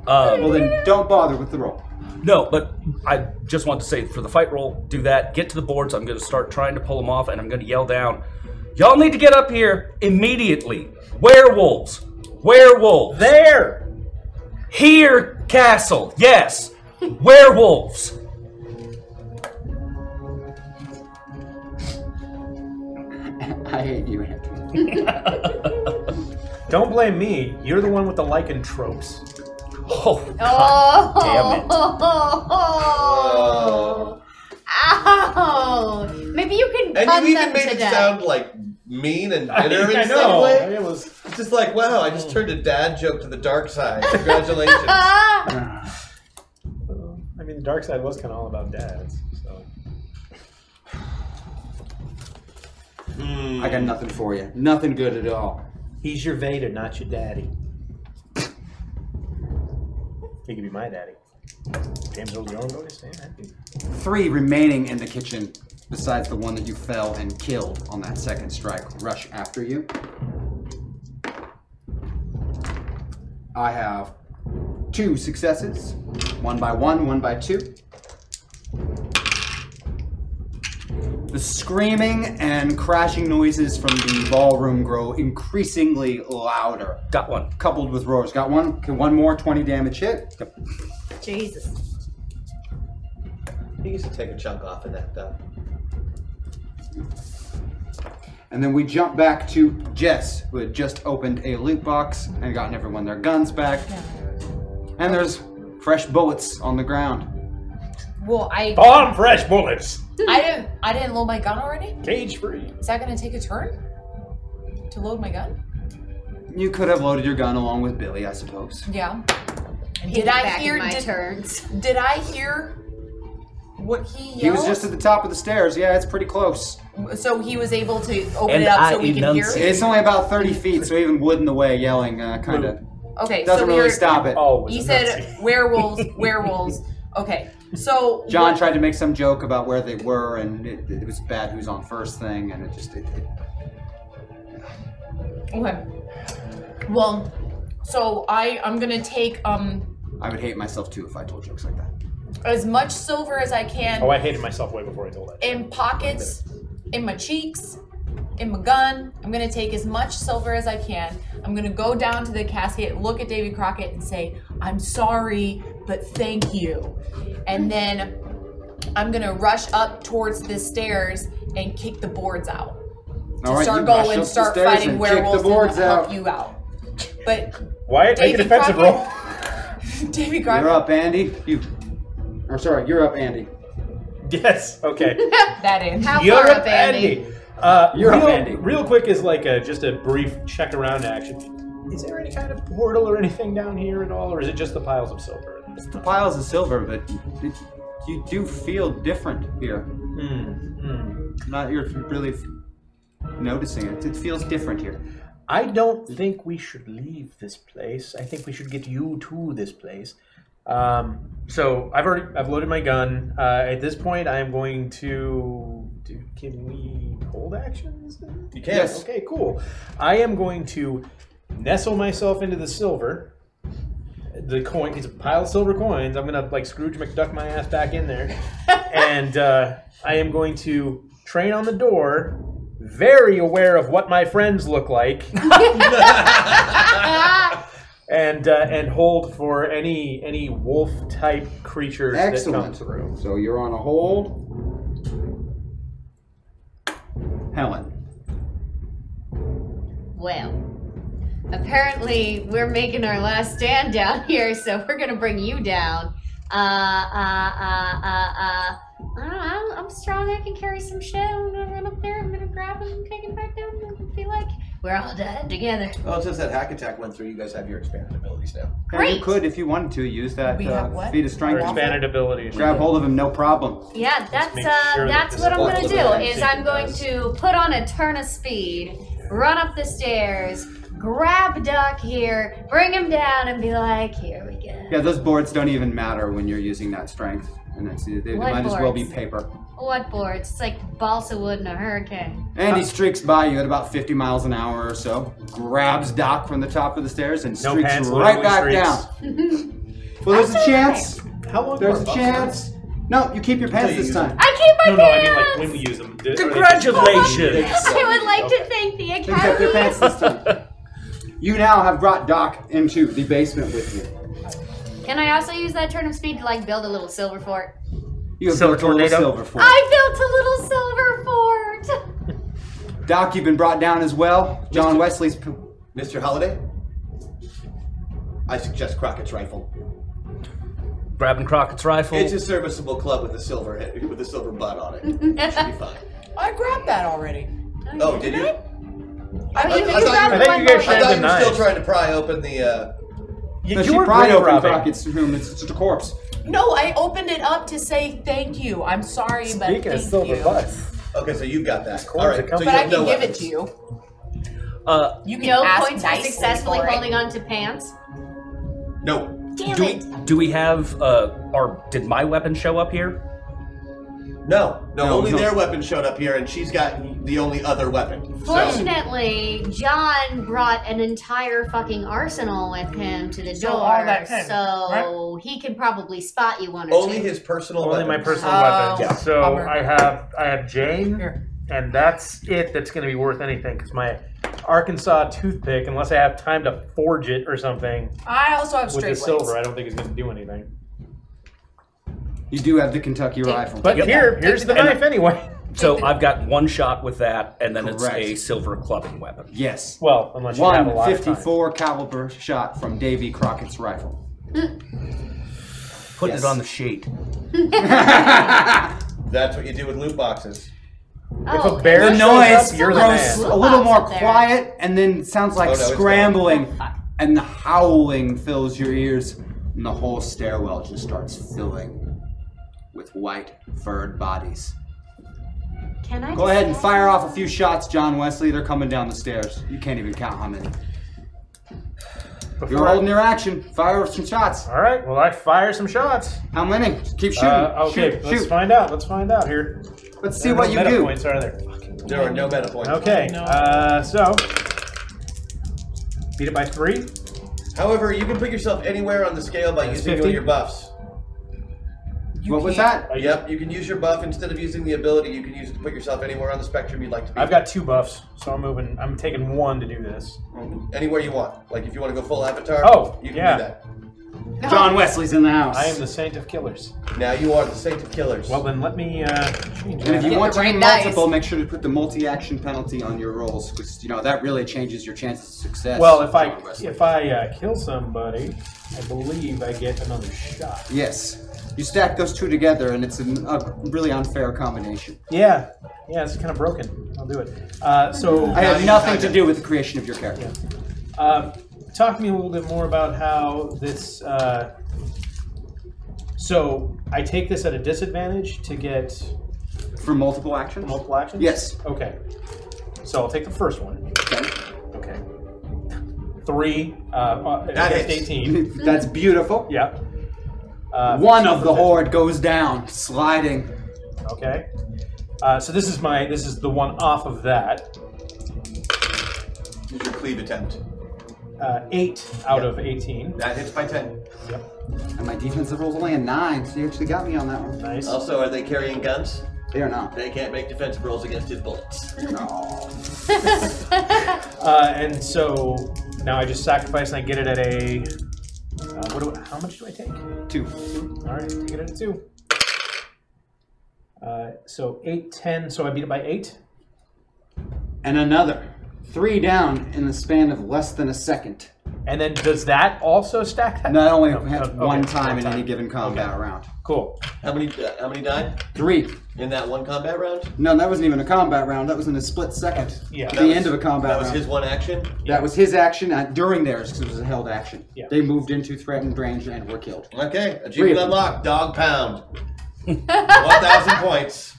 Speaker 8: Um,
Speaker 1: well then, don't bother with the roll.
Speaker 8: No, but I just want to say for the fight roll, do that. Get to the boards. I'm going to start trying to pull them off, and I'm going to yell down, "Y'all need to get up here immediately! Werewolves! Werewolves!
Speaker 4: There!
Speaker 8: Here, castle! Yes, werewolves!
Speaker 1: I hate you, Anthony.
Speaker 4: Don't blame me. You're the one with the lycanthropes.
Speaker 8: Oh,
Speaker 6: Oh.
Speaker 4: damn it.
Speaker 5: Uh.
Speaker 6: Oh, Ow. Maybe you can
Speaker 5: Uh, And
Speaker 6: gun
Speaker 5: you
Speaker 6: them
Speaker 5: even made
Speaker 6: to
Speaker 5: it
Speaker 6: death.
Speaker 5: sound like mean and
Speaker 4: I-
Speaker 5: bitter
Speaker 4: I
Speaker 5: in
Speaker 4: know.
Speaker 5: some way.
Speaker 4: It was
Speaker 5: It's just like, wow, I just turned a dad joke to the dark side. Congratulations.
Speaker 4: I mean, the dark side was kind of all about dads. So.
Speaker 1: I got nothing for you. Nothing good at all.
Speaker 4: He's your Vader, not your daddy. He could be my daddy. James Earl Jones always saying that.
Speaker 1: Three remaining in the kitchen, besides the one that you fell and killed on that second strike, rush after you. I have two successes one by one, one by two. The screaming and crashing noises from the ballroom grow increasingly louder.
Speaker 8: Got one.
Speaker 1: Coupled with roars. Got one. Okay, one more 20 damage hit.
Speaker 6: Jesus.
Speaker 5: He used to take a chunk off of that uh, though.
Speaker 1: And then we jump back to Jess, who had just opened a loot box and gotten everyone their guns back. And there's fresh bullets on the ground.
Speaker 3: Well, I.
Speaker 4: Bomb fresh bullets!
Speaker 3: I didn't. I didn't load my gun already.
Speaker 4: Cage free.
Speaker 3: Is that going to take a turn? To load my gun?
Speaker 1: You could have loaded your gun along with Billy, I suppose.
Speaker 3: Yeah.
Speaker 6: Hit
Speaker 3: Did
Speaker 6: it
Speaker 3: I
Speaker 6: back in
Speaker 3: hear?
Speaker 6: my
Speaker 3: Did,
Speaker 6: turns.
Speaker 3: did I hear what he yelled?
Speaker 1: He was just at the top of the stairs. Yeah, it's pretty close.
Speaker 3: so he was able to open it up so we can hear it.
Speaker 1: It's only about 30 feet, so even wood in the way, yelling uh, kind of
Speaker 3: Okay,
Speaker 1: doesn't
Speaker 3: so we
Speaker 1: really
Speaker 3: were-
Speaker 1: stop it.
Speaker 3: You said werewolves, werewolves. Okay, so
Speaker 1: John
Speaker 3: what-
Speaker 1: tried to make some joke about where they were, and it, it was bad who's on first thing, and it just it, it,
Speaker 3: Okay. Well, so I I'm gonna take um
Speaker 1: I would hate myself too if I told jokes like that.
Speaker 3: as much silver as I can
Speaker 4: Oh, I hated myself way before I told that.
Speaker 3: in pockets, in my cheeks, in my gun. I'm gonna take as much silver as I can. I'm gonna go down to the casket, look at Davy Crockett, and say, "I'm sorry, but thank you." And then I'm gonna rush up towards the stairs and kick the boards out. To
Speaker 1: All right,
Speaker 3: start
Speaker 1: you rush
Speaker 3: going,
Speaker 1: up the
Speaker 3: start
Speaker 1: stairs
Speaker 3: fighting
Speaker 1: and kick the
Speaker 3: werewolves,
Speaker 1: boards
Speaker 3: and help
Speaker 1: out.
Speaker 3: you out. But
Speaker 4: Wyatt, take a
Speaker 3: Davy
Speaker 4: defensive
Speaker 3: Crockett- Davy Crockett.
Speaker 1: You're up, Andy. You. I'm sorry. You're up, Andy.
Speaker 4: Yes. Okay.
Speaker 3: that in. How
Speaker 4: You're up, Andy. Uh,
Speaker 1: You're
Speaker 4: real,
Speaker 1: up, Andy.
Speaker 4: Real quick is like a, just a brief check around action. Is there any kind of portal or anything down here at all, or is it just the piles of silver?
Speaker 1: It's the piles of silver, but it, you do feel different here.
Speaker 4: Hmm.
Speaker 1: Hmm. Not you're really f- noticing it. It feels different here.
Speaker 4: I don't think we should leave this place. I think we should get you to this place. Um, so I've already I've loaded my gun. Uh, at this point, I am going to. Do, can we hold actions? You
Speaker 5: can.
Speaker 4: Yes. Okay. Cool. I am going to nestle myself into the silver. The coin. It's a pile of silver coins. I'm gonna like Scrooge McDuck my ass back in there, and uh, I am going to train on the door. Very aware of what my friends look like and uh, and hold for any any wolf type creatures that come
Speaker 1: Excellent.
Speaker 4: through.
Speaker 1: So you're on a hold. Helen.
Speaker 6: Well, apparently we're making our last stand down here, so we're gonna bring you down. Uh, uh, uh, uh, uh. I don't know, I'm, I'm strong. I can carry some shit. I'm gonna run up there. I'm gonna grab it and take it back down. I feel like we're all dead together.
Speaker 5: Oh, it says that hack attack went through. You guys have your expanded abilities now.
Speaker 1: Great. you could, if you wanted to, use that
Speaker 6: We have
Speaker 1: uh,
Speaker 6: what?
Speaker 1: feat of strength.
Speaker 6: Our expanded
Speaker 4: abilities.
Speaker 1: Grab hold of him, no problem.
Speaker 6: Yeah, that's
Speaker 1: make
Speaker 6: uh,
Speaker 1: sure that
Speaker 6: that's
Speaker 1: this
Speaker 6: what I'm
Speaker 1: is
Speaker 6: gonna
Speaker 1: possible.
Speaker 6: do. Is I'm going to put on a turn of speed, run up the stairs, grab Duck here, bring him down, and be like, here we go.
Speaker 1: Yeah, those boards don't even matter when you're using that strength, and that's they, they
Speaker 6: What
Speaker 1: might as well be
Speaker 6: boards?
Speaker 1: paper.
Speaker 6: What boards? It's like balsa wood in a hurricane.
Speaker 1: And he streaks by you at about 50 miles an hour or so, grabs Doc from the top of the stairs, and
Speaker 4: No
Speaker 1: streaks
Speaker 4: pants,
Speaker 1: right
Speaker 4: literally
Speaker 1: back
Speaker 4: streaks.
Speaker 1: down. Well, there's a chance.
Speaker 4: How long?
Speaker 1: There's
Speaker 4: are
Speaker 1: a
Speaker 4: buffs?
Speaker 1: chance. No, you keep your pants this time.
Speaker 6: I keep my
Speaker 4: No, no, I mean like when we use them. Did- are they-
Speaker 1: Congratulations.
Speaker 6: I would like to thank the
Speaker 1: They kept
Speaker 6: Academy.
Speaker 1: their pants this time. You now have brought Doc into the basement with you.
Speaker 6: Can I also use that turn of speed to like build a little silver fort?
Speaker 1: You have
Speaker 4: Silver
Speaker 1: built a little
Speaker 4: tornado?
Speaker 1: silver fort.
Speaker 6: I built a little silver fort.
Speaker 1: Doc, you've been brought down as well. John Wesley's. p-
Speaker 5: Mr. Holiday? I suggest Crockett's rifle.
Speaker 8: Grabbing Crockett's rifle.
Speaker 5: It's a serviceable club with a silver head, with a silver butt on it.
Speaker 16: I grabbed that already.
Speaker 5: Oh, did you?
Speaker 16: I
Speaker 5: I,
Speaker 16: mean,
Speaker 5: I
Speaker 16: you
Speaker 5: thought
Speaker 16: grabbed
Speaker 5: you,
Speaker 16: the one
Speaker 5: I
Speaker 16: behind
Speaker 5: thought
Speaker 16: me.
Speaker 5: you were still trying to pry open the. Uh...
Speaker 1: No, she pried open Crockett's room. It's just a corpse.
Speaker 16: No, I opened it up to say thank you. I'm sorry, but thank you.
Speaker 5: Okay, so you've got that. All right, so
Speaker 16: but
Speaker 5: you
Speaker 16: I
Speaker 5: have
Speaker 16: can
Speaker 5: no
Speaker 16: give
Speaker 5: weapons.
Speaker 16: it to you.
Speaker 8: Uh,
Speaker 16: You can
Speaker 6: no
Speaker 16: ask
Speaker 6: points for
Speaker 16: nicely
Speaker 6: successfully
Speaker 16: for it.
Speaker 6: holding on to pants.
Speaker 5: no.
Speaker 6: Damn
Speaker 8: do,
Speaker 6: it.
Speaker 8: do we have? Uh, or did my weapon show up here?
Speaker 5: No, no,
Speaker 8: No,
Speaker 5: only
Speaker 8: no.
Speaker 5: their weapon showed up here, and she's got the only other weapon. So,
Speaker 6: Fortunately, John brought an entire fucking arsenal with him to the
Speaker 16: So
Speaker 6: door,
Speaker 16: all that can,
Speaker 6: so he can probably spot you one or
Speaker 5: only
Speaker 6: two.
Speaker 5: his personal
Speaker 4: Only
Speaker 5: weapons.
Speaker 4: my personal
Speaker 6: Oh,
Speaker 4: weapons.
Speaker 6: Yeah.
Speaker 4: So
Speaker 6: bummer.
Speaker 4: I have I have Jane, and that's it. That's going to be worth anything because my Arkansas toothpick, unless I have time to forge it or something
Speaker 16: I also
Speaker 3: Oh,
Speaker 16: have straight
Speaker 4: with the
Speaker 16: blades.
Speaker 4: silver, I don't think it's going to do anything.
Speaker 1: You do have the Kentucky rifle.
Speaker 4: But here, here's the
Speaker 8: And-
Speaker 4: knife anyway.
Speaker 8: So I've got one shot with that, and then
Speaker 1: Correct.
Speaker 8: it's a silver clubbing weapon.
Speaker 1: Yes.
Speaker 4: Well, unless you have a lot of time.
Speaker 1: 154 caliber shot from Davy Crockett's rifle.
Speaker 8: Putting
Speaker 1: Yes.
Speaker 8: it on the sheet.
Speaker 5: That's what you do with loot boxes.
Speaker 6: Oh,
Speaker 4: a bear
Speaker 1: the
Speaker 4: shows up,
Speaker 1: noise
Speaker 4: you're the
Speaker 1: grows
Speaker 4: man.
Speaker 1: a little more
Speaker 6: Lots up there.
Speaker 1: quiet, and then sounds like
Speaker 5: Oh, no, it's
Speaker 1: scrambling, and the howling fills your ears, and the whole stairwell just starts filling with white furred bodies.
Speaker 6: Can I
Speaker 1: Go
Speaker 6: just
Speaker 1: ahead and
Speaker 6: ask-
Speaker 1: fire off a few shots, John Wesley. They're coming down the stairs. You can't even count how many. You're
Speaker 4: Before I-
Speaker 1: holding your action. Fire some shots.
Speaker 4: All right. Well, I fire some shots.
Speaker 1: How many? Just keep shooting.
Speaker 4: Uh, okay,
Speaker 1: shoot,
Speaker 4: let's
Speaker 1: shoot.
Speaker 4: find out. Let's find out here.
Speaker 1: Let's see
Speaker 4: There are
Speaker 1: what
Speaker 4: no
Speaker 1: you
Speaker 4: meta
Speaker 1: do.
Speaker 4: Points are there?
Speaker 5: There are no meta points.
Speaker 4: Okay.
Speaker 1: Oh,
Speaker 4: Uh, so beat it by three.
Speaker 5: However, you can put yourself anywhere on the scale by using
Speaker 4: 50.
Speaker 5: one of your buffs.
Speaker 1: what was that?
Speaker 5: Yep, you can use your buff instead of using the ability. You can use it to put yourself anywhere on the spectrum you'd like to be.
Speaker 4: I've got two buffs, so I'm moving. I'm taking one to do this.
Speaker 5: anywhere you want. Like if you want to go full avatar,
Speaker 4: Oh,
Speaker 5: you can
Speaker 4: yeah.
Speaker 5: do that.
Speaker 1: John Wesley's in the house.
Speaker 4: I am the saint of killers.
Speaker 5: Now you are the saint of killers.
Speaker 4: Well, then let me. Uh, change
Speaker 1: And if
Speaker 4: that
Speaker 1: you
Speaker 4: up.
Speaker 1: want to be multiple, make sure to put the multi-action penalty on your rolls because you know that really changes your chances of success.
Speaker 4: well, if I
Speaker 1: John Wesley.
Speaker 4: if I uh, kill somebody, I believe I get another shot.
Speaker 1: yes, you stack those two together, and it's an, a really unfair combination.
Speaker 4: Yeah, yeah, it's kind of broken. I'll do it. Uh, so
Speaker 1: I had nothing to do with the creation of your character.
Speaker 4: Uh, talk to me a little bit more about how this. Uh, so I take this at a disadvantage to get
Speaker 1: for multiple actions.
Speaker 4: Multiple actions.
Speaker 1: Yes.
Speaker 4: Okay. So I'll take the first one.
Speaker 1: Okay.
Speaker 4: Okay. Three. Uh, uh,
Speaker 1: That
Speaker 4: against
Speaker 1: hits.
Speaker 4: eighteen.
Speaker 1: That's beautiful.
Speaker 4: Yeah. Uh,
Speaker 1: One of the horde goes down, sliding.
Speaker 4: Okay. Uh, so this is my this is the one off of that.
Speaker 5: Your cleave attempt.
Speaker 4: Uh, eight out of eighteen.
Speaker 5: That hits by ten.
Speaker 4: Yep.
Speaker 1: And my defensive roll's only a nine, so you actually got me on that one.
Speaker 4: Nice.
Speaker 5: Also, are they carrying guns?
Speaker 1: They are not.
Speaker 5: They can't make defensive rolls against his bullets.
Speaker 4: Uh, and so now I just sacrifice and I get it at a. Uh, what do I, how much do I take?
Speaker 1: Two.
Speaker 4: All right, I get it at two. Uh, so eight, ten. So I beat it by eight.
Speaker 1: And another. Three down in the span of less than a second.
Speaker 4: And then does that also stack that?
Speaker 1: And that only
Speaker 4: No,
Speaker 1: happens
Speaker 4: okay,
Speaker 1: one time
Speaker 4: one
Speaker 1: in
Speaker 4: time.
Speaker 1: any given combat round.
Speaker 4: Cool.
Speaker 5: How many? Uh, how many died
Speaker 1: Three.
Speaker 5: in that one combat round?
Speaker 1: No, that wasn't even a combat round. That was in a split second.
Speaker 4: Yeah.
Speaker 1: The
Speaker 5: That was-
Speaker 1: end of a combat
Speaker 5: That was
Speaker 1: round.
Speaker 5: his one action.
Speaker 1: That was his action uh, during theirs because it was a held action.
Speaker 4: Yeah.
Speaker 1: They moved into threatened range and were killed.
Speaker 5: Okay,
Speaker 1: Three of
Speaker 5: achievement
Speaker 1: them.
Speaker 5: unlocked. Dog pound. one thousand points.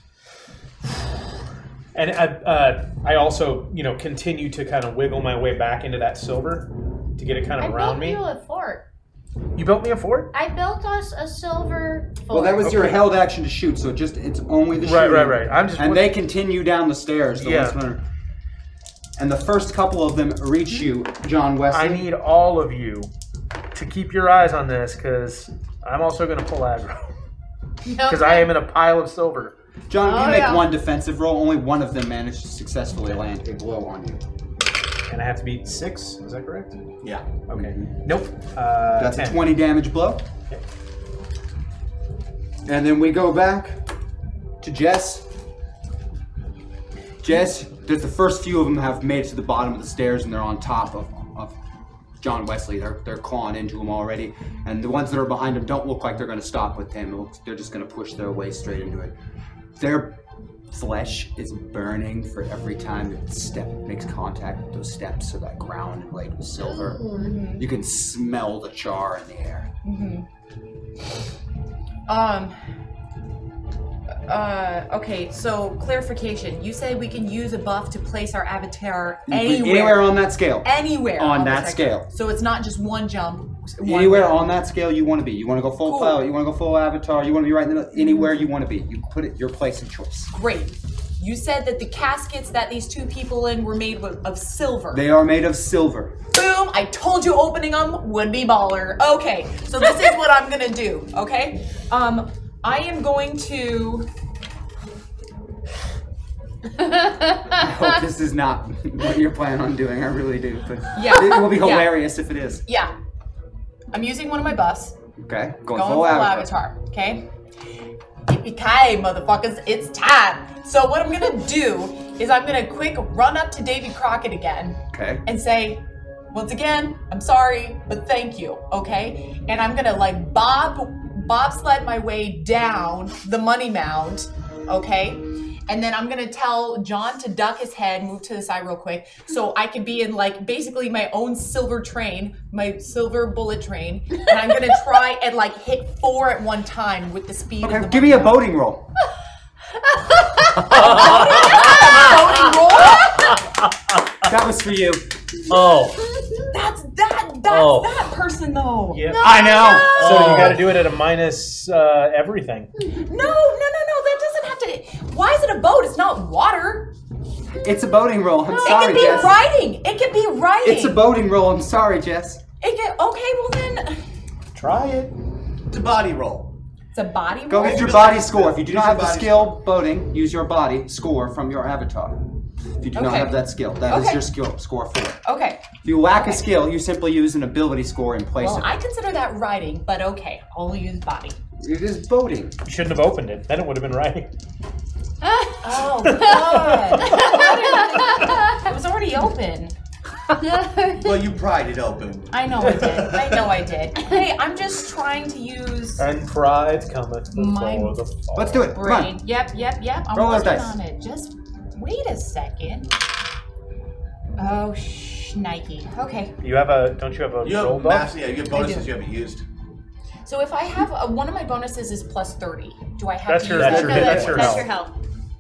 Speaker 4: And I, uh, I also, you know, continue to kind of wiggle my way back into that silver to get it kind
Speaker 6: I
Speaker 4: of around me.
Speaker 6: built you a fort.
Speaker 4: You built me a fort.
Speaker 6: I built us a silver fort.
Speaker 1: Well, that was your
Speaker 4: Okay.
Speaker 1: held action to shoot, so it just it's only the
Speaker 4: Right,
Speaker 1: shooting.
Speaker 4: right, right. I'm just-
Speaker 1: and they continue down the stairs. The
Speaker 4: Yeah.
Speaker 1: ones that are- and the first couple of them reach you, John Wesley.
Speaker 4: Mm-hmm. I need all of you to keep your eyes on this because I'm also going to pull aggro because I am in a pile of silver.
Speaker 1: John, if you
Speaker 4: Oh,
Speaker 1: make
Speaker 4: yeah.
Speaker 1: one defensive roll, only one of them managed to successfully land a blow on you.
Speaker 4: And I have to beat six. Is that correct?
Speaker 5: Yeah.
Speaker 4: Okay. Nope. Uh,
Speaker 1: That's a
Speaker 4: 10.
Speaker 1: 20 damage blow. And then we go back to Jess. Jess, does the first few of them have made it to the bottom of the stairs and they're on top of, of John Wesley. They're, they're clawing into him already. And the ones that are behind him don't look like they're going to stop with him. It looks- They're just going to push their way straight into it. Their flesh is burning for every time that step makes contact with those steps or that ground laid with silver. You can smell the char in the air.
Speaker 3: hmm Um. Uh, okay, so clarification. You say we can use a buff to place our avatar
Speaker 1: You can-
Speaker 3: anywhere,
Speaker 1: on that scale.
Speaker 3: anywhere
Speaker 1: On
Speaker 3: the
Speaker 1: that
Speaker 3: spectrum.
Speaker 1: scale.
Speaker 3: So it's not just one jump. one-
Speaker 1: Anywhere on that scale you want to be. You want to go full
Speaker 3: Cool. Mm-hmm.
Speaker 1: pilot, you want to go full avatar, you want to be right in the middle. Anywhere you want to be. You put it your place of choice.
Speaker 3: Great. You said that the caskets that these two people in were made with, of silver.
Speaker 1: They are made of silver.
Speaker 3: Boom! I told you opening them would be baller. Okay, so this is what I'm gonna do. Okay, um, I am going to.
Speaker 1: I hope this is not what you're planning on doing. I really do. But
Speaker 3: Yeah.
Speaker 1: it will be
Speaker 3: Yeah.
Speaker 1: hilarious if it is.
Speaker 3: Yeah, I'm using one of my buffs.
Speaker 1: Okay. Going,
Speaker 3: Going
Speaker 1: full,
Speaker 3: full
Speaker 1: avatar.
Speaker 3: avatar. Okay. Yippee-ki-yay, motherfuckers! It's time. So what I'm gonna do is I'm gonna quick run up to Davy Crockett again.
Speaker 1: Okay.
Speaker 3: and say, once again, I'm sorry, but thank you, okay? And I'm gonna like bob bobsled my way down the money mound, okay? And then I'm gonna tell John to duck his head, move to the side real quick, so I can be in like basically my own silver train, my silver bullet train, and I'm gonna try and like hit four at one time with the speed of
Speaker 1: Okay,
Speaker 3: the
Speaker 1: give me a boating roll.
Speaker 3: boating roll.
Speaker 1: That was for you.
Speaker 8: Oh,
Speaker 3: That's that that's
Speaker 8: Oh.
Speaker 3: that person though.
Speaker 4: Yeah.
Speaker 3: No,
Speaker 4: I
Speaker 3: no.
Speaker 4: So you
Speaker 1: Oh.
Speaker 4: got to do it at a minus uh, everything.
Speaker 3: No, no, no, no. That doesn't have to. Why is it a boat? It's not water.
Speaker 1: It's a boating roll. I'm
Speaker 3: it
Speaker 1: sorry,
Speaker 3: can be
Speaker 1: Jess.
Speaker 3: riding. It can be riding.
Speaker 1: It's a boating roll. I'm sorry, Jess.
Speaker 3: It can. Okay, well then,
Speaker 4: Try it.
Speaker 5: It's a body roll.
Speaker 3: it's a body.
Speaker 1: Go
Speaker 3: roll?
Speaker 1: with your body score. If you do
Speaker 5: Use
Speaker 1: not
Speaker 5: your
Speaker 1: have the
Speaker 5: body
Speaker 1: skill boating, use your body score from your avatar. If you do not
Speaker 3: Okay.
Speaker 1: have that skill, that is
Speaker 3: Okay.
Speaker 1: your skill score for it.
Speaker 3: Okay.
Speaker 1: If you lack a skill, you simply use an ability score in place
Speaker 3: Well,
Speaker 1: of
Speaker 3: I consider that riding, but okay, I'll use body.
Speaker 1: it. It is boating.
Speaker 4: You shouldn't have opened it. Then it would have been right.
Speaker 3: Oh god. it was already open.
Speaker 5: Well, you pried it open.
Speaker 3: I know I did. I know I did. Hey, I'm just trying to use
Speaker 4: And pride cometh
Speaker 3: My-
Speaker 4: before the fall.
Speaker 1: Let's do it. Come on.
Speaker 3: brain. Yep, yep, yep. I'm
Speaker 1: Roll those
Speaker 3: working
Speaker 1: dice.
Speaker 3: on it. Just wait a second. Oh shit. Nike. Okay.
Speaker 4: You have a don't you have a
Speaker 5: You have
Speaker 4: roll
Speaker 5: mass-
Speaker 4: buff?
Speaker 5: yeah, you have
Speaker 3: I
Speaker 5: bonuses
Speaker 3: do.
Speaker 5: you haven't used.
Speaker 3: So if I have a, one of my bonuses is plus thirty, do I have
Speaker 4: That's
Speaker 3: to
Speaker 4: your-
Speaker 3: use
Speaker 4: that's
Speaker 3: that?
Speaker 4: your-
Speaker 3: No,
Speaker 4: that's your
Speaker 3: that's
Speaker 4: health.
Speaker 3: your health.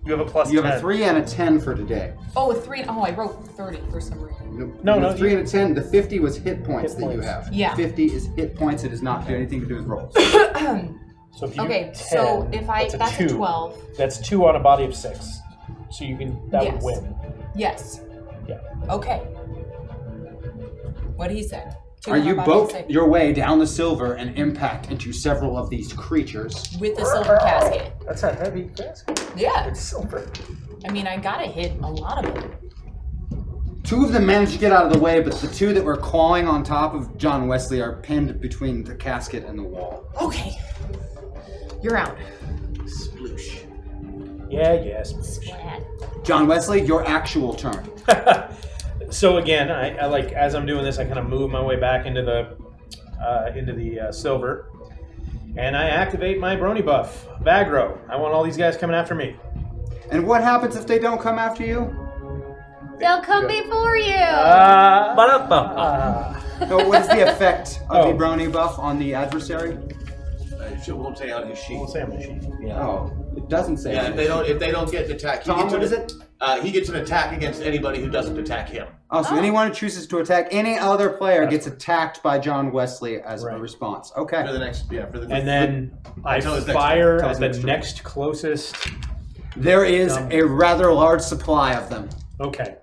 Speaker 4: You have a plus.
Speaker 1: You have
Speaker 4: 10.
Speaker 1: a three and a ten for today.
Speaker 3: Oh, a three. Oh, I wrote thirty for some reason.
Speaker 1: No,
Speaker 4: No,
Speaker 1: you have
Speaker 4: no,
Speaker 1: Three and a ten. The fifty was hit points that you have.
Speaker 3: Yeah.
Speaker 1: Fifty is hit points. It does not do anything to do with rolls.
Speaker 4: So if you
Speaker 3: Okay,
Speaker 4: get
Speaker 3: so
Speaker 4: 10,
Speaker 3: if I
Speaker 4: that's a
Speaker 3: that's a
Speaker 4: two.
Speaker 3: twelve.
Speaker 4: That's two on a body of six. So you can that
Speaker 3: Yes.
Speaker 4: would win.
Speaker 3: Yes.
Speaker 4: Yeah.
Speaker 3: Okay. What he said. Two
Speaker 1: Are
Speaker 3: on my
Speaker 1: you
Speaker 3: body
Speaker 1: both
Speaker 3: save.
Speaker 1: your way down the silver and impact into several of these creatures?
Speaker 3: with the silver casket?
Speaker 4: That's a heavy casket.
Speaker 3: Yeah.
Speaker 4: It's silver.
Speaker 3: I mean, I gotta hit a lot of them.
Speaker 1: Two of them managed to get out of the way, but the two that were clawing on top of John Wesley are pinned between the casket and the wall.
Speaker 3: Okay. You're out.
Speaker 5: Sploosh.
Speaker 4: Yeah, yes.
Speaker 1: John Wesley, your actual turn.
Speaker 4: So again, I, I like as I'm doing this, I kind of move my way back into the uh, into the uh, silver, and I activate my Brony buff, Vagro. I want all these guys coming after me.
Speaker 1: And what happens if they don't come after you?
Speaker 6: They'll come before you.
Speaker 1: Ah.
Speaker 4: Uh,
Speaker 1: So what is the effect of
Speaker 4: Oh.
Speaker 1: the brony buff on the adversary?
Speaker 5: She Uh, won't say on his sheet.
Speaker 4: Won't say on his sheet.
Speaker 5: Yeah.
Speaker 1: Oh, it doesn't say.
Speaker 5: Yeah, if they don't if they don't get an attack, he
Speaker 1: Tom,
Speaker 5: gets an-
Speaker 1: what is it?
Speaker 5: Uh, he gets an attack against anybody who doesn't attack him.
Speaker 1: Oh, so anyone who chooses to attack any other player gets attacked by John Wesley as a response. Okay.
Speaker 5: For the next, yeah, for the
Speaker 4: And then I
Speaker 1: Until his next turn.
Speaker 4: fire at the
Speaker 1: Until his next turn.
Speaker 4: next closest.
Speaker 1: There is
Speaker 4: Um,
Speaker 1: a rather large supply of them.
Speaker 4: Okay.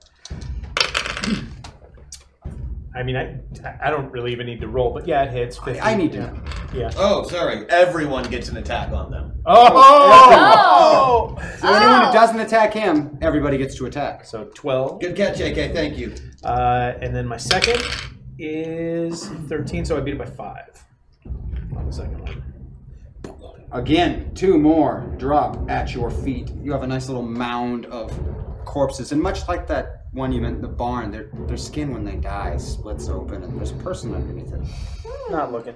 Speaker 4: I mean, I I don't really even need to roll, but yeah, it hits. 50.
Speaker 1: I need to know.
Speaker 4: Yeah.
Speaker 5: Oh, sorry. Everyone gets an attack on them.
Speaker 4: Oh!
Speaker 1: Oh! So anyone
Speaker 6: Oh.
Speaker 1: who doesn't attack him, everybody gets to attack.
Speaker 4: So 12.
Speaker 5: Good catch, AK. Thank you.
Speaker 4: Uh, and then my second is 13, so I beat it by 5 on the second one.
Speaker 1: Again, two more drop at your feet. You have a nice little mound of corpses, and much like that one you met in the barn, their their skin when they die splits open, and there's a person underneath it.
Speaker 4: Not looking.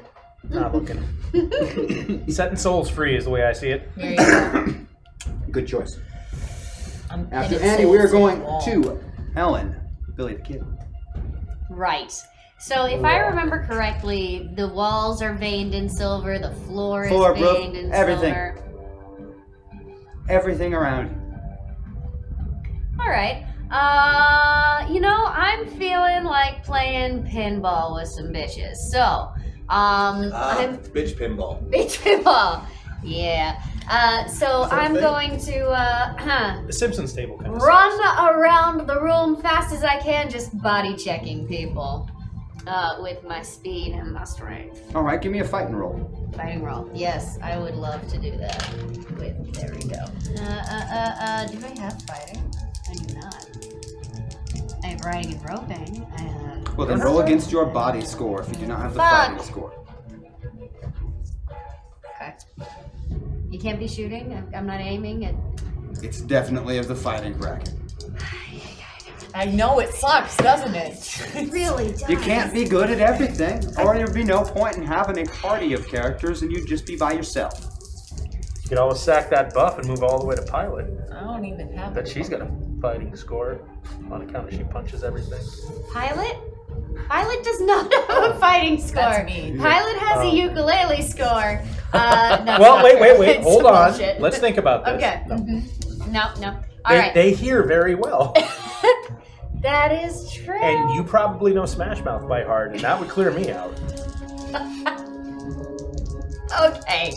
Speaker 4: Not looking. Setting souls free is the way I see it.
Speaker 3: There you go.
Speaker 1: Good choice.
Speaker 3: I'm
Speaker 1: After
Speaker 3: pinning
Speaker 1: Andy, we are
Speaker 3: souls
Speaker 1: going
Speaker 3: the wall.
Speaker 1: to Ellen, Billy the Kid.
Speaker 6: Right. So if I remember correctly, the walls are veined in silver, the floor is
Speaker 1: Floor, roof,
Speaker 6: veined in
Speaker 1: everything.
Speaker 6: silver.
Speaker 1: Everything around you.
Speaker 6: All right. Uh, you know, I'm feeling like playing pinball with some bitches. So, um,
Speaker 5: Ah,
Speaker 6: I'm
Speaker 5: bitch pinball.
Speaker 6: bitch pinball. Yeah. Uh, so
Speaker 4: that a
Speaker 6: I'm
Speaker 4: thing?
Speaker 6: going to uh,
Speaker 4: The Simpsons table kind of
Speaker 6: run around the room fast as I can, just body checking people uh, with my speed and my strength.
Speaker 1: All right, give me a fighting roll.
Speaker 6: Fighting roll. Yes, I would love to do that. With there we go. Uh, uh, uh, uh, do I have fighting? I do not. I have riding and roping. Uh,
Speaker 1: Well, then roll against your body score if you do not have the fighting
Speaker 6: Fuck.
Speaker 1: score.
Speaker 6: okay. You can't be shooting. I'm- I'm not aiming. At...
Speaker 1: It's definitely of the fighting bracket.
Speaker 3: I know it sucks, doesn't it?
Speaker 6: really does.
Speaker 1: You can't be good at everything, or there'd be no point in having a party of characters and you'd just be by yourself.
Speaker 4: You could always sack that buff and move all the way to pilot.
Speaker 3: I don't even have
Speaker 4: But
Speaker 3: it.
Speaker 4: she's got a fighting score on account of she punches everything.
Speaker 6: Pilot. Pilot does not have a fighting score.
Speaker 3: Oh, That's me.
Speaker 6: Pilot has
Speaker 4: Oh.
Speaker 6: a ukulele score. Uh, that's
Speaker 4: well,
Speaker 6: not
Speaker 4: wait,
Speaker 6: true.
Speaker 4: wait, wait.
Speaker 6: It's
Speaker 4: Hold on.
Speaker 6: bullshit.
Speaker 4: Let's think about this.
Speaker 6: Okay.
Speaker 4: No.
Speaker 6: mhm. No, no. All
Speaker 4: They,
Speaker 6: right.
Speaker 4: they hear very well.
Speaker 6: That is true.
Speaker 4: and you probably know Smash Mouth by heart, and that would clear me out.
Speaker 6: Okay.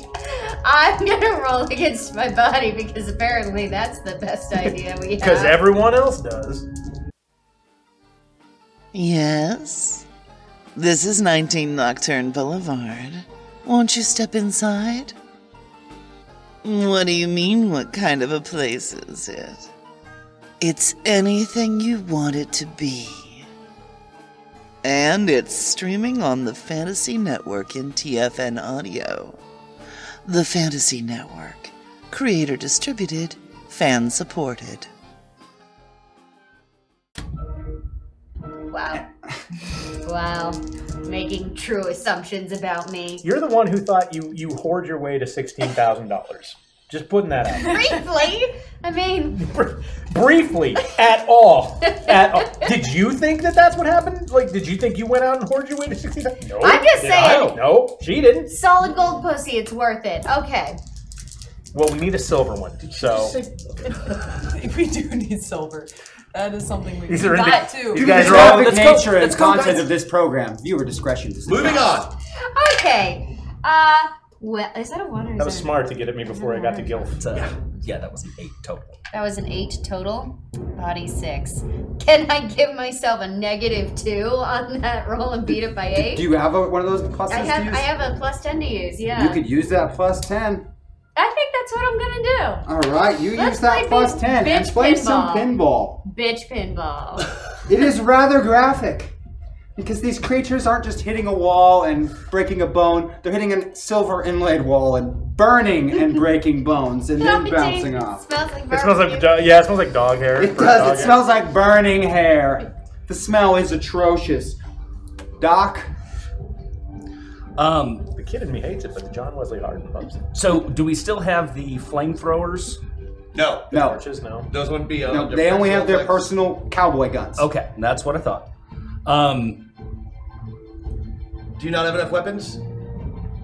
Speaker 6: I'm gonna roll against my body because apparently that's the best idea we have.
Speaker 4: Because everyone else does.
Speaker 17: Yes? This is 19 Nocturne Boulevard. Won't you step inside? What do you mean, what kind of a place is it? It's anything you want it to be. And it's streaming on the Fantasy Network in TFN Audio. The Fantasy Network. Creator distributed, fan supported.
Speaker 6: Wow. wow. Making true assumptions about me.
Speaker 4: You're the one who thought you you hoard your way to sixteen thousand dollars. Just putting that out.
Speaker 6: Briefly, I mean,
Speaker 4: Briefly, at all. At all. Did you think that that's what happened? Like, did you think you went out and hoarded your way to 69? No.
Speaker 6: I'm just
Speaker 4: Did I?
Speaker 6: saying.
Speaker 4: No, she didn't.
Speaker 6: solid gold pussy, it's worth it. Okay.
Speaker 4: Well, we need a silver one. So.
Speaker 3: we do need silver. That is something we
Speaker 1: These are indi-
Speaker 3: got to.
Speaker 1: You guys are all the nature and content of this program. Viewer discretion is
Speaker 5: Moving on.
Speaker 6: Okay. Uh, well, is that a one or is
Speaker 4: That was smart to get at me before I got to Guild.
Speaker 8: yeah, that was an eight total.
Speaker 6: That was an eight total. Body six. Can I give myself a negative two on that roll and beat it by eight?
Speaker 1: Do you have a, one of those pluses
Speaker 6: I
Speaker 1: to
Speaker 6: have
Speaker 1: use?
Speaker 6: I have a plus ten to use. Yeah.
Speaker 1: You could use that plus 10.
Speaker 6: I think that's what I'm gonna do.
Speaker 1: All right, you
Speaker 6: Let's
Speaker 1: use that
Speaker 6: play
Speaker 1: plus
Speaker 6: bitch-
Speaker 1: 10 and
Speaker 6: bitch
Speaker 1: play some
Speaker 6: pinball.
Speaker 1: pinball.
Speaker 6: Bitch pinball.
Speaker 1: It is rather graphic because these creatures aren't just hitting a wall and breaking a bone, they're hitting a silver inlaid wall and burning and breaking bones and then bouncing off.
Speaker 6: Smells like
Speaker 4: It smells like dog. Yeah, it smells like dog hair.
Speaker 1: It does, it smells like burning hair. The smell is atrocious. Doc,
Speaker 8: Um,
Speaker 4: the kid in me hates it, but the John Wesley Hardin loves it.
Speaker 8: So, do we still have the flamethrowers?
Speaker 5: No,
Speaker 1: no.
Speaker 4: Torches, no.
Speaker 5: Those wouldn't be.
Speaker 1: no, they only have their personal cowboy guns.
Speaker 8: Okay, that's what I thought. Um,
Speaker 5: do you not have enough weapons?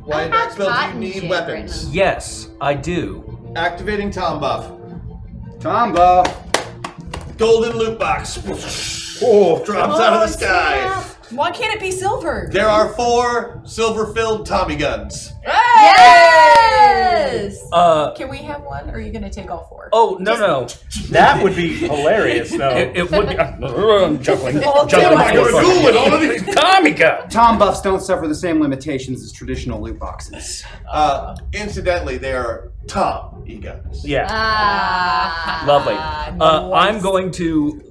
Speaker 5: Why in that spell do you need weapons?
Speaker 8: Yes, I do.
Speaker 5: Activating Tom Buff.
Speaker 1: Tom Buff.
Speaker 5: Golden loot box. Oh, drops out of the sky.
Speaker 3: Why can't it be silver?
Speaker 5: There are four silver-filled Tommy guns.
Speaker 3: Yes!
Speaker 8: Uh,
Speaker 3: Can we have one, or are you going to take all four?
Speaker 8: Oh no no,
Speaker 4: that would be hilarious though.
Speaker 8: It, it would be. I'm juggling,
Speaker 3: All
Speaker 8: juggling.
Speaker 3: two
Speaker 8: my
Speaker 3: items.
Speaker 8: fucking-
Speaker 3: Ooh, and all of
Speaker 8: Tommy gun.
Speaker 1: Tom Buffs don't suffer the same limitations as traditional loot boxes.
Speaker 5: Uh, incidentally, they are Tom E guns.
Speaker 8: Yeah.
Speaker 6: Uh, Ah.
Speaker 8: Lovely. Uh, I'm going to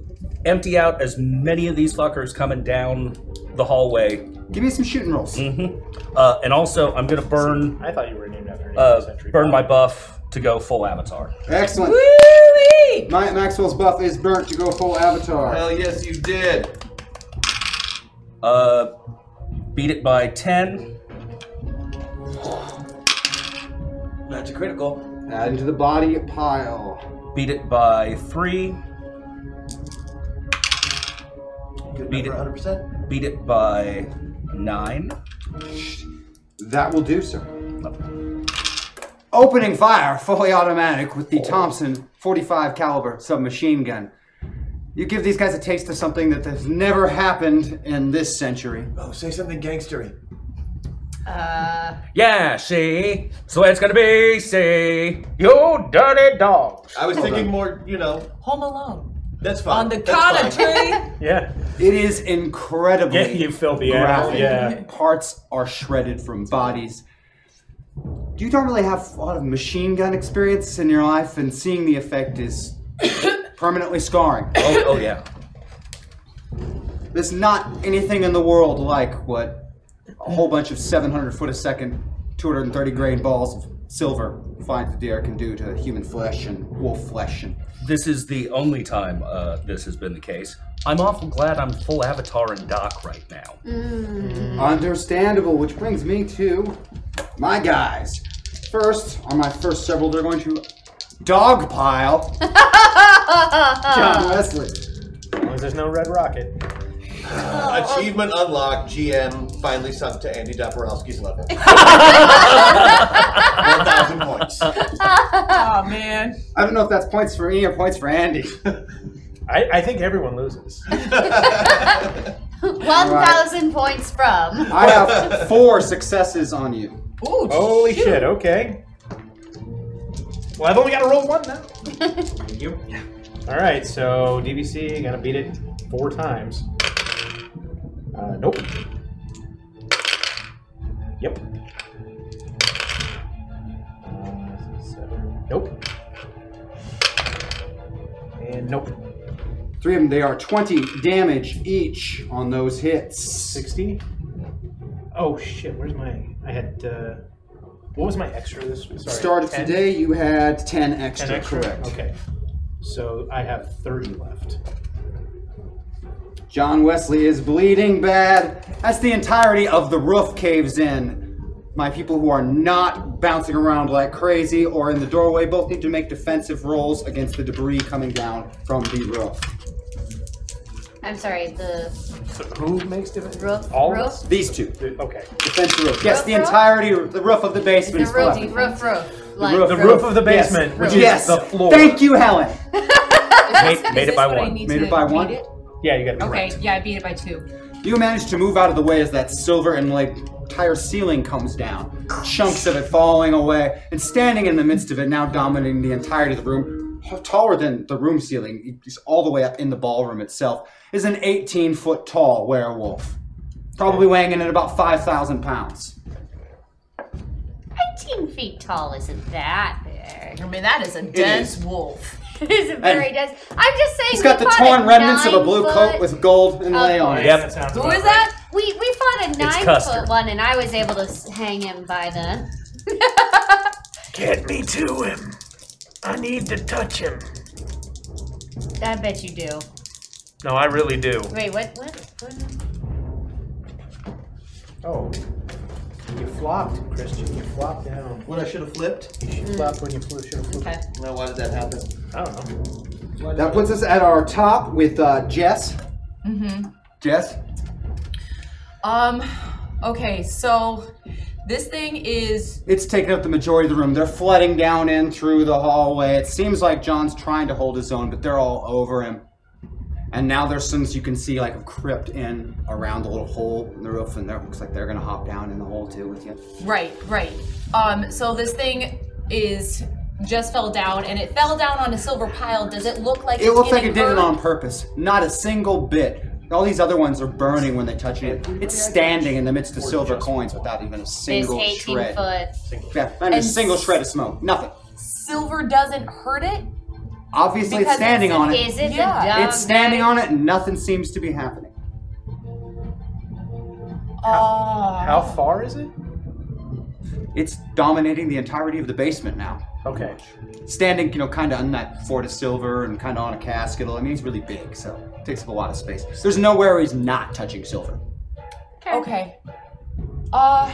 Speaker 8: empty out as many of these fuckers coming down the hallway.
Speaker 1: Give me some shooting rolls.
Speaker 8: Mm-hmm. Uh, and also, I'm gonna burn.
Speaker 4: I thought you were named after.
Speaker 8: Uh, burn my buff to go full avatar.
Speaker 1: Excellent. My, Maxwell's buff is burnt to go full avatar.
Speaker 5: Hell yes, you did.
Speaker 8: Uh, beat it by ten.
Speaker 5: That's a critical.
Speaker 1: Add into the body pile.
Speaker 8: Beat it by three. Beat it.
Speaker 5: 100%.
Speaker 8: Beat it by nine.
Speaker 1: That will do, sir. Opening fire, fully automatic with the Thompson 45 caliber submachine gun. You give these guys a taste of something that has never happened in this century.
Speaker 5: Oh, say something gangstery.
Speaker 6: Uh,
Speaker 8: Yeah, see, so it's gonna be see you dirty dog.
Speaker 5: I was thinking more, you know.
Speaker 3: Home Alone.
Speaker 5: That's fine.
Speaker 3: On the
Speaker 5: That's fine.
Speaker 3: cottage tree.
Speaker 4: Yeah.
Speaker 1: It is incredibly
Speaker 4: Yeah, you feel the air,
Speaker 1: graphic.
Speaker 4: yeah.
Speaker 1: Parts are shredded from bodies. You don't really have a lot of machine gun experience in your life, and seeing the effect is permanently scarring.
Speaker 8: Oh, oh yeah.
Speaker 1: There's not anything in the world like what a whole bunch of 700 foot a second, 230 grain balls of silver finds the air can do to human flesh and wolf flesh. And
Speaker 8: This is the only time uh, this has been the case. I'm awful glad I'm full avatar and doc right now. Mm.
Speaker 1: Understandable, which brings me to my guys. First, on my first several, they're going to dog pile John Wesley.
Speaker 4: As long as there's no red rocket.
Speaker 5: Achievement unlocked. GM finally sunk to Andy Daporowski's level. One thousand points.
Speaker 3: oh man.
Speaker 1: I don't know if that's points for me or points for Andy.
Speaker 4: I, I think everyone loses.
Speaker 6: One thousand points from.
Speaker 1: I have four successes on you.
Speaker 3: Ooh,
Speaker 4: Holy shit, okay. Well, I've only got to roll one now. Thank you. All right, so DVC, gonna beat it four times. Uh, nope. Yep. Uh, seven. Nope. And nope.
Speaker 1: Three of them, they are 20 damage each on those hits.
Speaker 4: 60? Oh shit, where's my. I had. Uh, what was my extra this sorry,
Speaker 1: Started
Speaker 4: 10?
Speaker 1: today, you had 10
Speaker 4: 10
Speaker 1: extra,
Speaker 4: extra?
Speaker 1: correct.
Speaker 4: Okay. So I have 30 left.
Speaker 1: John Wesley is bleeding bad as the entirety of the roof caves in. My people who are not bouncing around like crazy or in the doorway both need to make defensive rolls against the debris coming down from the roof.
Speaker 6: I'm sorry, the
Speaker 1: Who makes defense?
Speaker 6: roof. roof?
Speaker 1: These two.
Speaker 4: Okay.
Speaker 1: Defense the roof. Yes,
Speaker 6: Roof,
Speaker 1: the
Speaker 6: roof?
Speaker 1: entirety, of the roof of the
Speaker 6: The
Speaker 1: basement is for
Speaker 6: roof,
Speaker 1: weapons.
Speaker 6: roof, roof.
Speaker 1: The
Speaker 6: Like
Speaker 1: roof.
Speaker 4: The roof of the basement,
Speaker 1: Yes.
Speaker 4: which
Speaker 1: Yes.
Speaker 4: is the floor.
Speaker 1: Thank you, Helen.
Speaker 4: Made, made it by
Speaker 3: what I
Speaker 4: one.
Speaker 3: need Made to it by beat one? it?
Speaker 4: Yeah, you got to be
Speaker 3: Okay,
Speaker 4: right.
Speaker 3: yeah, I beat it by two.
Speaker 1: You manage to move out of the way as that silver and like entire ceiling comes down, chunks of it falling away, and standing in the midst of it, now dominating the entirety of the room, taller than the room ceiling, it's all the way up in the ballroom itself, is an 18 foot tall werewolf. Probably weighing in at about 5,000 pounds.
Speaker 6: 18 feet tall isn't that big.
Speaker 16: I mean, that is a dense wolf.
Speaker 6: it is a very dense. I'm just saying.
Speaker 1: He's got
Speaker 6: we
Speaker 1: the
Speaker 6: fought
Speaker 1: torn
Speaker 6: a
Speaker 1: remnants of a
Speaker 6: nine
Speaker 1: blue
Speaker 6: foot-
Speaker 1: coat with gold inlay on it.
Speaker 6: Yep. That sounds Who about is
Speaker 16: that?
Speaker 6: We we fought a nine
Speaker 1: Custer.
Speaker 6: foot one, and I was able to s- hang him by the.
Speaker 4: Get me to him. I need to touch him.
Speaker 6: I bet you do.
Speaker 4: No, I really do.
Speaker 6: Wait, what? What? what?
Speaker 4: Oh. You flopped, Christian. You flopped down.
Speaker 5: What I should have flipped?
Speaker 4: You should have flopped when you flew. Should have flipped.
Speaker 6: Okay.
Speaker 5: Now, why did that happen?
Speaker 4: I don't know.
Speaker 1: That puts us at our top with uh, Jess.
Speaker 3: Mm-hmm.
Speaker 1: Jess?
Speaker 3: Um, okay, so this thing is
Speaker 1: It's taken up the majority of the room. They're flooding down in through the hallway. It seems like John's trying to hold his own, but they're all over him. And now there's some you can see like a crypt in around the little hole in the roof, and there looks like they're gonna hop down in the hole too with you.
Speaker 3: right, right. Um, so this thing is just fell down, and it fell down on a silver pile. Does it look like
Speaker 1: It
Speaker 3: it's
Speaker 1: looks like
Speaker 3: getting
Speaker 1: it did it
Speaker 3: burned?
Speaker 1: on purpose. Not a single bit. All these other ones are burning when they touch it. It's standing in the midst of silver coins without even a
Speaker 6: This
Speaker 1: single
Speaker 6: 18
Speaker 1: shred.
Speaker 6: foot.
Speaker 1: Yeah, not even a
Speaker 3: And
Speaker 1: single shred of smoke. Nothing.
Speaker 3: Silver doesn't hurt it.
Speaker 1: Obviously,
Speaker 3: Because
Speaker 1: it's standing
Speaker 3: it's-
Speaker 1: on it.
Speaker 3: is it the Yeah. dog
Speaker 1: It's standing on it, and nothing seems to be happening.
Speaker 3: Oh.
Speaker 4: How far is it?
Speaker 1: It's dominating the entirety of the basement now.
Speaker 4: Okay.
Speaker 1: Standing, you know, kind of on that Fort of Silver and kind of on a casket. I mean, he's really big, so it takes up a lot of space. There's nowhere he's not touching silver.
Speaker 3: Okay. Uh,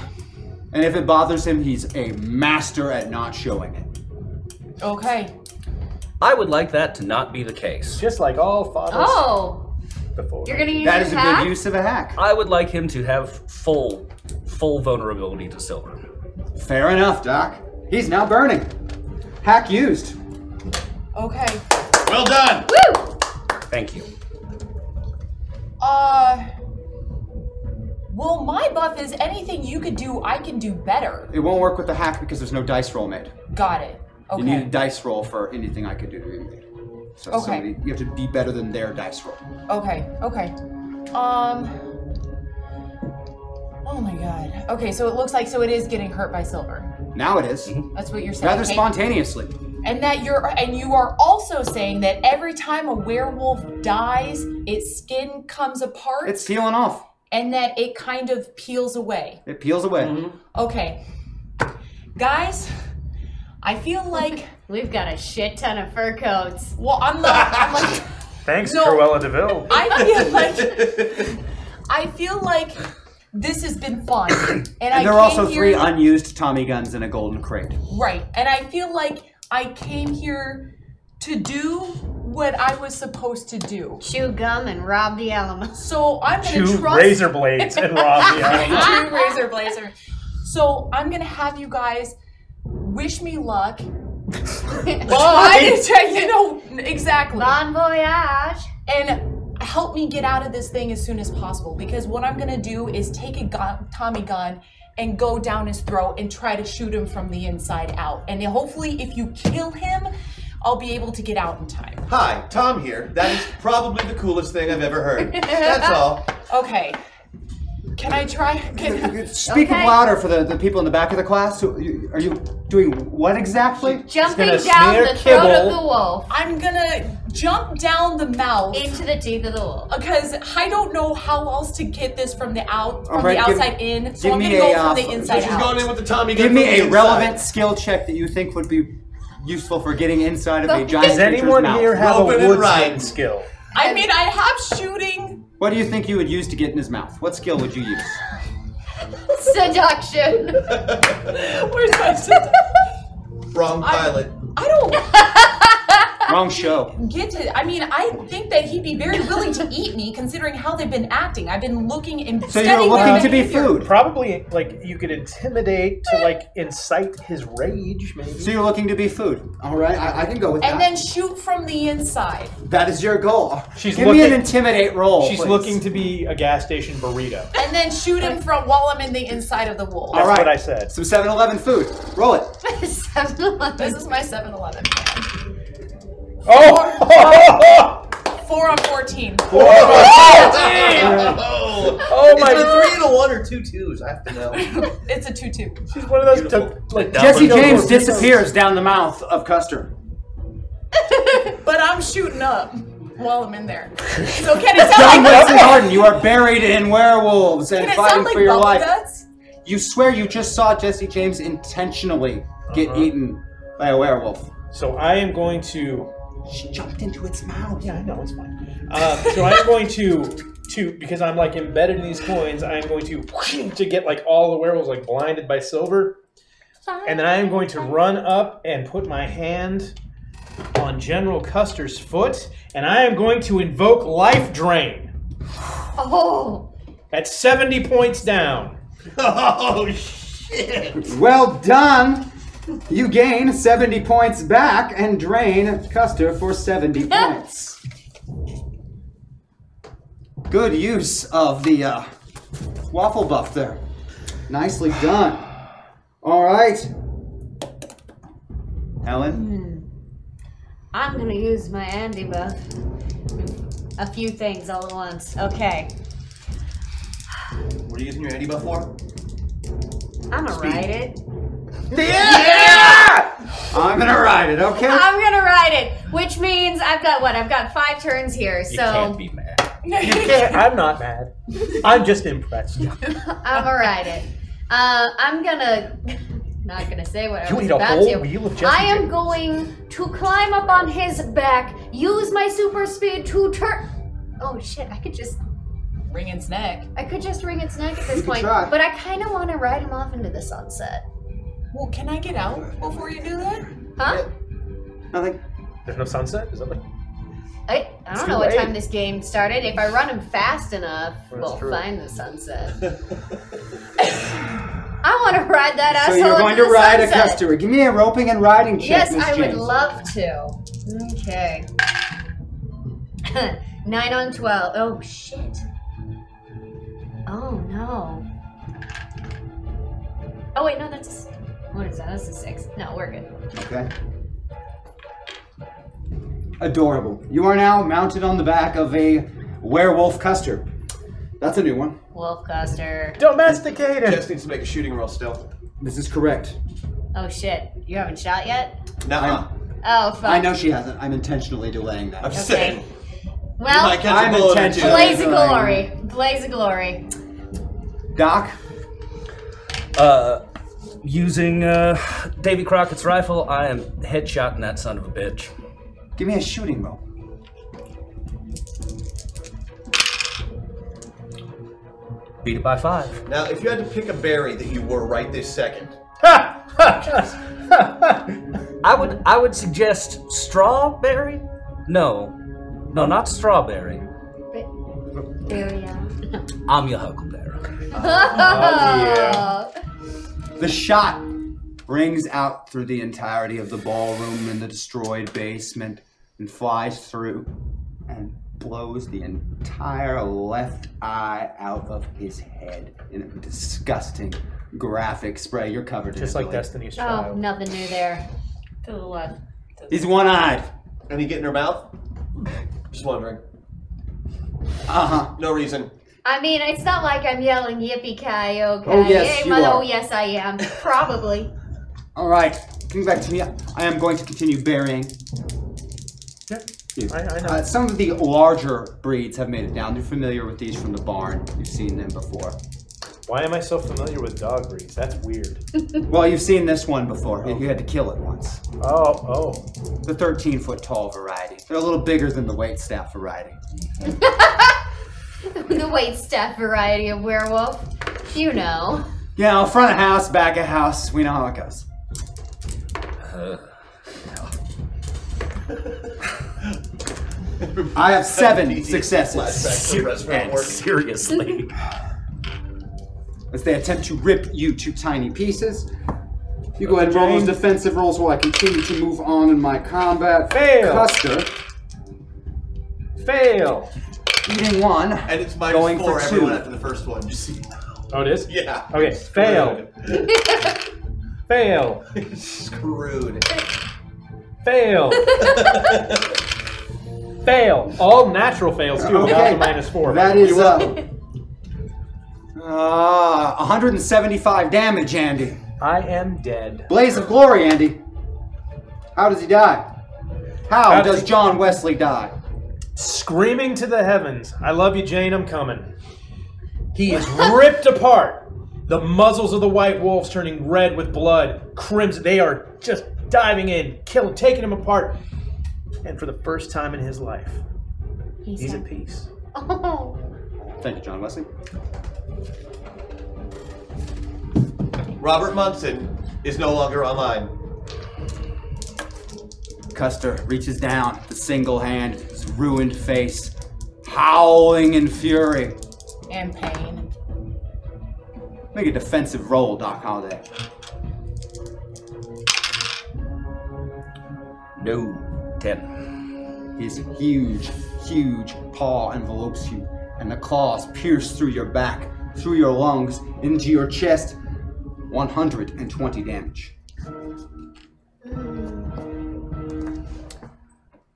Speaker 1: And if it bothers him, he's a master at not showing it.
Speaker 3: okay.
Speaker 8: I would like that to not be the case.
Speaker 4: Just like all fathers
Speaker 6: Oh,
Speaker 4: before.
Speaker 6: you're gonna use That your is a good hack?
Speaker 1: use of a hack.
Speaker 8: I would like him to have full, full vulnerability to silver.
Speaker 1: Fair enough, Doc. He's now burning. Hack used.
Speaker 3: Okay.
Speaker 5: Well done.
Speaker 6: Woo!
Speaker 8: Thank you.
Speaker 3: Uh. Well, my buff is anything you could do, I can do better.
Speaker 1: It won't work with the hack because there's no dice roll made.
Speaker 3: Got it. Okay.
Speaker 1: You need a dice roll for anything I could do to you. So
Speaker 3: Okay.
Speaker 1: somebody, you have to be better than their dice roll.
Speaker 3: Okay, okay. Um. Oh my god. Okay, so it looks like so it is getting hurt by silver.
Speaker 1: Now it is.
Speaker 3: That's what you're saying.
Speaker 1: Rather
Speaker 3: okay?
Speaker 1: spontaneously.
Speaker 3: And that you're and you are also saying that every time a werewolf dies, its skin comes apart
Speaker 1: It's peeling off.
Speaker 3: and that it kind of peels away.
Speaker 1: It peels away.
Speaker 3: Okay. Guys, I feel like
Speaker 6: we've got a shit ton of fur coats.
Speaker 3: Well, I'm not I'm like
Speaker 4: Thanks,
Speaker 3: No.
Speaker 4: Cruella Deville.
Speaker 3: I feel like I feel like this has been fun. And, I
Speaker 1: And there
Speaker 3: came
Speaker 1: are also
Speaker 3: here,
Speaker 1: three unused Tommy guns in a golden crate.
Speaker 3: Right. And I feel like I came here to do what I was supposed to do.
Speaker 6: Chew gum and rob the Alamo.
Speaker 3: So I'm gonna
Speaker 4: Chew
Speaker 3: trust
Speaker 4: razor blades and rob the Alamo.
Speaker 3: Chew razor blades. and- So I'm gonna have you guys wish me luck. Bye. you know exactly.
Speaker 6: Bon voyage.
Speaker 3: And help me get out of this thing as soon as possible because what I'm gonna do is take a gun, Tommy gun and go down his throat and try to shoot him from the inside out. And hopefully, if you kill him, I'll be able to get out in time.
Speaker 5: Hi, Tom here. That is probably the coolest thing I've ever heard. That's all.
Speaker 3: Okay. Can I try? Can,
Speaker 1: Speak up louder for the, the people in the back of the class. Who, you, are you doing what exactly?
Speaker 6: Jumping down the throat of the wolf.
Speaker 3: I'm gonna jump down the mouth
Speaker 6: into the teeth of the wolf.
Speaker 3: Because I don't know how else to get this from the out from
Speaker 1: Alright,
Speaker 3: the
Speaker 1: give-
Speaker 3: outside in, so
Speaker 1: give
Speaker 3: I'm
Speaker 1: me
Speaker 3: gonna go
Speaker 1: a, uh,
Speaker 3: from the inside out.
Speaker 5: with the Tommy
Speaker 1: Give
Speaker 5: gun
Speaker 1: me
Speaker 5: from
Speaker 1: a
Speaker 5: the inside.
Speaker 1: relevant skill check that you think would be useful for getting inside of a giant
Speaker 4: Does anyone
Speaker 1: creature's
Speaker 4: here
Speaker 1: mouth.
Speaker 4: have a woodsman skill?
Speaker 3: I mean, I have shooting.
Speaker 1: What do you think you would use to get in his mouth? What skill would you use?
Speaker 6: Seduction.
Speaker 3: Where's my seduction?
Speaker 5: Wrong pilot.
Speaker 3: I don't
Speaker 1: Wrong show.
Speaker 3: get it. I mean, I think that he'd be very willing to eat me, considering how they've been acting. I've been looking and studying their behavior.
Speaker 4: Probably like you could intimidate to like incite his rage, maybe.
Speaker 1: So you're looking to be food. All right, I, I can go with
Speaker 3: and
Speaker 1: that.
Speaker 3: then shoot from the inside.
Speaker 1: that is your goal.
Speaker 18: She's
Speaker 1: Give me
Speaker 18: looking-
Speaker 1: an intimidate roll.
Speaker 18: She's
Speaker 1: please.
Speaker 18: looking to be a gas station burrito.
Speaker 3: And then shoot him from while I'm in the inside of the wolf.
Speaker 1: All right.
Speaker 18: what I said.
Speaker 1: Some 7-Eleven food. Roll it.
Speaker 6: 7-Eleven.
Speaker 3: This is my 7-Eleven.
Speaker 1: Oh.
Speaker 3: Four on 14.
Speaker 5: Four on 14.
Speaker 3: Oh,
Speaker 5: Oh my! Is it three and a one or two twos? I have to know.
Speaker 3: It's a 2-2.
Speaker 4: She's one of those like
Speaker 1: Jesse James disappears down the mouth of Custer.
Speaker 3: But I'm shooting up while I'm in there. So can it
Speaker 1: John
Speaker 3: sound like
Speaker 1: Wesley Hardin, you are buried in werewolves and
Speaker 3: Can it
Speaker 1: fighting
Speaker 3: sound like
Speaker 1: for your
Speaker 3: bubble
Speaker 1: life.
Speaker 3: guts?
Speaker 1: You swear you just saw Jesse James intentionally get eaten by a werewolf.
Speaker 18: Uh-huh. So I am going to.
Speaker 1: She jumped into its mouth.
Speaker 18: Yeah, I know it's fine. Um, so I'm going to to because I'm like embedded in these coins. I'm going to to get like all the werewolves like blinded by silver, and then I am going to run up and put my hand on General Custer's foot, and I am going to invoke life drain.
Speaker 6: Oh.
Speaker 18: At 70 points down.
Speaker 5: Oh shit!
Speaker 1: Well done. You gain 70 points back and drain Custer for 70 points. Good use of the uh, waffle buff there. Nicely done. All right. Helen?
Speaker 6: I'm gonna use my Andy buff. A few things all at once. Okay.
Speaker 5: What are you using your anti buff for?
Speaker 6: I'm gonna
Speaker 5: Speed.
Speaker 6: write it.
Speaker 1: I'm going to ride it, okay?
Speaker 6: I'm gonna write it, which means I've got what? I've got five turns here, so
Speaker 18: be mad. You can't, I'm not mad. I'm just impressed.
Speaker 6: I'm gonna write it. Uh, I'm gonna not gonna say what I
Speaker 18: You
Speaker 6: was
Speaker 18: ate a
Speaker 6: about
Speaker 18: whole
Speaker 6: to.
Speaker 18: wheel of Jesse
Speaker 6: I am going to climb up on his back, use my super speed to turn. Oh shit! I could just
Speaker 3: ring its neck.
Speaker 6: I could just wring its neck at
Speaker 3: You
Speaker 6: this
Speaker 3: could
Speaker 6: point,
Speaker 3: try.
Speaker 6: but I kind of want to ride him off into the sunset.
Speaker 3: Well, can I get out before you do that?
Speaker 6: Huh?
Speaker 1: Nothing.
Speaker 18: There's no sunset? Is that like.
Speaker 6: I, I
Speaker 18: It's
Speaker 6: don't
Speaker 18: too
Speaker 6: know what
Speaker 18: late.
Speaker 6: time this game started. If I run him fast enough,
Speaker 18: That's
Speaker 6: we'll
Speaker 18: true.
Speaker 6: find the sunset. I want to ride that
Speaker 1: So
Speaker 6: asshole.
Speaker 1: you're going
Speaker 6: into
Speaker 1: to
Speaker 6: the
Speaker 1: ride a
Speaker 6: sunset.
Speaker 1: customer. Give me a roping and riding check,
Speaker 6: Yes,
Speaker 1: Miss
Speaker 6: I would
Speaker 1: James.
Speaker 6: love to. Okay. Nine on twelve. Oh shit. Oh no. Oh wait, no, that's a. s- What is that? That's a six. No, we're good.
Speaker 1: Okay. Adorable. You are now mounted on the back of a werewolf custer. That's a new one.
Speaker 6: Wolf Custer.
Speaker 18: Domesticated.
Speaker 5: Just needs to make a shooting roll still.
Speaker 1: This is correct.
Speaker 6: Oh shit. You haven't shot yet?
Speaker 5: Now
Speaker 6: Oh fuck.
Speaker 1: I know she hasn't. I'm intentionally delaying that.
Speaker 5: I'm saying.
Speaker 6: Well,
Speaker 1: might catch a I'm bullet or intentionally two.
Speaker 6: blaze of
Speaker 1: delaying.
Speaker 6: glory. Blaze of glory.
Speaker 1: Doc.
Speaker 8: Uh, using uh, Davy Crockett's rifle, I am headshotting that son of a bitch.
Speaker 1: Give me a shooting roll.
Speaker 8: Beat it by five.
Speaker 5: Now, if you had to pick a berry that you were right this second,
Speaker 8: I would I would suggest strawberry. No, no, not strawberry.
Speaker 6: There we are.
Speaker 8: I'm your huckleberry.
Speaker 1: Oh, The shot rings out through the entirety of the ballroom and the destroyed basement and flies through and blows the entire left eye out of his head in a disgusting graphic spray. You're covered in
Speaker 4: Just
Speaker 1: it,
Speaker 4: like
Speaker 1: Billy.
Speaker 4: Destiny's
Speaker 6: Oh, nothing new there. To the left.
Speaker 1: He's one eyed.
Speaker 5: And he get in her mouth? Just wondering.
Speaker 1: Uh huh.
Speaker 5: No reason.
Speaker 6: I mean, it's not like I'm yelling yippee ki yay,
Speaker 1: Oh, yes, you are.
Speaker 6: Oh yes, I am. Probably.
Speaker 1: All right, coming back to me. I am going to continue burying. you. Uh, some of the larger breeds have made it down. You're familiar with these from the barn. You've seen them before.
Speaker 18: Why am I so familiar with dog breeds? That's weird.
Speaker 1: Well, you've seen this one before. You had to kill it once.
Speaker 18: Oh, oh.
Speaker 1: The 13 foot tall variety. They're a little bigger than the waitstaff variety.
Speaker 6: the wait staff variety of werewolf. You know.
Speaker 1: You know, front of house, back of house. We know how it goes. I have seven successes.
Speaker 8: And seriously.
Speaker 1: As they attempt to rip you to tiny pieces. You go ahead and roll those defensive rolls while I continue to move on in my combat.
Speaker 4: Fail.
Speaker 1: Custer.
Speaker 4: Fail.
Speaker 1: Eating one.
Speaker 5: And it's minus
Speaker 1: Going
Speaker 5: four
Speaker 1: for
Speaker 5: everyone
Speaker 1: two.
Speaker 5: after the first one. You see.
Speaker 4: Oh, it is?
Speaker 5: Yeah.
Speaker 4: Okay, fail. fail.
Speaker 5: Screwed.
Speaker 4: Fail. fail. All natural fails, too.
Speaker 1: Okay.
Speaker 4: without the minus four.
Speaker 1: That is
Speaker 4: You will-
Speaker 1: uh, uh, 175 damage, Andy.
Speaker 4: I am dead.
Speaker 1: Blaze of glory, Andy. How does he die? How,
Speaker 4: How does
Speaker 1: does John Wesley die?
Speaker 4: Screaming to the heavens, I love you, Jane, I'm coming. He is ripped apart. The muzzles of the white wolves turning red with blood, crimson. They are just diving in, killing, taking him apart. And for the first time in his life, he's, at peace.
Speaker 6: Oh.
Speaker 1: Thank you, John Wesley.
Speaker 5: Robert Munson is no longer online.
Speaker 1: Custer reaches down, the single hand, his ruined face, howling in fury.
Speaker 16: And pain.
Speaker 1: Make a defensive roll, Doc Holliday.
Speaker 8: No. Ten.
Speaker 1: His huge, huge paw envelopes you, and the claws pierce through your back, through your lungs, into your chest. 120 damage.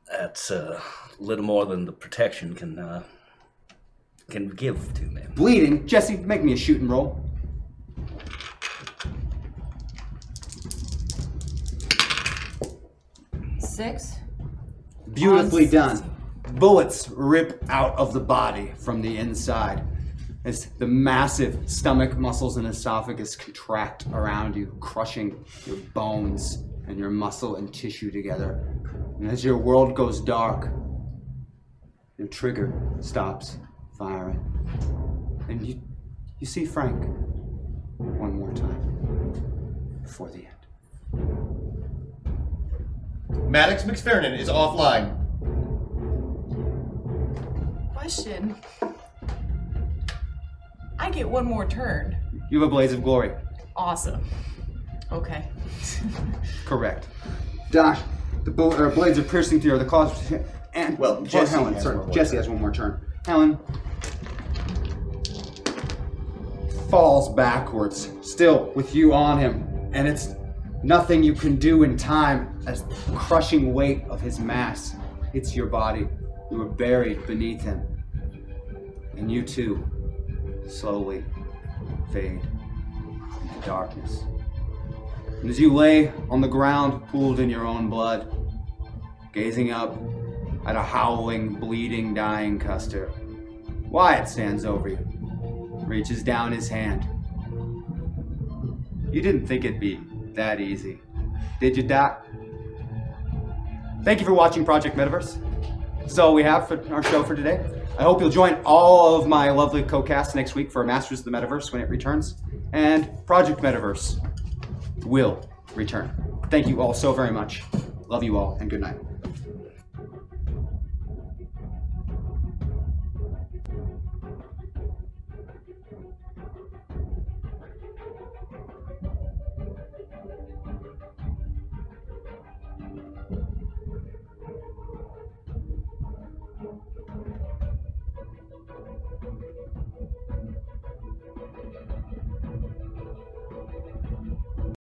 Speaker 8: That's uh, a little more than the protection can uh, can give to me.
Speaker 1: Bleeding. Jesse, make me a shoot and roll.
Speaker 16: Six.
Speaker 1: Beautifully done. Bullets rip out of the body from the inside as the massive stomach muscles and esophagus contract around you, crushing your bones and your muscle and tissue together. And as your world goes dark, your trigger stops firing. And you, you see Frank one more time before the end.
Speaker 5: Maddox McFerrin is offline.
Speaker 16: Question. I get one more turn.
Speaker 1: You have a blaze of glory.
Speaker 16: Awesome. Okay.
Speaker 1: Correct. Doc, the bull, or blades are piercing through the claws, and
Speaker 5: Well,
Speaker 1: or
Speaker 5: Jesse
Speaker 1: Helen,
Speaker 5: has
Speaker 1: sorry,
Speaker 5: one more
Speaker 1: Jesse
Speaker 5: turn.
Speaker 1: has one more turn. Helen falls backwards, still with you on him, and it's nothing you can do in time as the crushing weight of his mass hits your body. You are buried beneath him, and you too slowly fade into darkness. And as you lay on the ground, pooled in your own blood, gazing up at a howling, bleeding, dying Custer, Wyatt stands over you, reaches down his hand. You didn't think it'd be that easy, did you, Doc? Thank you for watching Project Metaverse. That's all we have for our show for today. I hope you'll join all of my lovely co-casts next week for Masters of the Metaverse when it returns, and Project Metaverse will return. Thank you all so very much. Love you all, and good night.